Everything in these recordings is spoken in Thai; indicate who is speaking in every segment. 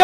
Speaker 1: ก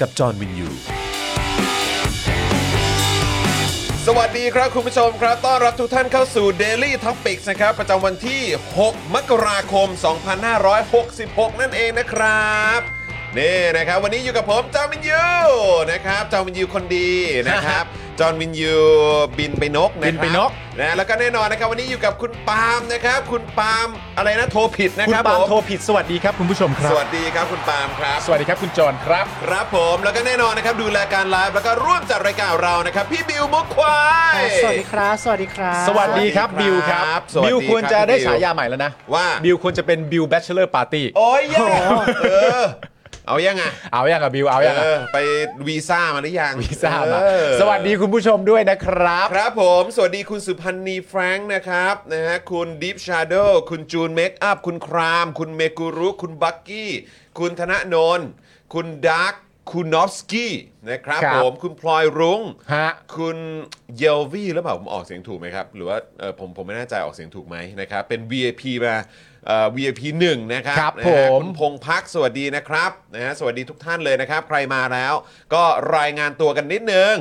Speaker 2: กับจอห์นวินยู
Speaker 3: สวัสดีครับคุณผู้ชมครับ ต้อนรับทุกท่านเข้าสู่ Daily Topics นะครับ ประจำวันที่ 6 มกราคม 2566 นั่นเองนะครับนี่นะครับ วันนี้อยู่กับผมจอห์นวินยูนะครับจอห์นวินยูคนดีนะครับ จอห์นวินยูบินไปนกนะครับ
Speaker 4: ินไปนก
Speaker 3: นะแล้วก็แน่นอนนะครับ วันนี้อยู่กับคุณปาล์มนะครับ คุณปาล์มอะไรนะโทรผิดนะ
Speaker 4: คุณ
Speaker 3: ครับ
Speaker 4: ปาล์
Speaker 3: ผม ม
Speaker 4: โทรผิดสวัสดีครับคุณผู้ชมครับ
Speaker 3: สวัสดีครับคุณปาล์มครับ
Speaker 4: สวัสดีครับคุณจอนครับ
Speaker 3: ครับผมแล้วก็แน่นอนนะครับดูแลการไลฟ์แล้วก็ร่วมจัดรายการเรานะครับ พี่บิวมุกควาย
Speaker 5: สวัสดีครับ สวัสดีครับ
Speaker 4: สวัสดีครับ
Speaker 3: สวัสดี
Speaker 4: บิว
Speaker 3: ค
Speaker 4: ค
Speaker 3: รั
Speaker 4: รั
Speaker 3: บบ สวัสดี
Speaker 4: บิว
Speaker 3: ครับ
Speaker 4: ควรจะได้
Speaker 3: บิว
Speaker 4: ฉายาใหม่แล้วนะ
Speaker 3: ว่า
Speaker 4: บิวควรจะเป็นบิวแบชเชอร์ปาร์ตี้
Speaker 3: โอ้ยยังเออเอายังไง
Speaker 4: เอาอย่างกับบิวเอาอย่าง
Speaker 3: เอ
Speaker 4: กับ
Speaker 3: อไปวีซ่ามาหรือยัง
Speaker 4: วีซ่ามา
Speaker 3: เออ
Speaker 4: สวัสดีคุณผู้ชมด้วยนะครับ
Speaker 3: ครับผม สวัสดีคุณสุพันธ์นีแฟรงค์นะครับนะฮะคุณดิฟชา a โดคุณจูนเมคอัพคุณคราม คุณเมกุรุ คุณบักกี้ คุณธนนนท์คุณดาร์คคุณนอฟสกี้นะครับ
Speaker 4: ครับ
Speaker 3: ผมคุณพลอยรุ้ง
Speaker 4: ฮะ
Speaker 3: คุณเยลวี่หรือเปล่าผมออกเสียงถูกไหมครับ หรือว่าเอ่อผมผมไม่แน่ใจออกเสียงถูกไหมนะครับ เป็น VIP มาเอ่อ VIP หนึ่งนะครับ
Speaker 4: ครับ
Speaker 3: นะฮะ
Speaker 4: ผม
Speaker 3: คุณพงพักสวัสดีนะครับนะฮะสวัสดีทุกท่านเลยนะครับ ใครมาแล้ว ก็รายงานตัวกันนิดนึง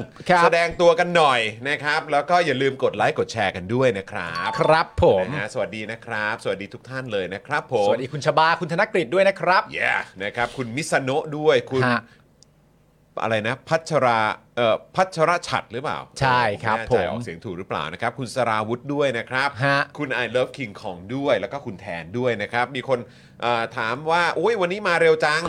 Speaker 3: แสดงตัวกันหน่อยนะครับ แล้วก็อย่าลืมกดไลค์กดแชร์กันด้วยนะครับ
Speaker 4: ครับผม
Speaker 3: นะฮะสวัสดีนะครับ สวัสดีทุกท่านเลยนะครับผม
Speaker 4: สวัสดีคุณชบาคุณธนกฤษด้วยนะครับ
Speaker 3: yeah นะครับคุณมิสโนะด้วยคุณ
Speaker 4: ฮะ
Speaker 3: อะไรนะพัชราเอ่อพัชรชัดหรือเปล่า
Speaker 4: ใช่ครับ
Speaker 3: ไแน่ใจ
Speaker 4: ผม
Speaker 3: ออกเสียงถูกหรือเปล่านะครับ คุณสราวุธด้วยนะครับ
Speaker 4: ฮะ
Speaker 3: คุณ I Love King ของด้วย แล้วก็คุณแทนด้วยนะครับ มีคนเอ่อถามว่าโอ้ยวันนี้มาเร็วจัง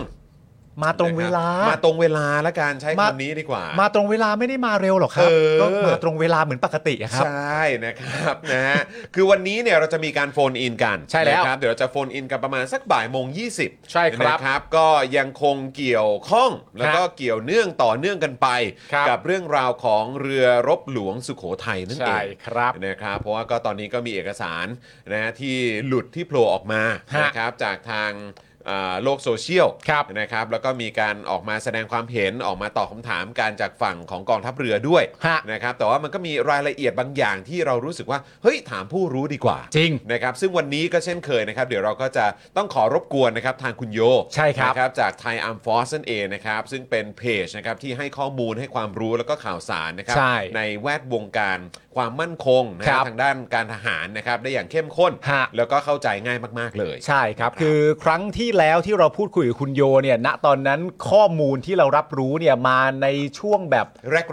Speaker 4: มาตรงเวลา
Speaker 3: นะครับมาตรงเวลาและการใช้
Speaker 4: มา
Speaker 3: คำนี้ดีกว่า
Speaker 4: มาตรงเวลาไม่ได้มาเร็วหรอกครับ
Speaker 3: เออ
Speaker 4: ก็มาตรงเวลาเหมือนปกติอะครับ
Speaker 3: ใช่นะครับ นะฮะ คือวันนี้เนี่ยเราจะมีการโฟนอินกัน
Speaker 4: ใช่แล้ว
Speaker 3: นะครับเดี๋ยวเราจะโฟนอินกันประมาณสักบ่ายโมงยี่สิบ
Speaker 4: ใช่ครับ
Speaker 3: นะครับ ก็ยังคงเกี่ยวข้องแล้วก็เกี่ยวเนื่องต่อเนื่องกันไป
Speaker 4: ครับ
Speaker 3: กับเรื่องราวของเรือรบหลวงสุโขทัยนั่นเอง
Speaker 4: ใช่ครับ
Speaker 3: นะครับ เพราะว่าก็ตอนนี้ก็มีเอกสารนะฮะที่หลุดที่โผล่ออกมา
Speaker 4: ฮะ
Speaker 3: นะครับจากทางเอ่อโลกโซเชียล
Speaker 4: ครับ
Speaker 3: นะครับแล้วก็มีการออกมาแสดงความเห็นออกมาตอบคำถามการจากฝั่งของกองทัพเรือด้วย
Speaker 4: ฮะ
Speaker 3: นะครับแต่ว่ามันก็มีรายละเอียดบางอย่างที่เรารู้สึกว่าเฮ้ยถามผู้รู้ดีกว่า
Speaker 4: จริง
Speaker 3: นะครับซึ่งวันนี้ก็เช่นเคยนะครับ เดี๋ยวเราก็จะต้องขอรบกวนนะครับทางคุณโย
Speaker 4: ใช่ครับ
Speaker 3: นะจากไทยอาร์มฟอสนั่นเองนะครับ ซึ่งเป็นเพจนะครับที่ให้ข้อมูลให้ความรู้แล้วก็ข่าวสารนะครั
Speaker 4: ใช่
Speaker 3: แวดวงการความมั่นคงนะค
Speaker 4: ค
Speaker 3: รั
Speaker 4: รั
Speaker 3: บบ ทางด้านการทหารนะครับได้อย่างเข้มข้น
Speaker 4: ฮะ
Speaker 3: แล้วก็เข้าใจง่ายมาก ๆ เลย
Speaker 4: ใช่ครับ คือครั้งที่แล้วที่เราพูดคุยกับคุณโยเนี่ยณตอนนั้นข้อมูลที่เรารับรู้เนี่ยมาในช่วงแบบ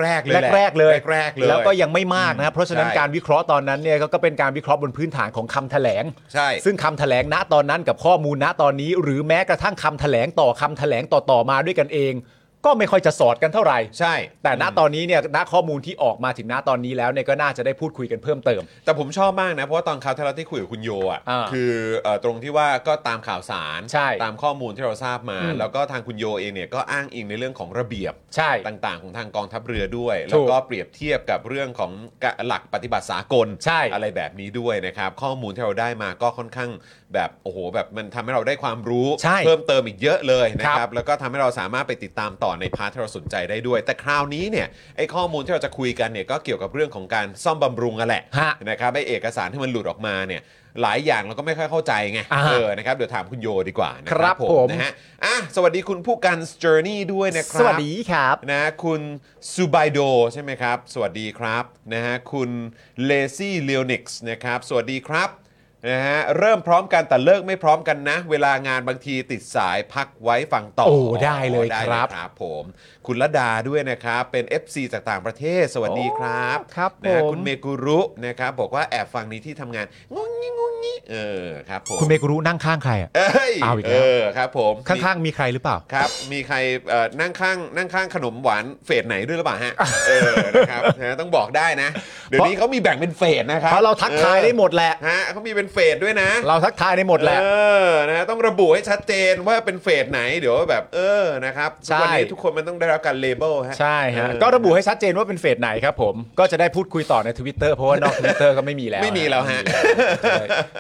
Speaker 3: แรก ๆ เลยแหะ
Speaker 4: แรกๆเลย
Speaker 3: แรกๆเลย
Speaker 4: แล้วก็ยังไม่มากนะครับเพราะฉะนั้น
Speaker 3: ใช่
Speaker 4: การวิเคราะห์ตอนนั้นเนี่ยก็ก็เป็นการวิเคราะห์บนพื้นฐานของคำแถลง
Speaker 3: ใช่
Speaker 4: ซึ่งคำแถลงณตอนนั้นกับข้อมูลณตอนนี้ หรือแม้กระทั่งคำแถลงต่อคำแถลงต่อๆมาด้วยกันเอง ก็ไม่ค่อยจะสอดกันเท่าไหร่
Speaker 3: ใช่
Speaker 4: แต่ณตอนนี้เนี่ยณข้อมูลที่ออกมาถึงณตอนนี้แล้วเนี่ยก็น่าจะได้พูดคุยกันเพิ่มเติม
Speaker 3: แต่ผมชอบมากนะ เพราะว่าตอนคราวที่เราที่คุยกับคุณโยอ่ะ
Speaker 4: อ่า
Speaker 3: คือเอ่อตรงที่ว่าก็ตามข่าวสาร
Speaker 4: ใช่
Speaker 3: ตามข้อมูลที่เราทราบมา
Speaker 4: อืม
Speaker 3: แล้วก็ทางคุณโยเองเนี่ยก็อ้างอิงในเรื่องของระเบียบ
Speaker 4: ใช่
Speaker 3: ต่างๆ ของทางกองทัพเรือด้วย
Speaker 4: ถูก
Speaker 3: แล้วก็เปรียบเทียบกับเรื่องของกะหลักปฏิบัติสากล
Speaker 4: ใช่
Speaker 3: อะไรแบบนี้ด้วยนะครับ ข้อมูลที่เราได้มาก็ค่อนข้างแบบโอ้โหแบบมันทำให้เราได้ความรู้
Speaker 4: ใช่
Speaker 3: เพิ่มเติมอีกเยอะเลยนะค
Speaker 4: ครั
Speaker 3: รับบแล้วก็ทำให้เราสามารถไปติดตามต่อในพาร์ทที่เราสนใจได้ด้วย แต่คราวนี้เนี่ยไอ้ข้อมูลที่เราจะคุยกันเนี่ยก็เกี่ยวกับเรื่องของการซ่อมบำรุงอะแหละ
Speaker 4: ฮะ
Speaker 3: นะครับไอเอกสารที่มันหลุดออกมาเนี่ยหลายอย่างเราก็ไม่ค่อยเข้าใจไง
Speaker 4: อ่า
Speaker 3: เออนะครับเดี๋ยวถามคุณโยดีกว่านะครับ
Speaker 4: ผม
Speaker 3: นะฮะอ่ะสวัสดีคุณผู้การสเจอร์นี่ด้วยนะครับ
Speaker 4: สวัสดีครับ
Speaker 3: นะคุณซูบายโดใช่ไหมครับ สวัสดีครับนะฮะคุณเลซี่เล o n นิกส์นะครับ สวัสดีครับ นะฮะเริ่มพร้อมกันแต่เลิกไม่พร้อมกันนะ เวลางานบางทีติดสายพักไว้ฟังต่อ
Speaker 4: โอ้ได้เลย
Speaker 3: ได้
Speaker 4: ครับ
Speaker 3: ครับผม คุณละดาด้วยนะครับ เป็น FC จากต่างประเทศสวัสดีครับ
Speaker 4: โอ้ครับ
Speaker 3: นะฮะ
Speaker 4: ผม
Speaker 3: คุณเมกุรุนะครับบอกว่าแอบฟังนี้ที่ทำงานงงงี้งงงี้เออครับผม
Speaker 4: คุณเมกุรุนั่งข้างใครอ่ะ
Speaker 3: เอ้ย
Speaker 4: เอาอีก
Speaker 3: เอ
Speaker 4: แล้ว
Speaker 3: อครับผม
Speaker 4: ข้างๆมีใครหรือเปล่า
Speaker 3: ครับ มีใครเอ่อนั่งข้างนั่งข้างขนมหวานเฟสไหนด้วยหรือเปล่า ฮะเออนะครับนะฮะต้องบอกได้นะ เดี๋ยวนี้เขามีแบ่งเป็นเฟสนะครับ
Speaker 4: เพราะเราทักทายได้หมดแหละ
Speaker 3: ฮะเขามีเป็นเฟสด้วยนะ
Speaker 4: เราทักทายได้หมดแหละ
Speaker 3: เออ นะฮะต้องระบุให้ชัดเจนว่าเป็นเฟสไหน เดี๋ยวแบบ เออ นะครับทุก
Speaker 4: ใช่
Speaker 3: วันี้ทุกคนมันต้องได้รับการเลเบลฮะ
Speaker 4: ใช่ฮะ
Speaker 3: เออ
Speaker 4: ก็ระบุให้ชัดเจนว่าเป็นเฟสไหนครับผม ก็จะได้พูดคุยต่อใน Twitter เพราะว่านอก Twitter ก็ไม่มีแล้ว
Speaker 3: ไม่มีแล้วฮะ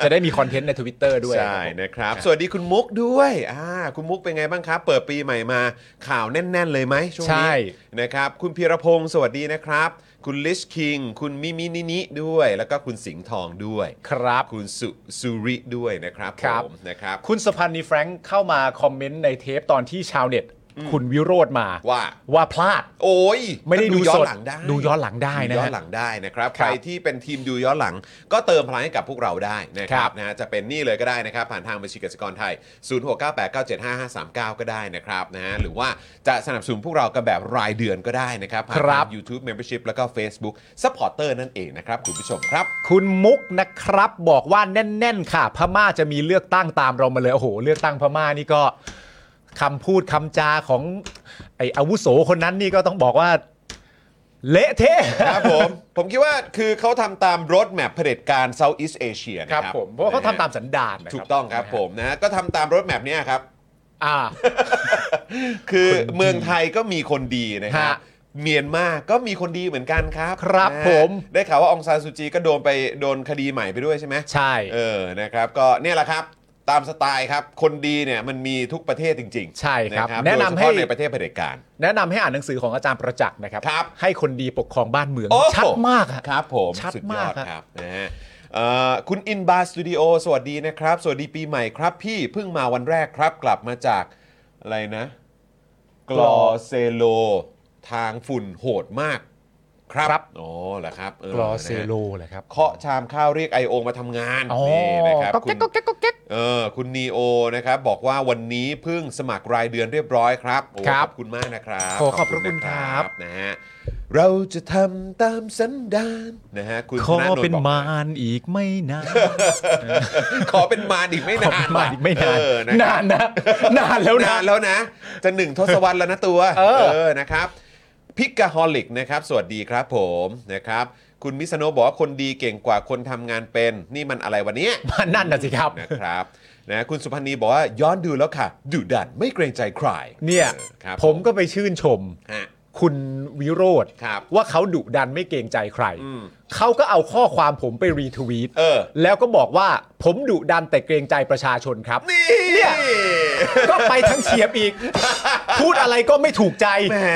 Speaker 4: จะได้มีคอนเทนต์ใน Twitter ด้วย
Speaker 3: ใช่นะครับ สวัสดีคุณมุกด้วย อ่า คุณมุกเป็นไงบ้างครับ เปิดปีใหม่มาข่าวแน่น ๆ เลยไหมช่วง
Speaker 4: ใช่
Speaker 3: นี้นะครับ คุณพีรพงศ์สวัสดีนะครับ คุณลิชคิง คุณมิมินินิด้วย แล้วก็คุณสิงห์ทองด้วย
Speaker 4: ครับ
Speaker 3: คุณสุสุริด้วยนะครับ
Speaker 4: ครับ
Speaker 3: ผมนะครับ
Speaker 4: คุณสพันธ์นีแฟรงค์เข้ามาคอมเมนต์ในเทปตอนที่ชาวเน็ต คุณวิโรธมา
Speaker 3: ว่า
Speaker 4: ว่าพลาด
Speaker 3: โอ้ย
Speaker 4: ไม่ได้
Speaker 3: ก็
Speaker 4: ดู
Speaker 3: ย้อ
Speaker 4: ส
Speaker 3: น
Speaker 4: ด
Speaker 3: หลังได้
Speaker 4: ดูย้อนหลังได้นะฮะ
Speaker 3: ดูย้อนหลังได้นะครับ
Speaker 4: ครับ
Speaker 3: ใครที่เป็นทีมดูย้อนหลัง ก็เติมพลังให้กับพวกเราได้นะค
Speaker 4: ครั
Speaker 3: รับบ นะฮะจะเป็นนี่เลยก็ได้นะครับ ผ่านทางบัญชีกสิกรไทย 0698975539 ก็ได้นะครับนะฮะหรือว่าจะสนับสนุนพวกเรากันแบบรายเดือนก็ได้นะครับผ่าน
Speaker 4: ครั
Speaker 3: ทา
Speaker 4: บ
Speaker 3: ง YouTube Membership แล้วก็ Facebook Supporter นั่นเองนะครับคุณผู้ชมครับ
Speaker 4: คุณมุกนะครับบอกว่าแน่น ๆ ค่ะ พม่าจะมีเลือกตั้งตามเรามาเลย โอ้โห เลือกตั้งพม่านี่ก็คำพูดคำจาของไออาวุโสคนนั้นนี่ก็ต้องบอกว่า เละเทะ
Speaker 3: ครับผม ผมคิดว่าคือเขาทำตามรถแมพเผด็จการ Southeast Asia นะ
Speaker 4: ค
Speaker 3: ค
Speaker 4: รั
Speaker 3: รั
Speaker 4: บบ ผมเพราะว่าเขาทำตามสันดานนะ
Speaker 3: ถูกต้องครับผมนะฮะก็ทำตามรถแมพเนี้ยครับ
Speaker 4: อ่า
Speaker 3: คือเมืองไทยก็มีคนดีนะครับ
Speaker 4: ฮะ
Speaker 3: เมียนมาก็มีคนดีเหมือนกันครับ
Speaker 4: ครับ
Speaker 3: นะฮะ
Speaker 4: ผม
Speaker 3: ได้ข่าวว่าองซานซูจีก็โดนไปโดนคดีใหม่ไปด้วยใช่ไหม
Speaker 4: ใช่
Speaker 3: เออนะครับ ก็เนี่ยแหละครับ ตามสไตล์ครับ คนดีเนี่ยมันมีทุกประเทศจริงๆ
Speaker 4: ใช่ครับ
Speaker 3: นะ
Speaker 4: แนะนำให้
Speaker 3: โดยเฉพาในประเทศเผด็จการ
Speaker 4: แนะนำให้อ่านหนังสือของอาจารย์ประจักษ์นะครับ
Speaker 3: ครับ
Speaker 4: ให้คนดีปกครองบ้านเมือง
Speaker 3: โอ้
Speaker 4: ชัดมากอะ
Speaker 3: ครับผม
Speaker 4: ชัด
Speaker 3: สุยอ
Speaker 4: มากอะ
Speaker 3: ครับนะฮะเอ่อคุณอินบาร์สตูดิโอสวัสดีนะครับ สวัสดีปีใหม่ครับ พี่เพิ่งมาวันแรกครับ กลับมาจากอะไรนะ กลอเซโล ทางฝุ่นโหดมากครับอ๋อเหรอครับเ
Speaker 4: กรอเซโลเหรอครับ
Speaker 3: เคาะชามข้าวเรียก I.O. มาทำงาน
Speaker 4: อ๋อ
Speaker 3: นี่นะครับ
Speaker 4: ก็
Speaker 3: คุ
Speaker 4: แก๊ก
Speaker 3: ณ
Speaker 4: ก็แก๊กก็แก๊ก
Speaker 3: เออคุณนีโอนะครับบอกว่าวันนี้เพิ่งสมัครรายเดือนเรียบร้อยครับโอ้
Speaker 4: ครับ
Speaker 3: ขอบคุณมากนะครับ
Speaker 4: โอ้ขอบพระคุณ
Speaker 3: น
Speaker 4: ครับ
Speaker 3: นะฮะเราจะทำตามสันดานนะฮะคุณ
Speaker 4: ขอ
Speaker 3: ธนาโน
Speaker 4: เป็น
Speaker 3: บอก
Speaker 4: มารอีกไม่นาน
Speaker 3: ขอเป็นมารอีกไม่
Speaker 4: ขอ
Speaker 3: นา
Speaker 4: เป็น นมารอีกไม่นาน
Speaker 3: เออนะครั
Speaker 4: นา
Speaker 3: บ
Speaker 4: นนะนานแล้วนะ
Speaker 3: นานแล้วนะ จะหนึ่งทศวรรษแล้วนะตัว
Speaker 4: เออ
Speaker 3: นะครับพิกาฮอลิกนะครับ สวัสดีครับผมนะครับ คุณมิสโนบอกว่าคนดีเก่งกว่าคนทำงานเป็น นี่มันอะไรวันนี้
Speaker 4: นั่นน่ะสิครับ
Speaker 3: นะครับนะคุณสุพันธ์นีบอกว่าย้อนดูแล้วค่ะดุดันไม่เกรงใจใคร
Speaker 4: เนี่
Speaker 3: อ
Speaker 4: ย
Speaker 3: อครับ
Speaker 4: ผมก็ไปชื่นชม
Speaker 3: ฮะ
Speaker 4: คุณวิโรธ
Speaker 3: ครับ
Speaker 4: ว่าเขาดุดันไม่เกรงใจใคร
Speaker 3: อืม
Speaker 4: เขาก็เอาข้อความผมไปรีทวีต
Speaker 3: เออ
Speaker 4: แล้วก็บอกว่าผมดุดันแต่เกรงใจประชาชนครับ
Speaker 3: นี่
Speaker 4: เนี่ย ก็ไปทั้งเฉียบอีก พูดอะไรก็ไม่ถูกใจ
Speaker 3: แหม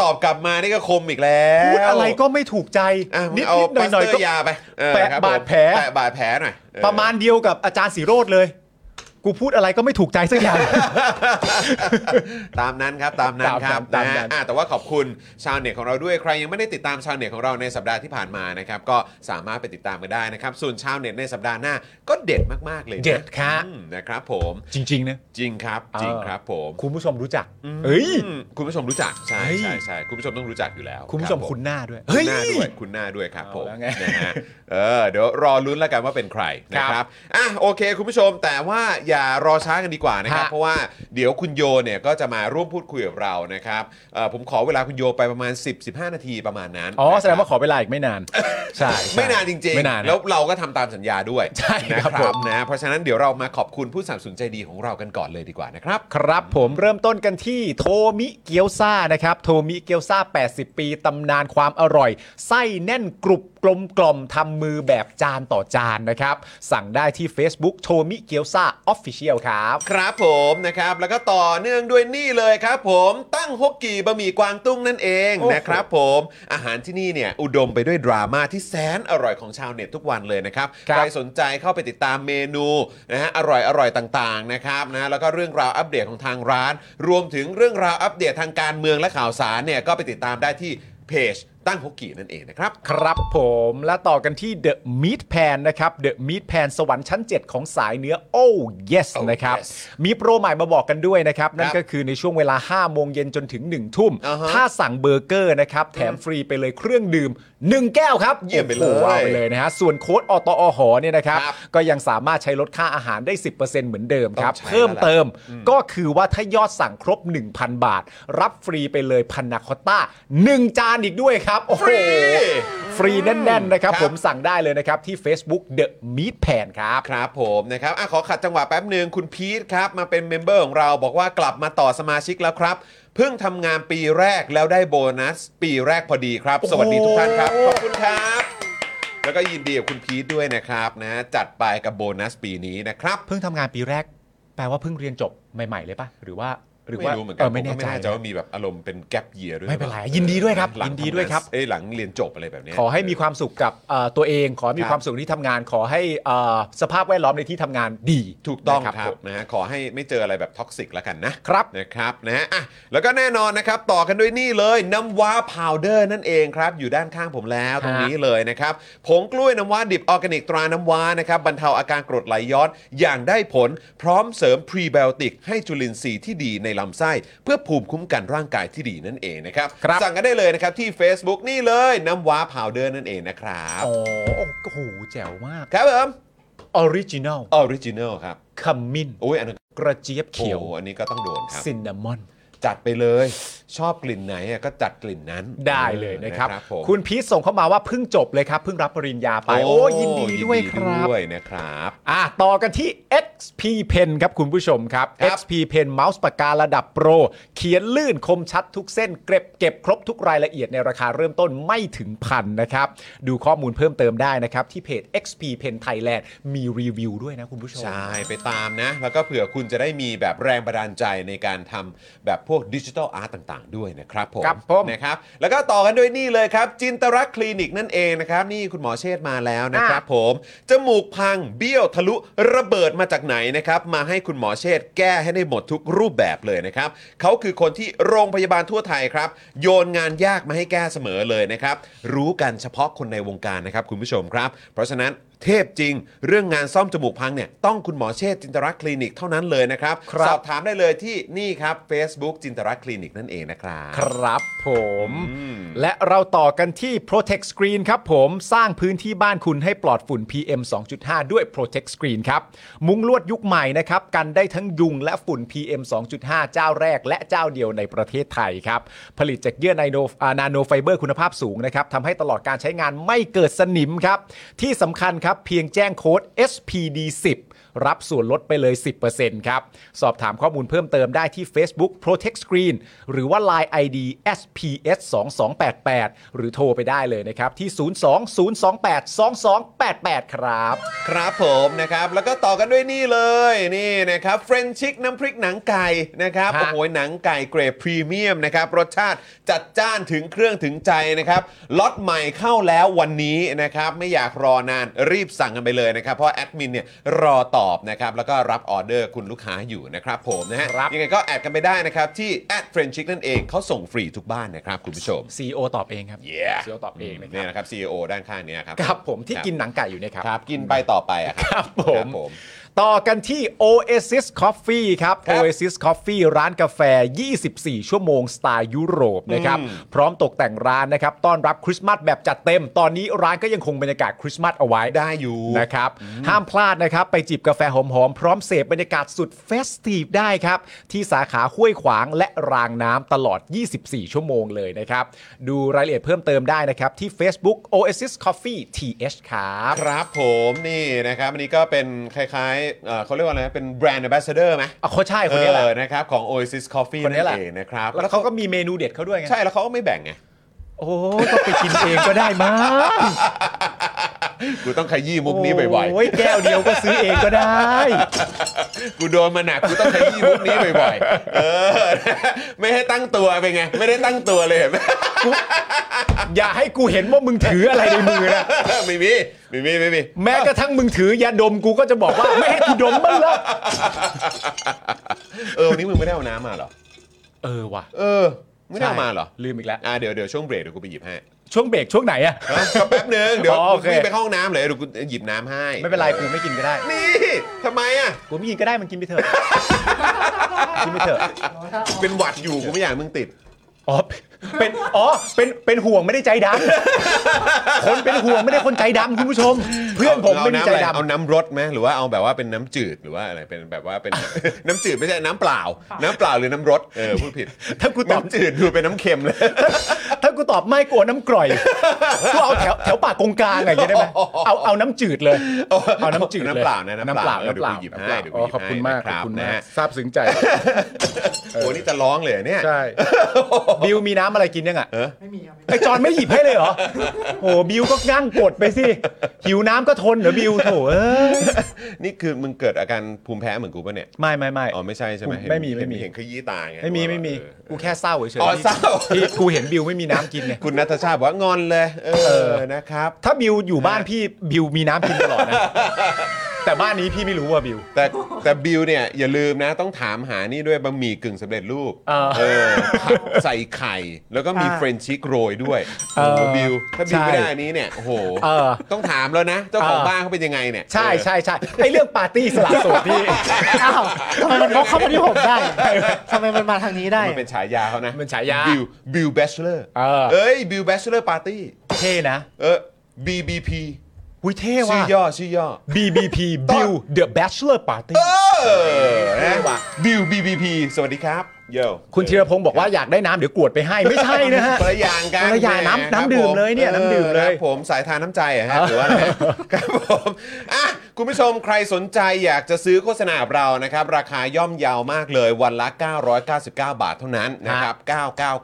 Speaker 3: ตอบกลับมานี่ก็คมอีกแล้ว
Speaker 4: พูดอะไรก็ไม่ถูกใจ
Speaker 3: อ่ะมึ
Speaker 4: นิ
Speaker 3: ง
Speaker 4: ด
Speaker 3: เอา
Speaker 4: นิดห
Speaker 3: ปัส
Speaker 4: น่อยหน่อย
Speaker 3: เตอ
Speaker 4: ก็
Speaker 3: ร์ยาไปเออ
Speaker 4: แปะ
Speaker 3: ค
Speaker 4: บาด
Speaker 3: ผม
Speaker 4: แผล
Speaker 3: แปะบาดแผลหน่อยเออ
Speaker 4: ประมาณเดียวกับอาจารย์สีโรดเลย กูพูดอะไรก็ไม่ถูกใจสักอย่าง
Speaker 3: ตามนั้นครับตามนั้น
Speaker 4: ตาม
Speaker 3: ครับ
Speaker 4: ตาม
Speaker 3: นะ
Speaker 4: นั้
Speaker 3: ฮะ
Speaker 4: น
Speaker 3: อ่ะแต่ว่าขอบคุณชาวเน็ตของเราด้วยใครยังไม่ได้ติดตามชาวเน็ตของเราในสัปดาห์ที่ผ่านมานะครับก็สามารถไปติดตามกันได้นะครับ ส่วนชาวเน็ตในสัปดาห์หน้าก็เด็ดมากๆเลยนะ
Speaker 4: เด็ดครับ
Speaker 3: อืมนะครับผม
Speaker 4: จริง ๆ นะ
Speaker 3: จริงครับ
Speaker 4: เออ
Speaker 3: จริงครับผม
Speaker 4: คุณผู้ชมรู้จัก เฮ้ย
Speaker 3: อืมคุณผู้ชมรู้จักใช่
Speaker 4: เฮ้ย
Speaker 3: ใช่ใช่คุณผู้ชมต้องรู้จักอยู่แล้ว
Speaker 4: คุณผู้ชม
Speaker 3: รับ
Speaker 4: คุณหน้าด้วย
Speaker 3: คุณหน้าด้วยคุณหน้าด้วยครับ
Speaker 4: เอา
Speaker 3: ผม
Speaker 4: แล้วไง
Speaker 3: นะฮะเออเดี๋ยวรอลุ้นแล้วกันว่าเป็นใครนะค
Speaker 4: ครั
Speaker 3: รับบ อ่ะโอเค คุณผู้ชมแต่ว่าอย่ารอช้ากันดีกว่านะครับ
Speaker 4: ฮะ
Speaker 3: เพราะว่าเดี๋ยวคุณโยเนี่ยก็จะมาร่วมพูดคุยกับเรานะครับเอ่อผมขอเวลาคุณโยไปประมาณ 10-15 นาทีประมาณนั้น
Speaker 4: อ๋อ
Speaker 3: นะครับ
Speaker 4: แสดงว่าขอเวลาอีกไม่นาน ใช่ใช่
Speaker 3: ไม่นานจริง
Speaker 4: ไม่นาน
Speaker 3: แล้วเราก็ทำตามสัญญาด้วย
Speaker 4: ใช่
Speaker 3: นะครับ
Speaker 4: ผม
Speaker 3: นะเพราะฉะนั้นเดี๋ยวเรามาขอบคุณผู้สนับสนุนใจดีของเรากันก่อนเลยดีกว่านะครับ
Speaker 4: ครับผมเริ่มต้นกันที่โทมิเกียวซานะครับ โทมิเกียวซา80 ปีตำนานความอร่อย ไส้แน่นกรุบกลมกล่อมทำมือแบบจานต่อจานนะครับ สั่งได้ที่ Facebook โทมิเกียวซาออฟฟิเชียลครับ
Speaker 3: ครับผมนะครับแล้วก็ต่อเนื่องด้วยนี่เลยครับผมตั้งฮกกี่บะหมี่กวางตุ้งนั่นเอง
Speaker 4: โอ้โห
Speaker 3: นะครับผมอาหารที่นี่เนี่ยอุดมไปด้วยดราม่าที่แสนอร่อยของชาวเน็ตทุกวันเลยนะครับ
Speaker 4: ครับ
Speaker 3: ใครสนใจเข้าไปติดตามเมนูนะฮะอร่อยอร่อยต่างๆนะครับนะแล้วก็เรื่องราวอัปเดตของทางร้าน รวมถึงเรื่องราวอัปเดตทางการเมืองและข่าวสารเนี่ยก็ไปติดตามได้ที่เพจ ตั้งฮกกี้นั่นเองนะครับ
Speaker 4: ครับผมและต่อกันที่ The Meat Pan นะครับ The Meat Pan สวรรค์ชั้น 7 ของสายเนื้อ Oh yes
Speaker 3: Oh
Speaker 4: นะครับ
Speaker 3: yes
Speaker 4: มีโปรใหม่มาบอกกันด้วยนะครับ นั่
Speaker 3: คน รับ
Speaker 4: ก็คือในช่วงเวลา 5 โมงเย็นจนถึง 1 ทุ่ม
Speaker 3: อ่าฮะ
Speaker 4: ถ้าสั่งเบอร์เกอร์นะครับ แถมฟรีไปเลยเครื่องดื่ม 1 แก้วครับ
Speaker 3: เยี่ยมไปเลย
Speaker 4: โอ้โหว้าวไปเลยนะฮะ ส่วนโค้ดอตอหอเนี่ยนะครับ
Speaker 3: ครับ
Speaker 4: ก็ยังสามารถใช้ลดค่าอาหารได้ 10%เหมือนเดิมครับ
Speaker 3: ต้องใช้แล้วล่ะ
Speaker 4: เพิ่มเติมก็คือว่าถ้ายอดสั่งครบ 1,000 บาท รับฟรีไปเลยพันนาคอตต้าหนึ่งจานอีกด้วยครับโอ้โห
Speaker 3: ฟรี
Speaker 4: ฟรีแน่น ๆ นะครับ
Speaker 3: ครับ
Speaker 4: ผมสั่งได้เลยนะครับ ที่ Facebook The Meat Pan ครับ
Speaker 3: ครับผมนะครับอะขอขัดจังหวะแป๊บหนึ่งคุณพีทครับ มาเป็นเมมเบอร์ของเราบอกว่ากลับมาต่อสมาชิกแล้วครับ เพิ่งทำงานปีแรกแล้วได้โบนัส ปีแรกพอดีครับ สวัสดีทุกท่านครับ ขอบคุณครับ แล้วก็ยินดีกับคุณพีทด้วยนะครับนะจัดไปกับโบนัสปีนี้นะครับ
Speaker 4: เพิ่งทำงานปีแรก แปลว่าเพิ่งเรียนจบใหม่ ๆ เลยปะหรือว่าหรือว่า
Speaker 3: ไม่รู้เหมือนกัน
Speaker 4: ไม่แน่
Speaker 3: ผก็
Speaker 4: ใจ
Speaker 3: ไม่แน่ใจว่ามีแบบอารมณ์เป็นแกลบเยียด้วย
Speaker 4: ไม่เป็นไร
Speaker 3: หอปล่า
Speaker 4: ยินดีด้วยครับ
Speaker 3: หลัง
Speaker 4: ยินดีด้วยครับ
Speaker 3: เอ้ยหลังเรียนจบอะไรแบบเนี้ย
Speaker 4: ขอให้มีความสุขกับเอ่อตัวเอง ขอให้มี
Speaker 3: ครับ
Speaker 4: ความสุขที่ทำงาน ขอให้เอ่อสภาพแวดล้อมในที่ทำงานดี
Speaker 3: ถูกต้อง
Speaker 4: นะครับ ผม
Speaker 3: นะฮะขอให้ไม่เจออะไรแบบท็อกซิกแล้วกันนะครับ นะครับนะฮะอ่ะแล้วก็แน่นอนนะครับ ต่อกันด้วยนี่เลยน้ำว้าพาวเดอร์นั่นเองครับ อยู่ด้านข้างผมแล้วตรงนี้เลยนะครับผงกล้วยน้ำว้าดิบออร์แกนิกตราน้ำว้านะครับบรรเทาอาการกรดไหลย้อนอย่างได้ผล พร้อมเสริมพรีไบโอติกให้จุลินทรีย์ที่ดีในลำไส้ เพื่อภูมิคุ้มกันร่างกายที่ดีนั่นเองนะครับ
Speaker 4: ครับ
Speaker 3: สั่งกันได้เลยนะครับที่ Facebook นี่เลยน้ำว้าพาวเดอร์นั่นเองนะครับ
Speaker 4: อ๋อโอ้โหแจ๋วมาก
Speaker 3: ครับผม
Speaker 4: ออริจิน l ล
Speaker 3: ออริจินอลครับ
Speaker 4: ขมิ้น
Speaker 3: โอ้ยอันนั้น
Speaker 4: กระเจี๊ยบเขียว
Speaker 3: โอ้อันนี้ก็ต้องโดนครับ
Speaker 4: ซินนามอน
Speaker 3: จัดไปเลย ชอบกลิ่นไหนอะก็จัดกลิ่นนั้น
Speaker 4: ได้เลยนะครับ
Speaker 3: ออผม
Speaker 4: คุณพีทส่งเข้ามาว่าเพิ่งจบเลยครับเพิ่งรับปริญญาไป โอ้ยินดีด้วยครับ
Speaker 3: ด้วยนะครับ
Speaker 4: อ่ะต่อกันที่ XP Pen ครับคุณผู้ชมครับ
Speaker 3: ครับ
Speaker 4: XP Pen เมาส์ปากการะดับโปร เขียนลื่นคมชัดทุกเส้น เก็บเก็บครบทุกรายละเอียดในราคาเริ่มต้นไม่ถึงพันนะครับ ดูข้อมูลเพิ่มเติมได้นะครับ ที่เพจ XP Pen Thailand มีรีวิวด้วยนะคุณผู้ชม
Speaker 3: ใช่ไปตามนะ แล้วก็เผื่อคุณจะได้มีแบบแรงบันดาลใจในการทำแบบพวกดิจิทัลอาร์ตต่างๆ ด้วยนะครับผม
Speaker 4: ครับผม
Speaker 3: นะครับ แล้วก็ต่อกันด้วยนี่เลยครับ จินตรักษณ์คลินิกนั่นเองนะครับ นี่คุณหมอเชษฐ์มาแล้วนะครับผม จมูกพังเบี้ยวทะลุระเบิดมาจากไหนนะครับ มาให้คุณหมอเชษฐ์แก้ให้ได้หมดทุกรูปแบบเลยนะครับ เขาคือคนที่โรงพยาบาลทั่วไทยครับ โยนงานยากมาให้แก้เสมอเลยนะครับ รู้กันเฉพาะคนในวงการนะครับคุณผู้ชมครับ เพราะฉะนั้น เทพจริง เรื่องงานซ่อมจมูกพังเนี่ยต้องคุณหมอเชษฐ์จินตรักษณ์คลินิกเท่านั้นเลยนะครับ
Speaker 4: ครับ
Speaker 3: สอบถามได้เลยที่นี่ครับ Facebook จินตรักษณ์คลินิกนั่นเองนะครับ
Speaker 4: ครับผม และเราต่อกันที่ Protect Screen ครับผมสร้างพื้นที่บ้านคุณให้ปลอดฝุ่น PM 2.5 ด้วย Protect Screen ครับ มุ้งลวดยุคใหม่นะครับ กันได้ทั้งยุงและฝุ่น PM 2.5 เจ้าแรกและเจ้าเดียวในประเทศไทยครับ ผลิตจากเยื่อไนโนนาโนไฟเบอร์คุณภาพสูงนะครับทำให้ตลอดการใช้งานไม่เกิดสนิมครับ ที่สำคัญครับเพียงแจ้งโค้ด SPD 10 รับส่วนลดไปเลย 10%ครับ สอบถามข้อมูลเพิ่มเติมได้ที่ Facebook Protect Screen หรือว่า Line ID SPS 2 2 8 8หรือโทรไปได้เลยนะครับ ที่ 020282288 ครับ
Speaker 3: ครับผมนะครับ แล้วก็ต่อกันด้วยนี่เลยนี่นะครับเฟรนชิกน้ำพริกหนังไก่นะครับ
Speaker 4: ฮะ
Speaker 3: โอ้โหหนังไก่เกรดพรีเมียมนะครับรสชาติจัดจ้านถึงเครื่องถึงใจนะครับล็อตใหม่เข้าแล้ววันนี้นะครับไม่อยากรอนานรีบสั่งกันไปเลยนะครับ เพราะแอดมินเนี่ยรอตอบนะครับแล้วก็รับออเดอร์คุณลูกค้าอยู่นะครับผมนะฮะ
Speaker 4: ครับ
Speaker 3: ยังไงก็แอดกันไปได้นะครับที่แอดเฟรนชิกนั่นเองเขาส่งฟรีทุกบ้านนะครับคุณผู้ชม
Speaker 4: CEO ตอบเองครับ
Speaker 3: Yeah
Speaker 4: CEO ตอบเองนะค
Speaker 3: เนี่ย
Speaker 4: รับ
Speaker 3: นะครับ CEO ด้านข้างเนี้ครับ
Speaker 4: ครับผมที่กิน
Speaker 3: ค
Speaker 4: หนังไก่อยู่เนยครับ
Speaker 3: รับกินไปต่อไปอะค
Speaker 4: ค
Speaker 3: รั
Speaker 4: รับผม
Speaker 3: ครับผม
Speaker 4: ต่อกันที่ Oasis Coffee ครับ
Speaker 3: ครับ
Speaker 4: Oasis Coffee ร้านกาแฟ 24 ชั่วโมงสไตล์ยุโรปนะครับ พร้อมตกแต่งร้านนะครับ ต้อนรับคริสต์มาสแบบจัดเต็ม ตอนนี้ร้านก็ยังคงบรรยากาศคริสต์มาสเอาไว้
Speaker 3: ได้อยู่
Speaker 4: นะครับห้ามพลาดนะครับ ไปจิบกาแฟหอมๆ พร้อมเสพบรรยากาศสุดเฟสตีฟได้ครับ ที่สาขาห้วยขวางและรางน้ำตลอด 24 ชั่วโมงเลยนะครับ ดูรายละเอียดเพิ่มเติมได้นะครับ ที่ Facebook Oasis Coffee TH ครับ
Speaker 3: ครับผมนี่นะครับอันนี้ก็เป็นคล้ายๆเอ่อเขาเรียกว่าอะไรนะเป็นแบรนด์ ambassador ไหม
Speaker 4: อ่ะเขาใช่คนนี้แหละ
Speaker 3: เออนะครับของ Oasis Coffee
Speaker 4: คนนี้
Speaker 3: นั่น
Speaker 4: แหละ
Speaker 3: เองนะครับ
Speaker 4: แล้วเขาก็มีเมนูเด็ดเขาด้วยไง
Speaker 3: ใช่แล้วเขาก็ไม่แบ่งไง
Speaker 4: โอ้ก็ไปกินเองก็ได้มั้ง
Speaker 3: กูต้องขยี้มุกนี้บ่อย
Speaker 4: โอ้ยแก้วเดียวก็ซื้อเองก็ได้
Speaker 3: ๆ กูโดนมาหนักกูต้องขยี้มุกนี้บ่อยๆ เออ ไม่ให้ตั้งตัวเป็นไง ไม่ได้ตั้งตัวเลย เห็นไหม
Speaker 4: อย่าให้กูเห็นว่ามึงถืออะไรในมือนะ
Speaker 3: ไม่มีไม่มีไม่มี
Speaker 4: แม้กระทั่งมึงถือยาดมกูก็จะบอกว่าไม่ให้กูดมบ้างแล้ว
Speaker 3: เออวันนี้มึงไม่ได้เอาน้ำมาเหรอ
Speaker 4: เออว่ะ
Speaker 3: เออไม่ได้เอามาเหรอ
Speaker 4: ลืมอีกแล้ว
Speaker 3: อ่าเดี๋ยวเดี๋ยวช่วงเบรกเดี๋ยวกูไปหยิบให้
Speaker 4: ช่วงเบรกช่วงไหนอะ
Speaker 3: ฮะก็แป๊บหนึ่งเดี๋ยว
Speaker 4: อ๋อโอเค
Speaker 3: พี่ไปเข้าห้องน้ำเลยเดี๋ยวกูหยิบน้ำให้
Speaker 4: ไม่เป็นไรกูไม่กินก็ได้
Speaker 3: นี่ทำไมอ่ะ
Speaker 4: กูไม่กินก็ได้มันกินไปเถอะ กินไปเถอะ
Speaker 3: เป็นหวัดอยู่กูไม่อยากให้มึงติด
Speaker 4: อ๋อเป็นอ๋อเป็นเป็นห่วงไม่ได้ใจดำคนเป็นห่วงไม่ได้คนใจดำคุณผู้ชม เพื่อนผมไม่ได้ใจ
Speaker 3: เอาน้ำอะไรเอา
Speaker 4: ดำ
Speaker 3: น้ำรสไหมหรือว่าเอาแบบว่าเป็นน้ำจืดหรือว่าอะไรเป็นแบบว่าเป็น น้ำจืดไม่ใช่น้ำ เปล่า น้ำเปล่าหรือน้ำรสเออพูดผิด
Speaker 4: ถ้ากูตอบ
Speaker 3: น้ำจืดดูเป็นน้ำเค็มเลย
Speaker 4: ถ้ากูตอบไม่กลัวน้ำกร่อย กูเอาแถวแถวปากกงกลางอะไรอย่างเงี้ยได้ไหมเอาเอาน้ำจืดเลย เอาน้ำจืด
Speaker 3: น้ำเปล่านะ
Speaker 4: น้ำเปล่า
Speaker 3: ออ
Speaker 4: น้ำเปล่า
Speaker 3: ดี๋ยวกูหยิบ
Speaker 4: น้ำ
Speaker 3: ให้
Speaker 4: เปล่า
Speaker 3: เดี๋ยว
Speaker 4: อ๋
Speaker 3: กู
Speaker 4: อ
Speaker 3: หยิบ
Speaker 4: ขอบคุณ
Speaker 3: ให้
Speaker 4: มากขอ
Speaker 3: นะ
Speaker 4: บคุณ
Speaker 3: นะ
Speaker 4: มาก
Speaker 3: ฮะ
Speaker 4: ซาบซึ้งใจ
Speaker 3: โอ้นี่จะร้องเลยเนี่ย
Speaker 4: ใช่ บิวมีน้ำอะไรกินยังอ่ะ
Speaker 3: เออ
Speaker 4: ไม่มีไอจอนไม่หยิบให้เลยเหรอโหบิวก็งั่งกดไปสิหิวน้ำก็ทนเหรอบิวโถเอ้ย
Speaker 3: นี่คือมึงเกิดอาการภูมิแพ้เหมือนกูป่ะเนี่ย
Speaker 4: ไม่ไม่ไม่
Speaker 3: อ๋อไม่ใช่ใช่ไหม
Speaker 4: ไม่มี
Speaker 3: เห็น
Speaker 4: ไม่มี
Speaker 3: เห็นขยี้ตาไง
Speaker 4: ไม่มีไม่มี
Speaker 3: เออ
Speaker 4: กูแค่เศร้าเฉย
Speaker 3: อ๋อเศร้า
Speaker 4: ที่กูเห็นบิวไม่มีน้ำกินไง
Speaker 3: คุณนัทชาติบอกว่างอนเลย เอ
Speaker 4: เอ
Speaker 3: อ
Speaker 4: อ
Speaker 3: นะครับ
Speaker 4: ถ้าบิวอยู่บ้านพี่บิวมีน้ำกินตลอดนะแต่บ้านนี้พี่ไม่รู้ว่าบิว
Speaker 3: แต่แต่บิวเนี่ยอย่าลืมนะต้องถามหานี่ด้วยบะหมี่กึ่งสำเร็จรูป
Speaker 4: เออ
Speaker 3: เออผัดใส่ไข่ แล้วก็มี
Speaker 4: อ่า
Speaker 3: เฟรนช์ชิกโรยด้วย
Speaker 4: เออ
Speaker 3: โโหบิว ถ้าบิวไม่
Speaker 4: ใช่
Speaker 3: ได้อันนี้เนี่ยโอ้โห
Speaker 4: เออ
Speaker 3: ต้องถามแล้วนะ เจ้าของ
Speaker 4: เออ
Speaker 3: บ้านเขาเป็นยังไงเนี่ย
Speaker 4: ใช่
Speaker 3: เออ
Speaker 4: ใช่ใช่ไอเรื่องปาร์ตี้สละโสดพี่
Speaker 5: อ้าวทำไมมันบล็อกเข้ามาที่ผม ได้ทำไมมันมาทางนี้ได้
Speaker 3: มันเป็นฉายาเขานะ
Speaker 4: มันฉายา
Speaker 3: บิวบิวแบชเลอร์
Speaker 4: เออ
Speaker 3: เอ้ยบิวแบชเลอร์ปาร์ตี้
Speaker 4: เท่นะ
Speaker 3: เออ BBP
Speaker 4: หุยเท่
Speaker 3: ชื่
Speaker 4: ว่ะ
Speaker 3: อย่อชื่อย่อ
Speaker 4: BBP Bill The Bachelor Party
Speaker 3: เออนะบิว BBP สวัสดีครับโย
Speaker 4: คุณธีรพงศ์บอกว่าอยากได้น้ำเดี๋ยวกรวดไปให้ไม่ใช่นะฮะ
Speaker 3: คนละอย่างกัน
Speaker 4: คนละอย่างน้ำ
Speaker 3: แห
Speaker 4: น้ำ
Speaker 3: ครับ
Speaker 4: ดื่มเลยเนี่ย
Speaker 3: ผ
Speaker 4: น้ำดื่มเลย
Speaker 3: ครับผมสายทานน้ำใจอะฮะหรือว่าอะไรครับผมอ่ะคุณผู้ชมใครสนใจอยากจะซื้อโฆษณากับเรานะครับ ราคาย่อมเยาวมากเลยวันละ 999 บาทเท่านั้นนะครับ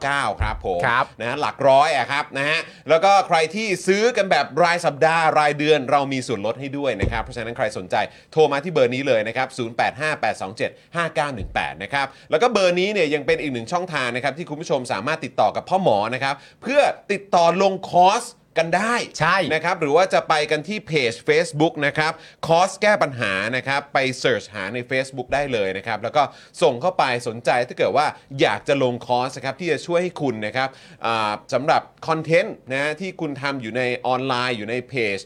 Speaker 3: 999 ครับผม
Speaker 4: ครับ
Speaker 3: นะหลักร้อยอะครับนะฮะแล้วก็ใครที่ซื้อกันแบบรายสัปดาห์รายเดือนเรามีส่วนลดให้ด้วยนะครับ เพราะฉะนั้นใครสนใจโทรมาที่เบอร์นี้เลยนะครับ 0858275918 นะครับ แล้วก็เบอร์นี้เนี่ยยังเป็นอีกหนึ่งช่องทางนะครับ ที่คุณผู้ชมสามารถติดต่อกับพ่อหมอนะครับ เพื่อติดต่อลงคอร์สกันได้
Speaker 4: ใช่
Speaker 3: นะ นะครับหรือว่าจะไปกันที่เพจ Facebook นะครับคอร์สแก้ปัญหานะครับไปเสิร์ชหาใน Facebook ได้เลยนะครับแล้วก็ส่งเข้าไปสนใจถ้าเกิดว่าอยากจะลงคอร์สนะครับที่จะช่วยให้คุณนะครับอ่าสำหรับคอนเทนต์นะที่คุณทำอยู่ในออนไลน์อยู่ในเพจ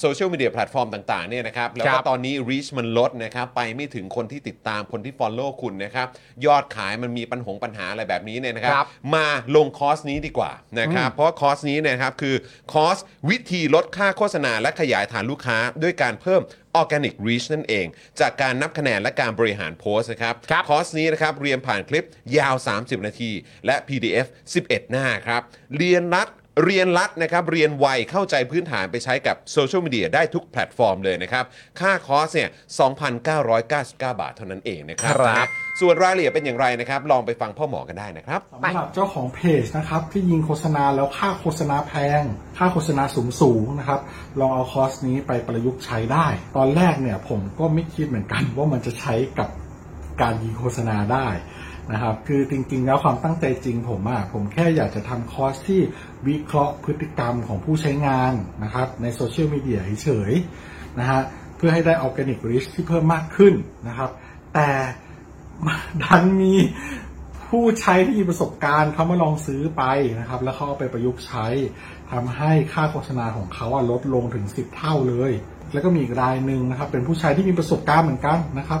Speaker 3: โซเชียลมีเดียแพลตฟอร์มต่างๆเนี่ยนะครับแล้ว
Speaker 4: ค
Speaker 3: ก็
Speaker 4: รับ
Speaker 3: ตอนนี้ reach มันลดนะครับไปไม่ถึงคนที่ติดตามคนที่ follow คุณนะครับยอดขายมันมีปัญหงปัญหาอะไรแบบนี้เนี่ยนะครับ
Speaker 4: ครับ
Speaker 3: มาลงคอร์สนี้ดีกว่านะครับ เพราะว่าคอร์สนี้เนยนะครับคือคอร์สวิธีลดค่าโฆษณาและขยายฐานลูกค้า ด้วยการเพิ่ม Organic Reach นั่นเอง จากการนับคะแนนและการบริหารโพสต์นะครับ
Speaker 4: ครับ
Speaker 3: คอร์สนี้นะครับเรียนผ่านคลิปยาว 30 นาที และ PDF 11 หน้าครับ เรียนรัดเรียนรัดนะครับเรียนไวเข้าใจพื้นฐานไปใช้กับโซเชียลมีเดียได้ทุกแพลตฟอร์มเลยนะครับค่าคอร์สเนี่ย2,999 บาทเท่านั้นเองนะครั
Speaker 4: ครับ
Speaker 3: ส่วนรายละเอียดเป็นอย่างไรนะครับลองไปฟังพ่อหมอกันได้นะครับ
Speaker 6: สำหรับเจ้าของเพจนะครับ ที่ยิงโฆษณาแล้วค่าโฆษณาแพง ค่าโฆษณาสูงสูงๆนะครับ ลองเอาคอร์สนี้ไปประยุกต์ใช้ได้ ตอนแรกเนี่ยผมก็ไม่คิดเหมือนกัน ว่ามันจะใช้กับการยิงโฆษณาได้นะครับ คือจริงๆแล้วความตั้งใจจริงผมอะผมแค่อยากจะทำคอร์สที่วิเคราะห์พฤติกรรมของผู้ใช้งานนะครับ ในโซเชียลมีเดียเฉยๆนะฮะเพื่อให้ได้ออร์แกนิกริชที่เพิ่มมากขึ้นนะครับ แต่ ดันมีผู้ใช้ที่มีประสบการณ์เขามาลองซื้อไปนะครับ แล้วเขาเอาไปประยุกต์ใช้ทำให้ค่าโฆษณาของเขาอะลดลงถึง 10 เท่าเลย แล้วก็มีอีกรายหนึ่งนะครับ เป็นผู้ใช้ที่มีประสบการณ์เหมือนกันนะครับ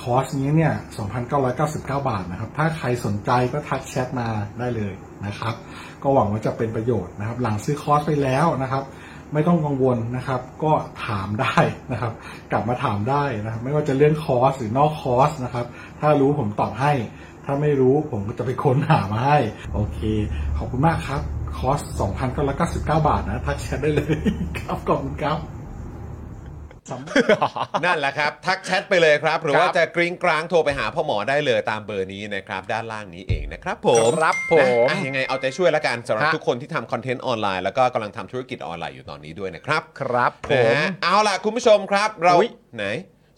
Speaker 6: คอร์สนี้เนี่ย 2,999 บาทนะครับ ถ้าใครสนใจก็ทักแชทมาได้เลยนะครับ ก็หวังว่าจะเป็นประโยชน์นะครับ หลังซื้อคอร์สไปแล้วนะครับ ไม่ต้องกังวลนะครับ ก็ถามได้ นะครับ กลับมาถามได้นะครับ ไม่ว่าจะเรื่องคอร์สหรือนอกคอร์สนะครับ ถ้ารู้ผมตอบให้ ถ้าไม่รู้ผมก็จะไปค้นหามาให้ โอเค ขอบคุณมากครับ คอร์ส 2,999 บาทนะ ทักแชทได้เลย ครับ ขอบคุณครับ สำ
Speaker 3: นั่นแหละครับ ทักแชทไปเลยครับ หรือว่า
Speaker 4: ครับ
Speaker 3: จะกริ้งกรางโทรไปหาพ่อหมอได้เลยตามเบอร์นี้นะครับ ด้านล่างนี้เองนะครับผม
Speaker 4: ครับผม
Speaker 3: นะอ่ะยังไงเอาใจช่วยละกันสำหรับ
Speaker 4: ฮะ
Speaker 3: ทุกคนที่ทำคอนเทนต์ออนไลน์แล้วก็กำลังทำธุรกิจออนไลน์อยู่ตอนนี้ด้วยนะครับ
Speaker 4: ครับผ
Speaker 3: นะ
Speaker 4: ม
Speaker 3: ฮะเอาล่ะ คุณผู้ชมครับ เรา
Speaker 4: อุ๊ย
Speaker 3: ไหน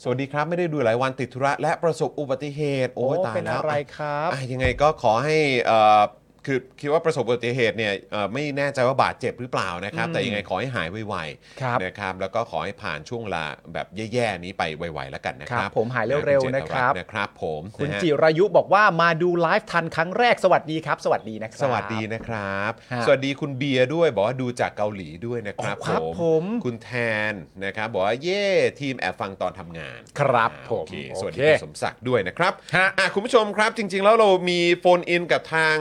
Speaker 3: สวัสดีครับไม่ได้ดูหลายวันติดธุระและประสบอุบัติเหตุ โอ้ยตาย
Speaker 4: เป็น
Speaker 3: แล้ว
Speaker 4: อะไรครับ
Speaker 3: อ่ะยังไงก็ขอให้เอ่อคือคิดว่าประสบอุบัติเหตุเนี่ยเอ่อไม่แน่ใจว่าบาดเจ็บหรือเปล่านะครับ
Speaker 4: อืม
Speaker 3: แต่ยังไงขอให้หายไว
Speaker 4: ครับ
Speaker 3: ๆนะครับแล้วก็ขอให้ผ่านช่วงเวลาแบบแย่ๆนี้ไปไวๆแล้วกันนะค
Speaker 4: ค
Speaker 3: รั
Speaker 4: รั
Speaker 3: บบ
Speaker 4: ผมหายเร็วๆนะครับ
Speaker 3: ณเจตนะครับ ผม
Speaker 4: คุณ
Speaker 3: นะฮะ
Speaker 4: จิรายุบอกว่ามาดูไลฟ์ทันครั้งแรกสวัสดีครับ สวัสดีนะครับ
Speaker 3: สวัสดีนะครับ
Speaker 4: ฮะ
Speaker 3: สวัสดีคุณเบียร์ด้วยบอกว่าดูจากเกาหลีด้วยนะครับ
Speaker 4: อ๋อครับผม
Speaker 3: คุณแทนนะครับบอกว่าเย่ทีมแอบฟังตอนทำงาน
Speaker 4: ครับ
Speaker 3: อ่า
Speaker 4: ผม
Speaker 3: โอเคสวัสดี
Speaker 4: โอเค
Speaker 3: คุณสมศักดิ์ด้วยนะครับ
Speaker 4: ฮะ
Speaker 3: อ่ะคุณผู้ชมครับ จริง ๆ แล้วเรามีโฟนอินกับทาง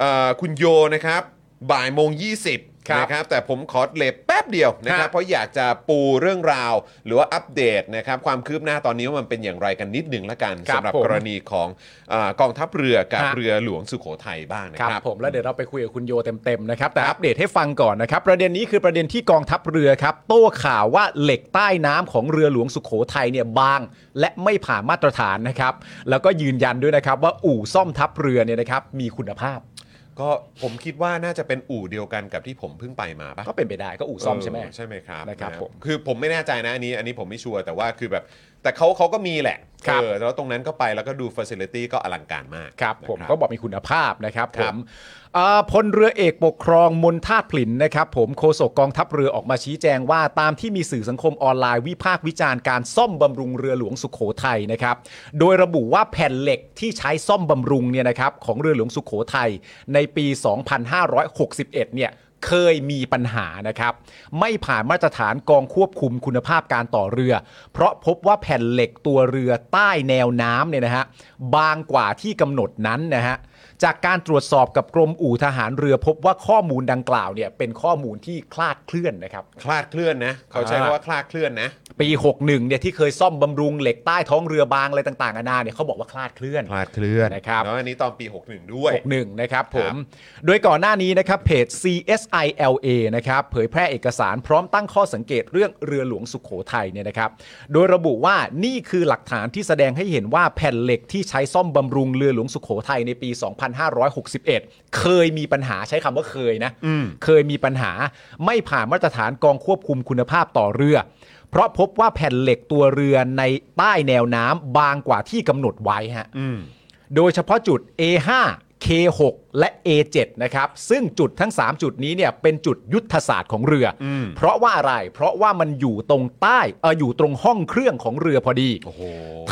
Speaker 3: เอ่อคุณโยนะครับบ่ายโมง 20
Speaker 4: ครับ
Speaker 3: นะครับแต่ผมขอเลบแป๊บเดียวนะครับ
Speaker 4: ฮะ
Speaker 3: เพราะอยากจะปูเรื่องราว หรือว่าอัปเดตนะครับความคืบหน้าตอนนี้ว่ามันเป็นอย่างไรกันนิดหนึ่งละกัน
Speaker 4: ครับ
Speaker 3: สำหรับ
Speaker 4: ผม
Speaker 3: กรณีของเออกองทัพเรือกับ
Speaker 4: ฮะ
Speaker 3: เรือหลวงสุโขทัยบ้างนะค
Speaker 4: ค
Speaker 3: รับ รับ
Speaker 4: ผมแล้วเดี๋ยวเราไปคุยกับคุณโยเต็มๆนะครับแต่อัปเดตให้ฟังก่อนนะครับ ประเด็นนี้คือประเด็นที่กองทัพเรือครับ โต้ข่าวว่าเหล็กใต้น้ำของเรือหลวงสุโขทัยเนี่ยบาง และไม่ผ่านมาตรฐานนะครับ แล้วก็ยืนยันด้วยนะครับว่าอู่ซ่อมทัพเรือเนี่ยนะครับมีคุณภาพ
Speaker 3: ก็ผมคิดว่าน่าจะเป็นอู่เดียวกันกับที่ผมเพิ่งไปมาปะ
Speaker 4: ก็เป็นไปได้ก็อู่ซ่อมใช่ไหม
Speaker 3: เใช่ไหมครับ
Speaker 4: นะครับ
Speaker 3: ฮ
Speaker 4: ผม
Speaker 3: คือผมไม่แน่ใจนะอันนี้ อันนี้ผมไม่ชัวร์แต่ว่าคือแบบ แต่เขาเขาก็มีแหละ
Speaker 4: ครับ
Speaker 3: เออแล้วตรงนั้นก็ไปแล้วก็ดูฟ a ซิลิตี้ก็อลังการมาก
Speaker 4: ครับ
Speaker 3: นะ
Speaker 4: ผมก็บอกมีคุณภาพนะครับ
Speaker 3: ค
Speaker 4: ผ
Speaker 3: รับ
Speaker 4: มเอ่อพลเรือเอกปกครองมนทาตผลินนะครับผมโฆษกกองทัพเรือออกมาชี้แจงว่าตามที่มีสื่อสังคมออนไลน์วิพากษ์วิจารณ์การซ่อมบำรุงเรือหลวงสุขโขทัยนะครับโดยระบุว่าแผ่นเหล็กที่ใช้ซ่อมบำรุงเนี่ยนะครับของเรือหลวงสุขโขทัยในปี 2561 เนี่ยเคยมีปัญหานะครับ ไม่ผ่านมาตรฐานกองควบคุมคุณภาพการต่อเรือ เพราะพบว่าแผ่นเหล็กตัวเรือใต้แนวน้ำเนี่ยนะฮะบางกว่าที่กำหนดนั้นนะฮะจากการตรวจสอบกับกรมอู่ทหารเรือพบว่าข้อมูลดังกล่าวเนี่ยเป็นข้อมูลที่คลาดเคลื่อนนะครับ
Speaker 3: คลาดเคลื่อนนะเขาใช้
Speaker 4: อ่า
Speaker 3: คำว่าคลาดเคลื่อนนะ
Speaker 4: ปี 61เนี่ยที่เคยซ่อมบำรุงเหล็กใต้ท้องเรือบางอะไรต่างๆนานาเนี่ยเขาบอกว่าคลาดเคลื่อน
Speaker 3: คลาดเคลื่อน
Speaker 4: นะครับ
Speaker 3: แล้วอันนี้ตอนปี 61 ด้วย
Speaker 4: 61นะครับผ
Speaker 3: ครั
Speaker 4: ม
Speaker 3: บ
Speaker 4: โดยก่อนหน้านี้นะครับเพจ CSILA นะครับเผยแพร่เอกสารพร้อมตั้งข้อสังเกตเรื่องเรือหลวงสุขโขทัยเนี่ยนะครับ โดยระบุว่านี่คือหลักฐานที่แสดงให้เห็นว่าแผ่นเหล็กที่ใช้ซ่อมบำรุงเรือหลวงสุขโขทัยในปี 2561 เคยมีปัญหาใช้คำว่าเคยนะ เคยมีปัญหาไม่ผ่านมาตรฐานกองควบคุมคุณภาพต่อเรือ เพราะพบว่าแผ่นเหล็กตัวเรือในใต้แนวน้ำบางกว่าที่กำหนดไว้ฮะ โดยเฉพาะจุด A5 K6 และ A7 นะครับ ซึ่งจุดทั้ง 3 จุดนี้เนี่ยเป็นจุดยุทธศาสตร์ของเรือ เพราะว่าอะไร เพราะว่ามันอยู่ตรงใต้เอออยู่ตรงห้องเครื่องของเรือพอดี
Speaker 3: โอ้โห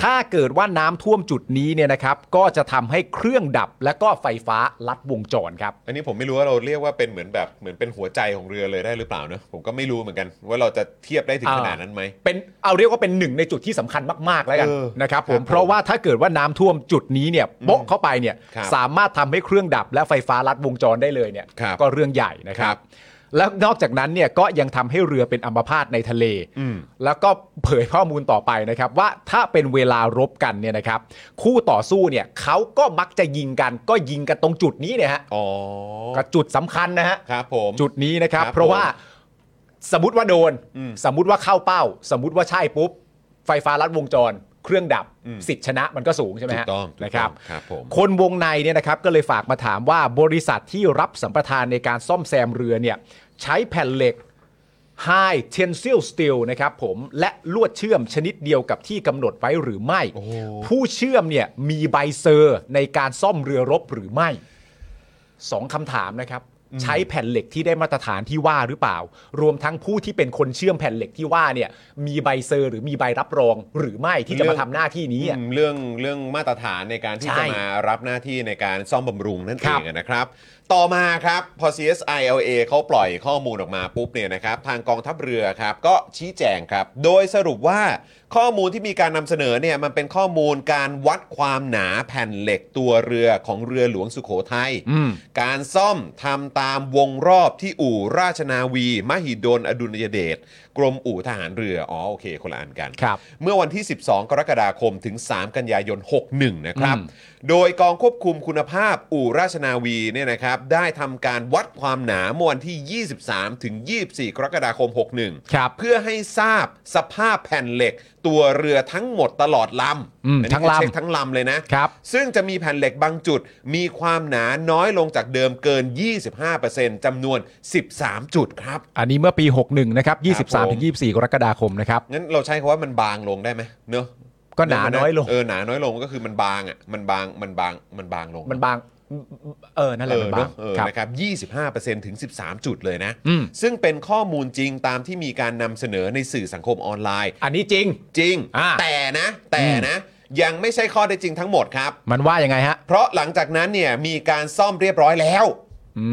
Speaker 4: ถ้าเกิดว่าน้ำท่วมจุดนี้เนี่ยนะครับ ก็จะทำให้เครื่องดับและก็ไฟฟ้าลัดวงจรครับ
Speaker 3: อันนี้ผมไม่รู้ว่าเราเรียกว่าเป็นเหมือนแบบเหมือนเป็นหัวใจของเรือเลยได้หรือเปล่าเนอะผมก็ไม่รู้เหมือนกัน ว่าเราจะเทียบได้ถึง
Speaker 4: อ่า
Speaker 3: ขนาดนั้นไหม
Speaker 4: เป็นเอาเรียกว่าเป็นหนึ่งในจุดที่สำคัญมาก ๆ แล้วกัน
Speaker 3: เออ
Speaker 4: นะครับผ
Speaker 3: ครับ
Speaker 4: ม
Speaker 3: ผม
Speaker 4: เพราะว่าถ้าเกิดว่าน้ำท่วมจุดนี้เนี่ยโปะเข้าไปเนี่ย
Speaker 3: ครับ
Speaker 4: สามารถทำให้เครื่องดับและไฟฟ้าลัดวงจรได้เลยเนี่ย
Speaker 3: ครับ
Speaker 4: ก็เรื่องใหญ่นะค
Speaker 3: ครั
Speaker 4: รับ บ แล้วนอกจากนั้นเนี่ยก็ยังทำให้เรือเป็นอัมพาตในทะเล แล้วก็เผยข้อมูลต่อไปนะครับ ว่าถ้าเป็นเวลารบกันเนี่ยนะครับ คู่ต่อสู้เนี่ยเขาก็มักจะยิงกัน ก็ยิงกันตรงจุดนี้เนี่ยฮะ
Speaker 3: อ๋อ
Speaker 4: ก็จุดสำคัญนะฮะ
Speaker 3: ครับผม
Speaker 4: จุดนี้นะครับ
Speaker 3: ครับ
Speaker 4: เพราะว่าสมมติว่าโดน
Speaker 3: อืม
Speaker 4: สมมติว่าเข้าเป้า สมมติว่าใช่ปุ๊บ ไฟฟ้าลัดวงจร เครื่องดับ
Speaker 3: อืม
Speaker 4: สิทธิชนะมันก็สูงใช่ไหมฮะ
Speaker 3: ถูกต้องถูกต้อง
Speaker 4: นะครับ
Speaker 3: ครับผม
Speaker 4: คนวงในเนี่ยนะครับก็เลยฝากมาถามว่าบริษัทที่รับสัมปทานในการซ่อมแซมเรือเนี่ยใช้แผ่นเหล็ก High Tensile Steel นะครับผมและลวดเชื่อมชนิดเดียวกับที่กำหนดไว้หรือไม่
Speaker 3: โอ้
Speaker 4: ผู้เชื่อมเนี่ยมีใบเซอร์ในการซ่อมเรือรบหรือไม่ สองคำถามนะครับ ใช้แผ่นเหล็กที่ได้มาตรฐานที่ว่าหรือเปล่า รวมทั้งผู้ที่เป็นคนเชื่อมแผ่นเหล็กที่ว่าเนี่ย มีใบเซอร์หรือมีใบรับรองหรือไม่ที่จะมาทำหน้าที่นี้อะ
Speaker 3: อืมเรื่องเรื่องมาตรฐานในการที่
Speaker 4: ใช่
Speaker 3: จะมารับหน้าที่ในการซ่อมบำรุงนั่น
Speaker 4: ค
Speaker 3: เอ
Speaker 4: รับ
Speaker 3: งนะครับ ต่อมาครับพอ CSILA เขาปล่อยข้อมูลออกมาปุ๊บเนี่ยนะครับทางกองทัพเรือครับก็ชี้แจงครับ โดยสรุปว่าข้อมูลที่มีการนำเสนอเนี่ยมันเป็นข้อมูลการวัดความหนาแผ่นเหล็กตัวเรือของเรือหลวงสุโขทัย
Speaker 4: อืม
Speaker 3: การซ่อมทำตามวงรอบที่อู่ราชนาวี มหิดลอดุลยเดชกรมอู่ทหารเรืออ๋อโอเคคนละอันกัน
Speaker 4: ครับ
Speaker 3: เมื่อวันที่ 12 กรกฎาคม ถึง 3 กันยายน 61 นะครับ
Speaker 4: อืม
Speaker 3: โดยกองควบคุมคุณภาพอู่ราชนาวีเนี่ยนะครับได้ทำการวัดความหนาเมื่อวันที่ 23 ถึง 24 กรกฎาคม 61
Speaker 4: ครับ
Speaker 3: เพื่อให้ทราบสภาพแผ่นเหล็ก ตัวเรือทั้งหมดตลอดลำ
Speaker 4: อืม
Speaker 3: นนี้
Speaker 4: ทั้งลำ
Speaker 3: เช็คทั้งลำเลยนะ
Speaker 4: ครับ
Speaker 3: ซึ่งจะมีแผ่นเหล็กบางจุด มีความหนาน้อยลงจากเดิมเกิน 25%จำนวน 13 จุดครับ
Speaker 4: อันนี้เมื่อปี 61 นะครับ
Speaker 3: ครับผม
Speaker 4: 23ถึง24 กรกฎาคมนะครับ
Speaker 3: งั้นเราใช้คำว่ามันบางลงได้ไหมเนอะ
Speaker 4: ก็หนาน้อยลง
Speaker 3: เออหนาน้อยลงก็คือมันบางอ่ะมันบางมันบางมันบางลง
Speaker 4: มันบาง เออ นั่นแห
Speaker 3: เออ
Speaker 4: ละมัน
Speaker 3: เน
Speaker 4: บา
Speaker 3: อะ
Speaker 4: ง
Speaker 3: เออ
Speaker 4: ครับ
Speaker 3: นะครับ25%ถึง 13 จุดเลยนะ
Speaker 4: อืม
Speaker 3: ซึ่งเป็นข้อมูลจริงตามที่มีการนำเสนอในสื่อสังคมออนไลน์
Speaker 4: อันนี้จริง
Speaker 3: จริง
Speaker 4: อ่า
Speaker 3: แต่นะแต่นะ ยังไม่ใช่ข้อได้จริงทั้งหมดครับ
Speaker 4: มันว่ายังไงฮะ
Speaker 3: เพราะหลังจากนั้นเนี่ยมีการซ่อมเรียบร้อยแล้ว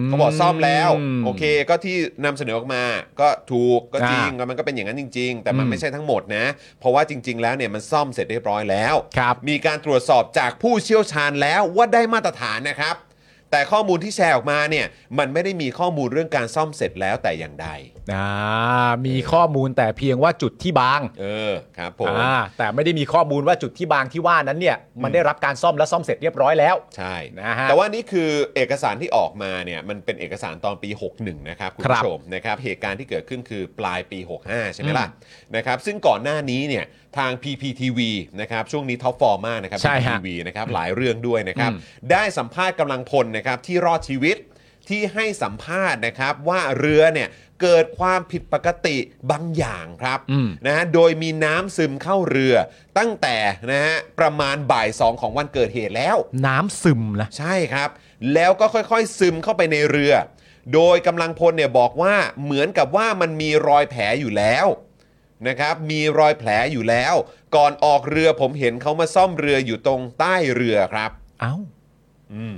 Speaker 3: เขาบอกซ่อมแล้วโอเคก็ที่นำเสนอออกมาก็ถูกก็จริงแล้
Speaker 4: อ่า
Speaker 3: วมันก็เป็นอย่างนั้นจริง ๆ แต่มัน
Speaker 4: อืม
Speaker 3: ไม่ใช่ทั้งหมดนะ เพราะว่าจริง ๆ แล้วเนี่ยมันซ่อมเสร็จเรียบร้อยแล้ว
Speaker 4: ครับ
Speaker 3: มีการตรวจสอบจากผู้เชี่ยวชาญแล้วว่าได้มาตรฐานนะครับ แต่ข้อมูลที่แชร์ออกมาเนี่ยมันไม่ได้มีข้อมูลเรื่องการซ่อมเสร็จแล้วแต่อย่างใด
Speaker 4: ่ามีข้อมูลแต่เพียงว่าจุดที่บาง
Speaker 3: เออครับผม
Speaker 4: อ่าแต่ไม่ได้มีข้อมูลว่าจุดที่บางที่ว่านั้นเนี่ย มันได้รับการซ่อมและซ่อมเสร็จเรียบร้อยแล้ว
Speaker 3: ใช่
Speaker 4: นะฮะ
Speaker 3: แต่ว่านี่คือเอกสารที่ออกมาเนี่ยมันเป็นเอกสารตอนปี 61 นะครับคุณ
Speaker 4: ครับ
Speaker 3: ผู้ชมนะครับเหตุการณ์ที่เกิดขึ้นคือปลายปี 65 ใช่ไหมล่ะนะครับซึ่งก่อนหน้านี้เนี่ยทาง PPTV นะครับช่วงนี้ท็อปฟอร์มมากนะครับ
Speaker 4: ใช่ฮะ
Speaker 3: PPTV นะครับหลายเรื่องด้วยนะครับ ได้สัมภาษณ์กำลังพลนะครับที่รอดชีวิตที่ให้สัมภาษณ์นะครับว่าเรือเนี่ยเกิดความผิดปกติบางอย่างครับ
Speaker 4: อืม
Speaker 3: นะฮะโดยมีน้ำซึมเข้าเรือตั้งแต่นะฮะประมาณบ่ายสองของวันเกิดเหตุแล้ว
Speaker 4: น้ำซึมนะ
Speaker 3: ใช่ครับ แล้วก็ค่อยๆซึมเข้าไปในเรือ โดยกำลังพลเนี่ยบอกว่าเหมือนกับว่ามันมีรอยแผลอยู่แล้วนะครับมีรอยแผลอยู่แล้ว ก่อนออกเรือผมเห็นเขามาซ่อมเรืออยู่ตรงใต้เรือครับ
Speaker 4: เอ้า
Speaker 3: อืม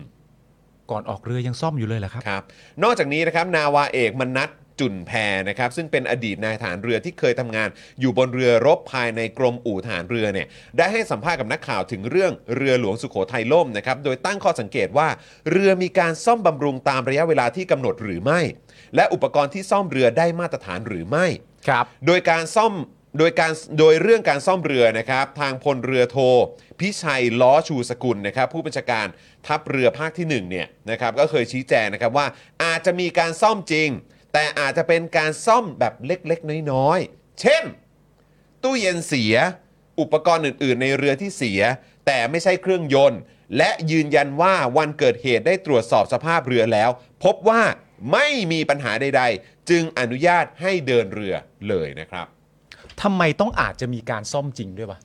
Speaker 4: ก่อนออกเรือยังซ่อมอยู่เลยเหรอครับ
Speaker 3: ครับนอกจากนี้นะครับนาวาเอกมนัทจุนแพรนะครับซึ่งเป็นอดีตนายทหารเรือที่เคยทำงาน อยู่บนเรือรบภายในกรมอู่ทหารเรือเนี่ยได้ให้สัมภาษณ์กับนักข่าวถึงเรื่องเรือหลวงสุโขทัยล่มนะครับโดยตั้งข้อสังเกตว่า เรือมีการซ่อมบำรุงตามระยะเวลาที่กำหนดหรือไม่ และอุปกรณ์ที่ซ่อมเรือได้มาตรฐานหรือไม่
Speaker 4: ครับ
Speaker 3: โดยการซ่อมโดยการโดยเรื่องการซ่อมเรือนะครับทางพลเรือโท พิชัยล้อชูสกุลนะครับผู้บัญชาการทัพเรือภาคที่1เนี่ยนะครับก็เคยชี้แจงนะครับว่าอาจจะมีการซ่อมจริง แต่อาจจะเป็นการซ่อมแบบเล็กๆ น้อยๆ เช่น ตู้เย็นเสีย อุปกรณ์อื่น ๆ ในเรือที่เสีย แต่ไม่ใช่เครื่องยนต์ และยืนยันว่าวันเกิดเหตุได้ตรวจสอบสภาพเรือแล้ว พบว่าไม่มีปัญหาใด ๆ จึงอนุญาตให้เดินเรือเลยนะครับ
Speaker 4: ทำไมต้องอาจจะมีการซ่อมจริงด้วยวะ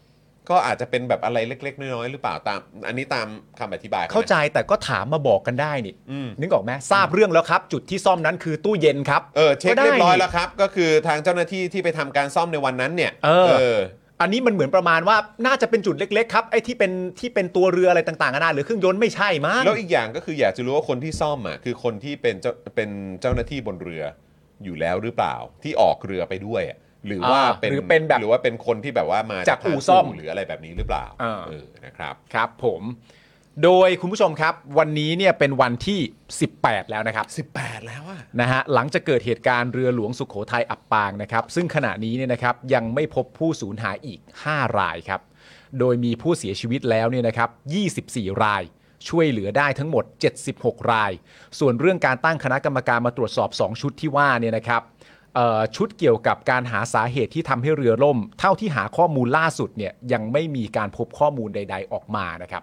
Speaker 3: ก็อาจจะเป็นแบบอะไรเล็ก ๆ น้อย ๆ หรือเปล่าตาม อันนี้ตามคำอธิบายนะ
Speaker 4: เข้าใจแต่ก็ถามมาบอกกันได้นี่
Speaker 3: อืม
Speaker 4: นึกออกไหมทราบเรื่องแล้วครับ จุดที่ซ่อมนั้นคือตู้เย็นครับ
Speaker 3: เออเช็ค
Speaker 4: ก็ได้
Speaker 3: เรียบร้อยแล้ว
Speaker 4: นี่
Speaker 3: ครับ ก็คือทางเจ้าหน้าที่ที่ไปทำการซ่อมในวันนั้นเนี่ย
Speaker 4: เออ
Speaker 3: เออ
Speaker 4: อันนี้มันเหมือนประมาณว่าน่าจะเป็นจุดเล็ก ๆ ครับไอ้ที่เป็นที่เป็นตัวเรืออะไรต่างๆนานาหรือเครื่องยนต์ไม่ใช่มั้ง
Speaker 3: แล้วอีกอย่างก็คืออยากจะรู้ว่าคนที่ซ่อมอ่ะคือคนที่เป็นเจ้าเป็นเจ้าหน้าที่บนเรืออยู่แล้วหรือเปล่า ที่ออกเรือไปด้วยอะหรือว่า
Speaker 4: อ่า
Speaker 3: เป็น
Speaker 4: หรือเป็นแบบ
Speaker 3: หรือว่าเป็นคนที่แบบว่ามา
Speaker 4: จาก
Speaker 3: ทง
Speaker 4: อู่ซ่อม
Speaker 3: หรืออะไรแบบนี้หรือเปล่า
Speaker 4: อ่า
Speaker 3: เออนะครับ
Speaker 4: ครับผม โดยคุณผู้ชมครับ วันนี้เนี่ยเป็นวันที่ 18 แล้วนะครับ
Speaker 3: 18 แล้วอ่ะ
Speaker 4: นะฮะหลังจากเกิดเหตุการณ์เรือหลวงสุขโขทัยอับปางนะครับ ซึ่งขณะนี้เนี่ยนะครับยังไม่พบผู้สูญหายอีก 5 รายครับ โดยมีผู้เสียชีวิตแล้วเนี่ยนะครับ 24 ราย ช่วยเหลือได้ทั้งหมด 76 ราย ส่วนเรื่องการตั้งคณะกรรมการมาตรวจสอบ 2 ชุดที่ว่าเนี่ยนะครับเอ่อชุดเกี่ยวกับการหาสาเหตุที่ทำให้เรือล่ม เท่าที่หาข้อมูลล่าสุดเนี่ยยังไม่มีการพบข้อมูลใด ๆ ออกมานะครับ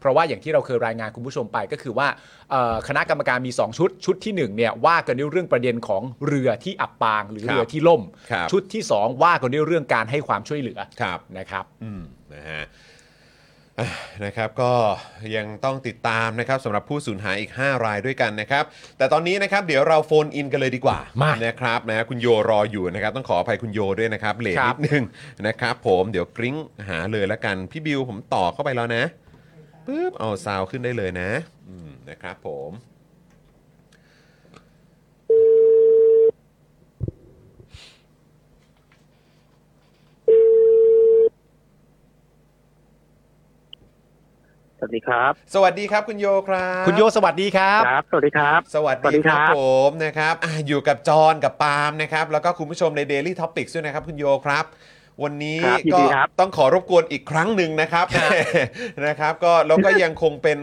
Speaker 4: เพราะว่าอย่างที่เราเคยรายงานคุณผู้ชมไปก็คือว่าเอ่อคณะกรรมการมี 2 ชุด ชุดที่1เนี่ยว่ากันด้วยเรื่องประเด็นของเรือที่อับปางหรือ
Speaker 3: ครับ
Speaker 4: เรือที่ล่ม
Speaker 3: ครับ
Speaker 4: ชุดที่ 2 ว่ากันด้วยเรื่องการให้ความช่วยเหลือ
Speaker 3: ครับ
Speaker 4: นะครับ
Speaker 3: อืมนะฮะอ่ะนะครับก็ยังต้องติดตามนะครับสำหรับผู้สูญหายอีก 5 รายด้วยกันนะครับ แต่ตอนนี้นะครับเดี๋ยวเราโฟนอินกันเลยดีกว่า
Speaker 4: มา
Speaker 3: นะครับนะคุณโยรออยู่นะครับ ต้องขออภัยคุณโยด้วยนะครับเลทนิดนึงนะครับ ผมเดี๋ยวกริ้งหาเลยละกัน พี่บิวผมต่อเข้าไปแล้วนะปึ๊บเอาซาวขึ้นได้เลยนะอืมนะครับผม
Speaker 7: สวัสดีครับ
Speaker 3: สวัสดีครับคุณโยครับ
Speaker 4: คุณโยสวัสดีครับ
Speaker 7: ครับ สวัสดีครับ
Speaker 3: สวัส
Speaker 7: สวัส
Speaker 3: ดี
Speaker 7: ดี
Speaker 3: ค
Speaker 7: ครั
Speaker 3: รับบ ผมนะครับอะอยู่กับจอห์นกับปาล์มนะครับ แล้วก็คุณผู้ชมใน Daily Topics ด้วยนะครับ คุณโยครับ วันนี้
Speaker 7: ครับยิน
Speaker 3: ก็
Speaker 7: ดีครับ
Speaker 3: ต้องขอรบกวนอีกครั้งหนึ่งนะครับ นะครับ ก็แล้วก็ยังคงเป็น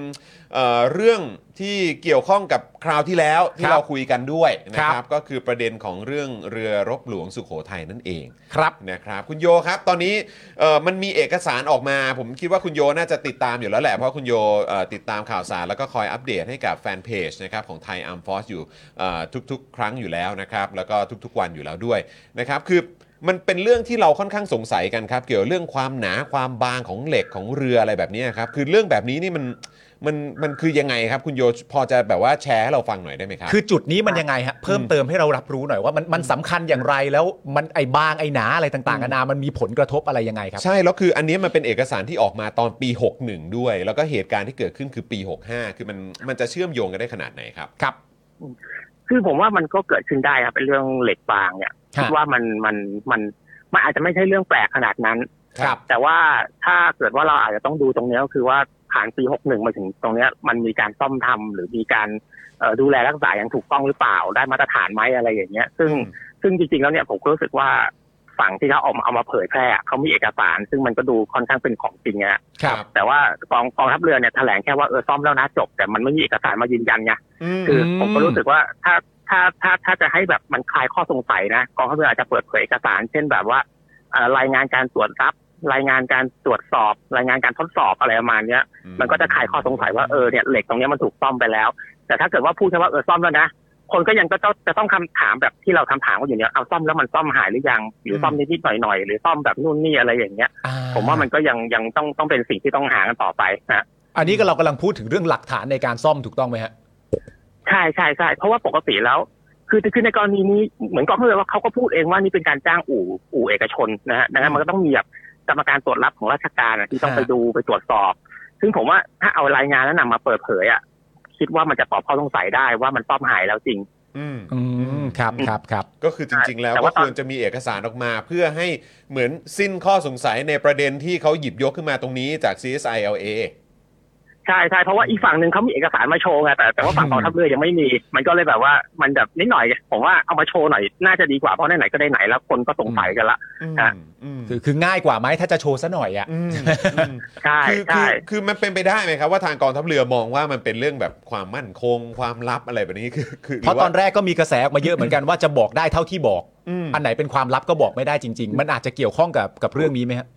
Speaker 3: เอ่อเรื่องที่เกี่ยวข้องกับคราวที่แล้วที่
Speaker 4: ครับ
Speaker 3: เราคุยกันด้วยนะค
Speaker 4: ครั
Speaker 3: รับ
Speaker 4: บ
Speaker 3: ก็คือประเด็นของเรื่องเรือรบหลวงสุโขทัยนั่นเอง
Speaker 4: ครับ
Speaker 3: นะครับคุณโยครับตอนนี้เอ่อมันมีเอกสารออกมา ผมคิดว่าคุณโยน่าจะติดตามอยู่แล้วแหละเพราะคุณโยเอ่อติดตามข่าวสารแล้วก็คอยอัปเดตให้กับแฟนเพจนะครับของไทยอัมฟอสอยู่เอ่อทุกๆ ครั้งอยู่แล้วนะครับแล้วก็ทุกๆวันอยู่แล้วด้วยนะครับคือมันเป็นเรื่องที่เราค่อนข้างสงสัยกันครับ เกี่ยวเรื่องความหนาความบางของเหล็กของเรืออะไรแบบนี้ครับคือเรื่องแบบนี้นี่มันมันมันคือยังไงครับคุณโยพอจะแบบว่าแชร์ให้เราฟังหน่อยได้ไหมครับ
Speaker 4: คือจุดนี้มันยังไงฮะเพิ่มเติมให้เรารับรู้หน่อยว่ามันมันสำคัญอย่างไรแล้วมันไอ้บางไอ้หนาอะไรต่างๆนานามันมีผลกระทบอะไรยังไงครับ
Speaker 3: ใช่ แล้วคืออันนี้มันเป็นเอกสารที่ออกมาตอนปี 61 ด้วย แล้วก็เหตุการณ์ที่เกิดขึ้นคือปี 65 คือมันมันจะเชื่อมโยงกันได้ขนาดไหนครับ
Speaker 4: ครับ
Speaker 7: คือผมว่ามันก็เกิดขึ้นได้ครับเป็นเรื่องเหล็กบางเนี่ย
Speaker 4: ฮะ
Speaker 7: คิดว่ามันมันมันมันอาจจะไม่ใช่เรื่องแปลกขนาดนั้น
Speaker 4: ครับ
Speaker 7: แต่ว่าถ้าเกิดว่าเราอาจจะต้องดูตรงเนี้ยก็คือว่าผ่านปี 61 มาถึงตรงเนี้ยมันมีการซ่อมทำหรือมีการเอ่อดูแลรักษาอย่างถูกต้องหรือเปล่าได้มาตรฐานไหมอะไรอย่างเงี้ย ซึ่งซึ่งจริงๆแล้วเนี่ยผมก็รู้สึกว่าฝั่งที่เขาเอามาเอามาเผยแพร่เขามีเอกสาร ซึ่งมันก็ดูค่อนข้างเป็นของจริงอะ
Speaker 4: ครับ
Speaker 7: แต่ว่ากองกองทัพเรือเนี่ยแถลงแค่ว่าเออซ่อมแล้วนะจบ แต่มันไม่มีเอกสารมายืนยันไง คือผมก็รู้สึกว่าถ้าถ้าถ้าถ้าจะให้แบบมันคลายข้อสงสัยนะกองทัพเรืออาจจะเปิดเผยเอกสาร เช่นแบบว่าเอ่อรายงานการตรวจรับ รายงานการตรวจสอบ รายงานการทดสอบอะไรประมาณเนี้ย มันก็จะคลายข้อสงสัยว่าเออเนี่ยเหล็กตรงเนี้ยมันถูกซ่อมไปแล้ว แต่ถ้าเกิดว่าพูดแค่ว่าเออซ่อมแล้วนะคนก็ยังก็ต้องจะต้องคำถามแบบที่เราคำถามกันอยู่เนี่ยเอาซ่อมแล้วมันซ่อมหายหรือยังหรือซ่อมนิดๆหน่อยๆหรือซ่อมแบบนู่นนี่อะไรอย่างเงี้ย
Speaker 4: อ่
Speaker 7: ผมว่ามันก็ยังยังต้องต้องเป็นสิ่งที่ต้องหากันต่อไปนะ
Speaker 4: อันนี้ก็เรากำลังพูดถึงเรื่องหลักฐานในการซ่อมถูกต้องไหมฮะ
Speaker 7: ใช่ใช่ใช่เพราะว่าปกติแล้ว คือคือในกรณีนี้เหมือนกองทัพเรือว่าเขาก็พูดเองว่านี่เป็นการจ้างอู่อู่เอกชนนะฮะดังนั้นมันก็ต้องมีแบบกรรมการตรวจรับของราชการอะที่ต้องไป
Speaker 4: ฮะ
Speaker 7: ดูไปตรวจสอบ ซึ่งผมว่าถ้าเอารายงานนั้นนะมาเปิดเผยอ่ะคิดว่ามันจะตอบข้อสงสัยได้ว่ามันซ่อมหายแล้วจริง
Speaker 3: อืม
Speaker 4: อืมครับครับครับ
Speaker 3: ก็คือจริง ๆ แล้ว
Speaker 7: แต่
Speaker 3: ก็
Speaker 7: ว่าตอน
Speaker 3: ควรจะมีเอกสารออกมา เพื่อให้เหมือนสิ้นข้อสงสัยในประเด็นที่เขาหยิบยกขึ้นมาตรงนี้จาก CSILA
Speaker 7: ใช่ใช่เพราะว่าอีกฝั่งหนึ่งเขามีเอกสารมาโชว์ไงแต่แต่ว่าฝั่งกองทัพเรือยังไม่มี มันก็เลยแบบว่ามันแบบนิดหน่อย ผมว่าเอามาโชว์หน่อยน่าจะดีกว่าเพราะไหนๆก็ได้ไหนแล้วคนก็สงสัยกันละ
Speaker 3: อืมอืม
Speaker 4: คือคือง่ายกว่าไหมถ้าจะโชว์ซะหน่อยอ่ะ
Speaker 3: อืมอืม
Speaker 7: ใช่
Speaker 3: คือคื
Speaker 7: ใช่
Speaker 3: อคือมันเป็นไปได้ไหมครับว่าทางกองทัพเรือมองว่ามันเป็นเรื่องแบบความมั่นคง ความลับอะไรแบบนี้คือคือ
Speaker 4: เพราะ
Speaker 3: หว่
Speaker 4: ตอนแรกก็มีกระแสออกมาเยอะเหมือนกันว่าจะบอกได้เท่าที่บอก
Speaker 3: อืม
Speaker 4: อันไหนเป็นความลับก็บอกไม่ได้จริง ๆ มันอาจจะเกี่ยวข้องกับกับเรื่องนี้ไหมฮะ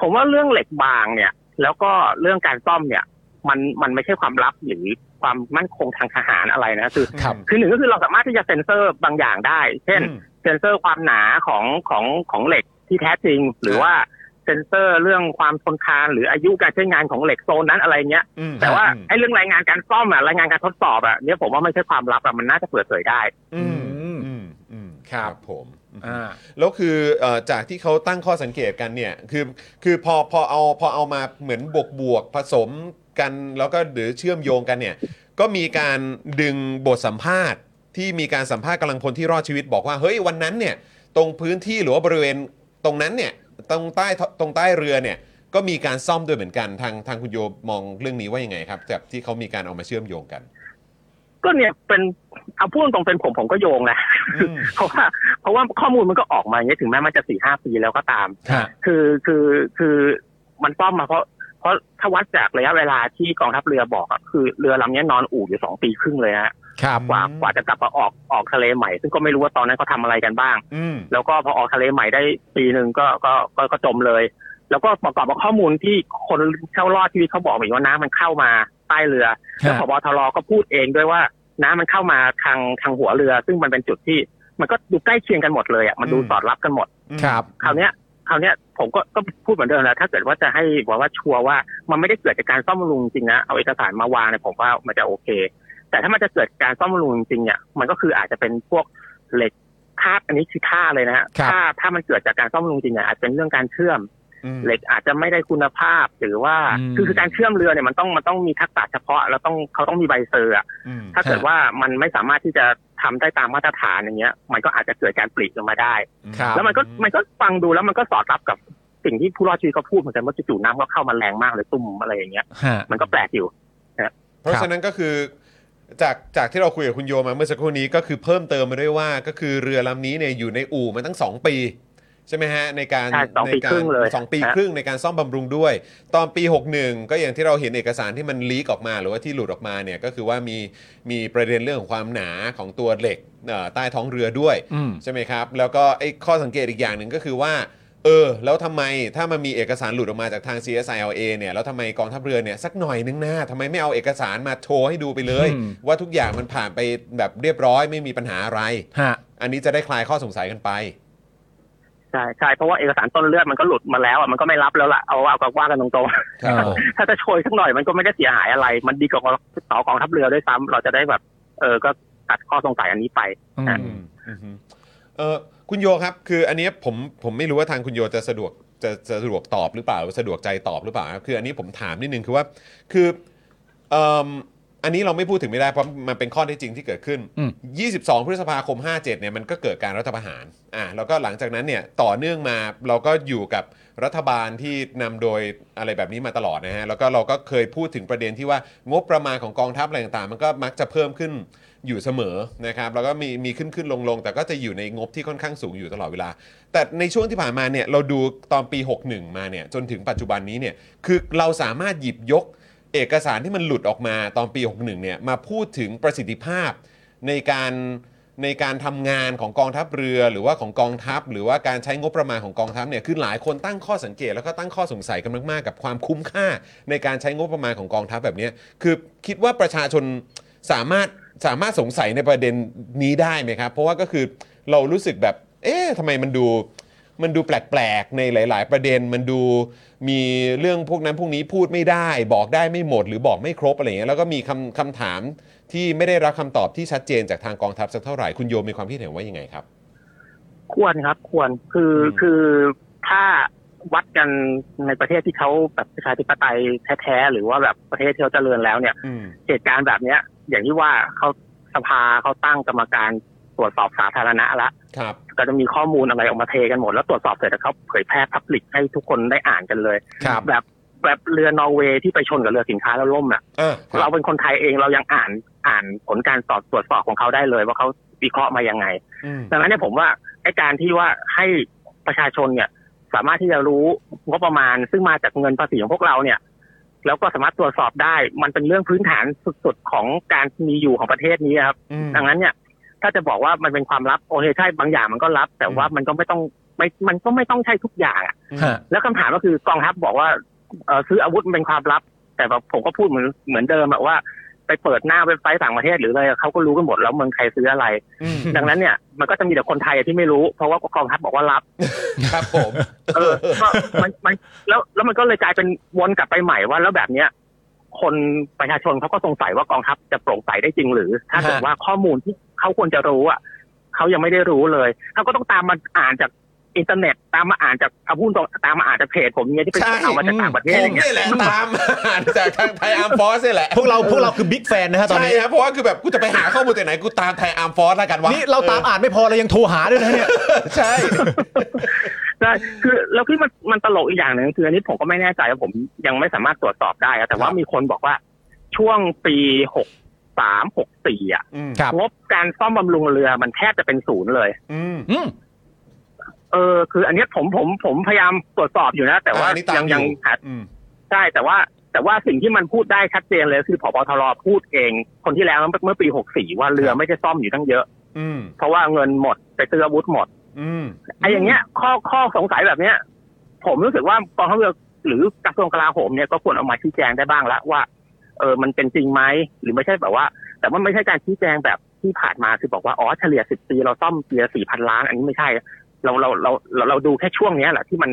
Speaker 7: ผมว่าเรื่องเหล็กบางเนี่ย แล้วก็เรื่องการซ่อมเนี่ย มันมันไม่ใช่ความลับหรือความมั่นคงทางทหารอะไรนะคือ
Speaker 4: ครับ
Speaker 7: คือหนึ่งก็คือเราสามารถที่จะเซ็นเซอร์บางอย่างได้ เช่น เซ็นเซอร์ความหนาของของของเหล็กที่แท้จริง หรือว่าเซ็นเซอร์เรื่องความทนทานหรืออายุการใช้งานของเหล็กโซนนั้นอะไรเงี้ย
Speaker 3: อืม
Speaker 7: แต่ว่าไอ้เรื่องรายงานการซ่อมอะรายงานการทดสอบอะเนี่ยผมว่าไม่ใช่ความลับอะมันน่าจะเปิดเผยได้
Speaker 3: อืมอืมอืม
Speaker 4: ครับ
Speaker 3: ผมม
Speaker 4: อ่า
Speaker 3: แล้วคือเอ่อจากที่เขาตั้งข้อสังเกตกันเนี่ยคือคือพอพอเอาพอเอามาเหมือนบวกบวกผสมกันแล้วก็หรือเชื่อมโยงกันเนี่ยก็มีการดึงบทสัมภาษณ์ ที่มีการสัมภาษณ์กำลังพลที่รอดชีวิตบอกว่าเฮ้ยวันนั้นเนี่ยตรงพื้นที่หรือว่าบริเวณตรงนั้นเนี่ยตรงใต้ตรงใต้เรือเนี่ยก็มีการซ่อมด้วยเหมือนกันทางทางคุณโยมองเรื่องนี้ว่ายังไงครับจากที่เขามีการเอามาเชื่อมโยงกัน
Speaker 7: ก็เนี่ยเป็นเอาพูดตรงๆเป็นผมผมก็โยงนะ
Speaker 3: อืม
Speaker 7: เพราะว่าเพราะว่าข้อมูลมันก็ออกมาอย่างเงี้ยถึงแม้มันจะสี่ห้าปีแล้วก็ตาม
Speaker 4: ฮะ
Speaker 7: คือคือคือมันต้อมมาเพราะ เพราะถ้าวัดจากระยะเวลาที่กองทัพเรือบอกอะคือเรือลำเนี้ยนอนอู่อยู่สองปีครึ่งเลยฮะ
Speaker 4: ครับ
Speaker 7: กว่ากว่าจะกลับมาออกออกทะเลใหม่ ซึ่งก็ไม่รู้ว่าตอนนั้นเขาทำอะไรกันบ้าง
Speaker 3: อืม
Speaker 7: แล้วก็พอออกทะเลใหม่ได้ปีหนึ่งก็ก็ก็ก็จมเลย แล้วก็ประกอบกับข้อมูลที่คนเช่ารอดชีวิตเขาบอกอีกว่าน้ำมันเข้ามาใต้เรือ แล้วพบทรก็พูดเองด้วยว่าน้ำมันเข้ามาทางทางหัวเรือ ซึ่งมันเป็นจุดที่มันก็ดูใกล้เคียงกันหมดเลยอ่ะมันดู
Speaker 3: อืม
Speaker 7: สอดรับกันหมด
Speaker 4: ครับ
Speaker 7: คราวเนี้ยคราวเนี้ยผมก็ก็พูดเหมือนเดิมนะถ้าเกิดว่าจะให้บอกว่าชัวร์ว่ามันไม่ได้เกิดจากการซ่อมบำรุงจริงนะเอาเอกสารมาวางเนี่ยผมว่ามันจะโอเค แต่ถ้ามันจะเกิดการซ่อมบำรุงจริงเนี่ยมันก็คืออาจจะเป็นพวกเหล็กธาตุอันนี้คือธาตุเลยนะฮะ
Speaker 4: ครับ
Speaker 7: ถ้าถ้ามันเกิดจากการซ่อมบำรุงจริงเนี่ยอาจจะเป็นเรื่องการเชื่อม
Speaker 3: อืม
Speaker 7: เหล็กอาจจะไม่ได้คุณภาพหรือว่า
Speaker 4: อืม
Speaker 7: คือคือการเชื่อมเรือเนี่ยมันต้องมันต้องมีทักษะเฉพาะแล้วต้องเขาต้องมีใบเซอร์อะ
Speaker 3: อืม
Speaker 7: ถ้าเกิดว่ามันไม่สามารถที่จะทำได้ตามมาตรฐานอย่างเงี้ย มันก็อาจจะเกิดการปลีกออกมาได้
Speaker 4: ครับ
Speaker 7: แล้วมันก็มันก็ฟังดูแล้วมันก็สอดรับกับสิ่งที่ผู้รอดชีวิตเขาพูดเหมือนกันว่าจู่ๆน้ำก็เข้ามาแรงมากเลยตุ่มอะไรอย่างเงี้ย
Speaker 4: ฮะ
Speaker 7: มันก็แปลกอยู่
Speaker 3: เพราะ
Speaker 4: ครับ
Speaker 3: ฉะนั้นก็คือจากจากที่เราคุยกับคุณโยมาเมื่อสักครู่นี้ก็คือเพิ่มเติมมาด้วยว่าก็คือเรือลำนี้เนี่ยอยู่ในอู่มาตั้ง 2 ปี ใช่ไหมฮะในการ
Speaker 7: ใช่สองปี
Speaker 3: ในกา
Speaker 7: ครึ่งเลย
Speaker 3: สองปี
Speaker 7: ฮะ
Speaker 3: ครึ่งในการซ่อมบำรุงด้วย ตอนปี 61 ก็อย่างที่เราเห็นเอกสารที่มันลีกออกมาหรือว่าที่หลุดออกมาเนี่ยก็คือว่ามีมีประเด็นเรื่องของความหนาของตัวเหล็กเอ่อใต้ท้องเรือด้วย
Speaker 4: อืม
Speaker 3: ใช่ไหมครับ แล้วก็ไอ้ข้อสังเกตอีกอย่างหนึ่งก็คือว่า เออ แล้วทำไมถ้ามันมีเอกสารหลุดออกมาจากทาง CSILA เนี่ยแล้วทำไมกองทัพเรือเนี่ยสักหน่อยนึงหน้าทำไมไม่เอาเอกสารมาโชว์ให้ดูไปเลย
Speaker 4: อืม
Speaker 3: ว่าทุกอย่างมันผ่านไปแบบเรียบร้อยไม่มีปัญหาอะไร
Speaker 4: ฮะ
Speaker 3: อันนี้จะได้คลายข้อสงสัยกันไป
Speaker 7: ใช่ใช่เพราะว่าเอกสารต้นเรื่องมันก็หลุดมาแล้วอ่ะมันก็ไม่รับแล้วล่ะเอาเอาก็ว่ากันตรง
Speaker 4: ครับผม
Speaker 7: ๆ ถ้าจะโชยสักหน่อยมันก็ไม่ได้เสียหายอะไร มันดีกว่าต่อกองทัพเรือด้วยซ้ำเราจะได้แบบ เออก็ตัดข้อสงสัยอันนี้ไป
Speaker 4: อืม
Speaker 3: อือฮึเออคุณโยครับ คืออันเนี้ยผมผมไม่รู้ว่าทางคุณโยจะสะดวกจะจะสะดวกตอบหรือเปล่าหรือสะดวกใจตอบหรือเปล่าครับคืออันนี้ผมถามนิดนึงคือว่าคือเอ่มอันนี้เราไม่พูดถึงไม่ได้เพราะมันเป็นข้อเท็จจริงที่เกิดขึ้น
Speaker 4: อืม
Speaker 3: 22 พฤษภาคม 57เนี่ยมันก็เกิดการรัฐประหารอ่าแล้วก็หลังจากนั้นเนี่ยต่อเนื่องมาเราก็อยู่กับรัฐบาลที่นำโดยอะไรแบบนี้มาตลอดนะฮะแล้วก็เราก็เคยพูดถึงประเด็นที่ว่างบประมาณของกองทัพอะไรต่างๆ มันก็มักจะเพิ่มขึ้น อยู่เสมอนะครับแล้วก็มีมีขึ้นขึ้นลงลงแต่ก็จะอยู่ในงบที่ค่อนข้างสูงอยู่ตลอดเวลา แต่ในช่วงที่ผ่านมาเนี่ยเราดูตอนปี 61 มาเนี่ยจนถึงปัจจุบันนี้เนี่ยคือเราสามารถหยิบยกเอกสารที่มันหลุดออกมาตอนปี 61เนี่ยมาพูดถึงประสิทธิภาพในการในการทำงานของกองทัพเรือหรือว่าของกองทัพ หรือว่าการใช้งบประมาณของกองทัพเนี่ยคือหลายคนตั้งข้อสังเกตแล้วก็ตั้งข้อสงสัยกันมากๆกับความคุ้มค่าในการใช้งบประมาณของกองทัพแบบเนี้ยคือคิดว่าประชาชน สามารถสามารถสงสัยในประเด็นนี้ได้ไหมครับ เพราะว่าก็คือเรารู้สึกแบบ เอ๊ะทำไมมันดูมันดูแปลกๆ ในหลาย ๆ ประเด็นมันดูมีเรื่องพวกนั้นพวกนี้พูดไม่ได้ บอกได้ไม่หมดหรือบอกไม่ครบอะไรอย่างเงี้ยแล้วก็มีคำคำถามที่ไม่ได้รับคำตอบที่ชัดเจนจากทางกองทัพสักเท่าไหร่คุณโยมมีความคิดเห็นว่ายังไงครับ
Speaker 7: ควรครับควรคือ
Speaker 3: อืม
Speaker 7: คือถ้าวัดกันในประเทศที่เขาแบบประชาธิปไตยแท้ๆหรือว่าแบบประเทศที่เขาเจริญแล้วเนี่ย
Speaker 3: อืม
Speaker 7: เหตุการณ์แบบเนี้ย อย่างที่ว่าเขาสภาเขาตั้งกรรมการตรวจสอบสาธารณะละ
Speaker 3: ครับ
Speaker 7: ก็จะมีข้อมูลอะไรออกมาเทกันหมด แล้วตรวจสอบเสร็จแล้วเขาเผยแพร่พับลิกให้ทุกคนได้อ่านกันเลย
Speaker 4: ครับ
Speaker 7: แบบแบบเรือนอร์เวย์ที่ไปชนกับเรือสินค้าแล้วล่มอ่ะ
Speaker 3: อ่ะค
Speaker 7: เรา
Speaker 3: รับ
Speaker 7: เป็นคนไทยเองเรายังอ่านอ่านผลการสอบตรวจสอบของเขาได้เลย ว่าเขาวิเคราะห์มายังไง
Speaker 3: อืม
Speaker 7: ดังนั้นเนี่ยผมว่าไอ้การที่ว่าให้ประชาชนเนี่ย สามารถที่จะรู้งบประมาณซึ่งมาจากเงินภาษีของพวกเราเนี่ย แล้วก็สามารถตรวจสอบได้ มันเป็นเรื่องพื้นฐานสุดๆของการมีอยู่ของประเทศนี้ครับ
Speaker 3: อืม
Speaker 7: ดังนั้นเนี่ย ถ้าจะบอกว่ามันเป็นความลับโอเคใช่บางอย่างมันก็ลับ แต่ว่ามันก็ไม่ต้องไม่มันก็ไม่ต้องใช่ทุกอย่างอะ
Speaker 4: ฮะ
Speaker 7: แล้วคำถามก็คือกองทัพบอกว่าเอ่อซื้ออาวุธมันเป็นความลับ แต่แบบผมก็พูดเหมือนเหมือนเดิมแบบว่า ไปเปิดหน้าเว็บไซต์ต่างประเทศหรืออะไรเขาก็รู้กันหมดแล้วเมืองไทยซื้ออะไร
Speaker 3: อืม
Speaker 7: ดังนั้นเนี่ยมันก็จะมีแต่คนไทยที่ไม่รู้ เพราะว่ากองทัพบอกว่ารับ
Speaker 3: ครับผม
Speaker 7: เออ ก็มันมันแล้วแล้วมันก็เลยกลายเป็นวนกลับไปใหม่ว่าแล้วแบบเนี้ยคนประชาชนเขาก็สงสัยว่ากองทัพจะโปร่งใสได้จริงหรือ ถ้าเกิด
Speaker 4: ฮะ
Speaker 7: ว่าข้อมูลที่เขาควรจะรู้อ่ะเขายังไม่ได้รู้เลยเขาก็ต้องตามมาอ่านจากอินเทอร์เน็ต ตามมาอ่านจากเอาพูดตรงตามมาอ่านจากเพจผมเนี่ยที่เป็น
Speaker 3: ใช่
Speaker 7: เอามาจากต่างประเท
Speaker 3: ผ
Speaker 7: ศอ
Speaker 3: ม
Speaker 7: ย่างเงี้
Speaker 3: เนี่ยยแหละตามอ่านจากทางไทยอาร์มฟอสเนี่ยแหละ
Speaker 4: พวกเราพวกเราคือบิ๊กแฟนนะฮะตอน
Speaker 3: ใช่
Speaker 4: นี้
Speaker 3: ครับเพราะว่าคือแบบกูจะไปหาข้อมูลจากไหนกูตามไทยอาร์มฟอสแล้วกันวะ
Speaker 4: นี่เราตามอ่านไม่พอเรายังโทรหาด้วยนะเนี่ย
Speaker 3: ใช่
Speaker 7: ใช่คือแล้วที่มันมันตลกอีกอย่างหนึ่งคืออันนี้ผมก็ไม่แน่ใจว่าผมยังไม่สามารถตรวจสอบได้อะแต่ว่ามีคนบอกว่าช่วงปีหกสามหกสี่อ่ะ
Speaker 3: อืม
Speaker 4: ครับ
Speaker 7: งบการซ่อมบำรุงเรือมันแทบจะเป็นศูนย์เลย
Speaker 3: อืม
Speaker 4: อืม
Speaker 7: เออคืออันเนี้ยผมผมผมพยายามตรวจสอบอยู่นะ แต่ว่า
Speaker 3: อ่าอันนี้ตาม
Speaker 7: ยัง
Speaker 3: อยู่
Speaker 7: ยังหา
Speaker 3: อืม
Speaker 7: ใช่แต่ว่า แต่ว่าสิ่งที่มันพูดได้ชัดเจนเลยคือผบทรพูดเอง คนที่แล้วเมื่อปี 64 ว่าเรือไม่ได้ซ่อมอยู่ตั้งเยอะ
Speaker 3: อืม
Speaker 7: เพราะว่าเงินหมดไปซื้ออาวุธหมด
Speaker 3: อืม
Speaker 7: ไอ้อย่างเงี้ยข้อข้อสงสัยแบบเนี้ย ผมรู้สึกว่ากองทัพเรือหรือกระทรวงกลาโหมเนี่ยก็ควรออกมาชี้แจงได้บ้างละว่า เออมันเป็นจริงไหมหรือไม่ใช่แบบว่า แต่ว่าไม่ใช่การชี้แจงแบบที่ผ่านมาคือบอกว่าอ๋อเฉลี่ยสิบปีเราซ่อมปีละสี่พันล้าน อันนี้ไม่ใช่ เราเราเราเราเราดูแค่ช่วงเนี้ยแหละที่มัน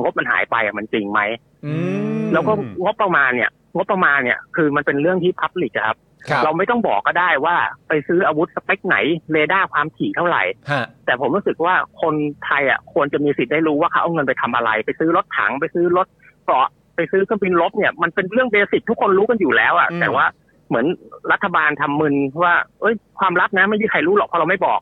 Speaker 7: งบมันหายไปอะมันจริงไหม
Speaker 4: อืม
Speaker 7: แล้วก็งบประมาณเนี่ย งบประมาณเนี่ย คือมันเป็นเรื่องที่พับลิกครับ
Speaker 4: ครับ
Speaker 7: เราไม่ต้องบอกก็ได้ว่าไปซื้ออาวุธสเปคไหนเรดาร์ความถี่เท่าไหร่
Speaker 4: ฮะ
Speaker 7: แต่ผมรู้สึกว่าคนไทยอ่ะควรจะมีสิทธิ์ได้รู้ว่าเขาเอาเงินไปทำอะไร ไปซื้อรถถังไปซื้อรถเกราะไปซื้อเครื่องบินรบเนี่ยมันเป็นเรื่องเบสิกทุกคนรู้กันอยู่แล้วอ่ะ
Speaker 3: อืม
Speaker 7: แต่ว่าเหมือนรัฐบาลทำมึนว่าเอ้ยความลับนะไม่มีใครรู้หรอกเพราะเราไม่บอก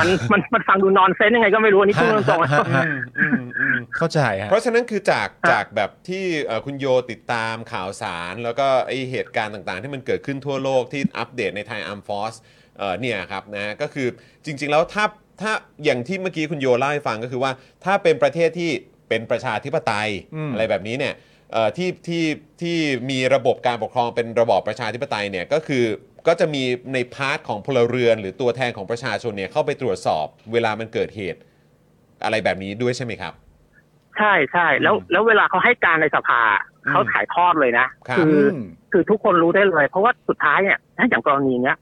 Speaker 7: มันมันมันฟังดูนอนเซนยังไงก็ไม่รู้อันนี่พูดตรงๆ
Speaker 4: ฮะ
Speaker 3: อืมอืมอืม
Speaker 4: เข้าใจฮะ
Speaker 3: เพราะฉะนั้นคือจาก
Speaker 7: ครับ
Speaker 3: จากแบบที่เอ่อคุณโยติดตามข่าวสาร แล้วก็ไอเหตุการณ์ต่างๆ ที่มันเกิดขึ้นทั่วโลกที่อัปเดตในไทยอาร์มฟอสเนี่ยครับนะก็คือจริงๆแล้วถ้า ถ้าอย่างที่เมื่อกี้คุณโยเล่าให้ฟังก็คือว่า ถ้าเป็นประเทศที่เป็นประชาธิปไตย
Speaker 4: อืม
Speaker 3: อะไรแบบนี้เนี่ยเอ่อที่ที่ที่มีระบบการปกครองเป็นระบอบประชาธิปไตยเนี่ยก็คือก็จะมีในพาร์ทของพลเรือน หรือตัวแทนของประชาชนเนี่ยเข้าไปตรวจสอบเวลามันเกิดเหตุอะไรแบบนี้ด้วยใช่ไหมครับ
Speaker 7: ใช่ใช่แล้วแล้วเวลาเขาให้การในสภา
Speaker 3: อืม
Speaker 7: เขาถ่ายทอดเลยนะครับ อคือทุกคนรู้ได้เลย เพราะว่าสุดท้ายเนี่ยถ้าอย่างกรณีเนี้ย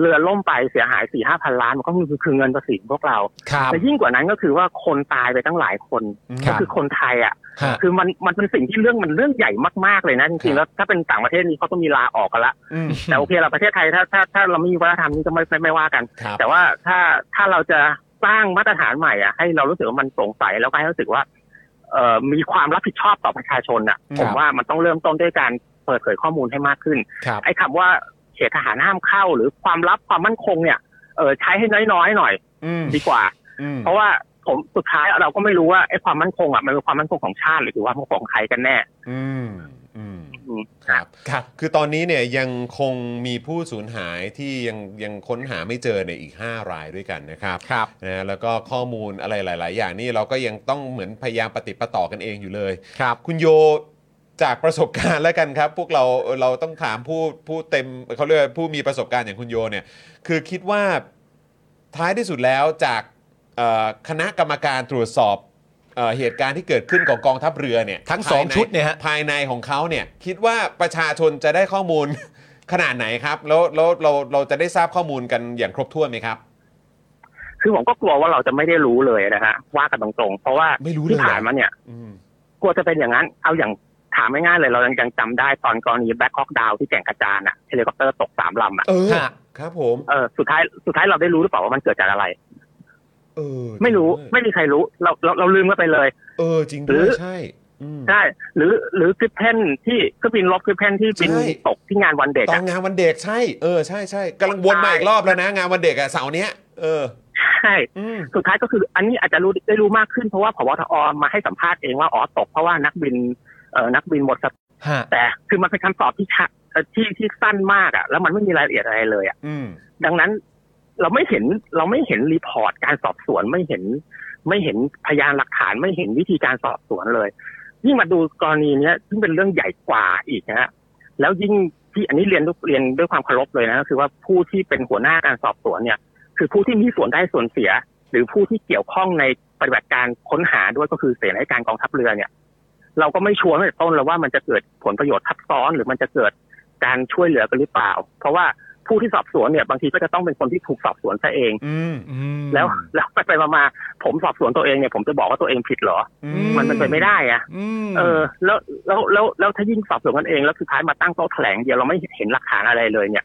Speaker 7: เรือล่มไปเสียหายสี่ห้าพันล้านมันก็คือคือเงินภาษีของพวกเรา
Speaker 4: ครับ
Speaker 7: แต่ยิ่งกว่านั้นก็คือว่าคนตายไปตั้งหลายคน
Speaker 4: ครั
Speaker 7: ก็
Speaker 4: บ
Speaker 7: คือคนไทยอ่ะ
Speaker 4: ฮะ
Speaker 7: คือมันมันเป็นสิ่งที่เรื่องมันเรื่องใหญ่มากๆเลยนะจริงๆแล้วถ้าเป็นต่างประเทศนี้เขาต้องมีลาออกกันละ
Speaker 4: อืม
Speaker 7: แต่โอเคเราประเทศไทยถ้าถ้าถ้าเราไม่มีวัฒนธรรมนี้ก็ไม่ไม่ไม่ว่ากัน
Speaker 3: ครับ
Speaker 7: แต่ว่าถ้าถ้าเราจะสร้างมาตรฐานใหม่อ่ะให้เรารู้สึกว่ามันโปร่งใสแล้วก็ให้รู้สึกว่าเอ่อมีความรับผิดชอบต่อประชาชนอ่ะ
Speaker 4: ครับ
Speaker 7: ผมว่ามันต้องเริ่มต้นด้วยการเปิดเผยข้อมูลให้มากขึ้น
Speaker 4: ครับ
Speaker 7: ไอ้คำว่าเขตทหารห้ามเข้า หรือความลับความมั่นคงเนี่ยเออใช้ให้น้อยๆหน่อย
Speaker 4: อืม
Speaker 7: ดีกว่า
Speaker 4: อืม
Speaker 7: เพราะว่าผมสุดท้ายเราก็ไม่รู้ว่าไอ้ความมั่นคงอ่ะมันเป็นความมั่นคงของชาติหรือความมั่นคงของใครกันแน่
Speaker 3: อืมอืม
Speaker 7: อืม
Speaker 3: ครับ
Speaker 4: ครับ
Speaker 3: คือตอนนี้เนี่ยยังคงมีผู้สูญหายที่ยังยังค้นหาไม่เจอในยอีก 5 รายด้วยกันนะครับ
Speaker 4: ครับ
Speaker 3: นะแล้วก็ข้อมูลอะไรหลาย ๆ อย่างนี่เราก็ยังต้องเหมือนพยายามปฏิดปะต่อกันเองอยู่เลย
Speaker 4: ครับ
Speaker 3: คุณโยจากประสบการณ์แล้วกันครับ พวกเราเราต้องถามผู้ผู้เต็มเขาเรียกว่าผู้มีประสบการณ์อย่างคุณโยเนี่ย คือคิดว่าท้ายที่สุดแล้วจากเอ่อคณะกรรมการตรวจสอบเอ่อเหตุการณ์ที่เกิดขึ้นของกองทัพเรือเนี่ย
Speaker 4: ทั้งสอง
Speaker 3: ภาใ
Speaker 4: ชุดเนี่ยฮะ
Speaker 3: ภาย ในของเขาเนี่ยคิดว่าประชาชนจะได้ข้อมูล ขนาดไหนครับแล้วแล้วเราเราจะได้ทราบข้อมูลกันอย่างครบถ้วนไหมครับ
Speaker 7: คือผมก็กลัวว่าเราจะไม่ได้รู้เลยนะฮะว่ากันตรงๆ เพราะว่า
Speaker 3: ไม่รู้เลย
Speaker 7: ที่ผ่านมาเนี่ย
Speaker 3: อืม
Speaker 7: กลัวจะเป็นอย่างนั้น เอาอย่างถามง่ายๆเลยเรายังจำได้ตอนกรณีแบ็คฮอกดาวที่แก่งกระจานอะเฮลิคอปเตอร์ตกสามลำอะ
Speaker 3: เออ
Speaker 4: ฮะ
Speaker 3: ครับผม
Speaker 7: เออสุดท้ายสุดท้ายเราได้รู้หรือเปล่าว่ามันเกิดจากอะไร
Speaker 3: เออ
Speaker 7: ไม่รู้ไม่มีใครรู้เราเราเราลืมกันไปเลย
Speaker 3: เออจริงด้วย
Speaker 7: หรือ
Speaker 3: ใช่อืม
Speaker 7: ใช่หรือหรือกริปเพนที่ก็บินลบกริปเพนที่บิน
Speaker 3: ใช่
Speaker 7: ตกที่งานวันเด็ก
Speaker 3: ตอ
Speaker 7: อะ
Speaker 3: นงานวันเด็กใช่ เออ ใช่ใช่กำลังวนมาอีกรอบแล้วนะ งานวันเด็กอะเสาร์เนี้ย เออ
Speaker 7: ใช่
Speaker 3: อืม
Speaker 7: สุดท้ายก็คืออันนี้อาจจะรู้ได้รู้มากขึ้นเพราะว่าพบทอมาให้สัมภาษณ์เองว่าอ๋อตกเพราะว่านักบินเอ่อนักบินหมดสติ
Speaker 4: ฮะ
Speaker 7: แต่คือมันเป็นคำตอบที่ชะเอ่อที่ที่สั้นมากอะแล้วมันไม่มีรายละเอียดอะไรเลยอะ
Speaker 3: อืม
Speaker 7: ดังนั้นเราไม่เห็นเราไม่เห็นรีพอร์ตการสอบสวนไม่เห็น ไม่เห็นพยานหลักฐานไม่เห็นวิธีการสอบสวนเลย ยิ่งมาดูกรณีเนี้ยซึ่งเป็นเรื่องใหญ่กว่าอีกนะฮะแล้วยิ่งที่อันนี้เรียนด้วยเรียนด้วยความเคารพเลยนะก็คือว่าผู้ที่เป็นหัวหน้าการสอบสวนเนี่ย คือผู้ที่มีส่วนได้ส่วนเสีย หรือผู้ที่เกี่ยวข้องในปฏิบัติการค้นหาด้วยก็คือเสนาธิการกองทัพเรือเนี่ย เราก็ไม่ชัวร์ตั้งแต่ต้นแล้วว่ามันจะเกิดผลประโยชน์ทับซ้อน หรือมันจะเกิดการช่วยเหลือกันหรือเปล่า เพราะว่าผู้ที่สอบสวนเนี่ยบางทีก็จะต้องเป็นคนที่ถูกสอบสวนซะเอง
Speaker 3: อืม
Speaker 4: อืม
Speaker 7: แล้วแล้วไปไปมามาผมสอบสวนตัวเองเนี่ยผมจะบอกว่าตัวเองผิดเหรอ
Speaker 4: ม
Speaker 7: มันเป็นไปไม่ได้อะ
Speaker 4: อืม
Speaker 7: เออ แล้วแล้วแล้วแล้วถ้ายิ่งสอบสวนกันเองแล้วสุดท้ายมาตั้งโต๊ะแถลงเดียวเราไม่เห็นหลักฐานอะไรเลยเนี่ย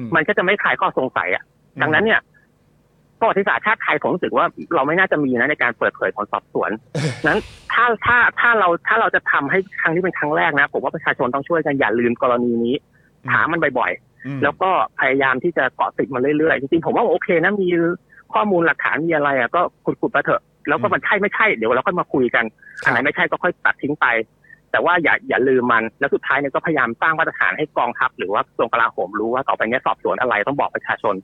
Speaker 4: ม
Speaker 7: มันก็จะไม่คลายข้อสงสัยอ่ะ ดังนั้นเนี่ยประวัติศาสตร์ชาติไทยผมรู้สึกว่าเราไม่น่าจะมีนะในการเปิดเผยผลสอบสวน นั้นถ้าถ้าถ้าเราถ้าเราจะทำให้ครั้งนี้เป็นครั้งแรกนะ ผมว่าประชาชนต้องช่วยกันอย่าลืมกรณีนี้ ถามมันบ่อย
Speaker 3: อืม
Speaker 7: ๆ แล้วก็พยายามที่จะเกาะติดมันเรื่อยๆ จริงๆ ผมว่าโอเคนะมีข้อมูลหลักฐานมีอะไรอ่ะก็ขุดๆไปเถอะ แล้วก็มันใช่ไม่ใช่เดี๋ยวเราก็มาคุยกันอันไหนไม่ใช่ก็ค่อยตัดทิ้งไป แต่ว่าอย่าอย่าลืมมันแล้วสุดท้ายเนี่ยก็พยายามสร้างมาตรฐานให้กองทัพหรือว่ากระทรวงกลาโหมรู้ว่าต่อไปเนี้ยสอบสวนอะไรต้องบอกประชาชน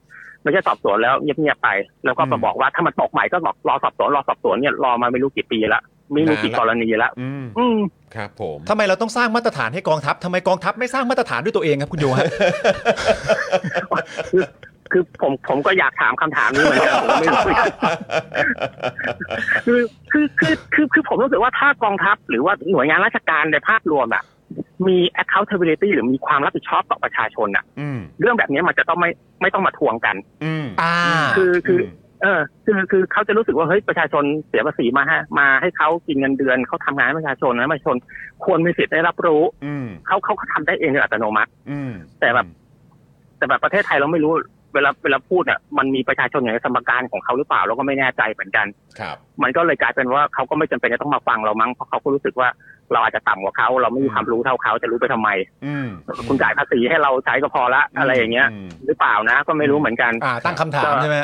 Speaker 7: ไม่ใช่สอบสวนแล้วเงียบๆไป แล้วก็มาบอกว่าถ้ามันตกใหม่ก็บอกรอสอบสวนรอสอบสวนเนี่ยรอมาไม่รู้กี่ปีละไม่รู้กี่กรณีละ
Speaker 3: อืม
Speaker 7: อืม
Speaker 3: ครับผม
Speaker 4: ทำไมเราต้องสร้างมาตรฐานให้กองทัพทำไมกองทัพไม่สร้างมาตรฐานด้วยตัวเองครับคุณโยฮะ
Speaker 7: คือคือผมผมก็อยากถามคำถามนี้เหมือนกันผมไม่รู้คือคือคือคือคือผมรู้สึกว่าถ้ากองทัพ หรือว่าหน่วยงานราชการในภาพรวมอะมี accountability หรือมีความรับผิดชอบต่อประชาชนอะ
Speaker 3: อืม
Speaker 7: เรื่องแบบนี้มันจะต้องไม่ไม่ต้องมาทวงกัน
Speaker 3: อืม
Speaker 4: อ่า
Speaker 7: คือคืออ
Speaker 3: ม
Speaker 7: เออคือคือเขาจะรู้สึกว่าเฮ้ยประชาชนเสียภาษีมาฮะมาให้เขากินเงินเดือนเขาทำงานให้ประชาชนนะประชาชนควรมีสิทธิ์ได้รับรู้
Speaker 3: อืม
Speaker 7: เขาเขาเขาทำได้เองโดยอัตโนมัติ
Speaker 3: อืม
Speaker 7: แต่แบบ แต่แบบประเทศไทยเราไม่รู้เวลาเวลาพูดเนี่ยมันมีประชาชนอยู่ในสมการของเขาหรือเปล่าเราก็ไม่แน่ใจเหมือนกัน
Speaker 3: ครับ
Speaker 7: มันก็เลยกลายเป็นว่าเขาก็ไม่จำเป็นจะต้องมาฟังเรามั้งเพราะเขาก็รู้สึกว่าเราอาจจะต่ำกว่าเขาเราไม่มีความรู้เท่าเขาจะรู้ไปทำไม
Speaker 3: อืม
Speaker 7: คุณจ่ายภาษีให้เราใช้ก็พอละอะไรอย่างเงี้ย
Speaker 3: ม
Speaker 7: หรือเปล่านะ ก็ไม่รู้เหมือนกัน
Speaker 4: อ่า ตั้งคำถามใช่ไหม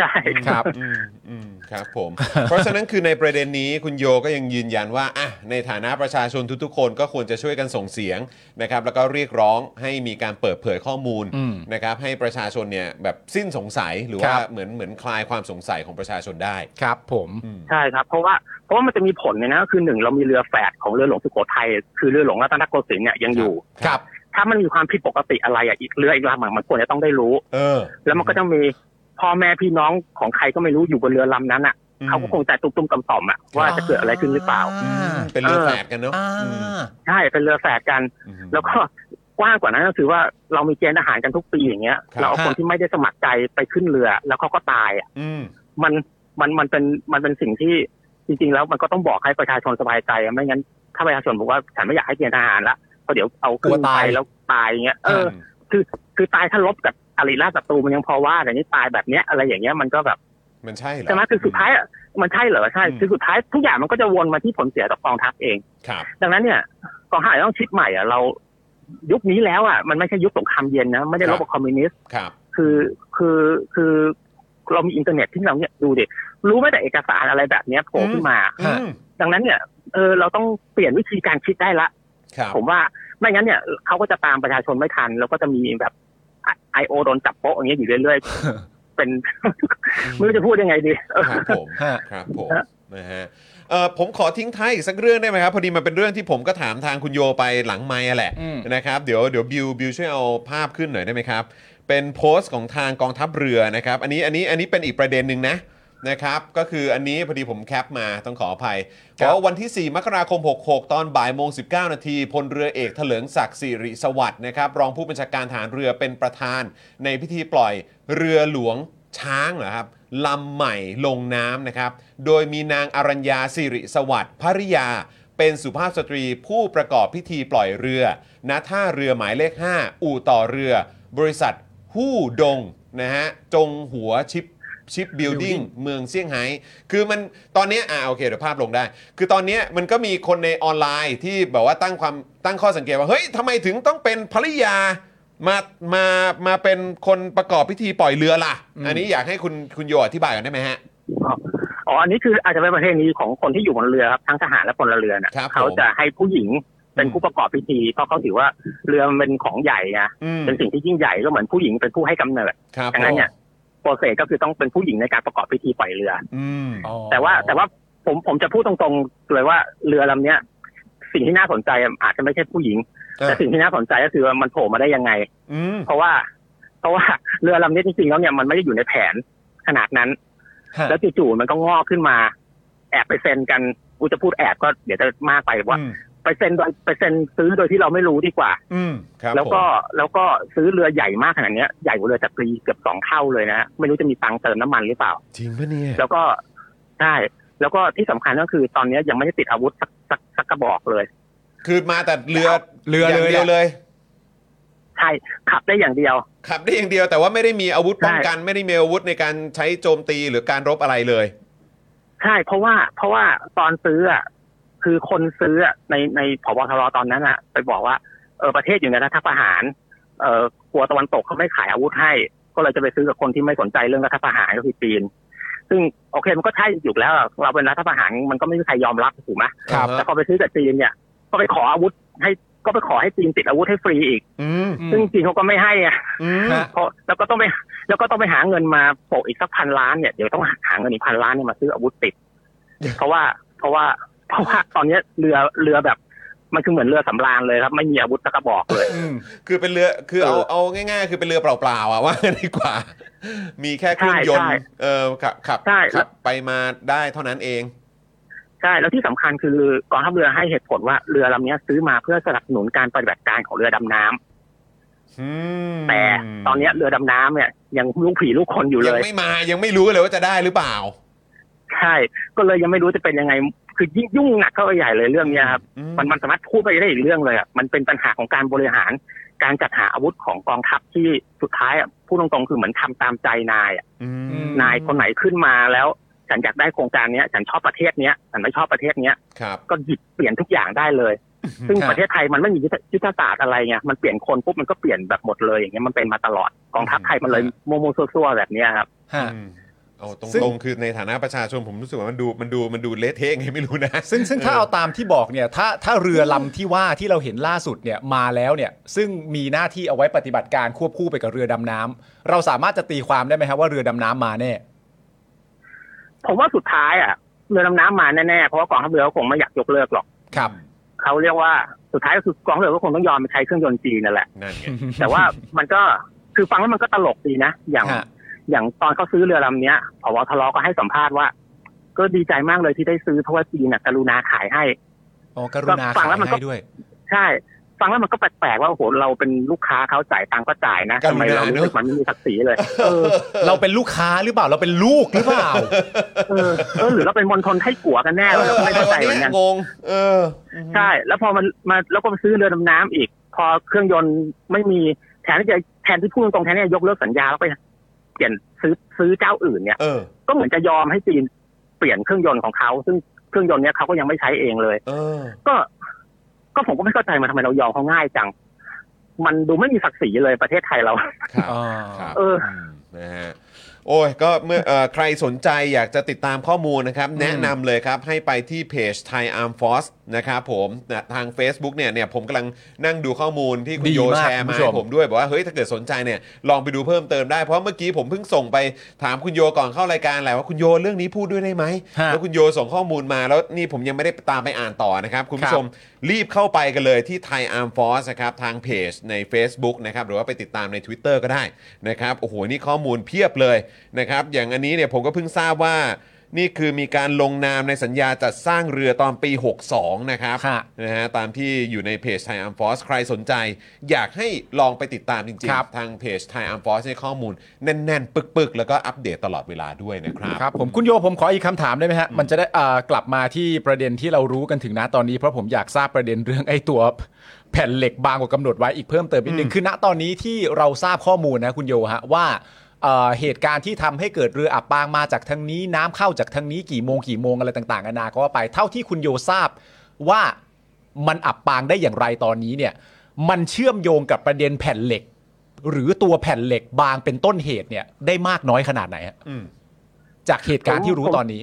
Speaker 7: ใช่
Speaker 4: ครับ
Speaker 3: อืมอืมครับผม เพราะฉะนั้นคือในประเด็นนี้คุณโยก็ยังยืนยันว่าอ่ะในฐานะประชาชนทุกๆ คนก็ควรจะช่วยกันส่งเสียงนะครับ แล้วก็เรียกร้องให้มีการเปิดเผยข้อมูล
Speaker 4: อืม
Speaker 3: นะครับ ให้ประชาชนเนี่ยแบบสิ้นสงสัยหรือ
Speaker 4: ค
Speaker 3: ว่า
Speaker 4: รับ
Speaker 3: เหมือนเหมือนคลายความสงสัยของประชาชนได้
Speaker 4: ครับผม
Speaker 3: อืม
Speaker 7: ใช่ครับเพราะว่าเพราะว่ามันจะมีผลเนี่ยนะคือหนึ่งเรามีเรือแฝดของเรือหลวงสุโขทัยคือเรือหลวงรัตนโกสินทร์เนี่ยยังอยู่
Speaker 4: ครับ
Speaker 7: ถ้ามันมีความผิดปกติอะไรอ่ะอีกเรืออีกลำอ่ะมันควรจะต้องได้รู้
Speaker 3: เออ
Speaker 7: แล้วมันก็ต้องมีพ่อแม่พี่น้องของใครก็ไม่รู้อยู่บนเรือลำนั้นอ่ะเขาก็คงใจตุ้มๆต่อมๆอ่ะว่าจะเกิดอะไรขึ้นหรือเปล่า
Speaker 3: อืมเป็นเรื่องแฝดกันเนาะ
Speaker 4: อ่า
Speaker 3: อืม
Speaker 7: ใช่เป็นเรือแฝดกัน
Speaker 3: อืม
Speaker 7: แล้วก็กว้างกว่านั้นก็คือว่าเรามีเกณฑ์ทหารกันทุกปีอย่างเงี้ย
Speaker 3: ครับ
Speaker 7: เราเอาคนที่ไม่ได้สมัครใจไปขึ้นเรือ แล้วเขาก็ตายอ่ะ
Speaker 3: อืม
Speaker 7: มันมันมันเป็นมันเป็นสิ่งที่จริง ๆ แล้วมันก็ต้องบอกให้ประชาชนสบายใจอะไม่งั้นถ้าประชาชนบอกว่าฉันไม่อยากให้เกณฑ์ทหารละเพราะเดี๋ยวเอาขึ้น
Speaker 4: กลัวตา
Speaker 7: ไป
Speaker 4: ย
Speaker 7: แล้วตายอย่างเงี้ยเออ คือคือตายถ้าลบกับอริราชศัตรูมันยังพอว่าแต่นี่ตายแบบเนี้ยอะไรอย่างเงี้ยมันก็แบบ
Speaker 3: มันใช่เหรอ
Speaker 7: ใช่ไหมคือสุดท้ายอะมันใช่เหรอใช่
Speaker 3: อืม
Speaker 7: คือสุดท้ายทุกอย่างมันก็จะวนมาที่ผลเสียต่อกองทัพเอง
Speaker 3: ครับ
Speaker 7: ดังนั้นเนี่ยกองทัพอาจจะต้องคิดใหม่อ่ะเรายุคนี้แล้วอ่ะมันไม่ใช่ยุคสงครามเย็นนะไม่ได้
Speaker 3: ค
Speaker 7: ร
Speaker 3: รั
Speaker 7: บบ กับคอมมิวนิสต์
Speaker 3: ครับ
Speaker 7: คือคือคือเรามีอินเทอร์เน็ตที่เราเนี่ยดูดิรู้ไหม่แต่เอกสารอะไรแบบเนี้ยโผล่ขึ้นมา
Speaker 3: อืม
Speaker 7: ดังนั้นเนี่ยเออเราต้องเปลี่ยนวิธีการคิดได้ละ
Speaker 3: ครับ
Speaker 7: ผมว่าไม่งั้นเนี่ยเขาก็จะตามประชาชนไม่ทัน แล้วก็จะมีแบบไอโอโดนจับโป๊ะอย่างเงี้ยอยู่เรื่อยๆ เป็น ไม่รู้จะพูดยังไงดีเออ
Speaker 3: ครับผม
Speaker 4: ฮะ
Speaker 3: ครับผม
Speaker 7: ฮะ
Speaker 3: นะฮะเอ่อผมขอทิ้งท้ายอีกสักเรื่องได้ไหมครับ พอดีมันเป็นเรื่องที่ผมก็ถามทางคุณโยไปหลังไมค์อะแหละ
Speaker 4: อืม
Speaker 3: นะครับเดี๋ยวเดี๋ยวบิวบิวช่วยเอาภาพขึ้นหน่อยได้ไหมครับ เป็นโพสต์ของทางกองทัพเรือนะครับ อันนี้อันนี้อันนี้เป็นอีกประเด็นหนึ่งนะนะครับก็คืออันนี้พอดีผมแคปมาต้องขออภัยบอกว่าวันที่ 4 มกราคม 66 ตอนบ่ายโมง 19 นาทีพลเรือเอกเถลิงศักดิ์สิริสวัสดิ์นะครับรองผู้บัญชาการฐานเรือเป็นประธานในพิธีปล่อยเรือหลวง ช้างเหรอครับลำใหม่ลงน้ำนะครับ โดยมีนางอรัญญาสิริสวัสดิ์ภริยา เป็นสุภาพสตรีผู้ประกอบพิธีปล่อยเรือณท่าเรือหมายเลข 5 อู่ต่อเรือ บริษัทฮู้ดงนะฮะจงหัวชิปชิปบิลดิ้งเมืองเซี่ยงไฮ้คือมันตอนเนี้ยอ่าโอเคเดี๋ยวภาพลงได้ คือตอนเนี้ยมันก็มีคนในออนไลน์ที่แบบว่าตั้งความตั้งข้อสังเกตว่า เฮ้ยทำไมถึงต้องเป็นภริยา มามามาเป็นคนประกอบพิธีปล่อยเรือล่ะ อันนี้อยากให้คุณคุณโยอธิบายก่อนได้ไหมฮะ
Speaker 7: อ๋ออันนี้คืออาจจะเป็นประเพณีของคนที่อยู่บนเรือครับทั้งทหารและพลเรือนนะครับ
Speaker 3: ผม
Speaker 7: เขาจะให้ผู้หญิงเป็นผู้ประกอบพิธีเพราะเขาถือว่าเรือมันเป็นของใหญ่ไง
Speaker 3: อืม
Speaker 7: เป็นสิ่งที่ยิ่งใหญ่ก็เหมือนผู้หญิงเป็นผู้ให้กำเนิด
Speaker 3: ครับ
Speaker 7: ดังนั้นเนี่ยโปรเซสก็คือต้องเป็นผู้หญิงในการประกอบพิธีปล่อยเรือ
Speaker 3: อืม
Speaker 4: อ๋อ
Speaker 7: แต่ว่าแต่ว่าผมผมจะพูดตรงๆเลยว่าเรือลำเนี้ย สิ่งที่น่าสนใจอะอาจจะไม่ใช่ผู้หญิง แต่สิ่งที่น่าสนใจก็คือว่ามันโผล่มาได้ยังไง
Speaker 3: อืม
Speaker 7: เพราะว่า เพราะว่าเรือลำนี้จริงๆแล้วเนี่ยมันไม่ได้อยู่ในแผนขนาดนั้น
Speaker 4: ฮะ
Speaker 7: แล้วจู่ๆมันก็งอกขึ้นมา แอบไปเซ็นกันกูจะพูดแอบก็เดี๋ยวจะมากไปว่า
Speaker 3: อืม
Speaker 7: ไปเซ็นโดยไปเซ็นซื้อโดยที่เราไม่รู้ดีกว่า
Speaker 3: อืมครับ
Speaker 7: แล้วก็
Speaker 3: ผม
Speaker 7: แล้วก็ซื้อเรือใหญ่มากขนาดเนี้ยใหญ่กว่าเรือจักรีเกือบสองเท่าเลยนะฮะไม่รู้จะมีตังค์เติมน้ำมันหรือเปล่า
Speaker 3: จริงปะเนี่ย
Speaker 7: แล้วก็ใช่แล้วก็ที่สำคัญก็คือตอนนี้ยังไม่ได้ติดอาวุธสักสักสักกระบอกเลย
Speaker 3: คือมาแต่เรือ
Speaker 4: เรือ
Speaker 3: อย่าง
Speaker 4: เลย
Speaker 3: เดียว
Speaker 4: อะ
Speaker 3: เลย
Speaker 7: ใช่ขับได้อย่างเดียว
Speaker 3: ขับได้อย่างเดียวแต่ว่าไม่ได้มีอาวุธ
Speaker 7: ใช่
Speaker 3: ป้องกันไม่ได้มีอาวุธในการใช้โจมตีหรือการรบอะไรเลย
Speaker 7: ใช่ เพราะว่าเพราะว่าตอนซื้ออ่ะคือคนซื้ออะในในพบทรตอนนั้นอ่ะ ไปบอกว่าเออประเทศอยู่ในรัฐประหารเออกลัวตะวันตกเขาไม่ขายอาวุธให้ ก็เลยจะไปซื้อกับคนที่ไม่สนใจเรื่องรัฐประหารก็คือจีน ซึ่งโอเคมันก็ใช่อยู่แล้วอะเราเป็นรัฐประหารมันก็ไม่มีใครยอมรับถูกไหม
Speaker 3: ครับ
Speaker 7: แต่พอไปซื้อกับจีนเนี่ย ก็ไปขออาวุธให้ก็ไปขอให้จีนติดอาวุธให้ฟรีอีก
Speaker 3: อืม
Speaker 4: อืม
Speaker 7: ซึ่งจีนเขาก็ไม่ให้อ่ะ
Speaker 3: อืม
Speaker 4: ฮะ
Speaker 7: เพราะแล้วก็ต้องไปแล้วก็ต้องไปหาเงินมาโปะอีกสักพันล้านเนี่ยเดี๋ยวต้องหาเงินอีกพันล้านเนี่ยมาซื้ออาวุธติด เพราะว่าเพราะว่าเพราะว่าตอนเนี้ยเรือเรือแบบ มันคือเหมือนเรือสำราญเลยครับ ไม่มีอาวุธสักกระบอกเลย
Speaker 4: อืม
Speaker 3: คือเป็นเรือคือเอา
Speaker 7: เออ
Speaker 3: เอาง่ายๆ คือเป็นเรือเปล่าๆอะ ว่าดีกว่า มีแค่เครื่องยน
Speaker 7: ใช่
Speaker 3: ต์
Speaker 7: ใช่
Speaker 3: เออขับขับ
Speaker 7: ใช่
Speaker 3: ขับไปมาได้เท่านั้นเอง
Speaker 7: ใช่แล้วที่สำคัญคือกองทัพเรือให้เหตุผลว่าเรือลำเนี้ยซื้อมาเพื่อสนับสนุนการปฏิบัติการของเรือดำน้ำ
Speaker 3: อืม
Speaker 7: แต่ตอนเนี้ยเรือดำน้ำเนี่ยยังลูกผีลูกคนอยู่เล
Speaker 3: ยัง
Speaker 7: ย
Speaker 3: ไม่มายังไม่รู้เลยว่าจะได้หรือเปล่า
Speaker 7: ใช่ ก็เลยยังไม่รู้จะเป็นยังไง คือยิ่งยุ่งหนักเข้าไปใหญ่เลยเรื่องเนี้ยครับ
Speaker 3: อื
Speaker 7: มันมันสามารถพูดไปได้อีกเรื่องเลยอ่ะ มันเป็นปัญหาของการบริหาร การจัดหาอาวุธของกองทัพที่สุดท้ายอ่ะพูดตรงๆคือเหมือนทำตามใจนายอ่ะ
Speaker 3: อืม
Speaker 7: นายคนไหนขึ้นมาแล้ว ฉันอยากได้โครงการเนี้ย ฉันชอบประเทศเนี้ย ฉันไม่ชอบประเทศเนี้ย
Speaker 3: ครับ
Speaker 7: ก็หยิบเปลี่ยนทุกอย่างได้เลย ซึ่ง
Speaker 4: ครับ
Speaker 7: ประเทศไทยมันไม่มียุทธยุทธศาสตร์อะไรไง มันเปลี่ยนคนปุ๊บมันก็เปลี่ยนแบบหมดเลยอย่างเงี้ย มันเป็นมาตลอด กองทัพไทยมันเลยโมโมวๆซัวๆแบบเนี้ยครับ
Speaker 4: ฮะ
Speaker 3: อืม เอาต
Speaker 4: ซึ่ง
Speaker 3: รงๆคือในฐานะประชาชนผมรู้สึกว่ามันดูมันดูมันดูเละเทะไงไม่รู้นะ
Speaker 4: ซึ่งซึ่งถ้าเอาตามที่บอกเนี่ยถ้าถ้าเรือลำที่ว่าที่เราเห็นล่าสุดเนี่ยมาแล้วเนี่ยซึ่งมีหน้าที่เอาไว้ปฏิบัติการควบคู่ไปกับเรือดำน้ำเราสามารถจะตีความได้ไหมครับว่าเรือดำน้ำมาแน่
Speaker 7: ผมว่าสุดท้ายอ่ะเรือดำน้ำมาแน่ๆเพราะว่ากองทัพเรือเขาคงไม่อยากยกเลิกหรอก
Speaker 4: ครับ
Speaker 7: เขาเรียกว่าสุดท้ายก็คือกองทัพเรือก็คงต้องยอมไปใช้เครื่องยนต์จีนนั่นแหละ
Speaker 3: นั่นไง
Speaker 7: แต่ว่ามันก็คือฟังแล้วมันก็ตลกดีนะ อย่าง
Speaker 4: ฮะ
Speaker 7: อย่างตอนเขาซื้อเรือลำเนี้ยผวทลก็ให้สัมภาษณ์ว่า ก็ดีใจมากเลยที่ได้ซื้อเพราะว่าจีนน่ะกรุณาขายให้
Speaker 4: อ๋อกรุณา
Speaker 7: ฟั
Speaker 4: ขาง ย
Speaker 7: แล้วมันก็
Speaker 4: ให้ด้วย
Speaker 7: ใช่ ฟังแล้วมันก็แปลกๆว่าโอ้โหเราเป็นลูกค้าเขาจ่ายตังค์ก็จ่ายนะ
Speaker 3: กรุณา
Speaker 7: ทำไมเรารู้สึก
Speaker 3: เนอะ
Speaker 7: มันไม่มีศักดิ์ศรี เลย
Speaker 4: เออ เราเป็นลูกค้าหรือเปล่าเราเป็นลูกหรือเปล่า
Speaker 7: เออเออหรือเราเป็นมณฑลไทกัวกันแน่
Speaker 3: เออ
Speaker 7: วะเราก็ไม่เข้าใจเหมือน กัน
Speaker 3: งงเออ
Speaker 7: ใช่ แล้วพอมันมาแล้วก็ไปซื้อเรือดำน้ำอีก พอเครื่องยนต์ไม่มีแทนที่จะแทนที่พูดตรงๆแทนที่จะยกเลิกสัญญาแล้วไปเปลี่ยนซื้อซื้อเจ้าอื่นเนี่ย
Speaker 3: เออ
Speaker 7: ก็เหมือนจะยอมให้จีนเปลี่ยนเครื่องยนต์ของเขาซึ่งเครื่องยนต์เนี้ยเขาก็ยังไม่ใช้เองเลย
Speaker 3: เออ
Speaker 7: ก็ ก็ผมก็ไม่เข้าใจมันทำไมเรายอมเขาง่ายจัง มันดูไม่มีศักดิ์ศรีเลยประเทศไทยเรา
Speaker 3: ครับ
Speaker 4: อ่า
Speaker 3: ครับ
Speaker 7: เออ
Speaker 3: มนะฮะ โอ้ย ก็เมื่อเอ่อใครสนใจอยากจะติดตามข้อมูลนะครับ แนะนำเลยครับ ให้ไปที่เพจ Thai Arm Force นะครับผมนะทาง Facebook เนี่ยเนี่ยผมกำลังนั่งดูข้อมูลที่คุณ
Speaker 4: ดี
Speaker 3: โย
Speaker 4: มาก
Speaker 3: แชร์
Speaker 4: คุณ
Speaker 3: มา
Speaker 4: ผู้ชม
Speaker 3: ให้ผมด้วย บอกว่า เฮ้ย ถ้าเกิดสนใจเนี่ย ลองไปดูเพิ่มเติมได้ เพราะเมื่อกี้ผมเพิ่งส่งไปถามคุณโยก่อนเข้ารายการแหละว่าคุณโยเรื่องนี้พูดด้วยได้ไหม
Speaker 4: ฮะ
Speaker 3: แล้วคุณโยส่งข้อมูลมาแล้วนี่ผมยังไม่ได้ตามไปอ่านต่อนะครับ คุณ
Speaker 4: ครั
Speaker 3: ผู้
Speaker 4: บ
Speaker 3: ชมรีบเข้าไปกันเลยที่ Thai Arm Force นะครับ ทางเพจใน Facebook นะครับ หรือว่าไปติดตามใน Twitter ก็ได้นะครับ โอ้โห นี่ข้อมูลเพียบเลยนะครับ อย่างอันนี้เนี่ยผมก็เพิ่งทราบว่า นี่คือมีการลงนามในสัญญาจัดสร้างเรือตอนปี 62 นะครับ
Speaker 4: ค่ะ
Speaker 3: นะฮะตามที่อยู่ในเพจ Thai Arm Force ใครสนใจ อยากให้ลองไปติดตามจริง
Speaker 4: ครับ
Speaker 3: ๆ ทางเพจ Thai Arm Force ให้ข้อมูลแน่นๆ ปึกๆ แล้วก็อัปเดตตลอดเวลาด้วยนะครับ
Speaker 4: ครับผมคุณโยผมขออีกคำถามได้ไหมฮะ มันจะได้อ่ากลับมาที่ประเด็นที่เรารู้กันถึงนะตอนนี้ เพราะผมอยากทราบประเด็นเรื่องไอ้ตัว แผ่นเหล็กบางกว่ากำหนดไว้อีกเพิ่มเติมนิดนึงคือณตอนนี้ที่เราทราบข้อมูลนะคุณโยฮะว่าเอ่อเหตุการณ์ที่ทำให้เกิดเรืออับปางมาจากทางนี้ น้ำเข้าจากทางนี้กี่โมงกี่โมงอะไรต่างๆนานาก็ว่าไปเท่าที่คุณโยทราบว่ามันอับปางได้อย่างไรตอนนี้เนี่ย มันเชื่อมโยงกับประเด็นแผ่นเหล็ก หรือตัวแผ่นเหล็กบางเป็นต้นเหตุเนี่ยได้มากน้อยขนาดไหนฮะ จากเหตุการณ์ที่รู้ตอนนี้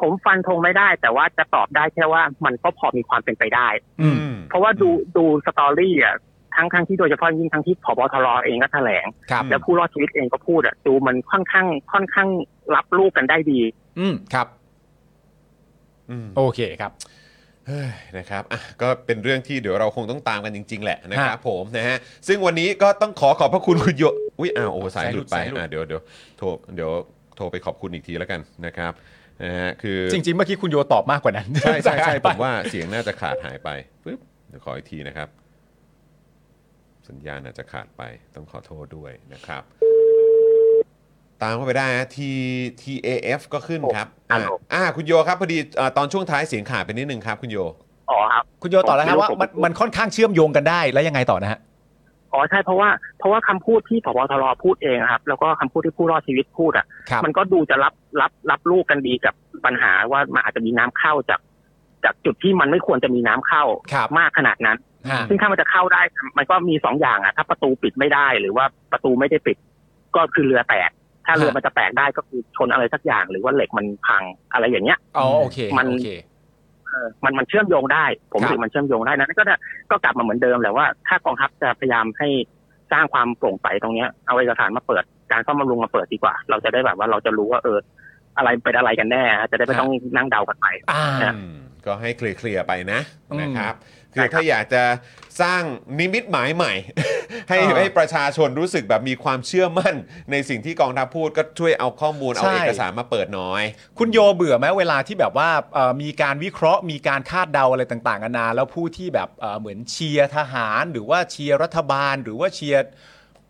Speaker 7: ผมฟันธงไม่ได้ แต่ว่าจะตอบได้แค่ว่ามันก็พอมีความเป็นไปได้
Speaker 4: อืม
Speaker 7: เพราะว่าดูดูสตอรี่อ่ะทั้งทั้งที่โดยเฉพาะยิ่งทั้งที่ผบทรเองก็แถลง
Speaker 4: ครับ
Speaker 7: แล้วผู้รอดชีวิตเองก็พูดอ่ะดูมันค่อนข้างค่อนข้างรับลูกกันได้ดี
Speaker 4: อืม ครับ
Speaker 3: อืม
Speaker 4: โอเคครับ
Speaker 3: เฮ้ยนะครับอ่ะก็เป็นเรื่องที่เดี๋ยวเราคงต้องตามกันจริง ๆ แหละนะครับผมนะฮะซึ่งวันนี้ก็ต้องขอขอบพระคุณคุณโยอุ้ยอ้าวโอ้สายหลุดไป
Speaker 4: สายหลุด
Speaker 3: อ่ะเดี๋ยวเดี๋ยวโทรเดี๋ยวโทรไปขอบคุณอีกทีแล้วกันนะครับนะฮะคือ
Speaker 4: จริง ๆ เมื่อกี้คุณโยตอบมากกว่านั้น
Speaker 3: ใช่ใช่ใช่
Speaker 4: หย
Speaker 3: ผ
Speaker 4: ไป
Speaker 3: มว่าเสียงน่าจะขาดหายไปปึ๊บเดี๋ยวขออีกทีนะครับ สัญญาณอาจจะขาดไปต้องขอโทษด้วยนะครับ ตามเข้าไปได้นะ T T A F ก็ขึ้นครับอ่ะอ่ะคุณโยครับพอดีอ่าตอนช่วงท้ายเสียงขาดไปนิดนึงครับคุณโย
Speaker 7: อ๋อครับ
Speaker 4: คุณโยตอบแล้วครับว่ามันมันค่อนข้างเชื่อมโยงกันได้ แล้วยังไงต่อนะฮะ
Speaker 7: อ๋อใช่เพราะว่าเพราะว่าคำพูดที่ผบทรพูดเองอะครับ แล้วก็คำพูดที่ผู้รอดชีวิตพูดอ่ะ
Speaker 4: ครับ
Speaker 7: มันก็ดูจะรับรับรับลูกกันดีกับปัญหาว่ามันอาจจะมีน้ำเข้าจากจากจุดที่มันไม่ควรจะมีน้ำเข้า
Speaker 4: ครับ
Speaker 7: มากขนาดนั้น
Speaker 4: ฮะ
Speaker 7: ซึ่งถ้ามันจะเข้าได้ มันก็มีสองอย่างอ่ะ ถ้าประตูปิดไม่ได้หรือว่าประตูไม่ได้ปิด ก็คือเรือแตก ถ้าเรือ
Speaker 4: ฮะ
Speaker 7: มันจะแตกได้ก็คือชนอะไรสักอย่าง หรือว่าเหล็กมันพังอะไรอย่างเงี้ย
Speaker 4: อ๋อ โอเค
Speaker 7: มัน
Speaker 4: โอเค
Speaker 7: เออมันมันเชื่อมโยงได้ ผม
Speaker 4: ครับ
Speaker 7: ถือมันเชื่อมโยงได้นะนั่นก็จะก็กลับมาเหมือนเดิมแหละว่าถ้ากองทัพจะพยายามให้สร้างความโปร่งใสตรงเนี้ยเอาเอกสารมาเปิด การซ่อมบำรุงมาเปิดดีกว่า เราจะได้แบบว่าเราจะรู้ว่าเออ อะไรเป็นอะไรกันแน่ฮะจะได้ไม่ต้องนั่งเดากันไป
Speaker 4: อ่า
Speaker 3: อืมก็ให้เคลียร์ๆไปนะ
Speaker 4: อืม
Speaker 3: นะครับ
Speaker 7: ใช่
Speaker 3: คือ
Speaker 7: ครับ
Speaker 3: ถ้าอยากจะสร้างนิมิตหมายใหม่ ให้
Speaker 4: เออ
Speaker 3: ให้ประชาชนรู้สึกแบบมีความเชื่อมั่น ในสิ่งที่กองทัพพูดก็ช่วยเอาข้อมูลเอา
Speaker 4: ใช่
Speaker 3: เอกสารมาเปิดหน้อย
Speaker 4: คุณโยเบื่อไหมเวลาที่แบบว่าเอ่อมีการวิเคราะห์มีการคาดเดาอะไรต่างๆนานาแล้วผู้ที่แบบเอ่อเหมือนเชียร์ทหาร หรือว่าเชียร์รัฐบาล หรือว่าเชียร์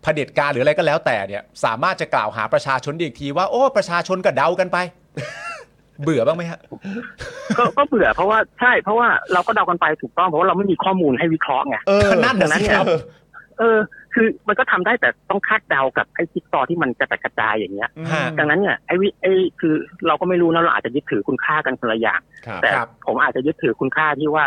Speaker 4: เผด็จการหรืออะไรก็แล้วแต่เนี่ย สามารถจะกล่าวหาประชาชนได้อีกทีว่าโอ้ประชาชนก็เดากันไป เบื่อบ้างไหมฮะ
Speaker 7: ก็ก็เบื่อเพราะว่าใช่เพราะว่าเราก็เดากันไปถูกต้องเพราะว่าเราไม่มีข้อมูลให้วิเคราะห์ไง
Speaker 3: เออ
Speaker 4: นั่นน่ะสิครับ
Speaker 7: เออ คือมันก็ทำได้แต่ต้องคาดเดากับไอ้จิ๊กซอว์ที่มันกระจัดกระจายอย่างเงี้ย
Speaker 4: ฮะ
Speaker 7: ดังนั้นเนี่ยไอ้วิไอ้คือเราก็ไม่รู้นะเราอาจจะยึดถือคุณค่ากันคนละอย่าง
Speaker 3: ครับ
Speaker 7: แต่
Speaker 4: ครับ
Speaker 7: ผมอาจจะยึดถือคุณค่าที่ว่า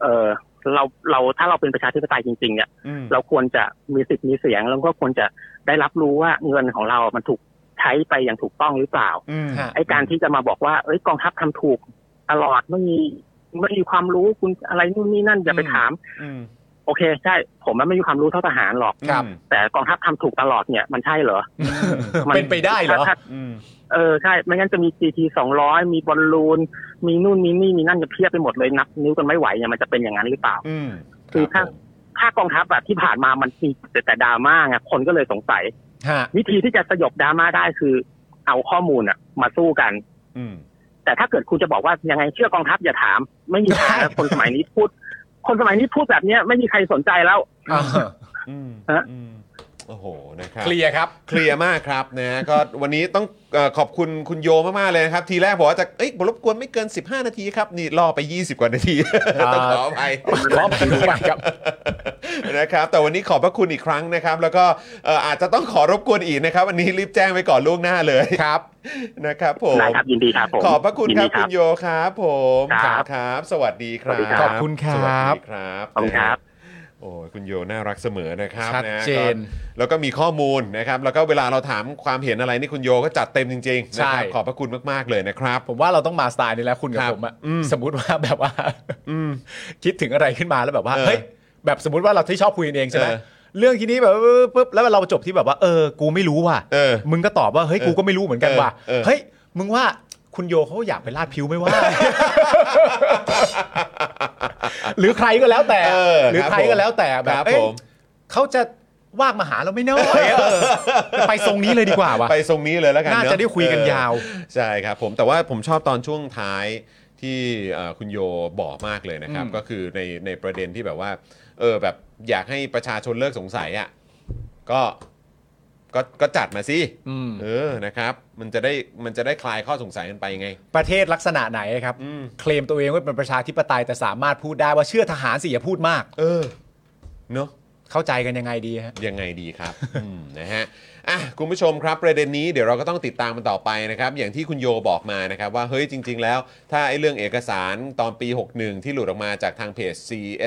Speaker 7: เออเราเราถ้าเราเป็นประชาธิปไตยจริงๆเนี่ย
Speaker 3: อืม
Speaker 7: เราควรจะมีสิทธิ์มีเสียงแล้วก็ควรจะได้รับรู้ว่าเงินของเรา มันถูกเท ใช้ไปอย่างถูกต้องหรือเปล่า
Speaker 4: อืมฮะ
Speaker 7: ไอ้การที่จะมาบอกว่า เอ้ยกองทัพทำถูกตลอดไม่มีไม่มีความรู้คุณอะไรนู่นนี่นั่นอย่าไปถาม
Speaker 4: อืม
Speaker 7: โอเค ใช่ ผมมันไม่มีความรู้เท่าทหารหรอก
Speaker 4: ครับ
Speaker 7: แต่กองทัพทำถูกตลอดเนี่ยมันใช่เหรอ มัน
Speaker 4: เป็นไปได้เหรอ
Speaker 7: ถ้า
Speaker 4: อืม
Speaker 7: เออใช่ ไม่งั้นจะมี GT สองร้อยมีบอลลูน มีนู่นมีนี่มีนั่นจะเพียบไปหมดเลยนับนิ้วกันไม่ไหวเนี่ยมันจะเป็นอย่างนั้นหรือเปล่า
Speaker 4: อืม
Speaker 7: คือถ้าถ้ากองทัพอะที่ผ่านมามันมีแต่แต่ดราม่าไงคนก็เลยสงสัย
Speaker 4: ฮะ
Speaker 7: วิธีที่จะสยบดราม่าได้คือเอาข้อมูลอะมาสู้กัน
Speaker 4: อืม
Speaker 7: แต่ถ้าเกิดคุณจะบอกว่ายังไงเชื่อกองทัพอย่าถาม ไม่มีทาง นะ คนสมัยนี้พูด คนสมัยนี้พูดแบบเนี้ยไม่มีใครสนใจแล้ว
Speaker 4: อ่า
Speaker 3: อืม
Speaker 7: ฮะ
Speaker 3: อืมโอ้โหนะครับ
Speaker 4: เคลียร์ครับ
Speaker 3: เคลียร์มากครับนะ ก็วันนี้ต้องเอ่อขอบคุณคุณโยมาก ๆ เลยนะครับ ทีแรกบอกว่าจะเอ้ยรบกวนไม่เกิน 15 นาทีครับ นี่ล่อไป 20 กว่านาที ต้องขออภัย
Speaker 4: ขอผิวไปครับ
Speaker 3: นะครับแต่วันนี้ขอบพระคุณอีกครั้งนะครับ แล้วก็เอ่ออาจจะต้องขอรบกวนอีกนะครับอันนี้รีบแจ้งไว้ก่อนล่วงหน้าเลย
Speaker 4: ครับ
Speaker 3: นะครับผม
Speaker 7: ได้ครับยินดีครับผม
Speaker 3: ขอบพระคุณ
Speaker 7: ยิน
Speaker 3: ครั
Speaker 7: ดี
Speaker 3: บ
Speaker 7: ค
Speaker 3: คุ
Speaker 7: รับ
Speaker 3: ณโยครับผม
Speaker 7: ครับ
Speaker 3: ครับ สวัสดีครับ
Speaker 7: สวัสดีครับ
Speaker 4: ขอบคุณครับ
Speaker 3: สวัสดีครับ
Speaker 7: ขอบคุณครับ
Speaker 3: โอ้ยคุณโยน่ารักเสมอนะครับ
Speaker 4: ชัด
Speaker 3: นะ
Speaker 4: เจน
Speaker 3: ก็แล้วก็มีข้อมูลนะครับ แล้วก็เวลาเราถามความเห็นอะไรนี่คุณโยก็จัดเต็มจริงๆนะครับ
Speaker 4: ใช่
Speaker 3: ขอบพระคุณมากๆเลยนะครับ
Speaker 4: ผมว่าเราต้องมาสไตล์นี้แล้วคุณกับ
Speaker 3: ครับ
Speaker 4: ผมอะ
Speaker 3: อืม
Speaker 4: สมมติว่าแบบว่า
Speaker 3: อืม
Speaker 4: คิดถึงอะไรขึ้นมาแล้วแบบว่า
Speaker 3: เออ
Speaker 4: เฮ้ยแบบสมมติว่าเราที่ชอบคุยกันเองใช่ไหม
Speaker 3: เออ
Speaker 4: เรื่องที่นี้แบบปุ๊บแล้วเราจบที่แบบว่าเออ กูไม่รู้ว่ะ
Speaker 3: เออ
Speaker 4: มึงก็ตอบว่าเฮ้ย
Speaker 3: เออ
Speaker 4: กูก็ไม่รู้เหมือนกันว่ะ
Speaker 3: เออเออ
Speaker 4: เฮ้ยมึงว่าคุณโยเขาอยากไปลาดผิวไหม่ว่า หรือใครก็แล้วแต่
Speaker 3: เออ
Speaker 4: หรือใครก็แล้วแต่แบ
Speaker 3: ครับ บ
Speaker 4: เอ้ย
Speaker 3: ผม
Speaker 4: เขาจะว่างมาหาเราไหม่เนอะเออไปทรงนี้เลยดีกว่าว่ะ
Speaker 3: ไปทรงนี้เลยแล้วกันเอ
Speaker 4: น่าจะได้คุยกันยาว
Speaker 3: เออใช่ครับผมแต่ว่าผมชอบตอนช่วงท้ายที่เอ่อคุณโยบอกมากเลยนะครับ ก็คือในในประเด็นที่แบบว่า เออแบบอยากให้ประชาชนเลิกสงสัยอ่ะก็ก็ก็จัดมาสิ
Speaker 4: อืม
Speaker 3: เออนะครับ มันจะได้มันจะได้คลายข้อสงสัยกันไปไง
Speaker 4: ประเทศลักษณะไหนครับ
Speaker 3: อืม
Speaker 4: เคลมตัวเองว่าเป็นประชาธิปไตยแต่สามารถพูดได้ว่าเชื่อทหารสิอย่าพูดมาก
Speaker 3: เออเนาะ
Speaker 4: เข้าใจกันยังไงดีฮะ
Speaker 3: ยังไงดีครับ อืมนะฮะอ่ะคุณผู้ชมครับประเด็นนี้เดี๋ยวเราก็ต้องติดตามมันต่อไปนะครับ อย่างที่คุณโยบอกมานะครับ ว่าเฮ้ยจริง ๆ แล้ว ถ้าไอ้เรื่องเอกสารตอนปี 61 ที่หลุดออกมาจากทางเพจ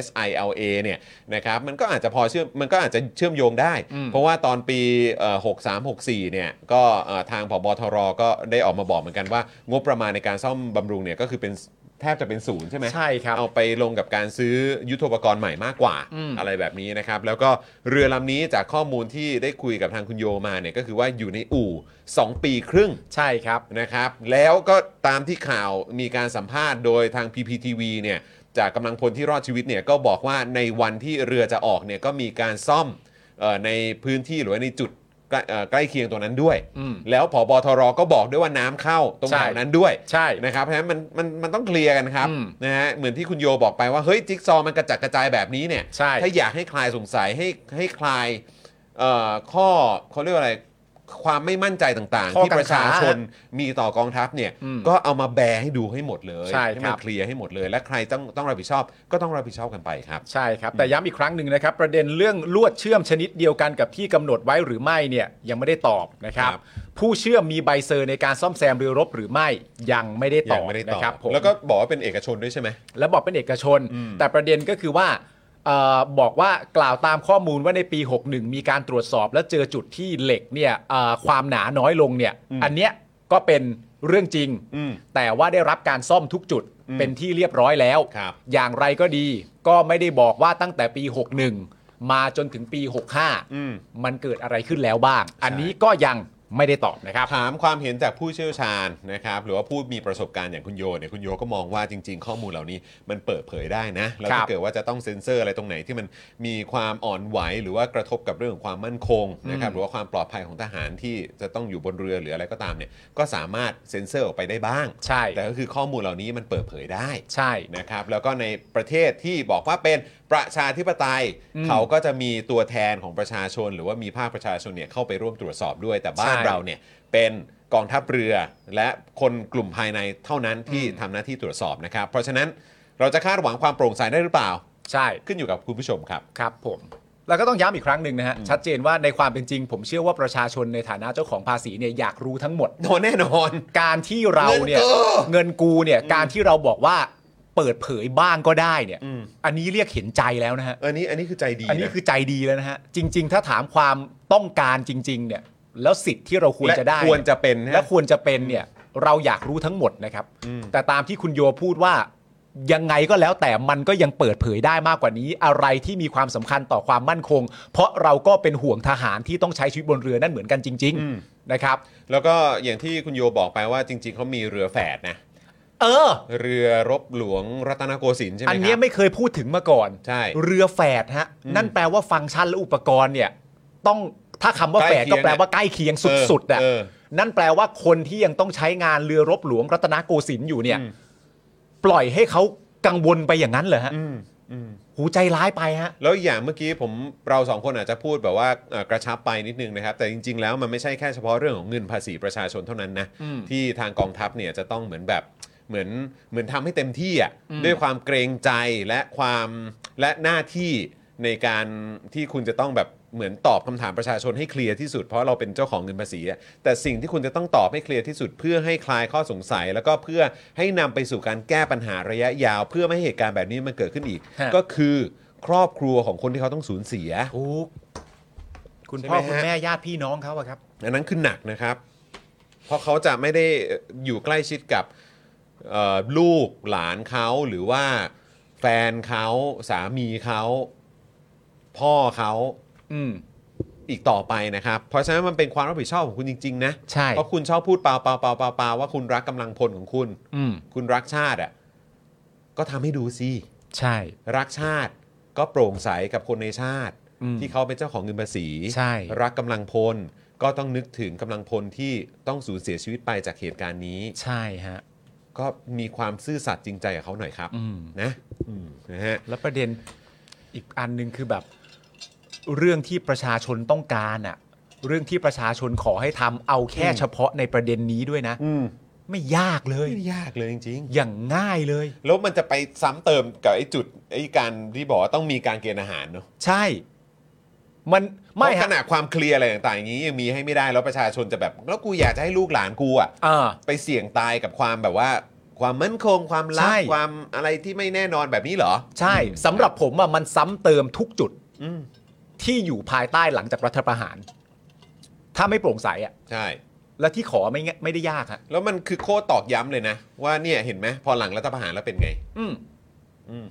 Speaker 3: CSILA เนี่ยนะครับมันก็อาจจะพอเชื่อมมันก็อาจจะเชื่อมโยงได้
Speaker 4: อืม
Speaker 3: เพราะว่าตอนปีเอ่อ63 64เนี่ยก็เอ่อทางผบทรก็ได้ออกมาบอกเหมือนกันว่างบประมาณในการซ่อมบำรุงเนี่ยก็คือเป็นแทบจะเป็นศูนย์ใช่ไหม
Speaker 4: ใช่ครับ
Speaker 3: เอาไปลงกับการซื้อยุทโธปกรณ์ใหม่มากกว่า
Speaker 4: อืม
Speaker 3: ไรแบบนี้นะครับ แล้วก็เรือลำนี้จากข้อมูลที่ได้คุยกับทางคุณโยมาเนี่ยก็คือว่าอยู่ในอู่ 2 ปีครึ่ง
Speaker 4: ใช่ครับ
Speaker 3: นะครับ แล้วก็ตามที่ข่าวมีการสัมภาษณ์โดยทาง PPTV เนี่ยจากกำลังพลที่รอดชีวิตเนี่ยก็บอกว่าในวันที่เรือจะออกเนี่ยก็มีการซ่อมเออในพื้นที่หรือว่าในจุดใกล้เอ่อใกล้เคียงตัวนั้นด้วย
Speaker 4: อืม
Speaker 3: แล้วผอบทรก็บอกด้วยว่าน้ำเข้าตรง
Speaker 4: ใช่
Speaker 3: แถวนั้นด้วย
Speaker 4: ใช่
Speaker 3: นะครับเพราะฉะนั้นมันมันมันต้องเคลียร์กันครับ
Speaker 4: อืม
Speaker 3: นะฮะเหมือนที่คุณโยบอกไปว่าเฮ้ยจิ๊กซอว์มันกระจัดกระจายแบบนี้เนี่ย
Speaker 4: ใช่
Speaker 3: ถ้าอยากให้คลายสงสัยให้ให้คลายเอ่อข้อเขาเรียกว่าอะไรความไม่มั่นใจต่างๆ
Speaker 4: ข้อ
Speaker 3: ที่
Speaker 4: กังขา
Speaker 3: ประชาชนมีต่อกองทัพเนี่ย
Speaker 4: อืม
Speaker 3: ก็เอามาแบร์ให้ดูให้หมดเลย
Speaker 4: ใช่
Speaker 3: มั
Speaker 4: ค
Speaker 3: น
Speaker 4: รับ
Speaker 3: เคลียร์ให้หมดเลย และใครต้องต้องรับผิดชอบก็ต้องรับผิดชอบกันไปครับ
Speaker 4: ใช่ครับ แต่ย้ำอีกครั้งหนึ่งนะครับ ประเด็นเรื่องลวดเชื่อมชนิดเดียวกันกับที่กำหนดไว้หรือไม่เนี่ยยังไม่ได้ตอบนะครับ
Speaker 3: ครับ
Speaker 4: ผู้เชื่อมมีใบเซอร์ในการซ่อมแซมเรือรบหรือไม่ยังไม่ได้ต
Speaker 3: ยั
Speaker 4: อง บ
Speaker 3: ไม่ได้ตอ
Speaker 4: นะ
Speaker 3: บ
Speaker 4: ครับผม
Speaker 3: แล้วก็บอกว่าเป็นเอกชนด้วยใช่ไหม
Speaker 4: แล้วบอกเป็นเอกชน
Speaker 3: อืม
Speaker 4: แต่ประเด็นก็คือว่าเออบอกว่ากล่าวตามข้อมูลว่าในปี 61 มีการตรวจสอบและเจอจุดที่เหล็กเนี่ยเอ่อความหนาน้อยลงเนี่ย
Speaker 3: อืม
Speaker 4: อันเนี้ยก็เป็นเรื่องจริง
Speaker 3: อืม
Speaker 4: แต่ว่าได้รับการซ่อมทุกจุดเป็นที่เรียบร้อยแล้ว
Speaker 3: ครับ
Speaker 4: อย่างไรก็ดี ก็ไม่ได้บอกว่าตั้งแต่ปี 61 มาจนถึงปี 65
Speaker 3: อืม
Speaker 4: มันเกิดอะไรขึ้นแล้วบ้าง อันนี้ก็ยังไม่ได้ตอบนะครับ
Speaker 3: ถามความเห็นจากผู้เชี่ยวชาญนะครับหรือว่าผู้มีประสบการณ์อย่างคุณโยเนี่ยคุณโยก็มองว่าจริง ๆ ข้อมูลเหล่านี้มันเปิดเผยได้นะแล้ว
Speaker 4: ครั
Speaker 3: ถ้า
Speaker 4: บ
Speaker 3: เกิดว่าจะต้องเซ็นเซอร์อะไรตรงไหนที่มันมีความอ่อนไหวหรือว่ากระทบกับเรื่องของความมั่นคงนะครับ
Speaker 4: อืม
Speaker 3: หรือว่าความปลอดภัยของทหารที่จะต้องอยู่บนเรือหรืออะไรก็ตามเนี่ยก็สามารถเซ็นเซอร์ออกไปได้บ้าง
Speaker 4: ใช่
Speaker 3: แต่ก็คือข้อมูลเหล่านี้มันเปิดเผยได้
Speaker 4: ใช่
Speaker 3: นะครับแล้วก็ในประเทศที่บอกว่าเป็นประชาธิปไตย
Speaker 4: อืม
Speaker 3: เขาก็จะมีตัวแทนของประชาชน หรือว่ามีภาคประชาชนเนี่ยเข้าไปร่วมตรวจสอบด้วย แต่บ้าน
Speaker 4: ใช่
Speaker 3: เราเนี่ยเป็นกองทัพเรือ และคนกลุ่มภายในเท่านั้นที่
Speaker 4: อืม
Speaker 3: ทำหน้าที่ตรวจสอบนะครับ เพราะฉะนั้นเราจะคาดหวังความโปร่งใสได้หรือเปล่า
Speaker 4: ใช่
Speaker 3: ขึ้นอยู่กับคุณผู้ชมครับ
Speaker 4: ครับผม แล้วก็ต้องย้ำอีกครั้งหนึ่งนะฮะ ชัดเจนว่าในความเป็นจริง ผมเชื่อว่าประชาชนในฐานะเจ้าของภาษีเนี่ยอยากรู้ทั้งหมด
Speaker 3: โนแน่นอน
Speaker 4: การที่เราเนี่ยเงินกูเนี่ยการที่เราบอกว่าเปิดเผยบ้างก็ได้เนี่ย
Speaker 3: อืม
Speaker 4: อันนี้เรียกเห็นใจแล้วนะฮะ
Speaker 3: อันนี้อันนี้คือใจดี
Speaker 4: อันนี้
Speaker 3: ะ
Speaker 4: คือใจดีแล้วนะฮะ จริง ๆ ถ้าถามความต้องการจริง ๆ เนี่ย แล้วสิทธิ์ที่เราควรจะได้
Speaker 3: ควรจะเป็นฮะ
Speaker 4: และควรจะเป็นเนี่ยเราอยากรู้ทั้งหมดนะครับ
Speaker 3: อืม
Speaker 4: แต่ตามที่คุณโยพูดว่ายังไงก็แล้วแต่มันก็ยังเปิดเผยได้มากกว่านี้ อะไรที่มีความสำคัญต่อความมั่นคง เพราะเราก็เป็นห่วงทหารที่ต้องใช้ชีวิตบนเรือนั่นเหมือนกันจริง ๆ นะครับ
Speaker 3: แล้วก็อย่างที่คุณโยบอกไปว่าจริง ๆเขามีเรือแฝดนะ
Speaker 4: เออ
Speaker 3: เรือรบหลวงรัตนโกสินทร์ใช่ไหมค
Speaker 4: อั
Speaker 3: รั
Speaker 4: น
Speaker 3: บ
Speaker 4: เนี้ยไม่เคยพูดถึงมาก่อน
Speaker 3: ใช่
Speaker 4: เรือแฝดฮะ
Speaker 3: อืม
Speaker 4: นั่นแปลว่าฟังก์ชันและอุปกรณ์เนี่ย ต้องถ้าคำว่า
Speaker 3: ใกล้
Speaker 4: แฝด
Speaker 3: เคี
Speaker 4: ก็
Speaker 3: ยง
Speaker 4: แปลว่าใกล้เคียงสุดๆอ่ะ
Speaker 3: เออเออ
Speaker 4: นั่นแปลว่าคนที่ยังต้องใช้งานเรือรบหลวงรัตนโกสินทร์อยู่เนี่ย ปล่อยให้เขากังวลไปอย่างนั้นเหรอฮะ
Speaker 3: อืมอืม
Speaker 4: หูใจร้ายไปฮะ
Speaker 3: แล้วอีกอย่างเมื่อกี้ผมเราสองคนอาจจะพูดแบบว่าเอ่อกระชับไปนิดนึงนะครับ แต่จริง ๆ แล้วมันไม่ใช่แค่เฉพาะเรื่องของเงินภาษีประชาชนเท่านั้นนะ
Speaker 4: อืม
Speaker 3: ที่ทางกองทัพเนี่ยจะต้องเหมือนแบบเหมือนเหมือนทำให้เต็มที่อ่ะด้วยความเกรงใจและความและหน้าที่ในการที่คุณจะต้องแบบเหมือนตอบคำถามประชาชนให้เคลียร์ที่สุดเพราะเราเป็นเจ้าของเงินภาษีอะแต่สิ่งที่คุณจะต้องตอบให้เคลียร์ที่สุด เพื่อให้คลายข้อสงสัย แล้วก็เพื่อให้นำไปสู่การแก้ปัญหาระยะยาว เพื่อไม่ให้เหตุการณ์แบบนี้มันเกิดขึ้นอีก
Speaker 4: ฮะ
Speaker 3: ก็คือครอบครัวของคนที่เขาต้องสูญเสีย
Speaker 4: ถูกคุณ
Speaker 3: ใช่ไหม
Speaker 4: พ่อคุณ
Speaker 3: ฮะ
Speaker 4: แม่ญาติพี่น้องเขาอะครับ
Speaker 3: อันนั้นคือหนักนะครับ เพราะเขาจะไม่ได้อยู่ใกล้ชิดกับเอ่อลูกหลานเขาหรือว่าแฟนเขาสามีเขาพ่อเขา
Speaker 4: อืม
Speaker 3: อีกต่อไปนะครับ เพราะฉะนั้นมันเป็นความรับผิดชอบของคุณจริง ๆ นะ
Speaker 4: ใช่
Speaker 3: เพราะคุณชอบพูดเปล่าเปล่าเปล่าเปล่าเปล่าว่าคุณรักกำลังพลของคุณ
Speaker 4: อืม
Speaker 3: คุณรักชาติอ่ะก็ทำให้ดูสิ
Speaker 4: ใช่
Speaker 3: รักชาติก็โปร่งใสกับคนในชาติ
Speaker 4: อืม
Speaker 3: ที่เขาเป็นเจ้าของเงินภาษี
Speaker 4: ใช่
Speaker 3: รักกำลังพลก็ต้องนึกถึงกำลังพลที่ต้องสูญเสียชีวิตไปจากเหตุการณ์นี้
Speaker 4: ใช่ฮะ
Speaker 3: ก็มีความซื่อสัตย์จริงใจกับเขาหน่อยครับ
Speaker 4: อืม
Speaker 3: นะอืมนะฮะ
Speaker 4: แล้วประเด็นอีกอันหนึ่งคือแบบ เรื่องที่ประชาชนต้องการอะเรื่องที่ประชาชนขอให้ทำเอาแค่เฉพาะในประเด็นนี้ด้วยนะ
Speaker 3: อืม
Speaker 4: ไม่ยากเลย
Speaker 3: ไม่ได้ยากเลยจริง
Speaker 4: อย่างง่ายเลย
Speaker 3: ๆแล้วมันจะไปซ้ำเติมกับไอ้จุดไอ้การที่บอกว่าต้องมีการเกณฑ์อาหารเนอะ
Speaker 4: ใช่ มันไม่
Speaker 3: เพราะข
Speaker 4: ฮะ
Speaker 3: นาดความเคลียร์อะไรต่างๆอย่างนี้ยังมีให้ไม่ได้แล้วประชาชนจะแบบ แล้วกูอยากจะให้ลูกหลานกูอ่ะ
Speaker 4: อ่า
Speaker 3: ไปเสี่ยงตายกับความแบบว่า ความมั่นคงความลั
Speaker 4: ใช่
Speaker 3: บความอะไรที่ไม่แน่นอนแบบนี้เหรอ
Speaker 4: ใช่สำหรับผมอะมันซ้ำเติมทุกจุด
Speaker 3: อืม
Speaker 4: ที่อยู่ภายใต้หลังจากรัฐประหาร ถ้าไม่โปร่งใสอะ
Speaker 3: ใช่
Speaker 4: และที่ขอไม่ง่ายไม่ได้ยากฮะ
Speaker 3: แล้วมันคือโคตรตอกย้ำเลยนะ ว่าเนี่ยเห็นไหมพอหลังรัฐประหารแล้วเป็นไง
Speaker 4: อืม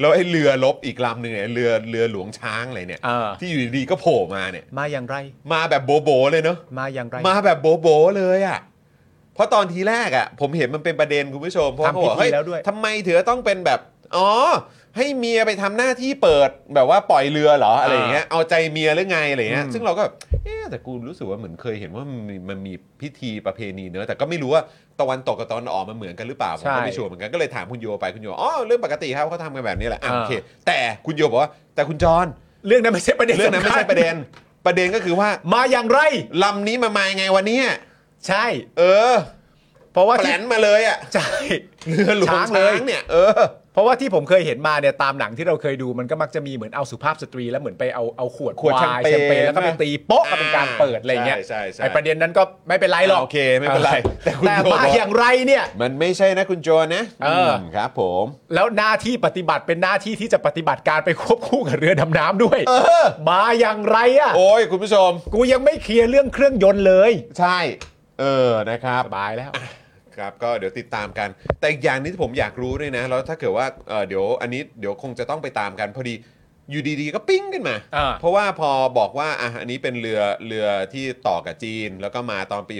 Speaker 3: แล้วไอ้เรือลบอีกลำหนึ่งเนี่ยเรือเรือหลวงช้างอะไรเนี่ย
Speaker 4: เออ
Speaker 3: ที่อยู่ดีๆก็โผล่มาเนี่ย
Speaker 4: มาอย่างไร
Speaker 3: มาแบบโบโบเลยเนาะ
Speaker 4: มาอย่างไร
Speaker 3: มาแบบโบโบเลยอ่ะเพราะตอนทีแรกอ่ะ ผมเห็นมันเป็นประเด็นคุณผู้ชมเพราะเขาบอก
Speaker 4: ทำพิธี
Speaker 3: เฮ้ย
Speaker 4: แล้วด้วย
Speaker 3: ทำไมเถือต้องเป็นแบบอ๋อให้เมียไปทำหน้าที่เปิดแบบว่าปล่อยเรือเหรออะไรอย่างเงี้ยเอาใจเมียหรือไงอะไรอย่างเงี้ยซึ่งเราก็แบบเอ๊ะแต่กูรู้สึกว่าเหมือนเคยเห็นว่ามันมีมันมีพิธีประเพณีเนอะแต่ก็ไม่รู้ว่าตะวันตกกับตะวันออกมันเหมือนกันหรือเปล่าผมก็ไม่ชัวร์เหมือนกันก็เลยถามคุณโยไปคุณโยอ๋อเรื่องปกติครับเขาทำกันแบบนี้แหละอ่ะโอเค แต่คุณโยบอกว่าแต่คุณจร
Speaker 4: เรื่องนั้นไม่ใช่ประเด็น
Speaker 3: เรื่องนั้นไม่ใช่ประเด็น ประเด็นก็คือว่า
Speaker 4: มาอย่างไร
Speaker 3: ลำนี้มามายังไงวันนี้
Speaker 4: ใช่
Speaker 3: เออ
Speaker 4: เพราะว่า
Speaker 3: แปล
Speaker 4: ที่
Speaker 3: นมาเลยอ่ะ
Speaker 4: ใช่
Speaker 3: เรือหลวงช้า
Speaker 4: ช้างเลย
Speaker 3: งเนี่ย เออ
Speaker 4: เพราะว่าที่ผมเคยเห็นมาเนี่ยตามหนังที่เราเคยดูมันก็มักจะมีเหมือนเอาสุภาพสตรีแล้วเหมือนไปเอาเอาขวด
Speaker 3: ขวด
Speaker 4: ไน์
Speaker 3: แช
Speaker 4: แช
Speaker 3: ม
Speaker 4: ม
Speaker 3: เป
Speaker 4: เป
Speaker 3: ญ
Speaker 4: ญแล้วก็ไปตีโป๊ะก็เป็นการเปิดอะไรเงี้ย
Speaker 3: ใช่ใช่
Speaker 4: ไอประเด็นนั้นก็ไม่เป็นไรหรอก
Speaker 3: โอเคไม่เป็นไรแต่คุณ
Speaker 4: แต่
Speaker 3: โย
Speaker 4: มา
Speaker 3: บอก
Speaker 4: อย่างไรเนี่ย
Speaker 3: มันไม่ใช่นะคุณโจนะ
Speaker 4: เอออื
Speaker 3: มครับผม
Speaker 4: แล้วหน้าที่ปฏิบัติเป็นหน้าที่ที่จะปฏิบัติการไปควบคู่กับเรือดำน้ำด้วย
Speaker 3: อ
Speaker 4: มาอย่างไรอ่ะ
Speaker 3: โอ้ยคุณผู้ชม
Speaker 4: กูยังไม่เคลียร์เรื่องเครื่องยนต์เลย
Speaker 3: ใช่ เออนะครับ
Speaker 4: สบายแล้ว
Speaker 3: ครับก็เดี๋ยวติดตามกัน แต่อีกอย่างนี้ที่ผมอยากรู้ด้วยนะ แล้วถ้าเกิดว่าเอ่อเดี๋ยวอันนี้เดี๋ยวคงจะต้องไปตามกันพอดีอยู่ดีๆก็ปิ้งขึ้นมา
Speaker 4: อ่า
Speaker 3: เพราะว่าพอบอกว่าอ่ะอันนี้เป็นเรือเรือที่ต่อกับจีน แล้วก็มาตอนปี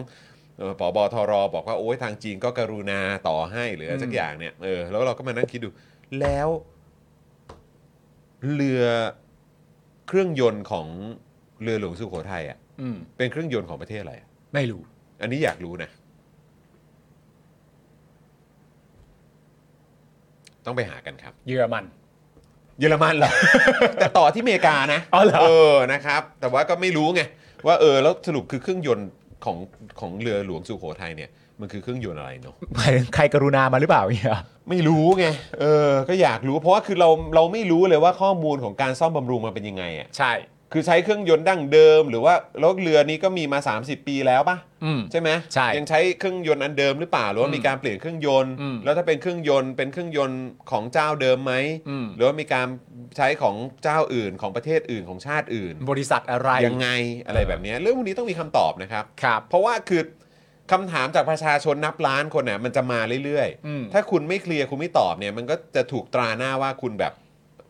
Speaker 3: 62เอ่อผบทรบอกว่าโอ้ยทางจีนก็กรุณาต่อให้หรืออะไรสัก
Speaker 4: อืม
Speaker 3: อย่างเนี่ยเออแล้วเราก็มานั่งคิดดู แล้วเรือเครื่องยนต์ของเรือหลวงสุโขทัยอ่ะ
Speaker 4: อืม
Speaker 3: เป็นเครื่องยนต์ของประเทศอะไรอะ
Speaker 4: ไม่รู้
Speaker 3: อันนี้อยากรู้นะ ต้องไปหากันครับ
Speaker 4: เยอรมัน
Speaker 3: เยอรมันเหรอ แต่ต่อที่อเมริกานะ
Speaker 4: อ๋อเหรอ
Speaker 3: เออนะครับ แต่ว่าก็ไม่รู้ไงว่าเออแล้วสรุปคือเครื่องยนต์ของของเรือหลวงสุโขทัยเนี่ยมันคือเครื่องยนต์อะไรเนาะ
Speaker 4: หมายถึงใครกรุณามาหรือเปล่า เนี่ย
Speaker 3: ไม่รู้ไงเออ ก็อยากรู้เพราะว่าคือเราเราไม่รู้เลยว่าข้อมูลของการซ่อมบำรุงมันเป็นยังไงอ่ะ
Speaker 4: ใช่
Speaker 3: ก คือใช้เครื่องยนต์ดั้งเดิม หรือว่าแล้วเรือนี้ก็มีมา 30 ปีแล้วปะ
Speaker 4: อืม
Speaker 3: ใช่ไหม
Speaker 4: ใช่
Speaker 3: ยังใช้เครื่องยนต์อันเดิมหรือเปล่าหรือว่ามีการเปลี่ยนเครื่องยนต์
Speaker 4: อืม
Speaker 3: แล้วถ้าเป็นเครื่องยนต์เป็นเครื่องยนต์ของเจ้าเดิมไหม
Speaker 4: อืม
Speaker 3: หรือว่ามีการใช้ของเจ้าอื่นของประเทศอื่นของชาติอื่น
Speaker 4: บริษัทอะไร
Speaker 3: ยังไงอะไรแบบเนี้ยเรื่องพวกนี้ต้องมีคำตอบนะครับ
Speaker 4: ครับ
Speaker 3: เพราะว่าคือคำถามจากประชาชนนับล้านคนเนี่ยมันจะมาเรื่อย
Speaker 4: อืม
Speaker 3: ถ้าคุณไม่เคลียร์คุณไม่ตอบเนี่ยมันก็จะถูกตราหน้าว่าคุณแบบ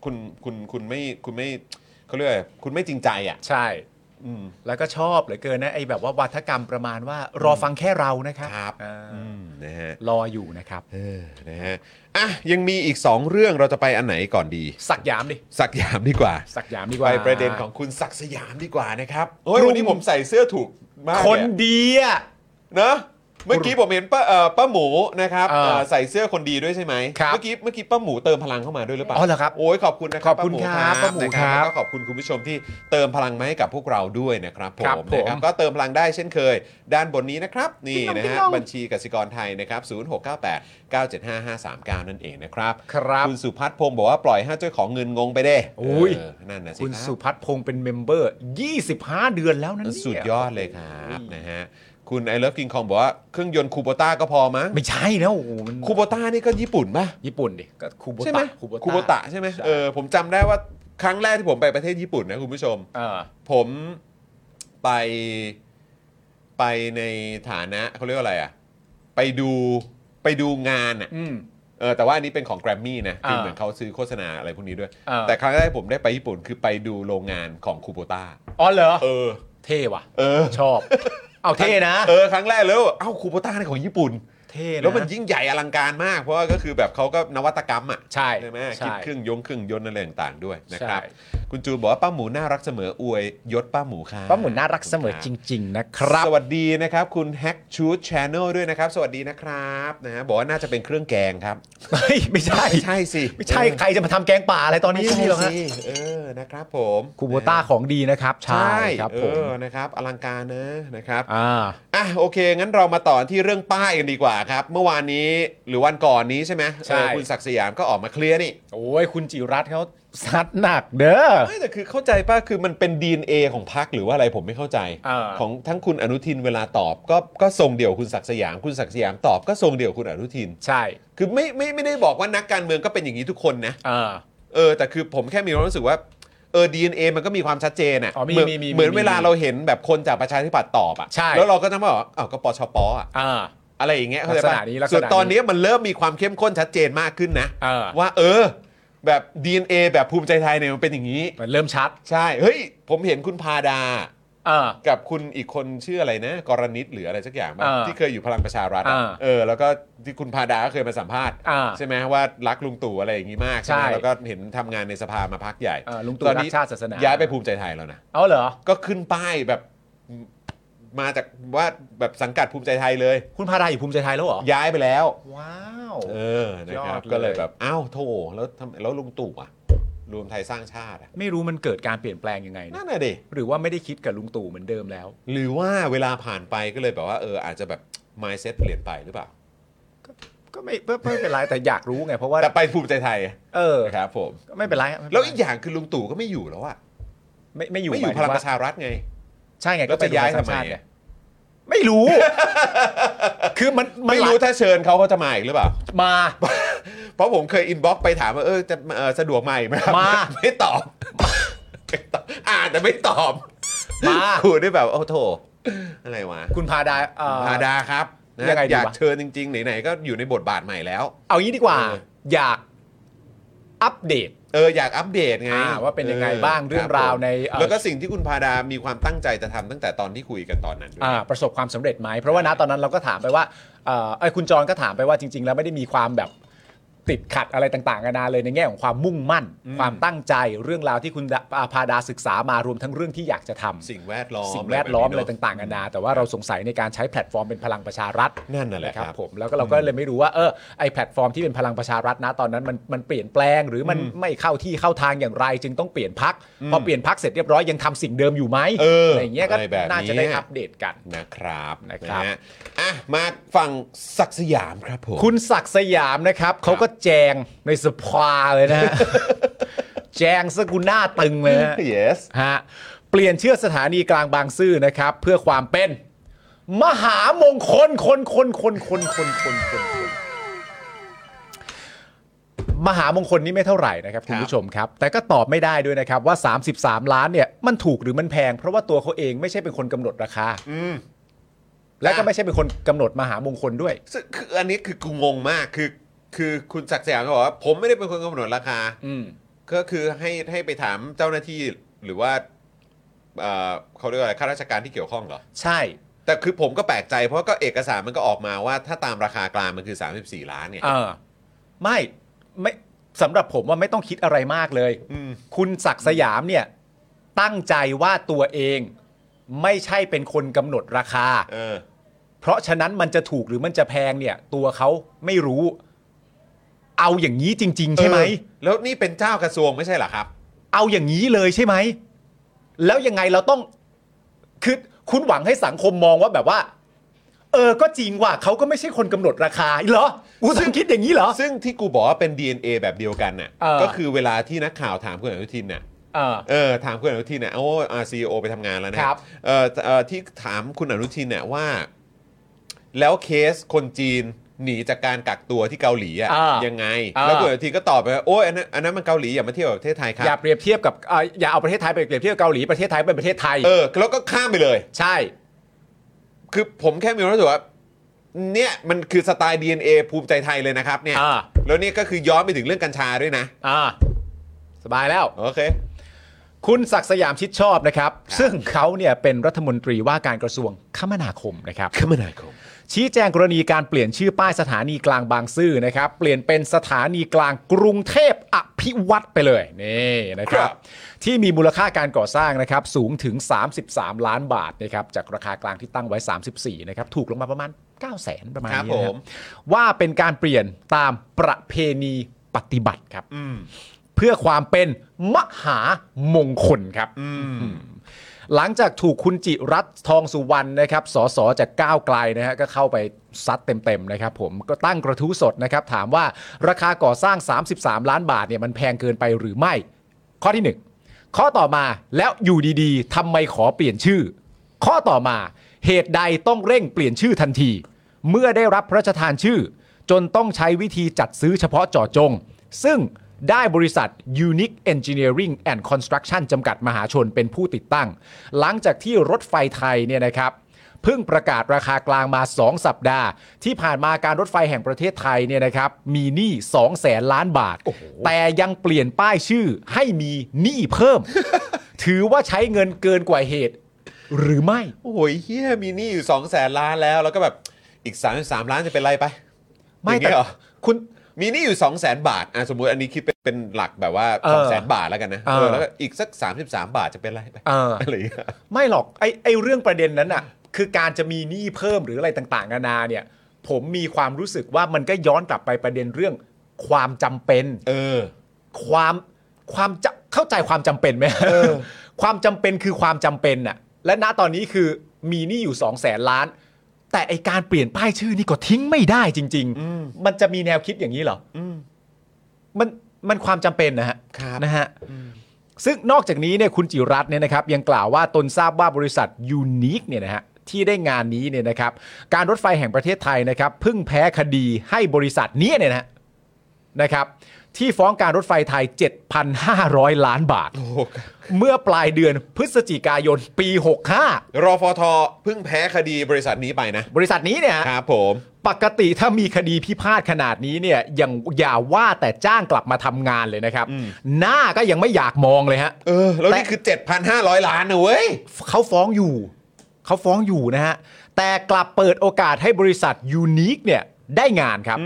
Speaker 3: คุณคุณคุณไม่คุณไม่เขาเรียกอะไรคุณไม่จริงใจอ่ะ
Speaker 4: ใช่
Speaker 3: อืม
Speaker 4: แล้วก็ชอบเหลือเกินนะไอ้แบบว่าวาทกรรมประมาณว่ารอฟังแค่เรานะครับ
Speaker 3: ครับ
Speaker 4: อ่า
Speaker 3: อืมนะฮะ
Speaker 4: รออยู่นะครับ
Speaker 3: เออนะฮะอ่ะยังมีอีก 2 เรื่องเราจะไปอันไหนก่อนดี
Speaker 4: สักยามดิ
Speaker 3: สักยามดีกว่า
Speaker 4: สักยามดีก
Speaker 3: ไป
Speaker 4: ว่า
Speaker 3: ประเด็นของคุณศักดิ์สยามดีกว่านะครับโอ้ยวันนี้ผมใส่เสื้อถูกมากเลยอะ
Speaker 4: คนดีอะ
Speaker 3: นะเมื่อกี้ผมเห็นป้าเอ่อป้าหมูนะครับ
Speaker 4: เออ
Speaker 3: เอ่อใส่เสื้อคนดีด้วยใช่ไหม
Speaker 4: ครับ
Speaker 3: เมื่อกี้เมื่อกี้ป้าหมูเติมพลังเข้ามาด้วยหรือเปล่า
Speaker 4: อ๋อเหรอครับ
Speaker 3: โอ้ยขอบคุณนะครั
Speaker 4: ขอบคุณครับป้าหมู
Speaker 3: นะครับแล้วก็ขอบคุณคุณผู้ชมที่เติมพลังมาให้กับพวกเราด้วยนะครับผ
Speaker 4: ครับ
Speaker 3: ม
Speaker 4: ผม
Speaker 3: นะครับก็เติมพลังได้เช่นเคย ด้านบนนี้นะครับนี่
Speaker 4: ติ๊งต๊อง
Speaker 3: นะ
Speaker 4: ติ๊ง
Speaker 3: ฮะ
Speaker 4: ต๊อง
Speaker 3: บัญชีกสิกรไทยนะครับ0698 975 539 นั่นเองนะครับ
Speaker 4: ครับ
Speaker 3: คุณสุพัฒน์พงศ์บอกว่าปล่อยให้เจ้าของเงินงงไปเด้
Speaker 4: อุ้ย
Speaker 3: เนั่นนะสิ
Speaker 4: คุณ
Speaker 3: รับ
Speaker 4: สุพัฒน์พงษ์เป็นเมมเบอร์ 25 เดือนแล้วนั่น
Speaker 3: สุดยอดเลยครับนะฮะคุณไอเลิฟกิงคองบอกว่าเครื่องยนต์คูโบต้าก็พอมั้ง
Speaker 4: ไม่ใช่นะโอ้โหมัน
Speaker 3: คูโบต้านี่ก็ญี่ปุ่นป่ะ
Speaker 4: ญี่ปุ่นดิก็คูโบ
Speaker 3: ใช่ไหม
Speaker 4: ตะคูโบตะ
Speaker 3: คูโบตะใช่ไหม
Speaker 4: ใช่
Speaker 3: เออผมจำได้ว่าครั้งแรกที่ผมไปประเทศญี่ปุ่นนะคุณผู้ชม
Speaker 4: เออ
Speaker 3: ผมไปไปในฐานะเขาเรียกว่าอะไรอ่ะ ไปดูไปดูงานอ่ะ
Speaker 4: อืม
Speaker 3: เออแต่ว่าอันนี้เป็นของแกรมมี่นะคือ
Speaker 4: เออ
Speaker 3: เหมือนเขาซื้อโฆษณาอะไรพวกนี้ด้วย
Speaker 4: เออ
Speaker 3: แต่ครั้งแรกผมได้ไปญี่ปุ่นคือไปดูโรงงานของคูโบต้า
Speaker 4: อ๋อเหรอ
Speaker 3: เออ
Speaker 4: เท่ว่ะ
Speaker 3: เออ
Speaker 4: ชอบ เอาเท่นะ
Speaker 3: เออครั้งแรกแล้วเอ้าคูโบต้าในของญี่ปุ่น
Speaker 4: เท่ะ
Speaker 3: แล้วมันยิ่งใหญ่อลังการมาก เพราะว่าก็คือแบบเขาก็นวัตกรรมอ่ะ
Speaker 4: ใช่
Speaker 3: ใช่ไหม
Speaker 4: ใช่
Speaker 3: คิดเครื่องยงเครื่องยนต์อะไรต่างๆด้วยนะครับ
Speaker 4: ใช่
Speaker 3: คุณจูนบอกว่าป้าหมูน่ารักเสมออวยยศป้าหมูค่ะ
Speaker 4: ป้าหมุนน่ารักเสมอจริง ๆ นะครับ
Speaker 3: สวัสดีนะครับ คุณ Hack c h o o t Channel ด้วยนะครับ สวัสดีนะครับนะฮะบอกว่าน่าจะเป็นเครื่องแกงครับ
Speaker 4: เฮ้ย ไม่ใช่
Speaker 3: ไม่ใช่สิ
Speaker 4: ไม่ใช่ใครจะมาทำแกงป่าอะไรตอนนี้
Speaker 3: ไม่ใช่
Speaker 4: ไม่มีหรอกฮะ
Speaker 3: สิเออนะครับผม
Speaker 4: คูโบต้าของดีนะครับ ใช่
Speaker 3: ใช่
Speaker 4: ครับ
Speaker 3: เอ
Speaker 4: ผม
Speaker 3: อนะครับ อลังการนะนะครับ
Speaker 4: อ่า
Speaker 3: อ่ะโอเค งั้นเรามาต่อที่เรื่องป้ายกันดีกว่าครับ เมื่อวานนี้หรือวันก่อนนี้ใช่ไหม
Speaker 4: ใช่
Speaker 3: เออคุณศักดิ์สยามก็ออกมาเคลียร์นี่
Speaker 4: โอ้ยคุณจิรัตน์เขาซัดหนักเด้อ
Speaker 3: ไม่แต่คือเข้าใจป่ะคือมันเป็น DNA ของพักหรือว่าอะไรผมไม่เข้าใจ
Speaker 4: เออ
Speaker 3: ของทั้งคุณอนุทินเวลาตอบ ก็ก็ทรงเดี่ยวคุณศักดิ์สยามคุณศักดิ์สยามตอบก็ทรงเดี่ยวคุณอนุทิน
Speaker 4: ใช่
Speaker 3: คือไม่ไม่ไม่ได้บอกว่านักการเมืองก็เป็นอย่างนี้ทุกคนนะ
Speaker 4: เออ
Speaker 3: เออแต่คือผมแค่มีความรู้สึกว่าเออ DNA มันก็มีความชัดเจนอะ
Speaker 4: อ๋อมี
Speaker 3: เหมือน
Speaker 4: มีมี
Speaker 3: เหมือน
Speaker 4: มี
Speaker 3: เวลาเราเห็นแบบคนจากประชาธิปัตย์ตอบอะ
Speaker 4: ใช่
Speaker 3: แล้วเราก็จะมาบอกว่าอ้าวก็ปชปอะ
Speaker 4: อ่า
Speaker 3: อะไรอย่างเงี้ยเข้าใจ
Speaker 4: ลักษ
Speaker 3: ป่ะ
Speaker 4: ณะนี้ลักษณะนี้
Speaker 3: ส่วนตอนนี้มันเริ่มมีความเข้มข้นชัดเจนมากขึ้นนะ
Speaker 4: เออ
Speaker 3: ว่าเออ แบบ DNA แบบภูมิใจไทยเนี่ยมันเป็นอย่างนี้
Speaker 4: มันเริ่มชัด
Speaker 3: ใช่ เฮ้ย ผมเห็นคุณพาดา
Speaker 4: เออ
Speaker 3: กับคุณอีกคนชื่ออะไรนะ กรณิตหรืออะไรสักอย่างป่ะ
Speaker 4: เออ
Speaker 3: ที่เคยอยู่พลังประชารัฐอะ
Speaker 4: เออ
Speaker 3: เออ แล้วก็ที่คุณพาดาก็เคยมาสัมภาษณ์
Speaker 4: เออ
Speaker 3: ใช่ไหมว่ารักลุงตู่อะไรอย่างนี้มาก
Speaker 4: ใช่
Speaker 3: ไหมแล้วก็เห็นทำงานในสภามาพักใหญ่
Speaker 4: เออลุงตู่
Speaker 3: อนนี้
Speaker 4: รักชาติศาสนา
Speaker 3: ย้ายไปภูมิใจไทยแล้วนะ
Speaker 4: เอาเหรอ
Speaker 3: ก็ขึ้นป้ายแบบมาจากว่าแบบสังกัดภูมิใจไทยเลย
Speaker 4: คุณพาดาอยู่ภูมิใจไทยแล้วเหรอ
Speaker 3: ย้ายไปแล้ว
Speaker 4: ว้าว
Speaker 3: เออ นะค
Speaker 4: ย
Speaker 3: รั
Speaker 4: อบ ด
Speaker 3: ก็เลย
Speaker 4: เลย
Speaker 3: แบบ อ้าว โถ แล้วทำแล้วลุงตู่อ่ะ รวมไทยสร้างชาติอ่ะ
Speaker 4: ไม่รู้มันเกิดการเปลี่ยนแปลงยังไงนะ
Speaker 3: นั่นน่ะดิ
Speaker 4: หรือว่าไม่ได้คิดกับลุงตู่เหมือนเดิมแล้ว
Speaker 3: หรือว่าเวลาผ่านไปก็เลยแบบว่า เออ อาจจะแบบ mindset เปลี่ยนไปหรือเปล่า
Speaker 4: ก็ไม่ไม่ไม่เป็นไรแต่อยากรู้ไงเพราะว่า
Speaker 3: แต่ไปภูมิใจไทยอะ
Speaker 4: เออ
Speaker 3: นะครับผม
Speaker 4: ก็ไม่เป็นไรไม่เป็นไร
Speaker 3: แล้วอีกอย่างคือลุงตู่ก็ไม่อยู่แล้วอ่ะ
Speaker 4: ไม่ไม่อยู่
Speaker 3: ไม่อยู่
Speaker 4: ห
Speaker 3: พ
Speaker 4: ถึ
Speaker 3: ลัง
Speaker 4: ว่
Speaker 3: ประชารัฐไง
Speaker 4: ใช่ไง
Speaker 3: แล้วจะ
Speaker 4: เป็น
Speaker 3: ย้าย
Speaker 4: คน
Speaker 3: ทำไม
Speaker 4: สัญชติง
Speaker 3: อะ
Speaker 4: ไม่รู้ คือมันน
Speaker 3: ไม่รู้ถ้าเชิญเขาเขาจะมาอีกหรือเปล่า
Speaker 4: มา
Speaker 3: เพราะผมเคยอินบ็อกไปถามว่าเออจะเอ่อสะดวกมาอีกไหมครับ
Speaker 4: มา
Speaker 3: ไม่ตอบ ไม่ตอบอ่านแต่ไม่ตอบ
Speaker 4: มา
Speaker 3: คูได้แบบโอ้โถอะไรวะ
Speaker 4: คุณพาดาเอ่อ
Speaker 3: พาดาครับนะ
Speaker 4: ยังไงดี
Speaker 3: อยาก
Speaker 4: วะ
Speaker 3: เชิญจริงๆ ไหนๆ ก็อยู่ในบทบาทใหม่แล้ว
Speaker 4: เอางี้ดีกว่า
Speaker 3: เออ
Speaker 4: อยากอัปเดต
Speaker 3: เอออยากอัปเดตไง
Speaker 4: อ่าว่าเป็นยังไงบ้างเรื่องราวใน
Speaker 3: คบผม
Speaker 4: เอ่อ
Speaker 3: แล้วก็สิ่งที่คุณพาดามีความตั้งใจจะทำตั้งแต่ตอนที่คุยกันตอนนั้นด้วย
Speaker 4: อ่าประสบความสำเร็จไหม เพราะว่าณตอนนั้นเราก็ถามไปว่าเอ่อไอ้ยคุณจรก็ถามไปว่าจริง ๆ แล้วไม่ได้มีความแบบติดขัดอะไรต่างๆกันานาเลยในแง่ของความมุ่งมั่น ความตั้งใจเรื่องราวที่คุณดาอ่าพาดาศึกษามารวมทั้งเรื่องที่อยากจะทำ
Speaker 3: สิ่งแวดล้อม
Speaker 4: สิ่งแวดล้อม
Speaker 3: ะ
Speaker 4: อะ
Speaker 3: ไร
Speaker 4: ไร
Speaker 3: แบบนี้เนอะ
Speaker 4: ต่างๆกันานาแต่ว่าเราสงสัยในการใช้แพลตฟอร์มเป็นพลังประชารัฐ
Speaker 3: นั่นน่ะแหละครับ
Speaker 4: ผมแล้วก็เราก็เลยไม่รู้ว่าเออไอแพลตฟอร์มที่เป็นพลังประชารัฐนะตอนนั้นมันมันเปลี่ยนแปลงหรือมันไม่เข้าที่เข้าทางอย่างไร จึงต้องเปลี่ยนพักพอเปลี่ยนพักเสร็จเรียบร้อยยังทำสิ่งเดิมอยู่ไหม
Speaker 3: เอออ
Speaker 4: ไรย่างเงี้ยก็
Speaker 3: อะไรแบบ
Speaker 4: น่าจะได้
Speaker 3: เนี้ย
Speaker 4: อัปเดตกัน
Speaker 3: นะครับ
Speaker 4: นะครับ
Speaker 3: ฮอ่ะมาฝั่งศักดิ์สยามครับผม
Speaker 4: คุณศักดิ์สยามนะครับ เขาก็แจงในสภาเลยนะฮะ แจงสกุลหน้าตึงเลยฮะ
Speaker 3: yes
Speaker 4: ฮะเปลี่ยนชื่อสถานีกลางบางซื่อนะครับ เพื่อความเป็น มหามงคลคนคนคนคนคนคนคนคนมหามงคลนี่ไม่เท่าไหร่นะครับคุณผู้ชมครับ แต่ก็ตอบไม่ได้ด้วยนะครับว่า 33 ล้านเนี่ยมันถูกหรือมันแพง เพราะว่าตัวเขาเองไม่ใช่เป็นคนกำหนดราคา
Speaker 3: อืม
Speaker 4: และก็ไม่ใช่เป็นคนกำหนดมหามงคลด้วย
Speaker 3: ซึ่งคืออันนี้คือกูงงมากคือคือคุณศักดิ์สยามก็บอกว่าผมไม่ได้เป็นคนกำหนดราคา
Speaker 4: อืม
Speaker 3: ก็คือให้ให้ไปถามเจ้าหน้าที่หรือว่าเอ่อเขาเรียกว่าอะไรข้าราชการที่เกี่ยวข้องเหรอ
Speaker 4: ใช่
Speaker 3: แต่คือผมก็แปลกใจเพราะก็เอกสารมันก็ออกมาว่าถ้าตามราคากลางมันคือ 34 ล้านเนี่ย
Speaker 4: เออ ไม่ไม่สำหรับผมว่าไม่ต้องคิดอะไรมากเลย
Speaker 3: อืม
Speaker 4: คุณศักดิ์สยามเนี่ยตั้งใจว่าตัวเองไม่ใช่เป็นคนกำหนดราคา
Speaker 3: เออ
Speaker 4: เพราะฉะนั้นมันจะถูกหรือมันจะแพงเนี่ย ตัวเขาไม่รู้ เอาอย่างนี้จริง ๆ ใช่ไหม
Speaker 3: เออแล้วนี่เป็นเจ้ากระทรวงไม่ใช่เหรอครับ
Speaker 4: เอาอย่างนี้เลยใช่ไหม แล้วยังไงเราต้องคือคุณหวังให้สังคมมองว่าแบบว่า เออ ก็จริงว่ะเขาก็ไม่ใช่คนกำหนดราคาเหรออูต้องคิดอย่างนี้เหรอ
Speaker 3: ซึ่งที่กูบอกว่าเป็น DNA แบบเดียวกันน่ะ
Speaker 4: เออ
Speaker 3: ก็คือเวลาที่นักข่าวถามคุณอนุทินน่ะ
Speaker 4: เออ
Speaker 3: เออถามคุณอนุทินน่ะโอ้อาซีโอไปทำงานแล้วนะครับ เออเออที่ถามคุณอนุทินน่ะว่า แล้วเคสคนจีนหนีจากการกักตัวที่เกาหลีอ่ะ
Speaker 4: อ่ายั
Speaker 3: ยังไง
Speaker 4: อ่า
Speaker 3: แล้วคุณอนุทินก็ตอบไปว่าโอ้ยอันนั้นอันนั้นมันเกาหลีอย่ามาเที่ยวกับประเทศไทยครั
Speaker 4: อย่า
Speaker 3: บ
Speaker 4: เปรียบเทียบกับเอ่ออย่าเอาประเทศไทยไปเปรียบเทียบกับเกาหลีประเทศไทยเป็นประเทศไทย
Speaker 3: เออแล้วก็ข้ามไปเลย
Speaker 4: ใช่
Speaker 3: คือผมแค่มีความรู้สึกว่าเนี่ยมันคือสไตล์ DNA ภูมิใจไทยเลยนะครับเนี่ย
Speaker 4: อ่า
Speaker 3: แล้วนี่ก็คือย้อนไปถึงเรื่องกัญชาด้วยนะ
Speaker 4: อ่า สบายแล้ว
Speaker 3: โอเค
Speaker 4: คุณศักดิ์สยามชิดชอบนะครับ ซึ่งเขาเนี่ยเป็นรัฐมนตรีว่าการกระทรวงคมนาคมนะครับ
Speaker 3: คมนาคม
Speaker 4: ชี้แจงกรณีการเปลี่ยนชื่อป้ายสถานีกลางบางซื่อนะครับ เปลี่ยนเป็นสถานีกลางกรุงเทพอภิวัตรไปเลยนี่นะค
Speaker 3: ค
Speaker 4: รั
Speaker 3: รับ บ
Speaker 4: ที่มีมูลค่าการก่อสร้างนะครับสูงถึง 33 ล้านบาทนะครับจากราคากลางที่ตั้งไว้ 34นะครับถูกลงมาประมาณ 9 0 0แสนประมาณ
Speaker 3: ครับ
Speaker 4: นี้นะค
Speaker 3: ผ
Speaker 4: รั
Speaker 3: ม
Speaker 4: บว่าเป็นการเปลี่ยนตามประเพณีปฏิบัติครับ
Speaker 3: อืม
Speaker 4: เพื่อความเป็นมหามงคลครับ
Speaker 3: อืม
Speaker 4: หลังจากถูกคุณจิรัตน์ทองสุวรรณนะครับสสจากก้าวไกลนะฮะก็เข้าไปซัดเต็มๆนะครับผมก็ตั้งกระทู้สดนะครับ ถามว่าราคาก่อสร้าง 33 ล้านบาทเนี่ยมันแพงเกินไปหรือไม่ ข้อที่หนึ่งข้อต่อมาแล้วอยู่ดีๆทำไมขอเปลี่ยนชื่อ ข้อต่อมาเหตุใดต้องเร่งเปลี่ยนชื่อทันที เมื่อได้รับพระราชทานชื่อ จนต้องใช้วิธีจัดซื้อเฉพาะเจาะจง ซึ่งได้บริษัท Unique Engineering and Construction จำกัดมหาชนเป็นผู้ติดตั้ง หลังจากที่รถไฟไทยเนี่ยนะครับเพิ่งประกาศราคากลางมา 2 สัปดาห์ ที่ผ่านมาการรถไฟแห่งประเทศไทยเนี่ยนะครับมีหนี้2แสนล้านบาท แต่ยังเปลี่ยนป้ายชื่อให้มีหนี้เพิ่ม ถือว่าใช้เงินเกินกว่าเหตุ หรือไม่
Speaker 3: โอ้ยเฮียมีหนี้อยู่2องแสนล้านแล้ว แล้วก็แบบอีก 33 ล้านจะเป็นไรไป
Speaker 4: ไม่
Speaker 3: อย่าง
Speaker 4: แต่
Speaker 3: เงี้ยเหรอ
Speaker 4: คุณ
Speaker 3: มีหนี้อยู่2องแสนบาทอ่ะสมมุติอันนี้คิดเป็นเป็นหลักแบบว่า
Speaker 4: เอ
Speaker 3: ส
Speaker 4: อ
Speaker 3: องแสนบาทแล้วกันนะ
Speaker 4: เออ
Speaker 3: เออแล้วก็อีกสัก 33 บาทจะเป็นไรไป
Speaker 4: เอออ
Speaker 3: อะไรอย่างเงี้ย
Speaker 4: ไม่หรอกไอไอเรื่องประเด็นนั้นอ่ะ คือการจะมีหนี้เพิ่มหรืออะไรต่างๆนานาเนี่ย ผมมีความรู้สึกว่ามันก็ย้อนกลับไปประเด็นเรื่อง ความจำเป็น
Speaker 3: เออ
Speaker 4: ความความจะเข้าใจความจำเป็นไหม ความจำเป็นคือความจำเป็นน่ะ และณตอนนี้คือมีหนี้อยู่2องแสนล้าน แต่ไอการเปลี่ยนป้ายชื่อนี่ก็ทิ้งไม่ได้จริง ๆ มันจะมีแนวคิดอย่างนี้เหรออมันมันความจำเป็นนะฮะ
Speaker 3: ครับ
Speaker 4: นะฮะ ซึ่งนอกจากนี้เนี่ยคุณจิรัตน์เนี่ยนะครับยังกล่าวว่าตนทราบว่าบริษัทยูนิคเนี่ยนะฮะที่ได้งานนี้เนี่ยนะครับ การรถไฟแห่งประเทศไทยนะครับเพิ่งแพ้คดีให้บริษัทนี้เนี่ยนะฮะนะครับ ที่ฟ้องการรถไฟไทย 7,500 ล้านบาท
Speaker 3: โอ้โห
Speaker 4: เมื่อปลายเดือนพฤศจิกายนปี
Speaker 3: รอฟอทอเพิ่งแพ้คดีบริษัทนี้ไปนะ
Speaker 4: 65 บริษัทนี้เนี่ยฮะ
Speaker 3: ครับผม
Speaker 4: ปกติถ้ามีคดีพิพาทขนาดนี้เนี่ยอย่างอย่าว่าแต่จ้างกลับมาทำงานเลยนะครับ หน้าก็ยังไม่อยากมองเลยฮะ
Speaker 3: เออแล้วนี่คือ 7,500 ล้านนะเว้ย
Speaker 4: เขาฟ้องอยู่ เขาฟ้องอยู่นะฮะ แต่กลับเปิดโอกาสให้บริษัทยูนิคเนี่ยได้งานครับ